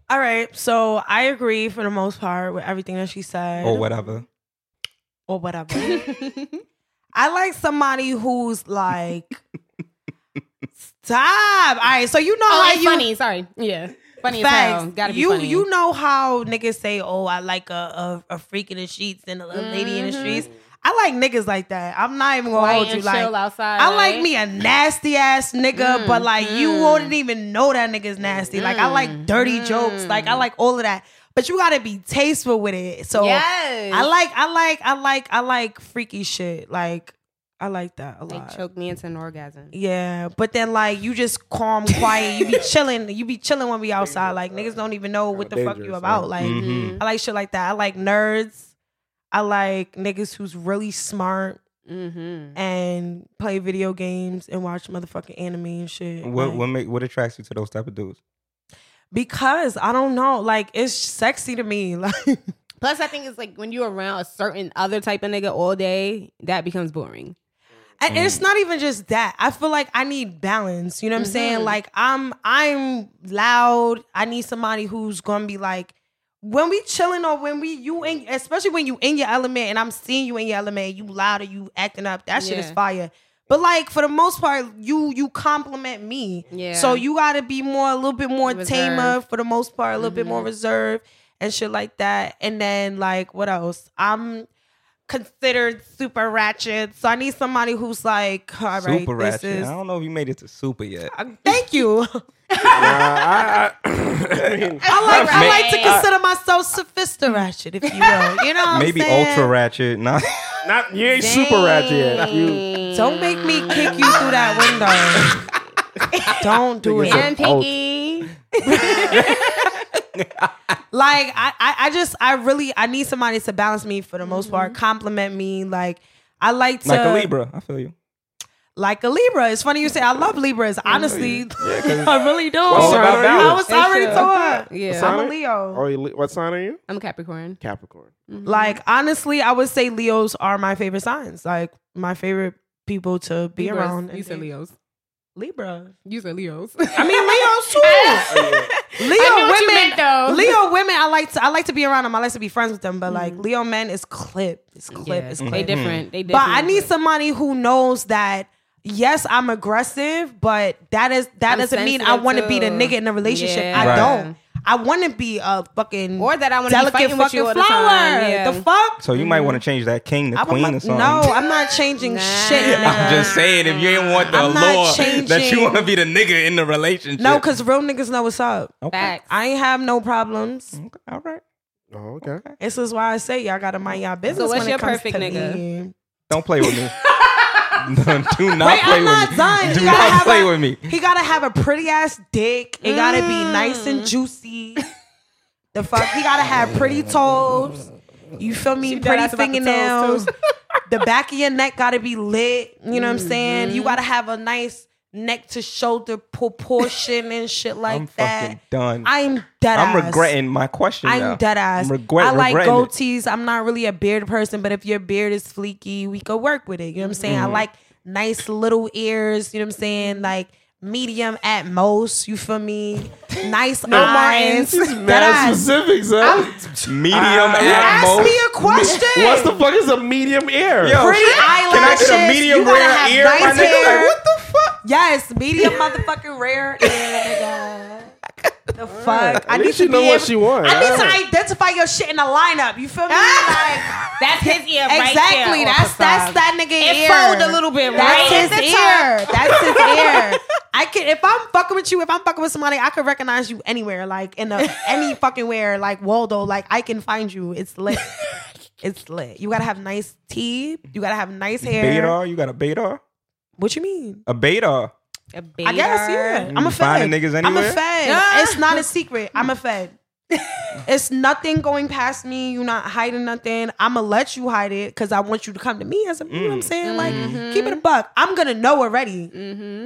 Speaker 4: All right, so I agree for the most part with everything that she said,
Speaker 2: or whatever.
Speaker 4: or whatever. I like somebody who's like, stop. All right, so you know
Speaker 7: Oh,
Speaker 4: how
Speaker 7: it's
Speaker 4: you
Speaker 7: funny. Sorry. Yeah. Funny as
Speaker 4: facts.
Speaker 7: hell. Gotta be
Speaker 4: you
Speaker 7: funny.
Speaker 4: you know how niggas say, oh, I like a a, a freak in the sheets and a little lady in the streets. I like niggas like that. I'm not even gonna
Speaker 7: Quiet
Speaker 4: hold you
Speaker 7: and
Speaker 4: like.
Speaker 7: chill outside.
Speaker 4: I like
Speaker 7: right?
Speaker 4: me a nasty ass nigga,
Speaker 7: Mm,
Speaker 4: but like you wouldn't even know that nigga's nasty. Like I
Speaker 7: Mm,
Speaker 4: like dirty jokes. Like I like all of that. But you gotta be tasteful with it. So
Speaker 7: Yes.
Speaker 4: I like, I like, I like, I like freaky shit. Like I like that a lot.
Speaker 7: Like choke me into an orgasm.
Speaker 4: yeah, but then like you just calm, quiet. You be chilling. You be chilling when we outside. Like niggas don't even know what the fuck you
Speaker 5: Dangerous,
Speaker 4: about.
Speaker 5: huh?
Speaker 4: Like
Speaker 7: Mm-hmm.
Speaker 2: Mhm.
Speaker 4: I like shit like that. I like nerds. I like niggas who's really smart
Speaker 7: Mm-hmm.
Speaker 4: and play video games and watch motherfucking anime and shit.
Speaker 2: What
Speaker 4: like-
Speaker 2: what make what attracts you to those type of dudes?
Speaker 4: because I don't know, like it's sexy to me. Like
Speaker 7: Plus, I think it's like when you're around a certain other type of nigga all day, that becomes boring.
Speaker 4: and it's
Speaker 7: Mm.
Speaker 4: not even just that. I feel like I need balance. You know what I'm
Speaker 7: Mm-hmm.
Speaker 4: saying? Like I'm I'm loud. I need somebody who's gonna be like when we chilling or when we you in especially when you in your element and I'm seeing you in your element, you loud or you acting up, that shit is
Speaker 7: Yeah.
Speaker 4: fire. But like for the most part, you you compliment me.
Speaker 7: Yeah.
Speaker 4: So you gotta be more a little bit more tamer
Speaker 7: Reserved. Mm-hmm.
Speaker 4: for the most part, a little bit more reserved and shit like that. And then like what else? I'm considered super ratchet. So I need somebody who's like, all right,
Speaker 2: super
Speaker 4: this
Speaker 2: ratchet.
Speaker 4: is
Speaker 2: I don't know if you made it to super yet.
Speaker 4: thank you.
Speaker 5: I mean,
Speaker 4: I like I like to
Speaker 7: Right.
Speaker 4: consider myself sophisticated ratchet, if you will. You know what I'm
Speaker 2: Maybe
Speaker 4: saying?
Speaker 2: ultra ratchet. Nah.
Speaker 5: not you ain't super ratchet yet. You
Speaker 4: Don't make me kick you through that window. don't do it.
Speaker 7: And
Speaker 5: Oh.
Speaker 7: Pinky.
Speaker 4: like I, I I just I really I need somebody to balance me for the most part, compliment me. Like I like to
Speaker 2: like a Libra. I feel you.
Speaker 4: Like a Libra. It's funny you say I love Libras. Honestly, I really do.
Speaker 5: Well, it's about
Speaker 4: I was
Speaker 5: balance.
Speaker 4: already
Speaker 7: It's,
Speaker 4: told
Speaker 7: uh,
Speaker 4: her.
Speaker 7: yeah.
Speaker 4: I'm a
Speaker 5: Sign?
Speaker 4: Leo.
Speaker 5: Oh, you, li- what sign are you?
Speaker 7: I'm Capricorn.
Speaker 5: Capricorn.
Speaker 7: Mm-hmm.
Speaker 4: Like honestly, I would say Leos are my favorite signs. Like my favorite people to be
Speaker 7: Libras.
Speaker 4: around.
Speaker 7: You said
Speaker 4: And-
Speaker 7: Leos.
Speaker 4: Libra.
Speaker 7: You said Leos.
Speaker 4: I mean Leos too. Leo
Speaker 7: I knew what you
Speaker 4: women.
Speaker 7: meant, though.
Speaker 4: Leo women. I like to. I like to be around them. I like to be friends with them. But like Leo men is clip. It's clip. It's
Speaker 7: Mm-hmm. they
Speaker 4: clip.
Speaker 7: different. They different.
Speaker 4: But I need somebody who knows that. Yes, I'm aggressive, but that is that
Speaker 7: I'm
Speaker 4: doesn't mean I
Speaker 7: sensitive,
Speaker 4: want to be the
Speaker 7: too.
Speaker 4: nigga in the relationship.
Speaker 7: Yeah.
Speaker 4: I
Speaker 2: Right.
Speaker 4: don't. I want to be a fucking
Speaker 7: Or that I wanna be
Speaker 4: delicate
Speaker 7: fighting with
Speaker 4: fucking
Speaker 7: you all the
Speaker 4: flower.
Speaker 7: time. Yeah.
Speaker 4: The fuck.
Speaker 2: So you might want to
Speaker 7: Mm-hmm.
Speaker 2: change that king to
Speaker 4: I'm
Speaker 2: queen
Speaker 4: like,
Speaker 2: or something.
Speaker 4: No, I'm not changing shit.
Speaker 2: I'm just saying, if you ain't want the
Speaker 4: Uh, I'm not
Speaker 2: allure that
Speaker 4: changing.
Speaker 2: you want to be the nigga in the relationship.
Speaker 4: No, because real niggas know what's up.
Speaker 2: Okay.
Speaker 7: Facts.
Speaker 4: I ain't have no problems.
Speaker 2: Okay, All right.
Speaker 5: Oh, okay.
Speaker 4: This is why I say y'all gotta mind y'all business.
Speaker 7: So what's
Speaker 4: when
Speaker 7: your
Speaker 4: it comes
Speaker 7: perfect
Speaker 4: to
Speaker 7: nigga?
Speaker 4: me.
Speaker 2: Don't play with me. Do not
Speaker 4: Wait,
Speaker 2: play
Speaker 4: I'm
Speaker 2: with
Speaker 4: not
Speaker 2: me.
Speaker 4: done.
Speaker 2: Do
Speaker 4: You gotta
Speaker 2: not
Speaker 4: have
Speaker 2: play
Speaker 4: a-
Speaker 2: with me.
Speaker 4: He gotta have a pretty ass dick. It gotta be nice
Speaker 7: Mm.
Speaker 4: and juicy. The fuck, he gotta have pretty toes. You feel me? pretty
Speaker 7: asked about the toes,
Speaker 4: fingernails. the back of your neck gotta be lit. You know what I'm
Speaker 7: Mm-hmm.
Speaker 4: saying? You gotta have a nice neck to shoulder proportion and shit like
Speaker 2: I'm
Speaker 4: that.
Speaker 2: fucking done.
Speaker 4: I'm dead.
Speaker 2: I'm
Speaker 4: ass.
Speaker 2: regretting my question. now.
Speaker 4: I'm dead ass.
Speaker 2: I'm regret-
Speaker 4: I like
Speaker 2: regretting it.
Speaker 4: goatees. I'm not really a beard person, but if your beard is fleeky, we could work with it. You know what I'm saying?
Speaker 2: Mm-hmm.
Speaker 4: I like nice little ears. You know what I'm saying? Like medium at most. You feel me? Nice eyes. Dead
Speaker 5: Mad
Speaker 4: ass.
Speaker 5: specific, son.
Speaker 2: Medium at
Speaker 4: Ask
Speaker 2: most.
Speaker 4: me a question.
Speaker 5: What's the fuck is a medium ear?
Speaker 2: Yo,
Speaker 4: Pretty
Speaker 2: shit.
Speaker 4: eyelashes.
Speaker 2: Can I get a medium
Speaker 4: you gotta
Speaker 2: rare
Speaker 4: have
Speaker 2: ear,
Speaker 4: nice
Speaker 2: my nigga?
Speaker 4: hair.
Speaker 2: Like, what the fuck?
Speaker 4: Yes, medium motherfucking rare ear, nigga. The fuck? I need
Speaker 5: least
Speaker 4: to
Speaker 5: you know
Speaker 4: be
Speaker 5: what
Speaker 4: able-
Speaker 5: she want.
Speaker 4: I need
Speaker 5: All
Speaker 4: to
Speaker 5: right.
Speaker 4: identify your shit in the lineup. You feel me? Like
Speaker 7: That's his ear, right
Speaker 4: exactly.
Speaker 7: there,
Speaker 4: that's
Speaker 7: Officer.
Speaker 4: that's that nigga
Speaker 7: It
Speaker 4: ear.
Speaker 7: fold a little bit, right?
Speaker 4: That's his
Speaker 7: at the top.
Speaker 4: ear. That's his ear. I can if I'm fucking with you, if I'm fucking with somebody, I could recognize you anywhere, like in a, any fucking where, like Waldo, like I can find you. It's lit. it's lit. You gotta have nice teeth. You gotta have nice hair.
Speaker 2: Beta, you got a beta,
Speaker 4: What you mean?
Speaker 2: a beta.
Speaker 7: A
Speaker 4: I guess yeah. I'm a
Speaker 2: Mm,
Speaker 4: fed.
Speaker 2: finding niggas
Speaker 4: I'm a
Speaker 2: anywhere?
Speaker 4: fed.
Speaker 7: Ah.
Speaker 4: It's not a secret. I'm a fed. it's nothing going past me. You're not hiding nothing. I'ma let you hide it because I want you to come to me as a you know
Speaker 2: Mm.
Speaker 4: what I'm saying? Like
Speaker 7: Mm-hmm.
Speaker 4: keep it a buck. I'm gonna know already.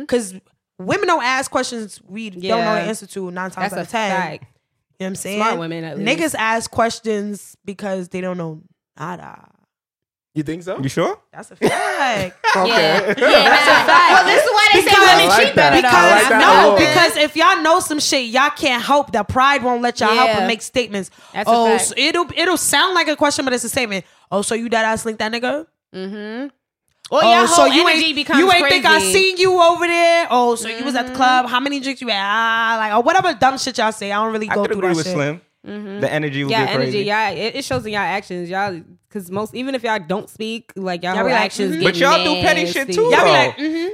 Speaker 4: Cause women don't ask questions we don't know
Speaker 7: Yeah.
Speaker 4: the answer to nine times
Speaker 7: That's
Speaker 4: out
Speaker 7: a
Speaker 4: of ten.
Speaker 7: fact.
Speaker 4: You know what I'm saying?
Speaker 7: Smart women, at least.
Speaker 4: Niggas ask questions because they don't know nada.
Speaker 5: You think so?
Speaker 2: You sure?
Speaker 4: That's a fact.
Speaker 7: Yeah, yeah, that's
Speaker 4: a fact.
Speaker 7: Well, this is why they
Speaker 4: Because-
Speaker 7: say women
Speaker 4: I like
Speaker 7: cheat
Speaker 5: that.
Speaker 7: better.
Speaker 5: I
Speaker 4: Because
Speaker 5: like that a
Speaker 4: no,
Speaker 5: lot.
Speaker 4: because if y'all know some shit, y'all can't help. The pride won't let y'all help
Speaker 7: Yeah.
Speaker 4: and make statements.
Speaker 7: That's a
Speaker 4: oh,
Speaker 7: fact.
Speaker 4: so it'll it'll sound like a question, but it's a statement. Oh, so you dead ass link that nigga?
Speaker 7: Or
Speaker 4: Oh,
Speaker 7: Mm-hmm. your
Speaker 4: so
Speaker 7: whole
Speaker 4: you
Speaker 7: energy
Speaker 4: ain't
Speaker 7: becomes
Speaker 4: you ain't
Speaker 7: crazy. Mm-hmm.
Speaker 4: think I seen you over there? Oh, so you was at the club? How many drinks you had? Ah, like or whatever dumb shit y'all say. I don't really
Speaker 2: I
Speaker 4: go
Speaker 2: could
Speaker 4: through
Speaker 2: agree
Speaker 4: that
Speaker 2: with
Speaker 4: shit. Mm-hmm.
Speaker 2: Slim. The energy would
Speaker 7: Yeah,
Speaker 2: be
Speaker 7: energy.
Speaker 2: crazy.
Speaker 7: Y'all, it, it shows in y'all actions. Y'all, because most even if y'all don't speak, like y'all,
Speaker 4: Y'all
Speaker 7: whole
Speaker 4: be like,
Speaker 7: actions.
Speaker 4: mhm.
Speaker 7: Get
Speaker 2: But y'all do petty
Speaker 7: nasty.
Speaker 2: shit too.
Speaker 4: Y'all be
Speaker 2: though.
Speaker 4: like, mm-hmm.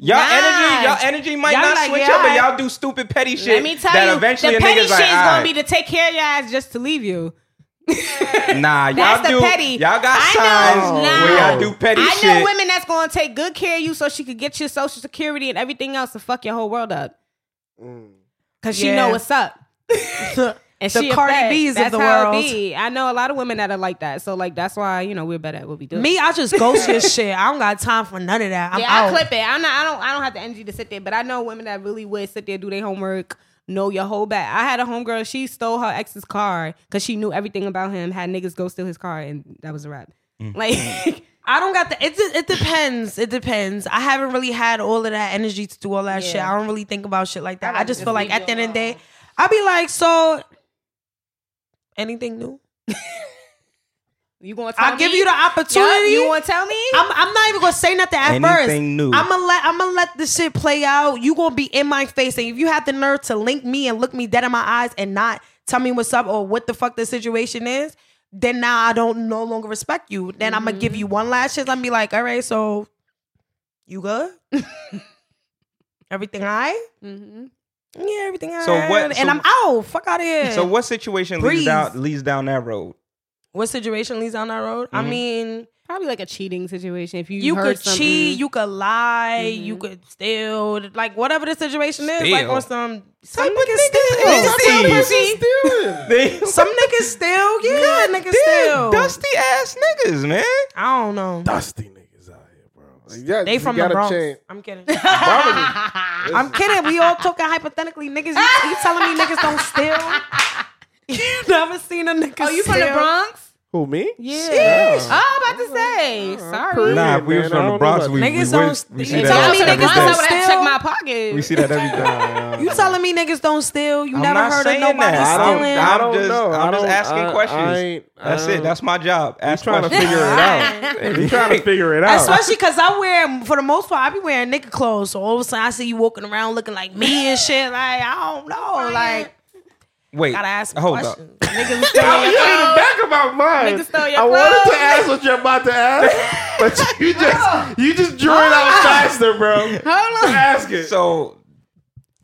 Speaker 2: Y'all
Speaker 7: Nah.
Speaker 2: energy, y'all energy might
Speaker 4: Y'all be
Speaker 2: not
Speaker 4: like,
Speaker 2: switch up, but
Speaker 4: yeah.
Speaker 2: y'all do stupid petty shit.
Speaker 7: Let me tell
Speaker 2: that
Speaker 7: you,
Speaker 2: eventually
Speaker 7: the
Speaker 2: a
Speaker 7: petty
Speaker 2: nigga's
Speaker 7: shit
Speaker 2: like,
Speaker 7: is
Speaker 2: "Alright."
Speaker 7: gonna be to take care of your ass just to leave you.
Speaker 2: Nah, y'all
Speaker 7: That's the
Speaker 2: do.
Speaker 7: petty.
Speaker 2: Y'all got
Speaker 7: I
Speaker 2: signs
Speaker 7: know.
Speaker 2: where
Speaker 7: Nah.
Speaker 2: y'all do petty
Speaker 7: I
Speaker 2: shit.
Speaker 7: know women that's gonna take good care of you so she could get your social security and everything else to fuck your whole world up. Cause she
Speaker 4: Yeah.
Speaker 7: know what's up. and
Speaker 4: The
Speaker 7: she a
Speaker 4: Cardi
Speaker 7: fed.
Speaker 4: B's of
Speaker 7: That's
Speaker 4: the
Speaker 7: how it
Speaker 4: world.
Speaker 7: be. I know a lot of women that are like that. So like that's why you know we're better at what we do.
Speaker 4: Me, I just ghost your shit. I don't got time for none of that. I'm
Speaker 7: yeah,
Speaker 4: out.
Speaker 7: I clip it. I'm not. I don't. I don't have the energy to sit there. But I know women that really would sit there, do their homework, know your whole back. I had a homegirl. She stole her ex's car because she knew everything about him. Had niggas go steal his car, and that was a wrap.
Speaker 2: Mm.
Speaker 7: Like.
Speaker 4: I don't got the. It, de- it depends. It depends. I haven't really had all of that energy to do all that
Speaker 7: Yeah.
Speaker 4: shit. I don't really think about shit like that.
Speaker 7: I
Speaker 4: I just
Speaker 7: just
Speaker 4: feel like
Speaker 7: leave
Speaker 4: at the
Speaker 7: you
Speaker 4: end of the day, I'll be like, so anything new?
Speaker 7: You gonna tell
Speaker 4: I'll give
Speaker 7: me?
Speaker 4: you the
Speaker 7: Yup,
Speaker 4: opportunity.
Speaker 7: you want to tell me?
Speaker 4: I'm, I'm not even gonna say nothing at first.
Speaker 2: Anything new.
Speaker 4: I'm gonna let I'm gonna let the shit play out. You gonna be in my face, and if you have the nerve to link me and look me dead in my eyes and not tell me what's up or what the fuck the situation is, then now I don't no longer respect you. Then I'm gonna give you one last chance. I'm be like, all right, so you good? everything all right?
Speaker 7: Mhm.
Speaker 4: Yeah, everything all right.
Speaker 2: So what-
Speaker 4: and
Speaker 2: so-
Speaker 4: I'm out. Fuck out of here.
Speaker 2: So what situation
Speaker 4: Breeze.
Speaker 2: leads down leads down that road?
Speaker 4: What situation leads down that road?
Speaker 2: Mm-hmm.
Speaker 4: I mean.
Speaker 7: Probably like a cheating situation. If you
Speaker 4: you
Speaker 7: heard
Speaker 4: could
Speaker 7: something.
Speaker 4: cheat, you could lie, you could steal, like whatever the situation is, like
Speaker 2: Steal.
Speaker 4: on some some niggas steal,
Speaker 2: niggas steal
Speaker 4: pussy.
Speaker 2: They
Speaker 4: Some niggas steal, yeah, niggas
Speaker 2: Damn,
Speaker 4: steal.
Speaker 2: dusty ass niggas, man.
Speaker 4: I don't know.
Speaker 5: Dusty niggas out here, bro. Like, yeah,
Speaker 4: They
Speaker 5: you
Speaker 4: from the
Speaker 5: gotta
Speaker 4: Bronx.
Speaker 5: change.
Speaker 4: I'm kidding.
Speaker 5: Barbara-
Speaker 4: I'm kidding. We all talking hypothetically. Niggas, you, you telling me niggas don't steal? You never seen a nigga.
Speaker 7: Oh, you from
Speaker 4: steal.
Speaker 7: the Bronx?
Speaker 5: Who me?
Speaker 7: Yeah. Oh, I'm about to say. Sorry.
Speaker 2: Nah, if we
Speaker 5: man,
Speaker 2: was
Speaker 5: I
Speaker 2: from
Speaker 5: don't
Speaker 2: the
Speaker 5: know
Speaker 2: Bronx,
Speaker 5: about
Speaker 2: we,
Speaker 4: that.
Speaker 2: we,
Speaker 4: Niggas
Speaker 2: would-
Speaker 4: don't
Speaker 2: we
Speaker 4: steal.
Speaker 2: see
Speaker 7: You told me
Speaker 2: that
Speaker 7: the
Speaker 2: every
Speaker 7: Bronx. I
Speaker 2: day.
Speaker 7: would have
Speaker 4: Still-
Speaker 7: checked my pocket.
Speaker 2: We see that every day.
Speaker 4: You telling me niggas don't steal? You never heard of nobody
Speaker 2: I don't,
Speaker 4: stealing?
Speaker 2: I'm
Speaker 5: I don't
Speaker 2: just,
Speaker 5: know.
Speaker 2: I'm
Speaker 5: I
Speaker 2: just
Speaker 5: don't-
Speaker 2: asking
Speaker 5: I- I
Speaker 2: questions.
Speaker 5: ain't- I
Speaker 2: That's it.
Speaker 5: don't-
Speaker 2: That's my job. Ask
Speaker 5: trying to
Speaker 2: questions.
Speaker 5: figure it out. You trying to figure it out?
Speaker 4: Especially because I wear, for the most part, I be wearing nigga clothes. So all of a sudden, I see you walking around looking like me and shit. Like I don't know. Like
Speaker 2: Wait,
Speaker 4: gotta ask me
Speaker 2: hold
Speaker 4: questions.
Speaker 2: up.
Speaker 4: Niggas
Speaker 5: I'm
Speaker 4: steal.
Speaker 5: in the back of my mind.
Speaker 7: Niggas stole your
Speaker 5: I wanted
Speaker 7: clothes.
Speaker 5: to ask what you're about to ask, but you just you just drew it out faster, bro.
Speaker 7: Hold on.
Speaker 5: Ask it.
Speaker 2: So,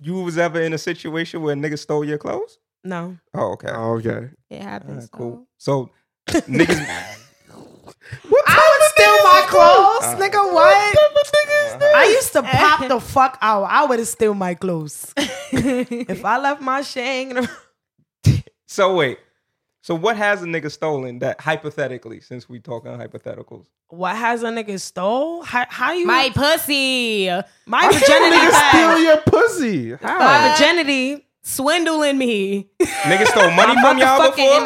Speaker 2: you was ever in a situation where a nigga stole your clothes?
Speaker 4: no,
Speaker 2: Oh, okay.
Speaker 5: okay.
Speaker 7: It happens.
Speaker 4: Oh.
Speaker 2: cool. So, niggas,
Speaker 4: steal my clothes, nigga. What? I used to pop the fuck out. I would have steal my clothes if I left my shit hanging. around.
Speaker 2: so wait. So what has a nigga stolen that hypothetically, since we talking hypotheticals?
Speaker 4: What has a nigga stole? How, how you
Speaker 7: My pussy.
Speaker 4: my virginity?
Speaker 5: Nigga
Speaker 4: back.
Speaker 5: steal your pussy. How?
Speaker 4: my virginity.
Speaker 7: Swindling me.
Speaker 2: Nigga stole money
Speaker 4: I'm
Speaker 2: from y'all
Speaker 4: motherfucking
Speaker 2: before?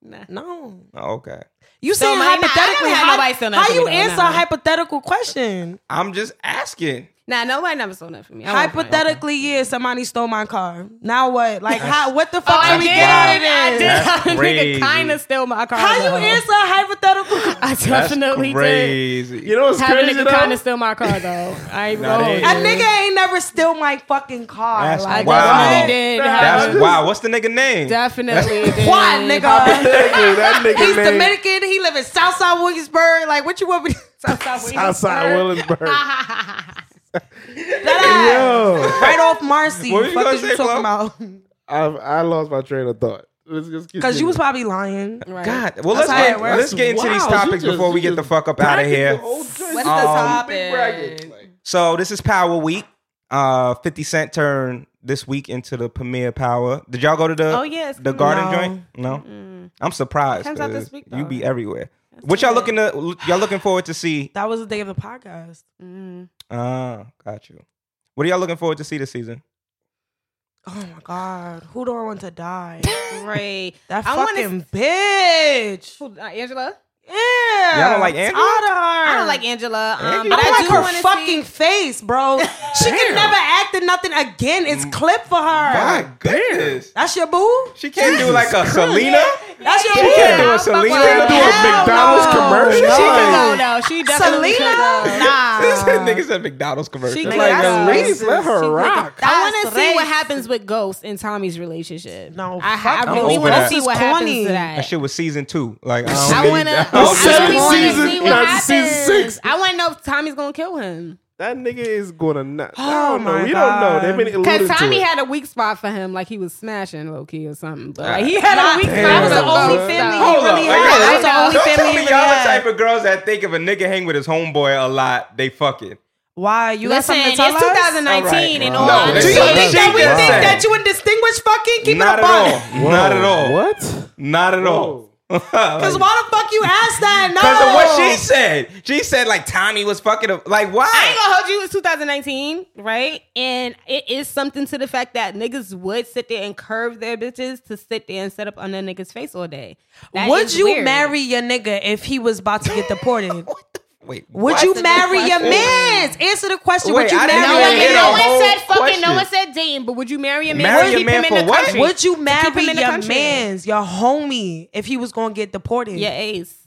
Speaker 4: innocent. No.
Speaker 2: Oh, okay.
Speaker 4: You saying
Speaker 7: my- nah, I
Speaker 4: hypothetically?
Speaker 7: haven't had
Speaker 4: how
Speaker 7: nobody steal
Speaker 4: how
Speaker 7: nothing
Speaker 4: you
Speaker 7: from me, though,
Speaker 4: answer a
Speaker 7: nah.
Speaker 4: hypothetical question?
Speaker 2: I'm just asking.
Speaker 7: Nah, nobody never stole nothing from me. I want mine.
Speaker 4: Hypothetically, yeah, somebody stole my car. Now what? Like, how? What the fuck
Speaker 7: Oh, I
Speaker 4: do we
Speaker 7: did.
Speaker 4: Oh, get out of
Speaker 7: I
Speaker 4: this?
Speaker 7: did.
Speaker 2: That's crazy.
Speaker 7: Nigga kind of steal my car.
Speaker 4: How
Speaker 7: though.
Speaker 4: you answer a hypothetical?
Speaker 7: I definitely did.
Speaker 2: crazy.
Speaker 5: You know what's
Speaker 7: How a
Speaker 5: crazy
Speaker 7: nigga kind
Speaker 5: though?
Speaker 7: of steal my car though. I ain't
Speaker 2: Nah, they
Speaker 7: going.
Speaker 2: ain't.
Speaker 4: A nigga ain't never steal my fucking car.
Speaker 2: That's
Speaker 4: like,
Speaker 7: I
Speaker 2: Wow.
Speaker 7: definitely did.
Speaker 5: That's-
Speaker 7: I
Speaker 2: That's wow. What's the nigga name?
Speaker 7: Definitely did.
Speaker 4: what, nigga?
Speaker 5: Hypothetically, that nigga
Speaker 4: He's
Speaker 5: name
Speaker 4: Dominican. He live in Southside Williamsburg. Like, what you want me to Southside
Speaker 5: outside Williamsburg. Oh,
Speaker 4: Williamsburg.
Speaker 5: Yo,
Speaker 4: Right off Marcy.
Speaker 2: What were you
Speaker 4: fuck
Speaker 2: gonna
Speaker 4: is you
Speaker 2: say,
Speaker 4: talking
Speaker 2: Flo?
Speaker 4: about?
Speaker 5: I, I lost my train of thought. Let's just
Speaker 4: Because you was probably
Speaker 5: continue.
Speaker 4: lying.
Speaker 7: Right.
Speaker 2: God. Well,
Speaker 4: That's
Speaker 2: let's
Speaker 4: how it
Speaker 2: get,
Speaker 4: works.
Speaker 2: let's get into these
Speaker 5: Wow, she
Speaker 2: topics
Speaker 5: just-
Speaker 2: before we
Speaker 5: she
Speaker 2: get the
Speaker 5: just
Speaker 2: fuck up out of here. Um,
Speaker 5: What's
Speaker 7: What's the topic?
Speaker 2: So this is Power Week. Uh, Fifty Cent turned this week into the premier Power. Did y'all go to the
Speaker 7: Oh, yeah, it's
Speaker 2: the
Speaker 7: coming
Speaker 2: Garden
Speaker 4: out.
Speaker 2: joint? No, I'm surprised.
Speaker 7: Comes out this
Speaker 2: 'cause
Speaker 7: week,
Speaker 2: you
Speaker 7: though.
Speaker 2: be everywhere. what y'all looking to? Y'all looking forward to see?
Speaker 4: That was the day of the podcast.
Speaker 2: Ah, got you. What are y'all looking forward to see this season?
Speaker 4: Oh my God. Who do I want to die?
Speaker 7: Right.
Speaker 4: That
Speaker 7: I wanna
Speaker 4: fucking bitch.
Speaker 7: Who, uh, Angela.
Speaker 4: Yeah.
Speaker 2: Y'all don't like
Speaker 4: I'm
Speaker 2: Angela?
Speaker 4: tired of her.
Speaker 7: I don't like Angela. Um,
Speaker 4: I
Speaker 7: but I,
Speaker 4: like
Speaker 7: do want
Speaker 4: her
Speaker 7: to
Speaker 4: fucking face, bro. She can never act in nothing again. It's
Speaker 2: Mm.
Speaker 4: clip for her.
Speaker 2: goodness.
Speaker 4: That's your boo.
Speaker 2: She can't do like a Selena.
Speaker 4: That's your
Speaker 2: She
Speaker 4: boo.
Speaker 2: can't do
Speaker 7: Yeah,
Speaker 2: a
Speaker 7: I fuck with
Speaker 2: Selena.
Speaker 7: her.
Speaker 5: Do a
Speaker 4: Hell
Speaker 5: McDonald's
Speaker 4: no.
Speaker 5: commercial?
Speaker 7: She
Speaker 2: No.
Speaker 7: could go though. She definitely
Speaker 4: Selena?
Speaker 7: could go.
Speaker 2: This
Speaker 4: Nah.
Speaker 2: nigga said McDonald's commercial.
Speaker 7: She
Speaker 2: It's
Speaker 7: can
Speaker 2: like,
Speaker 7: go.
Speaker 2: at least
Speaker 4: Racist.
Speaker 2: let her
Speaker 4: She
Speaker 2: rock.
Speaker 4: That's
Speaker 7: I want to see what
Speaker 4: racist.
Speaker 7: happens with Ghost and Tommy's relationship.
Speaker 4: No,
Speaker 7: I,
Speaker 4: fuck
Speaker 7: I
Speaker 2: I'm
Speaker 7: really
Speaker 2: over
Speaker 7: want
Speaker 2: that.
Speaker 7: to see what
Speaker 4: It's
Speaker 7: happens
Speaker 4: corny.
Speaker 7: to
Speaker 2: That
Speaker 7: that.
Speaker 2: shit was season two. Like I,
Speaker 7: I
Speaker 2: don't
Speaker 7: want to.
Speaker 2: need-
Speaker 5: Oh, seven
Speaker 7: I really
Speaker 5: seasons,
Speaker 7: want to see what
Speaker 5: not
Speaker 7: happens.
Speaker 5: season six.
Speaker 7: I want to know if Tommy's gonna kill him
Speaker 5: That nigga is gonna not.
Speaker 4: Oh
Speaker 5: I don't know.
Speaker 4: my
Speaker 5: We don't know.
Speaker 4: God.
Speaker 5: They've been alluding
Speaker 7: because
Speaker 5: to
Speaker 7: Tommy
Speaker 5: it.
Speaker 7: had a weak spot for him, like he was smashing low key or something. But like, he had a weak
Speaker 5: damn.
Speaker 7: spot.
Speaker 4: That was the
Speaker 7: for
Speaker 4: only
Speaker 7: Ghost,
Speaker 4: family
Speaker 7: so-
Speaker 4: he
Speaker 2: Hold
Speaker 4: really
Speaker 2: up.
Speaker 4: had. That was
Speaker 7: I know.
Speaker 4: the
Speaker 2: Don't tell
Speaker 4: only family
Speaker 2: me
Speaker 4: he really
Speaker 2: y'all the type
Speaker 4: had.
Speaker 2: of girls that think if a nigga hang with his homeboy a lot, they fucking.
Speaker 4: Why? You got
Speaker 7: Listen,
Speaker 4: something to
Speaker 7: it's
Speaker 4: tell us?
Speaker 7: 2019, and all
Speaker 2: No,
Speaker 7: honesty,
Speaker 2: this
Speaker 4: Do you
Speaker 2: Right.
Speaker 4: think that we
Speaker 2: Right.
Speaker 4: think that you would distinguish fucking? Keep
Speaker 2: Not at
Speaker 4: it a bun.
Speaker 2: all. Not at all.
Speaker 5: What?
Speaker 2: Not at all.
Speaker 4: Because why the fuck you ask that? No.
Speaker 2: Because of what she said. She said like Tommy was fucking. A, like why?
Speaker 7: I ain't gonna hold you. It's 2019, right? And it is something to the fact that niggas would sit there and curve their bitches to sit there and set up on their niggas face all day. That
Speaker 4: Would
Speaker 7: is
Speaker 4: you
Speaker 7: weird.
Speaker 4: marry your nigga if he was about to get deported?
Speaker 2: Wait.
Speaker 4: Would
Speaker 2: what?
Speaker 4: you marry your
Speaker 2: question.
Speaker 4: mans? Answer the question.
Speaker 2: Wait,
Speaker 4: would you
Speaker 2: I didn't
Speaker 7: No
Speaker 2: Yeah,
Speaker 7: one,
Speaker 4: marry
Speaker 2: hear
Speaker 4: your
Speaker 2: yeah,
Speaker 7: no
Speaker 2: that.
Speaker 4: man?
Speaker 7: one
Speaker 2: whole
Speaker 7: said fucking.
Speaker 2: question.
Speaker 7: No one said dating. But would you marry a man?
Speaker 2: Marry
Speaker 7: to
Speaker 2: a
Speaker 7: keep
Speaker 2: man
Speaker 7: him
Speaker 2: for
Speaker 7: in the
Speaker 2: what?
Speaker 7: country?
Speaker 4: Would you
Speaker 7: keep
Speaker 4: marry
Speaker 7: him in the
Speaker 4: your
Speaker 7: country.
Speaker 4: mans, your homie, if he was going to get deported?
Speaker 7: Yeah, ace.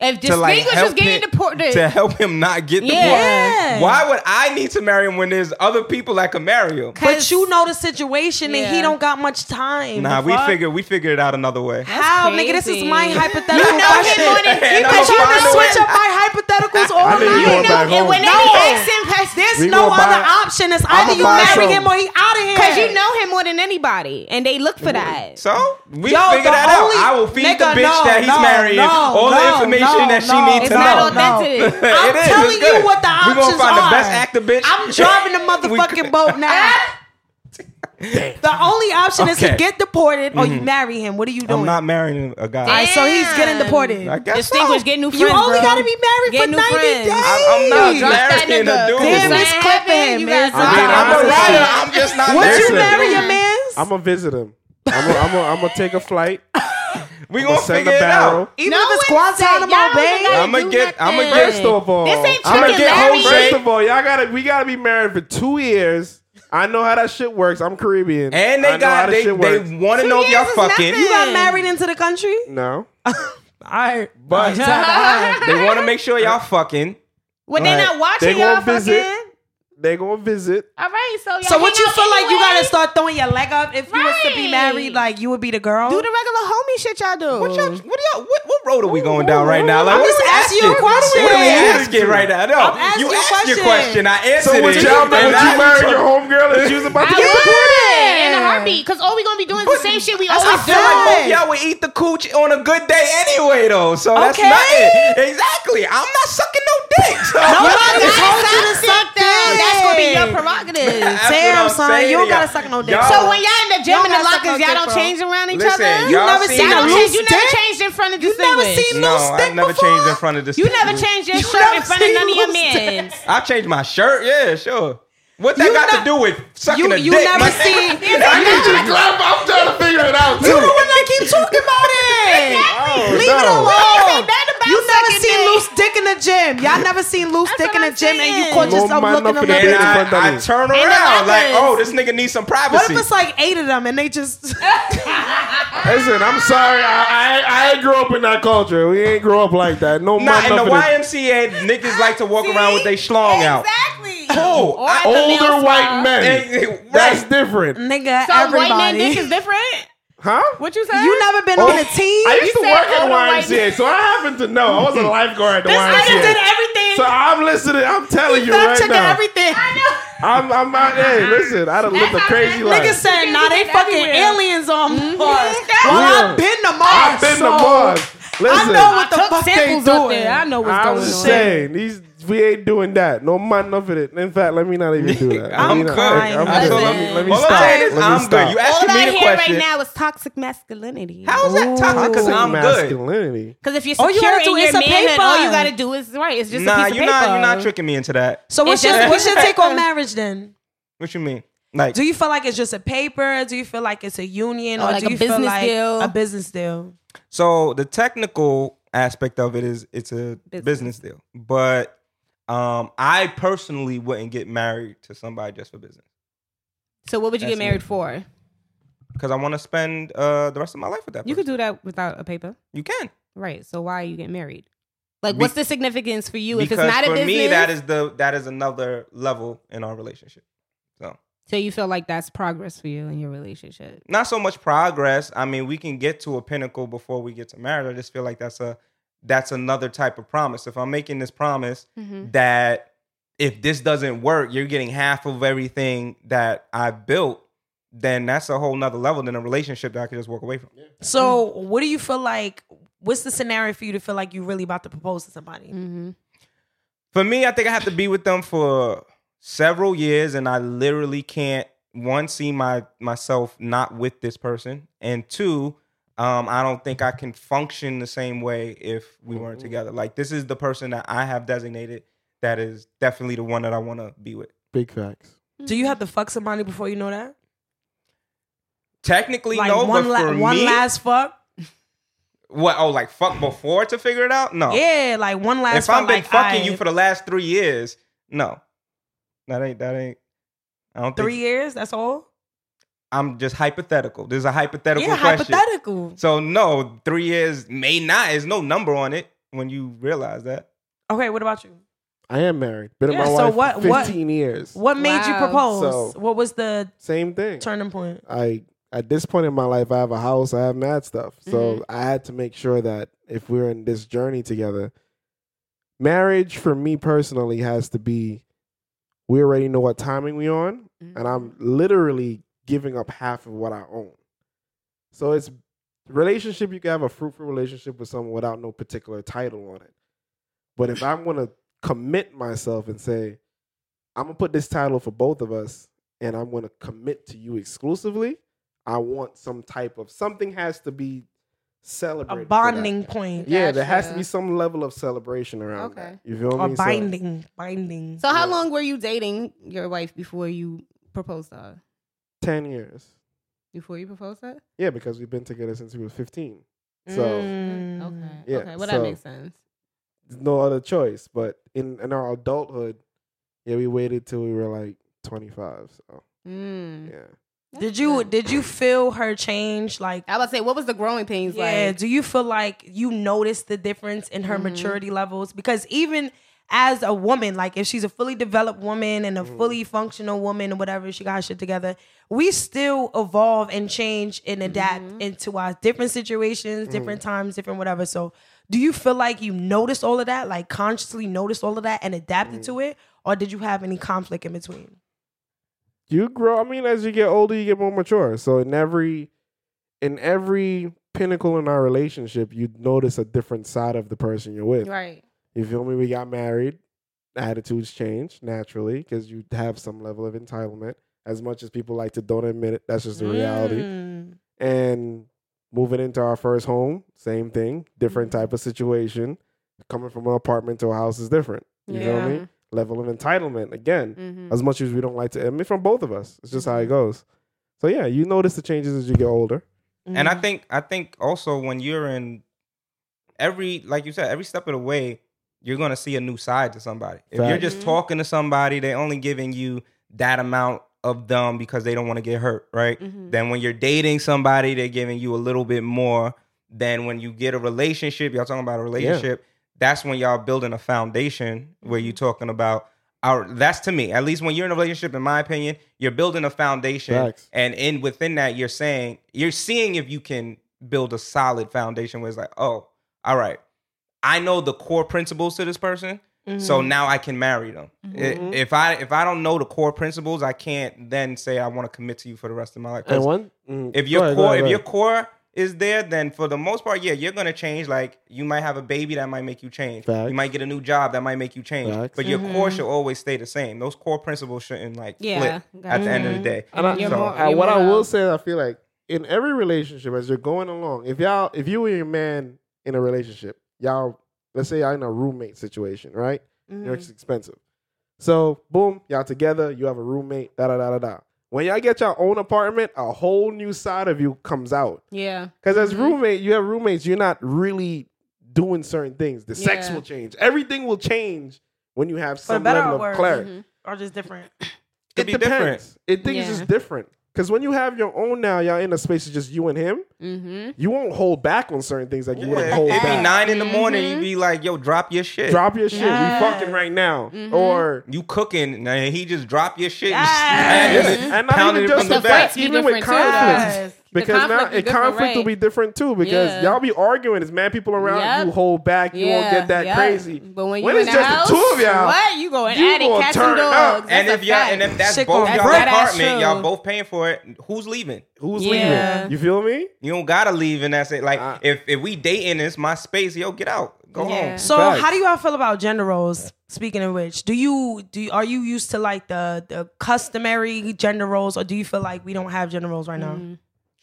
Speaker 7: If
Speaker 2: To, like,
Speaker 7: distinguished was
Speaker 2: help
Speaker 7: getting
Speaker 2: him-
Speaker 7: deported,
Speaker 2: To help him not get
Speaker 7: Yeah.
Speaker 2: deported. Why would I need to marry him when there's other people that can marry him?
Speaker 4: But you know the situation, and he
Speaker 7: Yeah.
Speaker 4: don't got much time.
Speaker 2: Nah,
Speaker 4: The
Speaker 2: we
Speaker 4: fuck?
Speaker 2: figured we figured it out another way.
Speaker 4: How, nigga? This is
Speaker 7: crazy.
Speaker 4: my hypothetical
Speaker 7: know him
Speaker 4: question.
Speaker 7: more than-
Speaker 2: And
Speaker 4: you
Speaker 2: I'm
Speaker 4: can
Speaker 2: gonna find a
Speaker 4: switch
Speaker 2: way.
Speaker 4: up Oh my hypotheticals all
Speaker 5: I think
Speaker 4: night.
Speaker 5: you going back
Speaker 7: and when
Speaker 5: home.
Speaker 7: they ask him,
Speaker 4: There's
Speaker 5: We
Speaker 4: no
Speaker 5: gonna buy-
Speaker 4: other option. It's
Speaker 5: I'ma
Speaker 4: either you
Speaker 5: buy
Speaker 4: marry
Speaker 5: some.
Speaker 4: him or he out of here.
Speaker 7: because you know him more than anybody, and they look for that.
Speaker 2: So we
Speaker 4: Yo,
Speaker 2: figured
Speaker 4: the
Speaker 2: that
Speaker 4: only-
Speaker 2: out. I will feed the
Speaker 4: Nigga,
Speaker 2: bitch
Speaker 4: no,
Speaker 2: that he's
Speaker 4: no,
Speaker 2: marrying
Speaker 4: no,
Speaker 2: all the
Speaker 4: no,
Speaker 2: information
Speaker 4: no,
Speaker 2: that she
Speaker 4: no,
Speaker 2: needs
Speaker 7: it's
Speaker 2: to
Speaker 7: not
Speaker 2: know.
Speaker 7: authentic.
Speaker 4: I'm
Speaker 2: It is,
Speaker 4: telling
Speaker 2: it's good.
Speaker 4: you what the
Speaker 2: We're gonna
Speaker 4: options
Speaker 2: find
Speaker 4: are.
Speaker 2: the best actor bitch.
Speaker 4: I'm driving the motherfucking boat now. the only option is to
Speaker 2: Okay. Mm-hmm.
Speaker 4: get deported or you marry him. What are you doing?
Speaker 2: I'm not marrying a guy.
Speaker 4: All right, so he's getting
Speaker 7: Damn.
Speaker 4: deported.
Speaker 2: I guess
Speaker 7: Distinguished,
Speaker 2: so.
Speaker 7: get new friends.
Speaker 4: You only
Speaker 7: bro.
Speaker 4: gotta be married
Speaker 7: Get
Speaker 4: for
Speaker 7: new
Speaker 4: 90
Speaker 7: friends.
Speaker 4: days.
Speaker 2: I'm, I'm
Speaker 4: Hey.
Speaker 2: not
Speaker 7: Drop that
Speaker 2: marrying
Speaker 7: nigga.
Speaker 2: a dude.
Speaker 4: Damn,
Speaker 7: Something
Speaker 4: he's
Speaker 7: happened,
Speaker 4: clipping
Speaker 7: you
Speaker 4: him. man.
Speaker 7: guys are-
Speaker 2: I mean,
Speaker 4: Sometimes
Speaker 2: I'm a
Speaker 4: it's
Speaker 2: writer.
Speaker 4: shit.
Speaker 2: I'm just not
Speaker 4: Would you
Speaker 5: Listen.
Speaker 4: marry your mans?
Speaker 5: I'm gonna visit him. I'm gonna I'm gonna- I'm gonna take a flight.
Speaker 2: We
Speaker 5: I'm
Speaker 2: gonna
Speaker 5: gonna send
Speaker 2: figure
Speaker 5: a
Speaker 2: it
Speaker 5: barrel.
Speaker 2: out.
Speaker 4: Even
Speaker 7: No
Speaker 4: if it's
Speaker 7: one said- y'all
Speaker 4: Guantanamo
Speaker 7: don't
Speaker 4: Bay?
Speaker 7: gotta
Speaker 2: I'ma
Speaker 7: do
Speaker 2: get- I'ma
Speaker 7: nothing.
Speaker 2: get-
Speaker 5: First of all,
Speaker 7: this ain't
Speaker 5: I'ma
Speaker 7: fucking
Speaker 2: get
Speaker 7: Larry.
Speaker 2: Jose-
Speaker 5: First of all, y'all gotta we gotta be married for two years. I know how that shit works. I'm Caribbean.
Speaker 2: And they
Speaker 5: I know how
Speaker 2: got
Speaker 5: that
Speaker 2: they,
Speaker 5: shit
Speaker 2: they
Speaker 5: works.
Speaker 2: want to know if
Speaker 7: years
Speaker 2: y'all
Speaker 7: is
Speaker 2: fucking.
Speaker 4: You got married into the country?
Speaker 5: no.
Speaker 4: All right.
Speaker 2: But they want to make sure y'all fucking.
Speaker 7: When they
Speaker 5: Right.
Speaker 7: not watching
Speaker 5: They
Speaker 7: y'all
Speaker 5: gonna visit.
Speaker 7: fucking.
Speaker 5: They gonna visit.
Speaker 7: All right, so y'all
Speaker 4: So what
Speaker 7: hang
Speaker 4: you
Speaker 7: out
Speaker 4: feel like you
Speaker 7: anyway?
Speaker 4: gotta start throwing your leg up if you was to be
Speaker 7: Right.
Speaker 4: married, like you would be the girl?
Speaker 7: do the regular homie shit y'all do.
Speaker 2: What y'all? What y'all? What, what road are we going down right now? Like,
Speaker 4: Um, I'm
Speaker 2: what
Speaker 4: just
Speaker 2: we
Speaker 4: asking you a question.
Speaker 2: What are we
Speaker 4: I'm
Speaker 2: asking right now? No,
Speaker 4: I'm asking
Speaker 2: you
Speaker 4: you a
Speaker 2: asked your
Speaker 4: question.
Speaker 2: question. I answered
Speaker 5: So would
Speaker 2: it.
Speaker 5: y'all
Speaker 2: And
Speaker 5: would you
Speaker 2: now you
Speaker 5: marry
Speaker 2: trying-
Speaker 5: your homegirl if she was about to
Speaker 7: I
Speaker 5: get
Speaker 7: would
Speaker 4: Yeah.
Speaker 7: in a heartbeat because all we gonna be doing is the same shit we
Speaker 4: That's
Speaker 7: always
Speaker 4: what
Speaker 7: do.
Speaker 4: I feel
Speaker 2: Both y'all would eat the cooch on a good day anyway, though. So that's
Speaker 4: Okay.
Speaker 2: nothing. Exactly. I'm not sucking no dick. So
Speaker 4: Nobody
Speaker 2: That's
Speaker 4: told you to
Speaker 7: That's
Speaker 4: suck
Speaker 7: it, though. That's gonna be your
Speaker 4: dick.
Speaker 7: prerogative.
Speaker 2: what
Speaker 4: Damn,
Speaker 2: I'm
Speaker 4: son,
Speaker 2: saying
Speaker 4: you don't
Speaker 2: to y'all.
Speaker 4: gotta suck no dick.
Speaker 2: Y'all-
Speaker 7: so when y'all in the gym
Speaker 4: Y'all
Speaker 7: in the
Speaker 4: gotta suck
Speaker 7: lockers,
Speaker 4: no
Speaker 7: y'all don't
Speaker 4: dick, bro.
Speaker 7: change around each
Speaker 2: Listen,
Speaker 7: other.
Speaker 2: y'all
Speaker 4: never
Speaker 2: seen
Speaker 4: seen
Speaker 2: a
Speaker 7: Y'all don't
Speaker 4: loose
Speaker 7: change. You never
Speaker 4: dick?
Speaker 7: changed in front of the
Speaker 4: You never seen no
Speaker 2: No,
Speaker 4: stick
Speaker 2: I never
Speaker 4: before?
Speaker 2: changed in front of this.
Speaker 7: You never changed your
Speaker 4: You
Speaker 7: shirt
Speaker 4: never
Speaker 7: in front of
Speaker 4: seen
Speaker 7: none of your
Speaker 4: loose
Speaker 7: men.
Speaker 2: I changed my shirt. Yeah, sure. What that
Speaker 4: You
Speaker 2: got
Speaker 4: not-
Speaker 2: to do with sucking
Speaker 4: You,
Speaker 2: a
Speaker 4: you
Speaker 2: dick?
Speaker 4: never
Speaker 2: man?
Speaker 4: seen. You
Speaker 5: I need you to grab. I'm trying to figure it out
Speaker 4: don't want to keep talking about it.
Speaker 5: Oh,
Speaker 4: Leave
Speaker 5: no.
Speaker 4: it alone.
Speaker 7: Ain't nothing bad about
Speaker 4: You
Speaker 7: sucking
Speaker 4: never
Speaker 7: second
Speaker 4: seen
Speaker 7: day.
Speaker 4: loose dick in the gym. Y'all never seen loose
Speaker 7: That's
Speaker 4: dick in
Speaker 7: what
Speaker 4: the
Speaker 7: I'm
Speaker 4: gym, and you
Speaker 7: saying.
Speaker 4: caught
Speaker 5: No
Speaker 4: yourself
Speaker 5: man
Speaker 4: looking
Speaker 5: up
Speaker 4: them
Speaker 5: in the
Speaker 4: up.
Speaker 2: And
Speaker 5: bed.
Speaker 2: I, I turn
Speaker 7: no
Speaker 2: around like,
Speaker 7: others.
Speaker 2: oh, this nigga needs some
Speaker 4: What
Speaker 2: privacy.
Speaker 4: if it's like eight of them and they just?
Speaker 5: Listen, I'm sorry. I, I I ain't grow up in that culture. We ain't grow up like that. No
Speaker 2: Nah,
Speaker 5: man
Speaker 2: in the
Speaker 5: up in the
Speaker 2: YMCA, niggas like to walk around with their schlong out.
Speaker 7: Exactly.
Speaker 2: Cool.
Speaker 7: Or at the nail
Speaker 5: older white
Speaker 7: spa.
Speaker 2: Hey, hey,
Speaker 5: men.
Speaker 2: right.
Speaker 5: That's different,
Speaker 4: Nigga,
Speaker 7: So white Oh. man dick is
Speaker 4: everybody.
Speaker 7: different.
Speaker 5: huh?
Speaker 7: What you said?
Speaker 4: You never been on a team. Mm-hmm.
Speaker 5: I used
Speaker 7: You
Speaker 5: to
Speaker 7: said
Speaker 5: work at
Speaker 7: older white
Speaker 5: YMCA, so I happen to know. I was a lifeguard at the
Speaker 7: This nigga did
Speaker 5: YMCA.
Speaker 7: everything.
Speaker 5: So I'm listening. I'm telling you right
Speaker 4: checking
Speaker 5: now.
Speaker 4: everything.
Speaker 7: I know.
Speaker 5: I'm I'm out there. Listen, I done lived a
Speaker 7: That's
Speaker 5: crazy
Speaker 7: how-
Speaker 4: Niggas
Speaker 5: life.
Speaker 4: said, nah, they
Speaker 7: Everywhere. Mm-hmm.
Speaker 4: fucking aliens on Mars.
Speaker 7: Yeah.
Speaker 4: Well,
Speaker 5: Yeah.
Speaker 4: I've been to Mars.
Speaker 5: I've been to
Speaker 4: so
Speaker 5: Mars. Listen,
Speaker 4: I know what the
Speaker 7: Took
Speaker 4: fuck they
Speaker 7: samples up
Speaker 4: doing.
Speaker 7: there. I know what's
Speaker 5: I'm
Speaker 7: going on.
Speaker 5: just saying, these we ain't doing that. No man enough of it. In fact, let me not even do that. Let
Speaker 2: I'm
Speaker 5: me not-
Speaker 2: crying.
Speaker 5: I'm
Speaker 2: That's
Speaker 5: good.
Speaker 2: all
Speaker 5: Let
Speaker 2: I'm-
Speaker 5: me, let me
Speaker 2: All
Speaker 5: stop.
Speaker 2: I'm saying is
Speaker 5: Let me
Speaker 2: I'm
Speaker 5: stop.
Speaker 2: good. You
Speaker 7: All
Speaker 2: asking
Speaker 7: I
Speaker 2: me the
Speaker 7: hear
Speaker 2: question.
Speaker 7: right now is toxic masculinity.
Speaker 2: How is that toxic? Because I'm good.
Speaker 5: masculinity.
Speaker 7: Because if you're
Speaker 4: All you
Speaker 7: secure
Speaker 4: gotta
Speaker 7: in
Speaker 4: do
Speaker 7: your
Speaker 4: is a
Speaker 7: manhood,
Speaker 4: paper.
Speaker 7: all you got to do is right. It's just
Speaker 2: Nah,
Speaker 7: a piece
Speaker 2: you're
Speaker 7: of paper.
Speaker 2: not you're not tricking me into that.
Speaker 4: So what's
Speaker 7: It's
Speaker 4: your
Speaker 7: just-
Speaker 4: what's your take on marriage then?
Speaker 2: What you mean? Like
Speaker 4: Do you feel like it's just a paper? Do you feel like it's a union,
Speaker 7: Or
Speaker 4: or,
Speaker 7: Oh, like
Speaker 4: do
Speaker 7: a
Speaker 4: you feel
Speaker 7: business
Speaker 4: like
Speaker 7: deal?
Speaker 4: a business deal?
Speaker 2: so the technical aspect of it is it's a business, deal. But um I personally wouldn't get married to somebody just for business.
Speaker 7: So what would you
Speaker 2: That's
Speaker 7: get married
Speaker 2: me.
Speaker 7: for?
Speaker 2: Because I want to spend uh the rest of my life with that person.
Speaker 7: You could do that without a paper,
Speaker 2: you can.
Speaker 7: right? So why are you getting married? Like,
Speaker 2: Be-
Speaker 7: what's the significance for you if it's
Speaker 2: because
Speaker 7: not a
Speaker 2: for
Speaker 7: business?
Speaker 2: me that is the that is another level in our relationship. So
Speaker 7: so you feel like that's progress for you in your relationship.
Speaker 2: not so much progress. I mean, we can get to a pinnacle before we get to marriage. I just feel like that's a that's another type of promise. If I'm making this promise
Speaker 7: Mm-hmm.
Speaker 2: that if this doesn't work, you're getting half of everything that I built, then that's a whole nother level than a relationship that I could just walk away from.
Speaker 4: So what do you feel like? What's the scenario for you to feel like you're really about to propose to somebody?
Speaker 7: Mm-hmm.
Speaker 2: For me, I think I have to be with them for several years, and I literally can't one see my myself not with this person, and two, um, I don't think I can function the same way if we weren't
Speaker 4: Mm-hmm.
Speaker 2: together. Like this is the person that I have designated that is definitely the one that I want to be with.
Speaker 5: Big facts.
Speaker 4: Do you have to fuck somebody before you know that?
Speaker 2: Technically,
Speaker 4: Like
Speaker 2: no,
Speaker 4: one
Speaker 2: but
Speaker 4: la-
Speaker 2: for
Speaker 4: one
Speaker 2: me,
Speaker 4: last fuck.
Speaker 2: what? Oh, like fuck before to figure it out? No.
Speaker 4: Yeah, like one last.
Speaker 2: Oh. if I've
Speaker 4: fuck,
Speaker 2: been
Speaker 4: like,
Speaker 2: fucking you
Speaker 4: aight,
Speaker 2: for the last three years, no, that ain't that ain't. I don't think
Speaker 4: three years, that's all.
Speaker 2: I'm just hypothetical. This is a hypothetical
Speaker 4: Yeah,
Speaker 2: question.
Speaker 4: hypothetical.
Speaker 2: So no, three years may not. There's no number on it when you realize that.
Speaker 4: Okay, what about you?
Speaker 5: I am married. Been
Speaker 4: Yeah,
Speaker 5: in my
Speaker 4: so
Speaker 5: wife
Speaker 4: what-
Speaker 5: for
Speaker 4: what-
Speaker 5: 15 years.
Speaker 4: What made you
Speaker 7: Wow.
Speaker 4: propose?
Speaker 5: So-
Speaker 4: what was the
Speaker 5: Same thing.
Speaker 4: turning point?
Speaker 5: I at this point in my life, I have a house, I have mad stuff. So I had to make sure that if we're in this journey together, marriage for me personally has to be we already know what timing we on, and I'm
Speaker 4: Mm-hmm.
Speaker 5: literally giving up half of what I own. So it's relationship you can have a fruitful relationship with someone without no particular title on it. But if I'm gonna commit myself and say, I'm gonna put this title for both of us and I'm gonna commit to you exclusively, I want some type of something has to be
Speaker 4: A
Speaker 5: celebrated. for that.
Speaker 4: bonding point.
Speaker 5: Yeah, there has to be
Speaker 7: Gotcha.
Speaker 5: some level of celebration around
Speaker 7: Okay.
Speaker 5: that. You feel
Speaker 4: Or
Speaker 5: me? So-
Speaker 4: binding. binding.
Speaker 7: So how long were you dating your wife before you proposed to her?
Speaker 5: Ten years.
Speaker 7: Before you proposed to her?
Speaker 5: Yeah, because we've been together since we was fifteen. So
Speaker 4: Mm.
Speaker 7: Okay.
Speaker 5: Yeah,
Speaker 7: okay. Well,
Speaker 5: so-
Speaker 7: that makes sense.
Speaker 5: there's no other choice. But in, in our adulthood, yeah, we waited till we were like twenty five. So
Speaker 7: Mm.
Speaker 5: yeah.
Speaker 4: Did you did you feel her change? Like
Speaker 7: I was say, what was the growing pains
Speaker 4: yeah,
Speaker 7: like?
Speaker 4: do you feel like you noticed the difference in her
Speaker 7: Mhm.
Speaker 4: maturity levels? Because even as a woman, like if she's a fully developed woman and a
Speaker 7: Mm.
Speaker 4: fully functional woman and whatever, she got her shit together, we still evolve and change and adapt
Speaker 7: Mm-hmm.
Speaker 4: into our different situations, different
Speaker 7: Mm.
Speaker 4: times, different whatever. So do you feel like you noticed all of that, like consciously noticed all of that and adapted
Speaker 7: Mm.
Speaker 4: to it? Or did you have any conflict in between?
Speaker 5: you grow i mean as you get older you get more mature so in every in every pinnacle in our relationship you notice a different side of the person you're with
Speaker 7: Right.
Speaker 5: you feel me we got married attitudes change naturally because you have some level of entitlement as much as people like to don't admit it that's just the reality
Speaker 4: Mm.
Speaker 5: and moving into our first home same thing different
Speaker 7: Mm-hmm.
Speaker 5: type of situation coming from an apartment to a house is different you
Speaker 7: Yeah.
Speaker 5: feel me level of entitlement again
Speaker 7: Mm-hmm.
Speaker 5: as much as we don't like to admit from both of us. It's just how it goes. So yeah, you notice the changes as you get older.
Speaker 2: And I think I think also when you're in every like you said, every step of the way, you're gonna see a new side to somebody. If you're
Speaker 5: Facts.
Speaker 2: just talking to somebody, they only giving you that amount of them because they don't want to get hurt, right? Then when you're dating somebody, they're giving you a little bit more than when you get a relationship. Y'all talking about a relationship. That's when y'all building a foundation where you're talking about our that's to me, at least when you're in a relationship, in my opinion, you're building a foundation.
Speaker 5: Facts.
Speaker 2: And in within that, you're saying you're seeing if you can build a solid foundation where it's like, oh, all right, I know the core principles to this person, so
Speaker 5: Mm-hmm.
Speaker 2: now I can marry them. I- If I if I don't know the core principles, I can't then say I want to commit to you for the rest of my life. 'Cause
Speaker 5: And one, mm,
Speaker 2: if
Speaker 5: go
Speaker 2: your
Speaker 5: ahead, go
Speaker 2: core
Speaker 5: ahead,
Speaker 2: if
Speaker 5: go
Speaker 2: your
Speaker 5: ahead.
Speaker 2: core is there, then for the most part, yeah, you're gonna change. Like you might have a baby that might make you change.
Speaker 5: Facts.
Speaker 2: You might get a new job that might make you change.
Speaker 5: Facts. Mm-hmm.
Speaker 2: But your core should always stay the same. Those core principles shouldn't like
Speaker 7: Yeah,
Speaker 2: flip at the end of the day.
Speaker 5: And I,
Speaker 7: You're
Speaker 2: so,
Speaker 7: more-
Speaker 5: I-
Speaker 7: you're
Speaker 5: what I
Speaker 7: more-
Speaker 5: will say, I feel like in every relationship, as you're going along, if y'all, if you and your man in a relationship, y'all, let's say y'all in a roommate situation, right? You know, It's expensive. So boom, y'all together. You have a roommate. Da da da da da. When y'all get your own apartment, a whole new side of you comes out.
Speaker 7: Yeah.
Speaker 5: Because as roommate, you have roommates. You're not really doing certain things. The sex
Speaker 7: Yeah.
Speaker 5: will change. Everything will change when you have some
Speaker 4: better or
Speaker 5: level of
Speaker 4: worse.
Speaker 5: clarity
Speaker 4: Or just different.
Speaker 2: Could
Speaker 5: it
Speaker 2: be
Speaker 5: depends. It things
Speaker 7: Yeah.
Speaker 5: is different. Because when you have your own now, y'all in a space it's just you and him.
Speaker 7: Mm-hmm.
Speaker 5: You won't hold back on certain things like you wouldn't
Speaker 2: Yeah,
Speaker 5: hold
Speaker 2: it'd be
Speaker 5: back.
Speaker 2: nine in the morning. You'd be like, "Yo, drop your shit.
Speaker 5: Mm-hmm. Drop your shit.
Speaker 4: Yes.
Speaker 5: We fucking right now.
Speaker 7: Mm-hmm.
Speaker 5: Or
Speaker 2: You cooking, and he just drop your shit.
Speaker 4: Yes.
Speaker 2: And,
Speaker 5: and not
Speaker 2: Pounding
Speaker 5: even
Speaker 2: it
Speaker 5: just
Speaker 2: from the
Speaker 5: the
Speaker 2: back.
Speaker 5: facts,
Speaker 7: Be
Speaker 5: even with
Speaker 7: different too.
Speaker 5: conflicts.
Speaker 4: Yes.
Speaker 7: The
Speaker 5: Because
Speaker 7: conflict
Speaker 5: now
Speaker 7: be
Speaker 5: a
Speaker 7: different,
Speaker 5: conflict will
Speaker 7: right?
Speaker 5: be different too. Because
Speaker 7: Yeah.
Speaker 5: y'all be arguing. There's mad people around.
Speaker 7: Yep.
Speaker 5: You hold back. You won't
Speaker 7: Yeah,
Speaker 5: get that
Speaker 7: yeah.
Speaker 5: crazy.
Speaker 7: But when,
Speaker 5: When
Speaker 7: you
Speaker 5: it's
Speaker 7: in the
Speaker 5: just the
Speaker 7: house,
Speaker 5: two of y'all,
Speaker 7: what you going
Speaker 5: you
Speaker 7: at it,
Speaker 5: gonna
Speaker 7: cats and
Speaker 5: turn
Speaker 7: dogs?
Speaker 5: up.
Speaker 7: That's
Speaker 2: and
Speaker 7: a
Speaker 2: if y'all
Speaker 7: fact.
Speaker 2: and if that's
Speaker 4: Shit
Speaker 2: both
Speaker 4: gonna
Speaker 2: y'all
Speaker 7: break. That's
Speaker 2: apartment,
Speaker 7: true.
Speaker 2: y'all both paying for it. Who's leaving?
Speaker 5: who's
Speaker 7: Yeah.
Speaker 5: leaving? You feel me?
Speaker 2: You don't gotta leave, and that's it. Like
Speaker 5: Uh.
Speaker 2: if if we dating, and it's my space. Yo, get out. Go
Speaker 7: Yeah.
Speaker 2: home.
Speaker 4: So
Speaker 5: Facts.
Speaker 4: how do you all feel about gender roles? Speaking of which, do you do you- are you used to like the the customary gender roles, or do you feel like we don't have gender roles right now?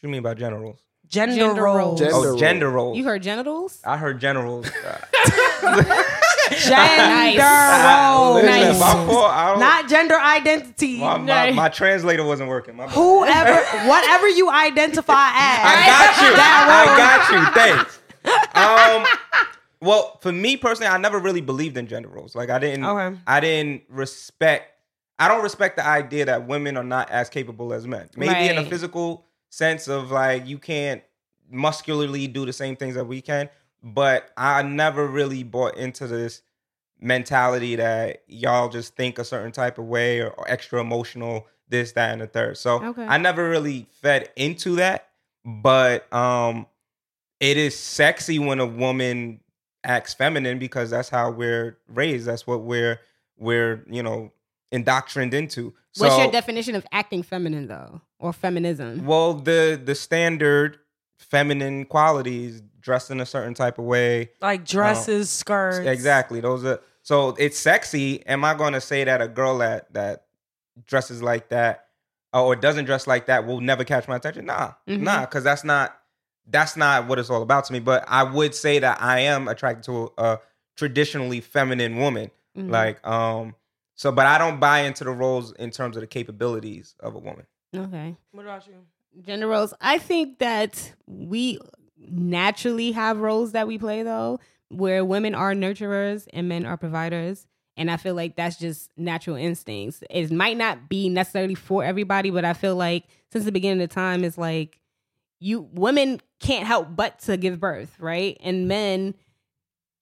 Speaker 2: What you mean by generals?
Speaker 4: Gender,
Speaker 7: Gender
Speaker 4: roles,
Speaker 7: roles. Gender
Speaker 2: oh, gender roles.
Speaker 7: you heard genitals?
Speaker 2: I heard generals. Uh,
Speaker 4: gender
Speaker 7: Nice.
Speaker 4: roles,
Speaker 2: listen,
Speaker 7: Oh, nice.
Speaker 2: My fault. I don't,
Speaker 4: not gender identity.
Speaker 2: my, my, my translator wasn't working. My bad.
Speaker 4: Whoever, whatever you identify
Speaker 2: I
Speaker 4: as,
Speaker 2: got you. I got you.
Speaker 4: That
Speaker 2: Thanks. Um, well, for me personally, I never really believed in gender roles. Like I didn't.
Speaker 4: Okay.
Speaker 2: I didn't respect. I don't respect the idea that women are not as capable as men. Maybe in a
Speaker 7: Right.
Speaker 2: physical sense of like you can't muscularly do the same things that we can, but I never really bought into this mentality that y'all just think a certain type of way or, or extra emotional, this, that, and the third. So
Speaker 7: Okay.
Speaker 2: I never really fed into that. But um it is sexy when a woman acts feminine because that's how we're raised. That's what we're we're, you know, indoctrined into. So
Speaker 7: What's your definition of acting feminine though, or feminism?
Speaker 2: well the the standard feminine qualities dressed in a certain type of way.
Speaker 4: like dresses, skirts,
Speaker 2: Exactly. Those are so it's sexy. Am I going to say that a girl that that dresses like that uh, or doesn't dress like that will never catch my attention? Nah, nah, because that's not that's not what it's all about to me. But I would say that I am attracted to a, traditionally feminine woman.
Speaker 7: Mm-hmm.
Speaker 2: Like, um, so but I don't buy into the roles in terms of the capabilities of a woman.
Speaker 7: Okay.
Speaker 4: What about you?
Speaker 7: gender roles. I think that we naturally have roles that we play though, where women are nurturers and men are providers. And I feel like that's just natural instincts. It might not be necessarily for everybody, but I feel like since the beginning of time, it's like you women can't help but to give birth, right? And men,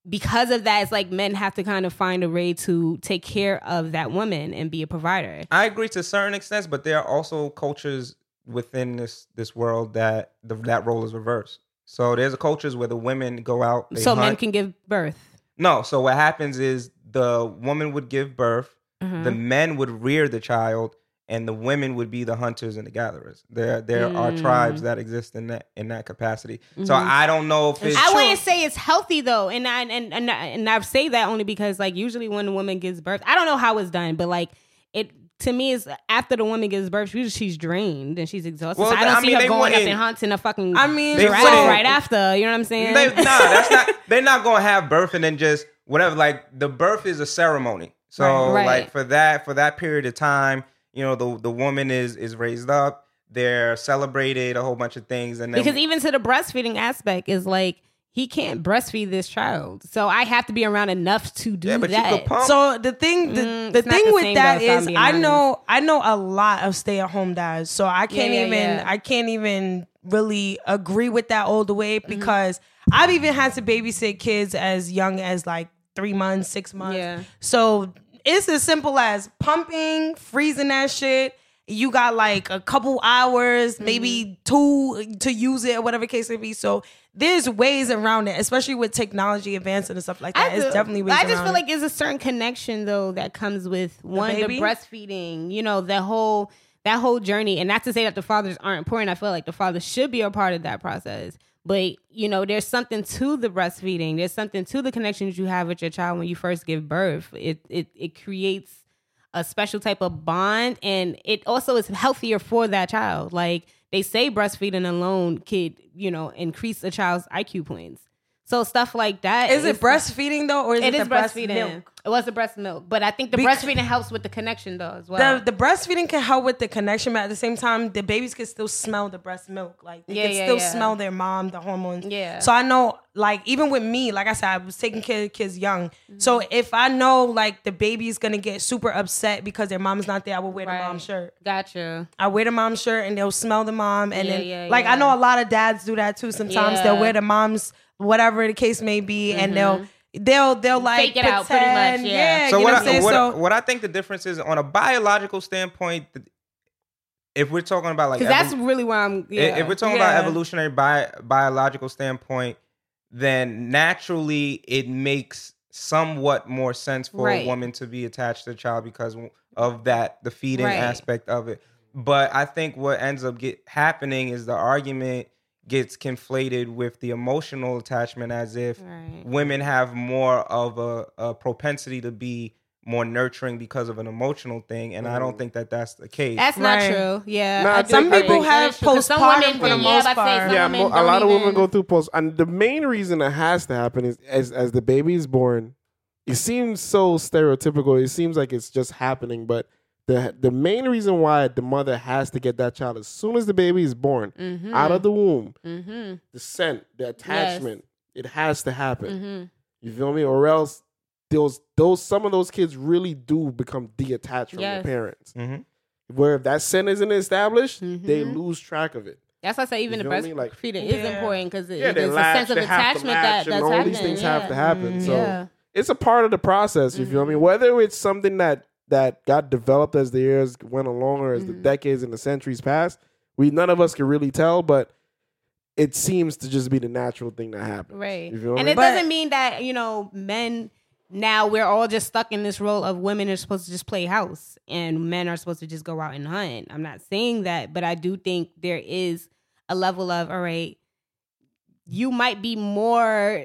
Speaker 7: because of that, it's like men have to kind of find a way to take care of that woman and be a provider.
Speaker 2: I agree to certain extents, but there are also cultures within this this world that the, that role is reversed. So there's cultures where the women go out. They
Speaker 7: so men
Speaker 2: hunt.
Speaker 7: can give birth.
Speaker 2: no. So what happens is the woman would give birth, the men would rear the child, and the women would be the hunters and the gatherers. There there are tribes that exist in that in that capacity. So I don't know if it's
Speaker 7: I wouldn't say it's healthy though, and I and and I- and I say that only because like usually when a woman gives birth, I don't know how it's done, but like it to me is after the woman gives birth, usually she's drained and she's exhausted.
Speaker 2: Well,
Speaker 7: so I don't
Speaker 2: I
Speaker 7: see
Speaker 2: mean, they
Speaker 7: her going up
Speaker 2: wouldn't-
Speaker 7: and hunting a fucking
Speaker 4: I mean,
Speaker 2: They
Speaker 7: giraffe
Speaker 2: wouldn't-
Speaker 7: right after. You know what I'm saying?
Speaker 2: They, nah, that's not. They're not gonna have birth and then just whatever. Like the birth is a ceremony. So
Speaker 7: Right, right.
Speaker 2: like for that for that period of time, you know, the the woman is is raised up. They're celebrated a whole bunch of things, and then
Speaker 7: because even to the breastfeeding aspect is like he can't breastfeed this child. So I have to be around enough to do
Speaker 2: Yeah, but
Speaker 7: that.
Speaker 2: you could pump.
Speaker 4: So the thing, the,
Speaker 7: Mm,
Speaker 4: the
Speaker 7: it's not
Speaker 4: thing
Speaker 7: the
Speaker 4: with
Speaker 7: same
Speaker 4: that
Speaker 7: though, if I'm
Speaker 4: is,
Speaker 7: being
Speaker 4: I know, I know a lot of stay at home dads, so I can't
Speaker 7: yeah,
Speaker 4: even,
Speaker 7: yeah.
Speaker 4: I can't even really agree with that all the way
Speaker 7: Mm-hmm.
Speaker 4: because I've even had to babysit kids as young as like three months, six months.
Speaker 7: Yeah.
Speaker 4: So it's as simple as pumping, freezing that shit. You got like a couple hours, maybe
Speaker 7: Mm-hmm.
Speaker 4: two to use it or whatever case may be. So there's ways around it, especially with technology advancing and stuff like that.
Speaker 7: do.
Speaker 4: it's definitely ways
Speaker 7: I just
Speaker 4: around
Speaker 7: feel
Speaker 4: it.
Speaker 7: like it's a certain connection though that comes with one the
Speaker 4: baby?
Speaker 7: breastfeeding. You know the whole that whole journey, and not to say that the fathers aren't important. I feel like the fathers should be a part of that process. But you know, there's something to the breastfeeding. There's something to the connections you have with your child when you first give birth. It it it creates a special type of bond and it also is healthier for that child like they say breastfeeding alone could you know increase a child's iq points so stuff like that
Speaker 4: Is it breastfeeding though, or is it,
Speaker 7: it is
Speaker 4: the breast
Speaker 7: breastfeeding
Speaker 4: milk?
Speaker 7: it was the breast milk but i think the
Speaker 4: Because-
Speaker 7: breastfeeding helps with the connection though as well
Speaker 4: The, the breastfeeding can help with the connection, but at the same time, the babies can still smell the breast milk. Like they
Speaker 7: Yeah,
Speaker 4: can
Speaker 7: yeah,
Speaker 4: still
Speaker 7: yeah.
Speaker 4: smell their mom, the hormones.
Speaker 7: Yeah.
Speaker 4: So I know, like even with me, like I said, I was taking care of kids young. So if I know like the baby's gonna get super upset because their mom's not there, I will wear the
Speaker 7: Right.
Speaker 4: mom's shirt.
Speaker 7: gotcha
Speaker 4: I wear the mom's shirt and they'll smell the mom. And
Speaker 7: Yeah,
Speaker 4: then,
Speaker 7: yeah,
Speaker 4: like, I
Speaker 7: yeah.
Speaker 4: know a lot of dads do that too. Sometimes they'll
Speaker 7: Yeah.
Speaker 4: wear the mom's, whatever the case may be, and they'll, they'll, they'll like,
Speaker 7: Mm-hmm. Fake it out pretty much,
Speaker 4: pretend.
Speaker 7: yeah.
Speaker 2: so
Speaker 4: you
Speaker 2: what,
Speaker 4: know what I'm
Speaker 2: I,
Speaker 4: saying?
Speaker 2: what,
Speaker 4: so,
Speaker 2: what I think the difference is on a biological standpoint, th- if we're talking about like
Speaker 7: because that's
Speaker 2: evo-
Speaker 7: really where i'm
Speaker 2: i-
Speaker 7: yeah.
Speaker 2: if we're talking
Speaker 4: Yeah.
Speaker 2: about evolutionary bi- biological standpoint, then naturally it makes somewhat more sense for
Speaker 7: Right.
Speaker 2: a woman to be attached to the child because of that the feeding
Speaker 7: Right.
Speaker 2: aspect of it. But I think what ends up get happening is the argument gets conflated with the emotional attachment as if
Speaker 7: Right.
Speaker 2: women have more of a, a propensity to be more nurturing because of an emotional thing, and I don't think that that's the case.
Speaker 7: that's not
Speaker 4: Right.
Speaker 7: true yeah
Speaker 5: Nah,
Speaker 7: I
Speaker 5: I
Speaker 7: do
Speaker 5: think-
Speaker 7: agree.
Speaker 5: Some people
Speaker 4: have
Speaker 7: That's true. 'Cause some women
Speaker 4: postpartum for the
Speaker 7: do.
Speaker 4: most
Speaker 7: yeah, but I'd say
Speaker 4: part.
Speaker 7: some
Speaker 5: yeah,
Speaker 7: women
Speaker 5: mo- a
Speaker 7: don't
Speaker 5: lot of women
Speaker 7: even-
Speaker 5: go through post, and the main reason it has to happen is as as the baby is born. It seems so stereotypical. It seems like it's just happening, but the the main reason why the mother has to get that child as soon as the baby is born
Speaker 7: Mm-hmm.
Speaker 5: out of the womb,
Speaker 7: Mm.
Speaker 5: the scent, the attachment, it has to happen.
Speaker 7: Mm-hmm.
Speaker 5: You feel me? Or else those those some of those kids really do become detached from
Speaker 7: Yes.
Speaker 5: their parents.
Speaker 2: Mhm.
Speaker 5: Where if that scent isn't established, they
Speaker 7: Mm-hmm.
Speaker 5: lose track of it.
Speaker 7: That's why I say even
Speaker 5: You
Speaker 7: the
Speaker 5: feel me?
Speaker 7: breastfeeding
Speaker 5: Like-
Speaker 7: is important because
Speaker 5: yeah, they
Speaker 7: there's a
Speaker 5: latch,
Speaker 7: sense of
Speaker 5: they have to
Speaker 7: attachment
Speaker 5: latch,
Speaker 7: that
Speaker 5: and
Speaker 7: that's
Speaker 5: all
Speaker 7: happening.
Speaker 5: these things
Speaker 7: yeah. Mm-hmm.
Speaker 5: have to happen. So
Speaker 7: yeah.
Speaker 5: it's a part of the process. You feel me? Whether it's something that that got developed as the years went along, or as
Speaker 7: Mm-hmm.
Speaker 5: the decades and the centuries passed, we none of us can really tell, but it seems to just be the natural thing that happens.
Speaker 7: Right.
Speaker 5: You feel
Speaker 7: and
Speaker 5: me?
Speaker 7: it doesn't mean that, you know, men now we're all just stuck in this role of women are supposed to just play house and men are supposed to just go out and hunt. I'm not saying that, but I do think there is a level of, all right, you might be more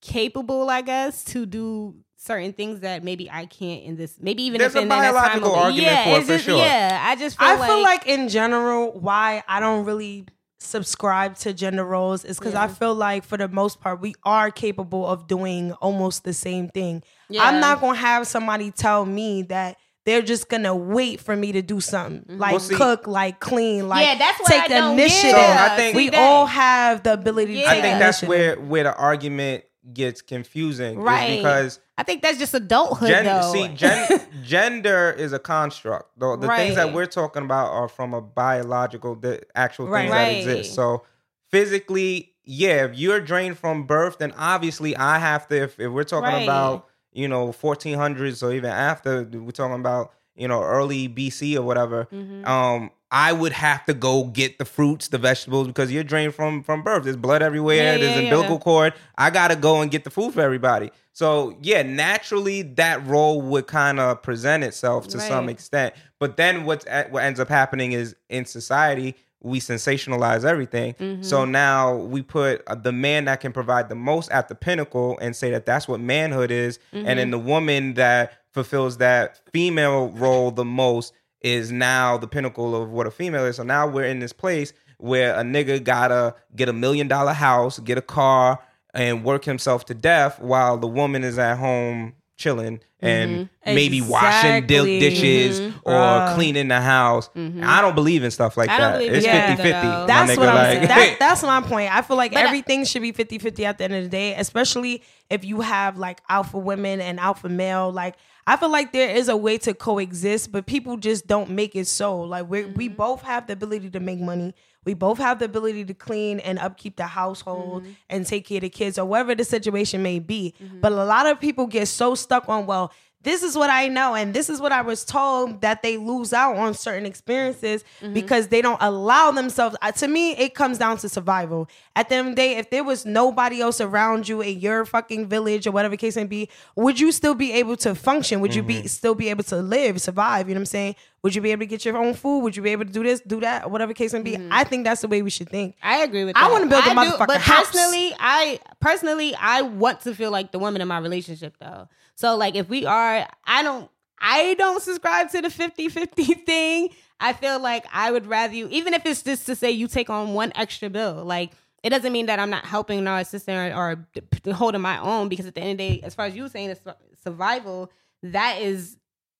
Speaker 7: capable, I guess, to do certain things that maybe I can't in this maybe even
Speaker 2: There's
Speaker 7: if
Speaker 2: a
Speaker 7: in that time
Speaker 2: biological
Speaker 7: of-
Speaker 2: argument
Speaker 7: yeah,
Speaker 2: for it,
Speaker 7: it's
Speaker 2: for
Speaker 7: just,
Speaker 2: sure.
Speaker 7: Yeah. I just feel
Speaker 4: I
Speaker 7: like,
Speaker 4: feel like in general, why I don't really subscribe to gender roles is because I feel like for the most part, we are capable of doing almost the same thing.
Speaker 7: Yeah.
Speaker 4: I'm not gonna have somebody tell me that they're just gonna wait for me to do something like
Speaker 2: Well, see-
Speaker 4: cook, like clean, like
Speaker 7: Mm-hmm. Yeah, that's what
Speaker 4: take
Speaker 7: I don't get.
Speaker 4: initiative.
Speaker 2: So I think-
Speaker 4: we
Speaker 7: See that?
Speaker 4: all have the ability to
Speaker 7: Yeah.
Speaker 2: I
Speaker 4: take
Speaker 2: think that's
Speaker 4: initiative.
Speaker 2: where where the argument gets confusing, is
Speaker 7: Right.
Speaker 2: because
Speaker 7: I think that's just adulthood
Speaker 2: gender,
Speaker 7: though.
Speaker 2: see, gen, gender is a construct. The, the things
Speaker 7: Right.
Speaker 2: that we're talking about are from a biological, the actual things
Speaker 7: Right.
Speaker 2: that exist. So physically, yeah, if you're drained from birth, then obviously I have to. If, if we're talking
Speaker 7: Right.
Speaker 2: about you know 1400s or even after, we're talking about you know early BC or whatever. Um, I would have to go get the fruits, the vegetables, because you're drained from from birth. There's blood everywhere.
Speaker 7: Yeah,
Speaker 2: There's
Speaker 7: yeah, yeah.
Speaker 2: umbilical cord. I gotta go and get the food for everybody. So yeah, naturally that role would kind of present itself to some
Speaker 7: Right.
Speaker 2: extent. But then what's at, what ends up happening is in society we sensationalize everything.
Speaker 7: Mm-hmm.
Speaker 2: So now we put uh, the man that can provide the most at the pinnacle and say that that's what manhood is, and
Speaker 7: Mm-hmm.
Speaker 2: then the woman that fulfills that female role the most is now the pinnacle of what a female is. So now we're in this place where a nigga gotta get a million dollar house, get a car, and work himself to death while the woman is at home chilling and maybe washing di-
Speaker 4: Mm-hmm. Exactly. Mm-hmm. Uh.
Speaker 2: dishes or
Speaker 4: Bruh.
Speaker 2: cleaning the house. I don't believe in stuff like
Speaker 7: I don't
Speaker 2: that.
Speaker 7: believe
Speaker 2: It's
Speaker 4: in that
Speaker 2: 50 50.
Speaker 7: though.
Speaker 4: That's what I'm saying. That, that's my point. I feel like
Speaker 7: I-
Speaker 4: everything should be 50 50 at the end of the day, especially if you have like alpha women and alpha male. Like, I feel like there is a way to coexist, but people just don't make it so. Like, we we both have the ability to make money. We both have the ability to clean and upkeep the household and take care of the kids or whatever the situation may be. But a lot of people get so stuck on, well, this is what I know, and this is what I was told that they lose out on certain experiences because they don't allow themselves. uh, To me, it comes down to survival. At the end of the day, if there was nobody else around you in your fucking village or whatever case may be, would you still be able to function? Would you be still be able to live, survive? You know what I'm saying? Would you be able to get your own food? Would you be able to do this, do that, or whatever case may be? I think that's the way we should think.
Speaker 7: I agree with.
Speaker 4: I
Speaker 7: That.
Speaker 4: wanna build a
Speaker 7: I do-
Speaker 4: motherfucking
Speaker 7: but
Speaker 4: house.
Speaker 7: personally, I personally I want to feel like the woman in my relationship though. So like if we are, I don't I don't subscribe to the 50-50 thing. I feel like I would rather you, even if it's just to say you take on one extra bill, like. It doesn't mean that I'm not helping or assisting or, or d- p- holding my own because at the end of the day, as far as you were saying, it's su- survival, that is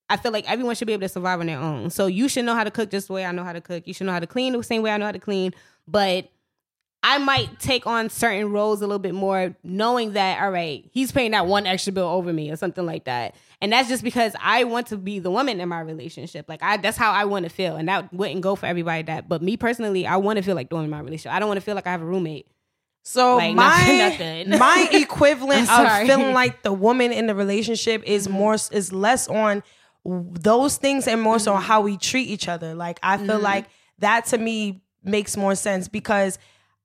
Speaker 7: I feel like everyone should be able to survive on their own. So you should know how to cook just the way I know how to cook. You should know how to clean the same way I know how to clean. But I might take on certain roles a little bit more, knowing that, all right, he's paying that one extra bill over me or something like that. And that's just because I want to be the woman in my relationship. Like I that's how I want to feel. And that wouldn't go for everybody that. But me personally, I want to feel like the woman in my relationship. I don't want to feel like I have a roommate.
Speaker 4: So
Speaker 7: Like,
Speaker 4: my
Speaker 7: nothing, nothing.
Speaker 4: my equivalent
Speaker 7: I'm
Speaker 4: of
Speaker 7: sorry. Mm-hmm.
Speaker 4: feeling like the woman in the relationship is more is less on those things and more
Speaker 7: Mm-hmm.
Speaker 4: so on how we treat each other. Like I feel like that to me makes more sense because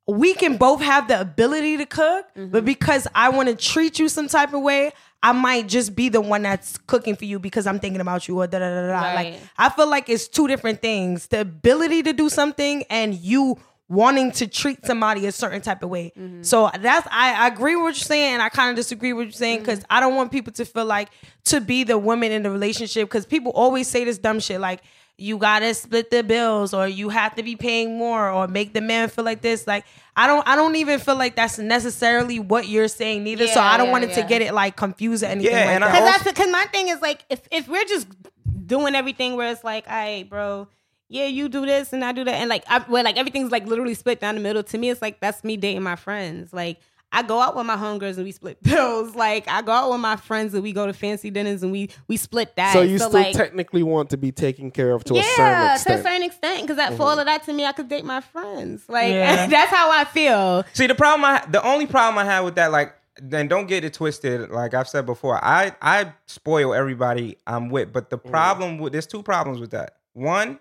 Speaker 4: we can both have the ability to cook,
Speaker 7: Mm-hmm.
Speaker 4: but because I want to treat you some type of way, I might just be the one that's cooking for you because I'm thinking about you or da da da da. Like
Speaker 7: Right.
Speaker 4: I feel like it's two different things: the ability to do something and you wanting to treat somebody a certain type of way.
Speaker 7: Mm-hmm.
Speaker 4: So that's I, I agree with what you're saying, and I kind of disagree with what you're saying
Speaker 7: Mm-hmm.
Speaker 4: because I don't want people to feel like to be the woman in the relationship because people always say this dumb shit like you gotta split the bills or you have to be paying more or make the man feel like this. Like I don't I don't even feel like that's necessarily what you're saying neither. so
Speaker 7: Yeah,
Speaker 4: I don't
Speaker 7: yeah,
Speaker 4: want it to
Speaker 7: yeah.
Speaker 4: get it like confused or anything
Speaker 2: Yeah,
Speaker 4: like
Speaker 2: and I
Speaker 4: that.
Speaker 7: Cause
Speaker 2: also-
Speaker 7: that's because my thing is like if if we're just doing everything where it's like, all right, bro, yeah, you do this and I do that, and like I, where like everything's like literally split down the middle. To me, it's like that's me dating my friends. Like I go out with my homegirls and we split bills. Like I go out with my friends and we go to fancy dinners and we we split that.
Speaker 5: So you still
Speaker 7: like,
Speaker 5: technically want to be taken care of to a certain
Speaker 7: yeah, to a
Speaker 5: extent. Mm-hmm.
Speaker 7: certain extent, because that for all of that to me, I could date my friends. Like
Speaker 4: Yeah.
Speaker 7: that's how I feel.
Speaker 2: See the problem I the only problem I had with that, like then don't get it twisted. Like I've said before, I I spoil everybody I'm with. But the problem with there's two problems with that. One,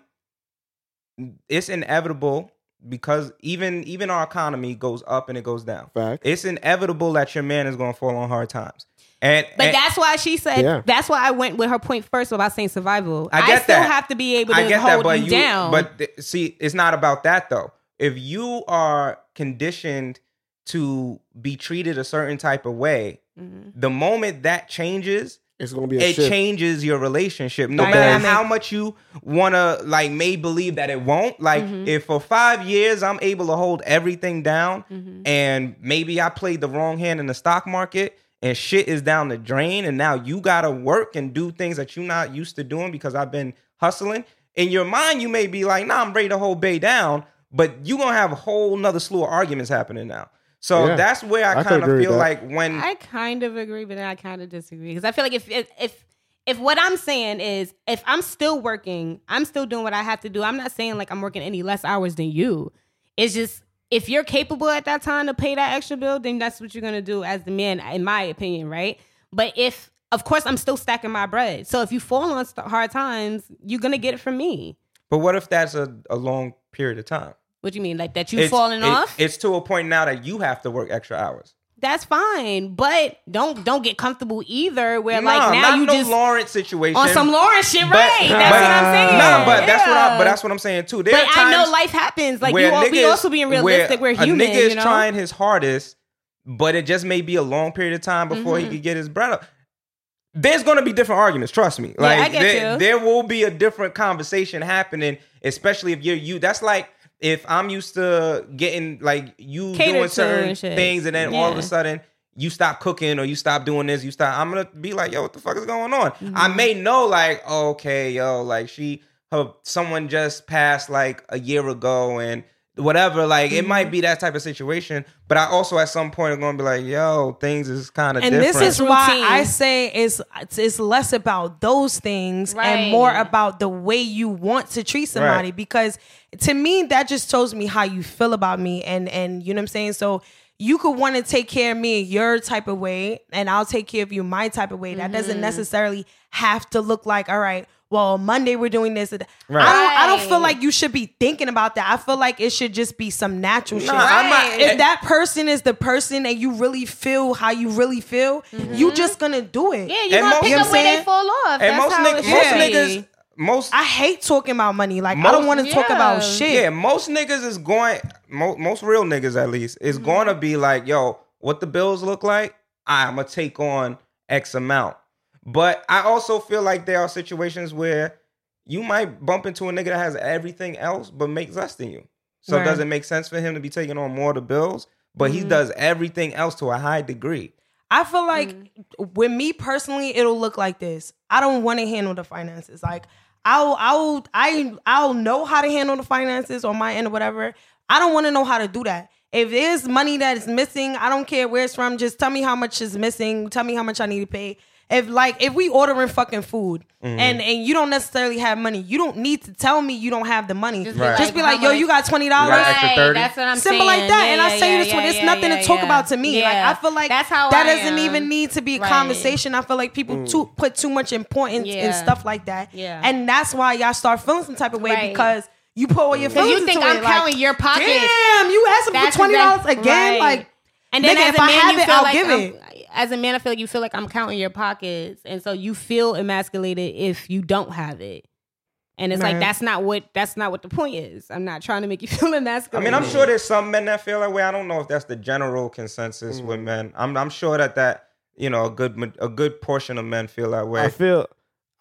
Speaker 2: it's inevitable because even even our economy goes up and it goes down.
Speaker 5: Fact.
Speaker 2: It's inevitable that your man is gonna fall on hard times. And
Speaker 7: But
Speaker 2: and-
Speaker 7: that's why she said.
Speaker 5: Yeah.
Speaker 7: That's why I went with her point first about saying survival.
Speaker 2: I get
Speaker 7: still
Speaker 2: that.
Speaker 7: have to be able to
Speaker 2: I get
Speaker 7: hold
Speaker 2: that, but
Speaker 7: you,
Speaker 2: you,
Speaker 7: down.
Speaker 2: but th- see, it's not about that though. If you are conditioned to be treated a certain type of way, the moment that changes,
Speaker 5: It's gonna be a
Speaker 2: it
Speaker 5: shift.
Speaker 2: changes your relationship. No
Speaker 4: Right.
Speaker 2: matter
Speaker 4: Dynamic.
Speaker 2: how much you wanna like may believe that it won't. Like if for five years I'm able to hold everything down and maybe I played the wrong hand in the stock market and shit is down the drain and now you gotta work and do things that you're not used to doing because I've been hustling. In your mind, you may be like, nah, I'm ready to hold Bay down, but you gonna have a whole nother slew of arguments happening now. So
Speaker 5: Yeah.
Speaker 2: that's where I,
Speaker 5: I can
Speaker 2: kind of
Speaker 5: agree with
Speaker 2: feel
Speaker 5: that.
Speaker 2: like when
Speaker 7: I kind of agree, but then I kind of disagree because I feel like if if if if what I'm saying is if I'm still working, I'm still doing what I have to do. I'm not saying like I'm working any less hours than you. It's just if you're capable at that time to pay that extra bill, then that's what you're gonna do as the man, in my opinion, right? But if of course I'm still stacking my bread, so if you fall on st- hard times, you're gonna get it from me.
Speaker 2: but what if that's a, a long period of time?
Speaker 7: What do you mean? Like that you
Speaker 2: It's-
Speaker 7: falling
Speaker 2: it-
Speaker 7: off?
Speaker 2: It's to a point now that you have to work extra hours.
Speaker 7: That's fine, but don't don't get comfortable either. Where
Speaker 2: Nah,
Speaker 7: like now
Speaker 2: not
Speaker 7: you
Speaker 2: no
Speaker 7: just
Speaker 2: Lawrence situation.
Speaker 7: on some Lauren shit,
Speaker 2: But-
Speaker 7: right? that's
Speaker 2: but-
Speaker 7: what I'm saying.
Speaker 2: Nah, but that's what I.
Speaker 7: Yeah.
Speaker 2: But that's what I'm saying too. There
Speaker 7: But
Speaker 2: are
Speaker 7: I
Speaker 2: times
Speaker 7: know life happens. Like
Speaker 2: where
Speaker 7: you all,
Speaker 2: niggas-
Speaker 7: we also being realistic.
Speaker 2: where
Speaker 7: We're human.
Speaker 2: A nigga is
Speaker 7: you know?
Speaker 2: trying his hardest, but it just may be a long period of time before
Speaker 7: Mm-hmm.
Speaker 2: he could get his bread up. There's gonna be different arguments. Trust me. Like
Speaker 7: I get
Speaker 2: there,
Speaker 7: you.
Speaker 2: there will be a different conversation happening, especially if you're you. That's like. If I'm used to getting like you
Speaker 7: Catered
Speaker 2: doing
Speaker 7: to
Speaker 2: certain
Speaker 7: and shit.
Speaker 2: things, and then all of
Speaker 7: Yeah.
Speaker 2: a sudden you stop cooking or you stop doing this, you stop. I'm gonna be like, yo, what the fuck is going on? I
Speaker 7: Mm-hmm.
Speaker 2: may know, like, okay, yo, like she, her, someone just passed like a year ago and whatever. Like, it
Speaker 7: Mm-hmm.
Speaker 2: might be that type of situation, but I also at some point am gonna be like, yo, things is kind of
Speaker 4: and
Speaker 2: different.
Speaker 4: this is why
Speaker 7: Routine.
Speaker 4: I say it's it's- it's less about those things
Speaker 7: Right.
Speaker 4: and more about the way you want to treat somebody
Speaker 2: Right.
Speaker 4: because to me that just tells me how you feel about me and and you know what I'm saying so you could want to take care of me your type of way and I'll take care of you my type of way that
Speaker 7: Mm-hmm.
Speaker 4: doesn't necessarily have to look like all right well Monday we're doing this I don't I don't feel
Speaker 7: Right.
Speaker 4: like you should be thinking about that I feel like it should just be some natural shit
Speaker 2: I'm not-
Speaker 7: Right.
Speaker 4: if that person is the person that you really feel how you really feel, you just gonna do it.
Speaker 7: Mm-hmm. Yeah, you
Speaker 2: And
Speaker 7: gonna
Speaker 2: most-
Speaker 7: pick
Speaker 2: you know
Speaker 7: up
Speaker 2: what
Speaker 7: where
Speaker 2: I'm
Speaker 7: they
Speaker 2: saying?
Speaker 7: fall
Speaker 2: and
Speaker 7: off. That's
Speaker 2: most,
Speaker 7: how
Speaker 2: nigga,
Speaker 7: it
Speaker 2: most
Speaker 7: should
Speaker 2: niggas,
Speaker 7: be.
Speaker 2: most
Speaker 4: I hate talking about money. Like I don't
Speaker 2: Most-
Speaker 4: want to talk about
Speaker 7: yeah.
Speaker 4: shit.
Speaker 2: Yeah, most niggas is going, mo- most real niggas at least, is going to be like, yo, what the bills look like, I'm going to take on X amount. But I also feel like there are situations where you might bump into a nigga that has everything else but makes less than you. So
Speaker 4: Right.
Speaker 2: does it make sense for him to be taking on more of the bills? But he does everything else to a high degree.
Speaker 4: I feel like
Speaker 7: Mm.
Speaker 4: with me personally, it'll look like this. I don't want to handle the finances. Like I'll I'll I I'll know how to handle the finances on my end or whatever. I don't want to know how to do that. If there's money that is missing, I don't care where it's from. Just tell me how much is missing. Tell me how much I need to pay. If like if we ordering fucking food
Speaker 2: Mm-hmm.
Speaker 4: and and you don't necessarily have money, you don't need to tell me you don't have the money. Just
Speaker 7: Just
Speaker 4: be
Speaker 7: be
Speaker 4: like,
Speaker 7: Right. like, how
Speaker 4: yo,
Speaker 7: much-
Speaker 4: you got twenty dollars.
Speaker 2: Right. extra 30.
Speaker 7: That's what I'm
Speaker 4: Simple
Speaker 7: saying.
Speaker 4: like that,
Speaker 7: Yeah,
Speaker 4: and I
Speaker 7: yeah,
Speaker 4: say
Speaker 7: yeah,
Speaker 4: this one.
Speaker 7: yeah,
Speaker 4: It's
Speaker 7: yeah,
Speaker 4: nothing
Speaker 7: yeah,
Speaker 4: to talk
Speaker 7: yeah.
Speaker 4: about to me.
Speaker 7: Yeah.
Speaker 4: Like I feel like
Speaker 7: That's how
Speaker 4: that
Speaker 7: I
Speaker 4: doesn't
Speaker 7: am.
Speaker 4: even need to be a
Speaker 7: Right. Mm.
Speaker 4: conversation. I feel like people too put too much importance
Speaker 7: Yeah.
Speaker 4: in stuff like that.
Speaker 7: Yeah.
Speaker 4: and that's why y'all start feeling some type of way
Speaker 7: Right.
Speaker 4: because you put all your
Speaker 7: Because
Speaker 4: feelings
Speaker 7: you think
Speaker 4: into
Speaker 7: I'm
Speaker 4: it, like,
Speaker 7: counting your pockets.
Speaker 4: Damn, you asking
Speaker 7: That's
Speaker 4: for twenty dollars
Speaker 7: exact-
Speaker 4: again?
Speaker 7: right.
Speaker 4: Like
Speaker 7: And then
Speaker 4: Nigga,
Speaker 7: as
Speaker 4: if
Speaker 7: a
Speaker 4: I
Speaker 7: man,
Speaker 4: have
Speaker 7: you
Speaker 4: it,
Speaker 7: feel
Speaker 4: I'll
Speaker 7: like
Speaker 4: give
Speaker 7: I'm-
Speaker 4: it.
Speaker 7: As a man, I feel like you feel like I'm counting your pockets, and so you feel emasculated if you don't have it. And it's
Speaker 4: Right.
Speaker 7: like that's not what that's not what the point is. I'm not trying to make you feel
Speaker 2: I
Speaker 7: emasculated.
Speaker 2: mean, I'm sure there's some men that feel that way. I don't know if that's the general consensus with men. I'm, I'm sure that that, you know, a good ma- a good portion of men feel that way.
Speaker 5: I feel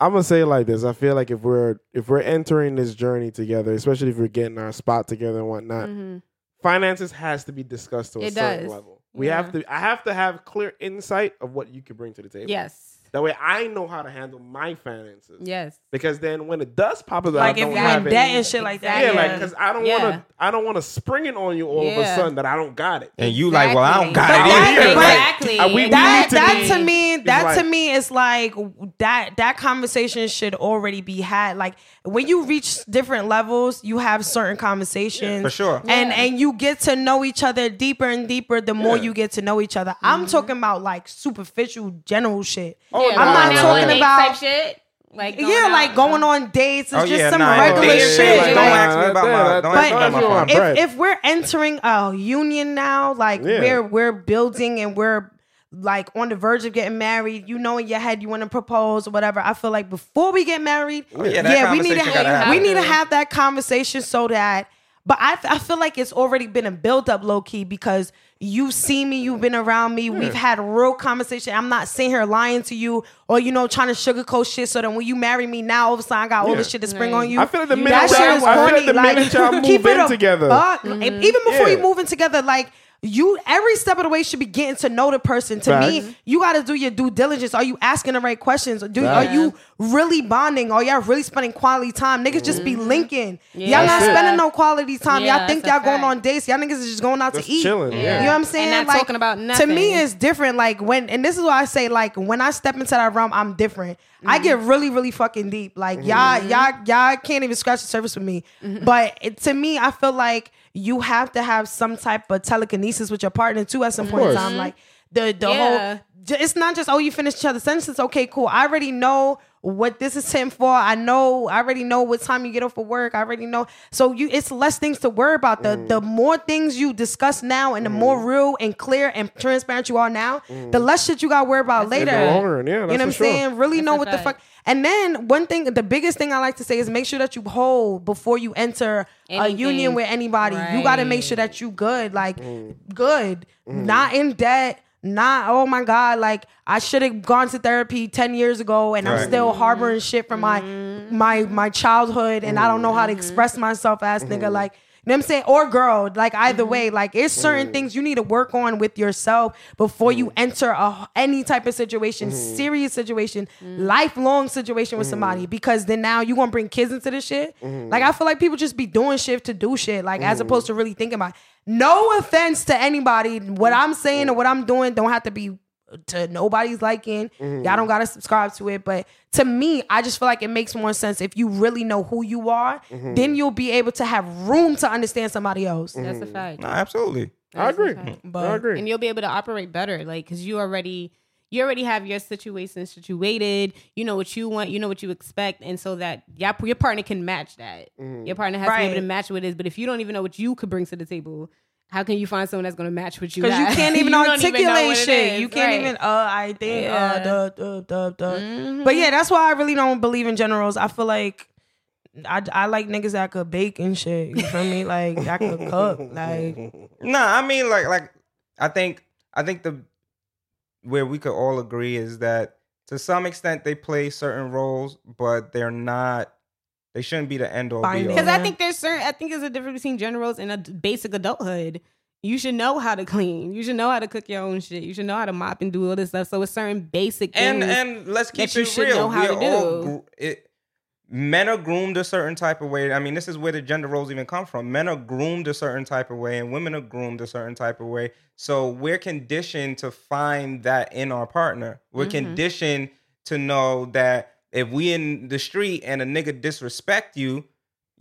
Speaker 5: I'm gonna say it like this. I feel like if we're if we're entering this journey together, especially if we're getting our spot together and whatnot,
Speaker 4: Mm-hmm.
Speaker 5: finances has to be discussed to a
Speaker 7: It
Speaker 5: certain
Speaker 7: does.
Speaker 5: level. We have to. I have to have clear insight of what you can bring to the table.
Speaker 7: Yes,
Speaker 5: That way, I know how to handle my finances.
Speaker 7: yes.
Speaker 5: Because then, when it does pop up, that
Speaker 4: like
Speaker 5: I
Speaker 4: if
Speaker 5: don't
Speaker 4: you're
Speaker 5: have
Speaker 4: in
Speaker 5: it-
Speaker 4: debt and shit like that.
Speaker 5: Yeah,
Speaker 7: Yeah.
Speaker 5: like because I don't
Speaker 7: Yeah.
Speaker 5: want to. I don't want to spring it on you all of a
Speaker 7: Yeah.
Speaker 5: sudden that I don't got it.
Speaker 2: and you like, well, I don't got
Speaker 4: Exactly.
Speaker 2: it either.
Speaker 4: But that-
Speaker 2: Like,
Speaker 7: Exactly.
Speaker 5: I- we- we
Speaker 4: that
Speaker 5: need
Speaker 4: that
Speaker 5: be-
Speaker 4: to me that
Speaker 5: right.
Speaker 4: to me is like that that conversation should already be had like when you reach different levels you have certain conversations
Speaker 2: for sure.
Speaker 4: and and you get to know each other deeper and deeper the more you get to know each other
Speaker 7: Mm-hmm.
Speaker 4: i'm talking about like superficial general shit
Speaker 7: Oh,
Speaker 2: I'm not talking
Speaker 4: about-
Speaker 7: type shit. Like going
Speaker 4: yeah
Speaker 7: out.
Speaker 4: like going on dates it's just some
Speaker 2: nah,
Speaker 4: regular
Speaker 2: oh, yeah,
Speaker 5: dates,
Speaker 4: shit
Speaker 2: Don't
Speaker 5: like,
Speaker 4: Like,
Speaker 2: ask me about my. Don't ask me
Speaker 4: But
Speaker 2: about my phone.
Speaker 5: if- Right.
Speaker 4: if, if we're entering a union now, like
Speaker 5: Yeah.
Speaker 4: we're we're building and we're like on the verge of getting married, you know in your head you want to propose or whatever. I feel like before we get married,
Speaker 2: yeah,
Speaker 4: yeah,
Speaker 2: that
Speaker 4: we need to
Speaker 2: conversation gotta
Speaker 4: have,
Speaker 2: happen.
Speaker 4: we need to have that conversation so that. But I, I feel like it's already been a build up low key because you've seen me, you've been around me, we've had a real conversation. I'm not sitting here lying to you or you know trying to sugarcoat shit. So then when you marry me now, all of a sudden I got all this shit to spring
Speaker 7: Right.
Speaker 4: on you.
Speaker 5: I feel like the
Speaker 4: That
Speaker 5: minute
Speaker 4: shit
Speaker 5: y'all-
Speaker 4: is
Speaker 5: I feel like
Speaker 4: corny.
Speaker 5: the minute y'all move
Speaker 4: keep it
Speaker 5: in
Speaker 4: a
Speaker 5: together.
Speaker 4: buck. Like,
Speaker 7: Mm-hmm.
Speaker 4: Even before
Speaker 5: Yeah.
Speaker 4: you move in together, like you every step of the way should be getting to know the person. To
Speaker 5: Facts.
Speaker 4: me, you got to do your due diligence. Are you asking the right questions? Do, are you really bonding? Are y'all really spending quality time? Niggas just be linking. Y'all not
Speaker 5: That's it.
Speaker 4: spending no quality time.
Speaker 7: Mm-hmm. Yeah,
Speaker 4: y'all think y'all
Speaker 7: that's a
Speaker 4: going
Speaker 7: fact.
Speaker 4: on dates. Y'all niggas is just going out
Speaker 5: Just
Speaker 4: to eat.
Speaker 5: chilling, yeah.
Speaker 4: You know what I'm saying?
Speaker 7: And not
Speaker 4: Like,
Speaker 7: talking about
Speaker 4: To
Speaker 7: nothing.
Speaker 4: me, it's different. Like when, and this is why I say, like when I step into that realm, I'm different. I get really, really fucking deep. Like y'all, y'all, y'all can't even scratch the surface with me. But it, to me, I feel like you have to have some type of telekinesis with your partner too at some point in
Speaker 5: course.
Speaker 4: time. Like the the
Speaker 7: Yeah.
Speaker 4: whole J- it's not just oh you finished each other's sentences okay cool i already know what this is him for i know i already know what time you get off of work i already know so you it's less things to worry about the the more things you discuss now and the more real and clear and transparent you are now the less shit you gotta worry about later
Speaker 5: the long run, yeah,
Speaker 4: you know
Speaker 5: that's
Speaker 4: what i'm
Speaker 5: for sure.
Speaker 4: saying really know
Speaker 7: a
Speaker 4: what the fuck
Speaker 7: fact.
Speaker 4: and then one thing the biggest thing i like to say is make sure that you hold before you enter a
Speaker 7: Anything.
Speaker 4: union with anybody you gotta make sure
Speaker 7: Right.
Speaker 4: that that you good, like
Speaker 5: Mm.
Speaker 4: good, not in debt, not oh my god, like I should have gone to therapy ten years ago, and
Speaker 2: Right.
Speaker 4: I'm still
Speaker 7: Mm-hmm.
Speaker 5: Mm-hmm.
Speaker 4: harboring shit from my my my childhood, and I don't know how to express myself as nigga, like. You know what I'm saying? Or girl, like either way, like it's certain things you need to work on with yourself before you enter a, any type of situation, serious situation, lifelong situation with somebody, because then now you're gonna bring kids into this shit. Like I feel like people just be doing shit to do shit, like as opposed to really thinking about it. no offense to anybody. What I'm saying or what I'm doing don't have to be to nobody's liking. Y'all don't gotta subscribe to it. But to me, I just feel like it makes more sense if you really know who you are, then you'll be able to have room to understand somebody else.
Speaker 7: That's a fact.
Speaker 2: No, absolutely.
Speaker 5: I agree.
Speaker 4: But
Speaker 5: I agree.
Speaker 7: and you'll be able to operate better like because you already you already have your situation situated you know what you want you know what you expect and so that your, your partner can match that
Speaker 2: Mm-hmm.
Speaker 7: your partner has to be
Speaker 4: Right.
Speaker 7: able to match what it is but if you don't even know what you could bring to the table how can you find someone that's going to match what you
Speaker 4: Because you
Speaker 7: got?
Speaker 4: can't even
Speaker 7: don't
Speaker 4: articulate
Speaker 7: know what it
Speaker 4: shit.
Speaker 7: is,
Speaker 4: You can't
Speaker 7: right.
Speaker 4: even, uh, I think,
Speaker 7: Yeah. Mm-hmm.
Speaker 4: uh, duh, duh, duh, duh. But yeah, that's why I really don't believe in generals. I feel like I, I like niggas that could bake and shit. You feel me? Like, that could cook. Like,
Speaker 2: Nah, I mean like like I think I think the where we could all agree is that to some extent they play certain roles, but they're not they shouldn't be the end all be
Speaker 4: Binding.
Speaker 2: all.
Speaker 7: Because I
Speaker 4: Yeah.
Speaker 7: think there's certain. I think there's a difference between generals and a d- basic adulthood. You should know how to clean. You should know how to cook your own shit. You should know how to mop and do all this stuff. So it's certain basic
Speaker 2: and
Speaker 7: things.
Speaker 2: and let's keep
Speaker 7: you
Speaker 2: it
Speaker 7: should
Speaker 2: real.
Speaker 7: know how
Speaker 2: we
Speaker 7: to
Speaker 2: are all
Speaker 7: do.
Speaker 2: gr- it, men are groomed a certain type of way. I mean, this is where the gender roles even come from. Men are groomed a certain type of way, and women are groomed a certain type of way. So we're conditioned to find that in our partner. We're
Speaker 7: Mm-hmm.
Speaker 2: conditioned to know that if we in the street and a nigga disrespect you.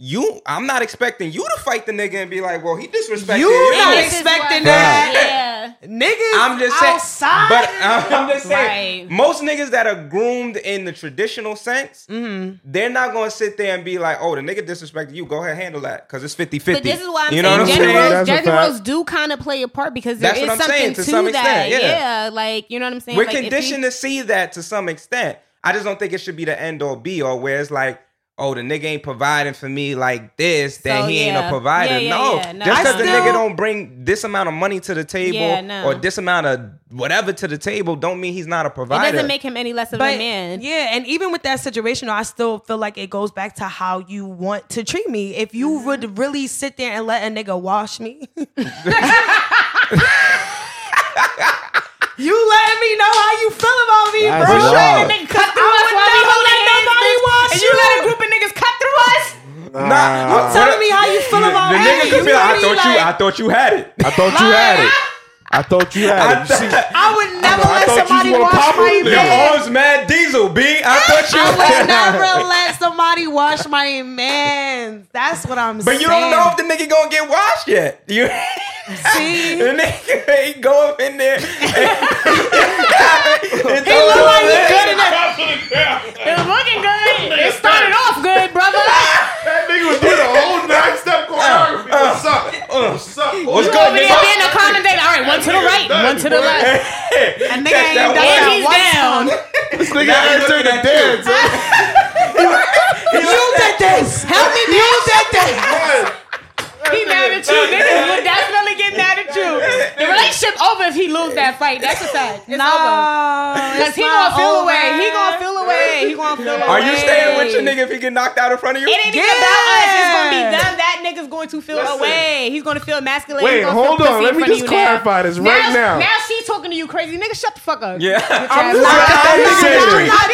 Speaker 2: You, I'm not expecting you to fight the nigga and be like, "Well, he disrespected you."
Speaker 4: you not
Speaker 7: This is
Speaker 4: expecting
Speaker 7: why-
Speaker 4: that.
Speaker 7: Yeah.
Speaker 4: Niggas
Speaker 2: I'm just saying,
Speaker 4: outside.
Speaker 2: but I'm just saying,
Speaker 7: Right.
Speaker 2: most niggas that are groomed in the traditional sense,
Speaker 7: Mm-hmm.
Speaker 2: they're not gonna sit there and be like, "Oh, the nigga disrespected you. Go ahead, handle that," because it's 50 50
Speaker 7: But this is why I'm
Speaker 2: you
Speaker 7: saying
Speaker 2: know what I'm
Speaker 7: generals,
Speaker 2: saying?
Speaker 5: That's a fact.
Speaker 7: generals do kind of play a part because there
Speaker 2: That's
Speaker 7: is
Speaker 2: what I'm
Speaker 7: something
Speaker 2: saying,
Speaker 7: to,
Speaker 2: to some
Speaker 7: that.
Speaker 2: extent, yeah.
Speaker 7: yeah. like you know what I'm saying.
Speaker 2: We're
Speaker 7: Like, if you-
Speaker 2: conditioned to see that to some extent. I just don't think it should be the end or be all, where it's like, "Oh, the nigga ain't providing for me like this, then
Speaker 7: So,
Speaker 2: he ain't a
Speaker 7: yeah.
Speaker 2: provider."
Speaker 7: Yeah, yeah,
Speaker 2: no,
Speaker 7: yeah. No,
Speaker 2: just
Speaker 7: I
Speaker 2: because the
Speaker 4: still-
Speaker 2: nigga don't bring this amount of money to the table
Speaker 7: Yeah, no.
Speaker 2: or this amount of whatever to the table, don't mean he's not a provider.
Speaker 7: it doesn't make him any less of a man.
Speaker 4: Yeah, and even with that situation, I still feel like it goes back to how you want to treat me. If you would really sit there and let a nigga wash me, you letting me know how you feel about me,
Speaker 5: That's
Speaker 4: bro.
Speaker 5: wild.
Speaker 4: Let a nigga cut through us
Speaker 7: why we
Speaker 4: never let nobody wash
Speaker 7: And you let a group of niggas cut through us.
Speaker 2: Nah,
Speaker 4: you telling me how you feel about
Speaker 2: the
Speaker 4: me.
Speaker 2: nigga could be like, I
Speaker 4: feel
Speaker 2: thought
Speaker 4: me?
Speaker 2: you, I
Speaker 4: Like,
Speaker 2: thought you had it.
Speaker 5: I thought you had it. I thought you had it. You see,
Speaker 4: I would never
Speaker 5: I
Speaker 4: let
Speaker 5: thought you
Speaker 4: somebody
Speaker 5: were
Speaker 4: wash
Speaker 5: popping
Speaker 4: my
Speaker 5: it.
Speaker 2: Your
Speaker 4: man.
Speaker 2: arms mad diesel, B. I thought you
Speaker 4: I
Speaker 2: had
Speaker 4: would
Speaker 2: it.
Speaker 4: never let somebody wash my man. That's what I'm saying.
Speaker 2: But you don't know if the nigga gonna get washed yet. You,
Speaker 4: See?
Speaker 2: the nigga ain't go up in there.
Speaker 4: He look like he good in that.
Speaker 7: It's looking good. It started off good, brother.
Speaker 5: that nigga was doing a whole nine step
Speaker 2: Uh,
Speaker 5: choreography. What's up? What's up?
Speaker 2: What's good,
Speaker 5: boy?
Speaker 7: over there
Speaker 2: nigga?
Speaker 7: being accommodated. All right, one to the right, one to the left.
Speaker 4: A nigga ain't done
Speaker 2: that
Speaker 4: that
Speaker 7: And he's
Speaker 4: once.
Speaker 7: down.
Speaker 5: This nigga ain't
Speaker 2: looking
Speaker 5: took a
Speaker 2: at
Speaker 5: dance. huh?
Speaker 4: You did this. Help me, bitch. You did this.
Speaker 7: He mad at you. Niggas will definitely get mad at you. The relationship over if he lose that fight. That's a fact. It's over. Because he gonna feel away. He gonna feel away. He gonna feel away.
Speaker 2: Are you staying with your nigga if he get knocked out in front of you?
Speaker 7: It ain't even
Speaker 4: Yeah.
Speaker 7: about us. It's gonna be them. That nigga's going to feel away. He's gonna feel emasculated.
Speaker 5: Wait,
Speaker 7: He's gonna
Speaker 5: hold
Speaker 7: feel
Speaker 5: on.
Speaker 7: pussy
Speaker 5: Let me
Speaker 7: in front of
Speaker 5: just
Speaker 7: you now.
Speaker 5: clarify this right now.
Speaker 7: Now she talking to you crazy. Nigga, shut the fuck up.
Speaker 2: Yeah.
Speaker 7: I'm
Speaker 4: not- I'm not-
Speaker 5: I ain't saying
Speaker 4: I'm not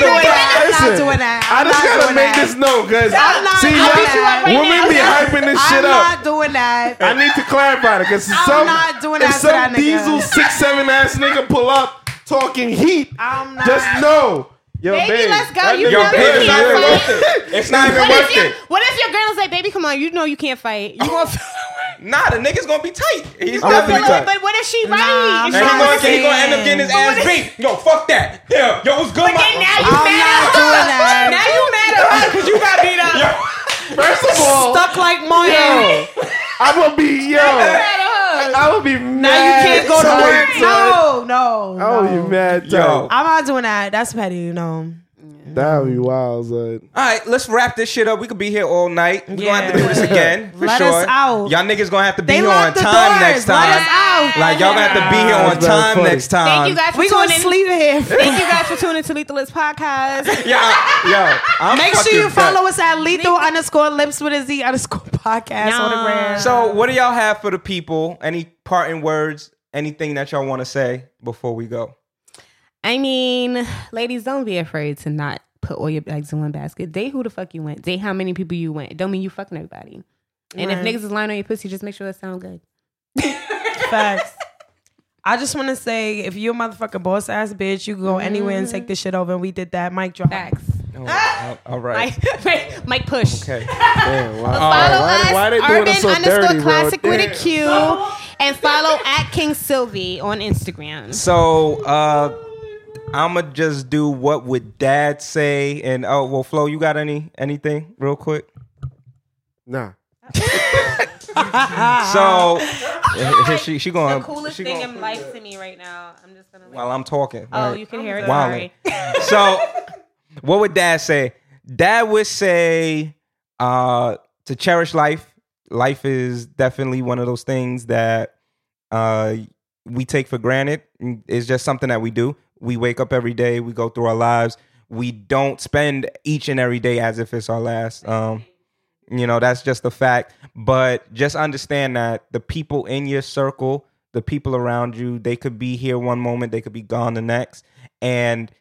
Speaker 4: doing that. I'm not
Speaker 5: it. Listen,
Speaker 4: doing that.
Speaker 5: I
Speaker 4: I'm
Speaker 5: just
Speaker 4: not
Speaker 5: gotta
Speaker 4: doing
Speaker 5: make
Speaker 4: that.
Speaker 5: this known because
Speaker 4: I'm not
Speaker 5: see,
Speaker 4: doing that.
Speaker 5: y'all,
Speaker 7: Right
Speaker 5: women
Speaker 7: now.
Speaker 5: be hyping this
Speaker 4: I'm
Speaker 5: shit
Speaker 4: not
Speaker 5: up.
Speaker 4: doing that.
Speaker 5: I need to clarify it because
Speaker 4: I'm
Speaker 5: some
Speaker 4: not doing
Speaker 5: if
Speaker 4: that to
Speaker 5: some
Speaker 4: that nigga.
Speaker 5: diesel six seven ass nigga pull up talking heat,
Speaker 4: I'm not.
Speaker 5: just know. Yo,
Speaker 7: Baby,
Speaker 5: babe,
Speaker 7: let's go.
Speaker 5: that
Speaker 7: You
Speaker 2: Yo,
Speaker 5: nigga
Speaker 7: know
Speaker 5: good.
Speaker 2: baby, it's not
Speaker 7: Yeah.
Speaker 2: even worth it. It's not even
Speaker 7: What
Speaker 2: worth
Speaker 7: if, your,
Speaker 2: it.
Speaker 7: what if your girl's like, baby, come on, you know you can't fight. You gonna feel
Speaker 2: Nah, the nigga's gonna be tight. He's
Speaker 5: I'm gonna be
Speaker 2: definitely tight.
Speaker 5: tight.
Speaker 7: But what if she right?
Speaker 2: And
Speaker 4: Nah, I'm
Speaker 7: If she
Speaker 2: he gonna,
Speaker 4: not
Speaker 7: right?
Speaker 2: get, he gonna end up getting his ass beat. Yo, fuck that. Yeah, yo, what's good,
Speaker 7: Then now
Speaker 2: my?
Speaker 7: you
Speaker 4: I'm
Speaker 7: mad
Speaker 4: not
Speaker 7: at
Speaker 4: doing
Speaker 7: her.
Speaker 4: that.
Speaker 7: Now you mad at her because you got beat up.
Speaker 2: Yo,
Speaker 5: First of all,
Speaker 4: Stuck like Mario.
Speaker 5: I will be yo.
Speaker 7: Mad at her.
Speaker 5: I will be mad.
Speaker 4: Now you can't go to
Speaker 5: tight,
Speaker 4: work.
Speaker 5: son.
Speaker 4: No, no,
Speaker 5: I will
Speaker 4: no.
Speaker 5: be mad.
Speaker 2: Yo.
Speaker 5: Yo,
Speaker 4: I'm not doing that. That's petty, you know.
Speaker 5: that would be wild, son.
Speaker 2: All right, let's wrap this shit up. We could be here all night. We're gonna have to
Speaker 4: Yeah.
Speaker 2: do this again for
Speaker 4: Let
Speaker 2: sure.
Speaker 4: us out.
Speaker 2: Y'all niggas gonna have to be
Speaker 4: They
Speaker 2: here on
Speaker 4: locked the
Speaker 2: time
Speaker 4: doors.
Speaker 2: next
Speaker 4: Let us
Speaker 2: time.
Speaker 4: out.
Speaker 2: Like y'all gonna have to be here on
Speaker 5: That's very
Speaker 2: time
Speaker 5: funny.
Speaker 2: next time.
Speaker 7: Thank you guys for
Speaker 4: We gonna
Speaker 7: tuning in.
Speaker 4: sleep here.
Speaker 7: Thank you guys for tuning to Lethal List Podcast.
Speaker 2: Yeah, I- yo, I'm
Speaker 4: Make sure
Speaker 2: fucking
Speaker 4: you follow
Speaker 2: done.
Speaker 4: us at lethal underscore lips with a Z underscore podcast. podcast
Speaker 7: Nah.
Speaker 4: autograph.
Speaker 2: So, what do y'all have for the people? Any parting words? Anything that y'all want to say before we go?
Speaker 7: I mean, ladies, don't be afraid to not put all your eggs in one basket. Date who the fuck you went. Date how many people you went. Don't mean you fucking everybody. And
Speaker 4: Right.
Speaker 7: if niggas is lying on your pussy, just make sure that sound good.
Speaker 4: Facts. I just want to say, if you're a motherfucking boss ass bitch, you can go anywhere and take this shit over. And we did that. Mic drop.
Speaker 7: Mm-hmm. Facts.
Speaker 2: Oh, all- all right.
Speaker 7: Mike, Mike push.
Speaker 2: Okay.
Speaker 5: Damn, why,
Speaker 7: Follow
Speaker 5: why-
Speaker 7: us,
Speaker 5: why they doing
Speaker 7: Urban
Speaker 5: us so
Speaker 7: underscore
Speaker 5: dirty, bro?
Speaker 7: Classic with
Speaker 5: Damn.
Speaker 7: a Q, and follow at King Sylvie on Instagram.
Speaker 2: So, uh, I'ma just do what would Dad say, and oh well, Flo, you got any anything real quick?
Speaker 5: Nah.
Speaker 2: So, she she going
Speaker 7: Uh-huh. The coolest
Speaker 2: she
Speaker 7: thing
Speaker 2: going-
Speaker 7: in life to me right now. I'm just gonna.
Speaker 2: while I'm talking.
Speaker 7: oh,
Speaker 2: Right.
Speaker 7: you can hear it.
Speaker 2: Wildin'.
Speaker 7: Sorry.
Speaker 2: so what would dad say dad would say uh to cherish life life is definitely one of those things that uh we take for granted it's just something that we do we wake up every day we go through our lives we don't spend each and every day as if it's our last um you know that's just a fact but just understand that the people in your circle the people around you they could be here one moment they could be gone the next and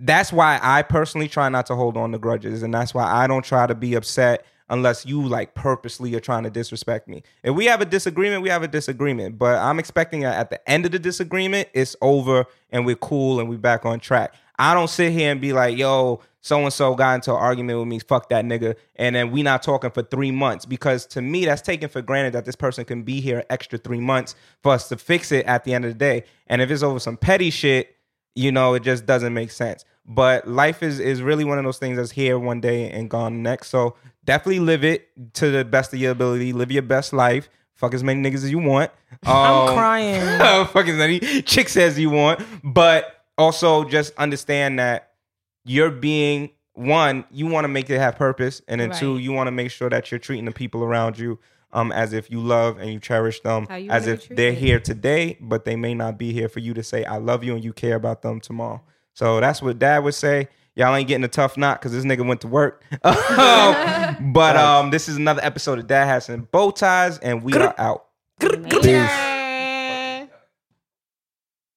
Speaker 2: that's why I personally try not to hold on to grudges, and that's why I don't try to be upset unless you like purposely are trying to disrespect me. If we have a disagreement, we have a disagreement, but I'm expecting that at the end of the disagreement, it's over and we're cool and we're back on track. I don't sit here and be like, "Yo, so and so got into an argument with me, fuck that nigga," and then we not talking for three months because to me that's taken for granted that this person can be here an extra three months for us to fix it at the end of the day. And if it's over some petty shit, you know it just doesn't make sense but life is is really one of those things that's here one day and gone next so definitely live it to the best of your ability live your best life fuck as many niggas as you want
Speaker 4: I'm
Speaker 2: Um,
Speaker 4: crying.
Speaker 2: fuck as many chicks as you want but also just understand that you're being one you want to make it have purpose and then two
Speaker 7: Right.
Speaker 2: you want to make sure that you're treating the people around you um, as if you love and you cherish them
Speaker 7: How you
Speaker 2: as
Speaker 7: wanna be
Speaker 2: if they're
Speaker 7: treated.
Speaker 2: here today, but they may not be here for you to say, I love you and you care about them tomorrow. So that's what dad would say. Y'all ain't getting a tough knot because this nigga went to work. but um, this is another episode of Dad Has and Bow Ties, and we are out.
Speaker 7: Later.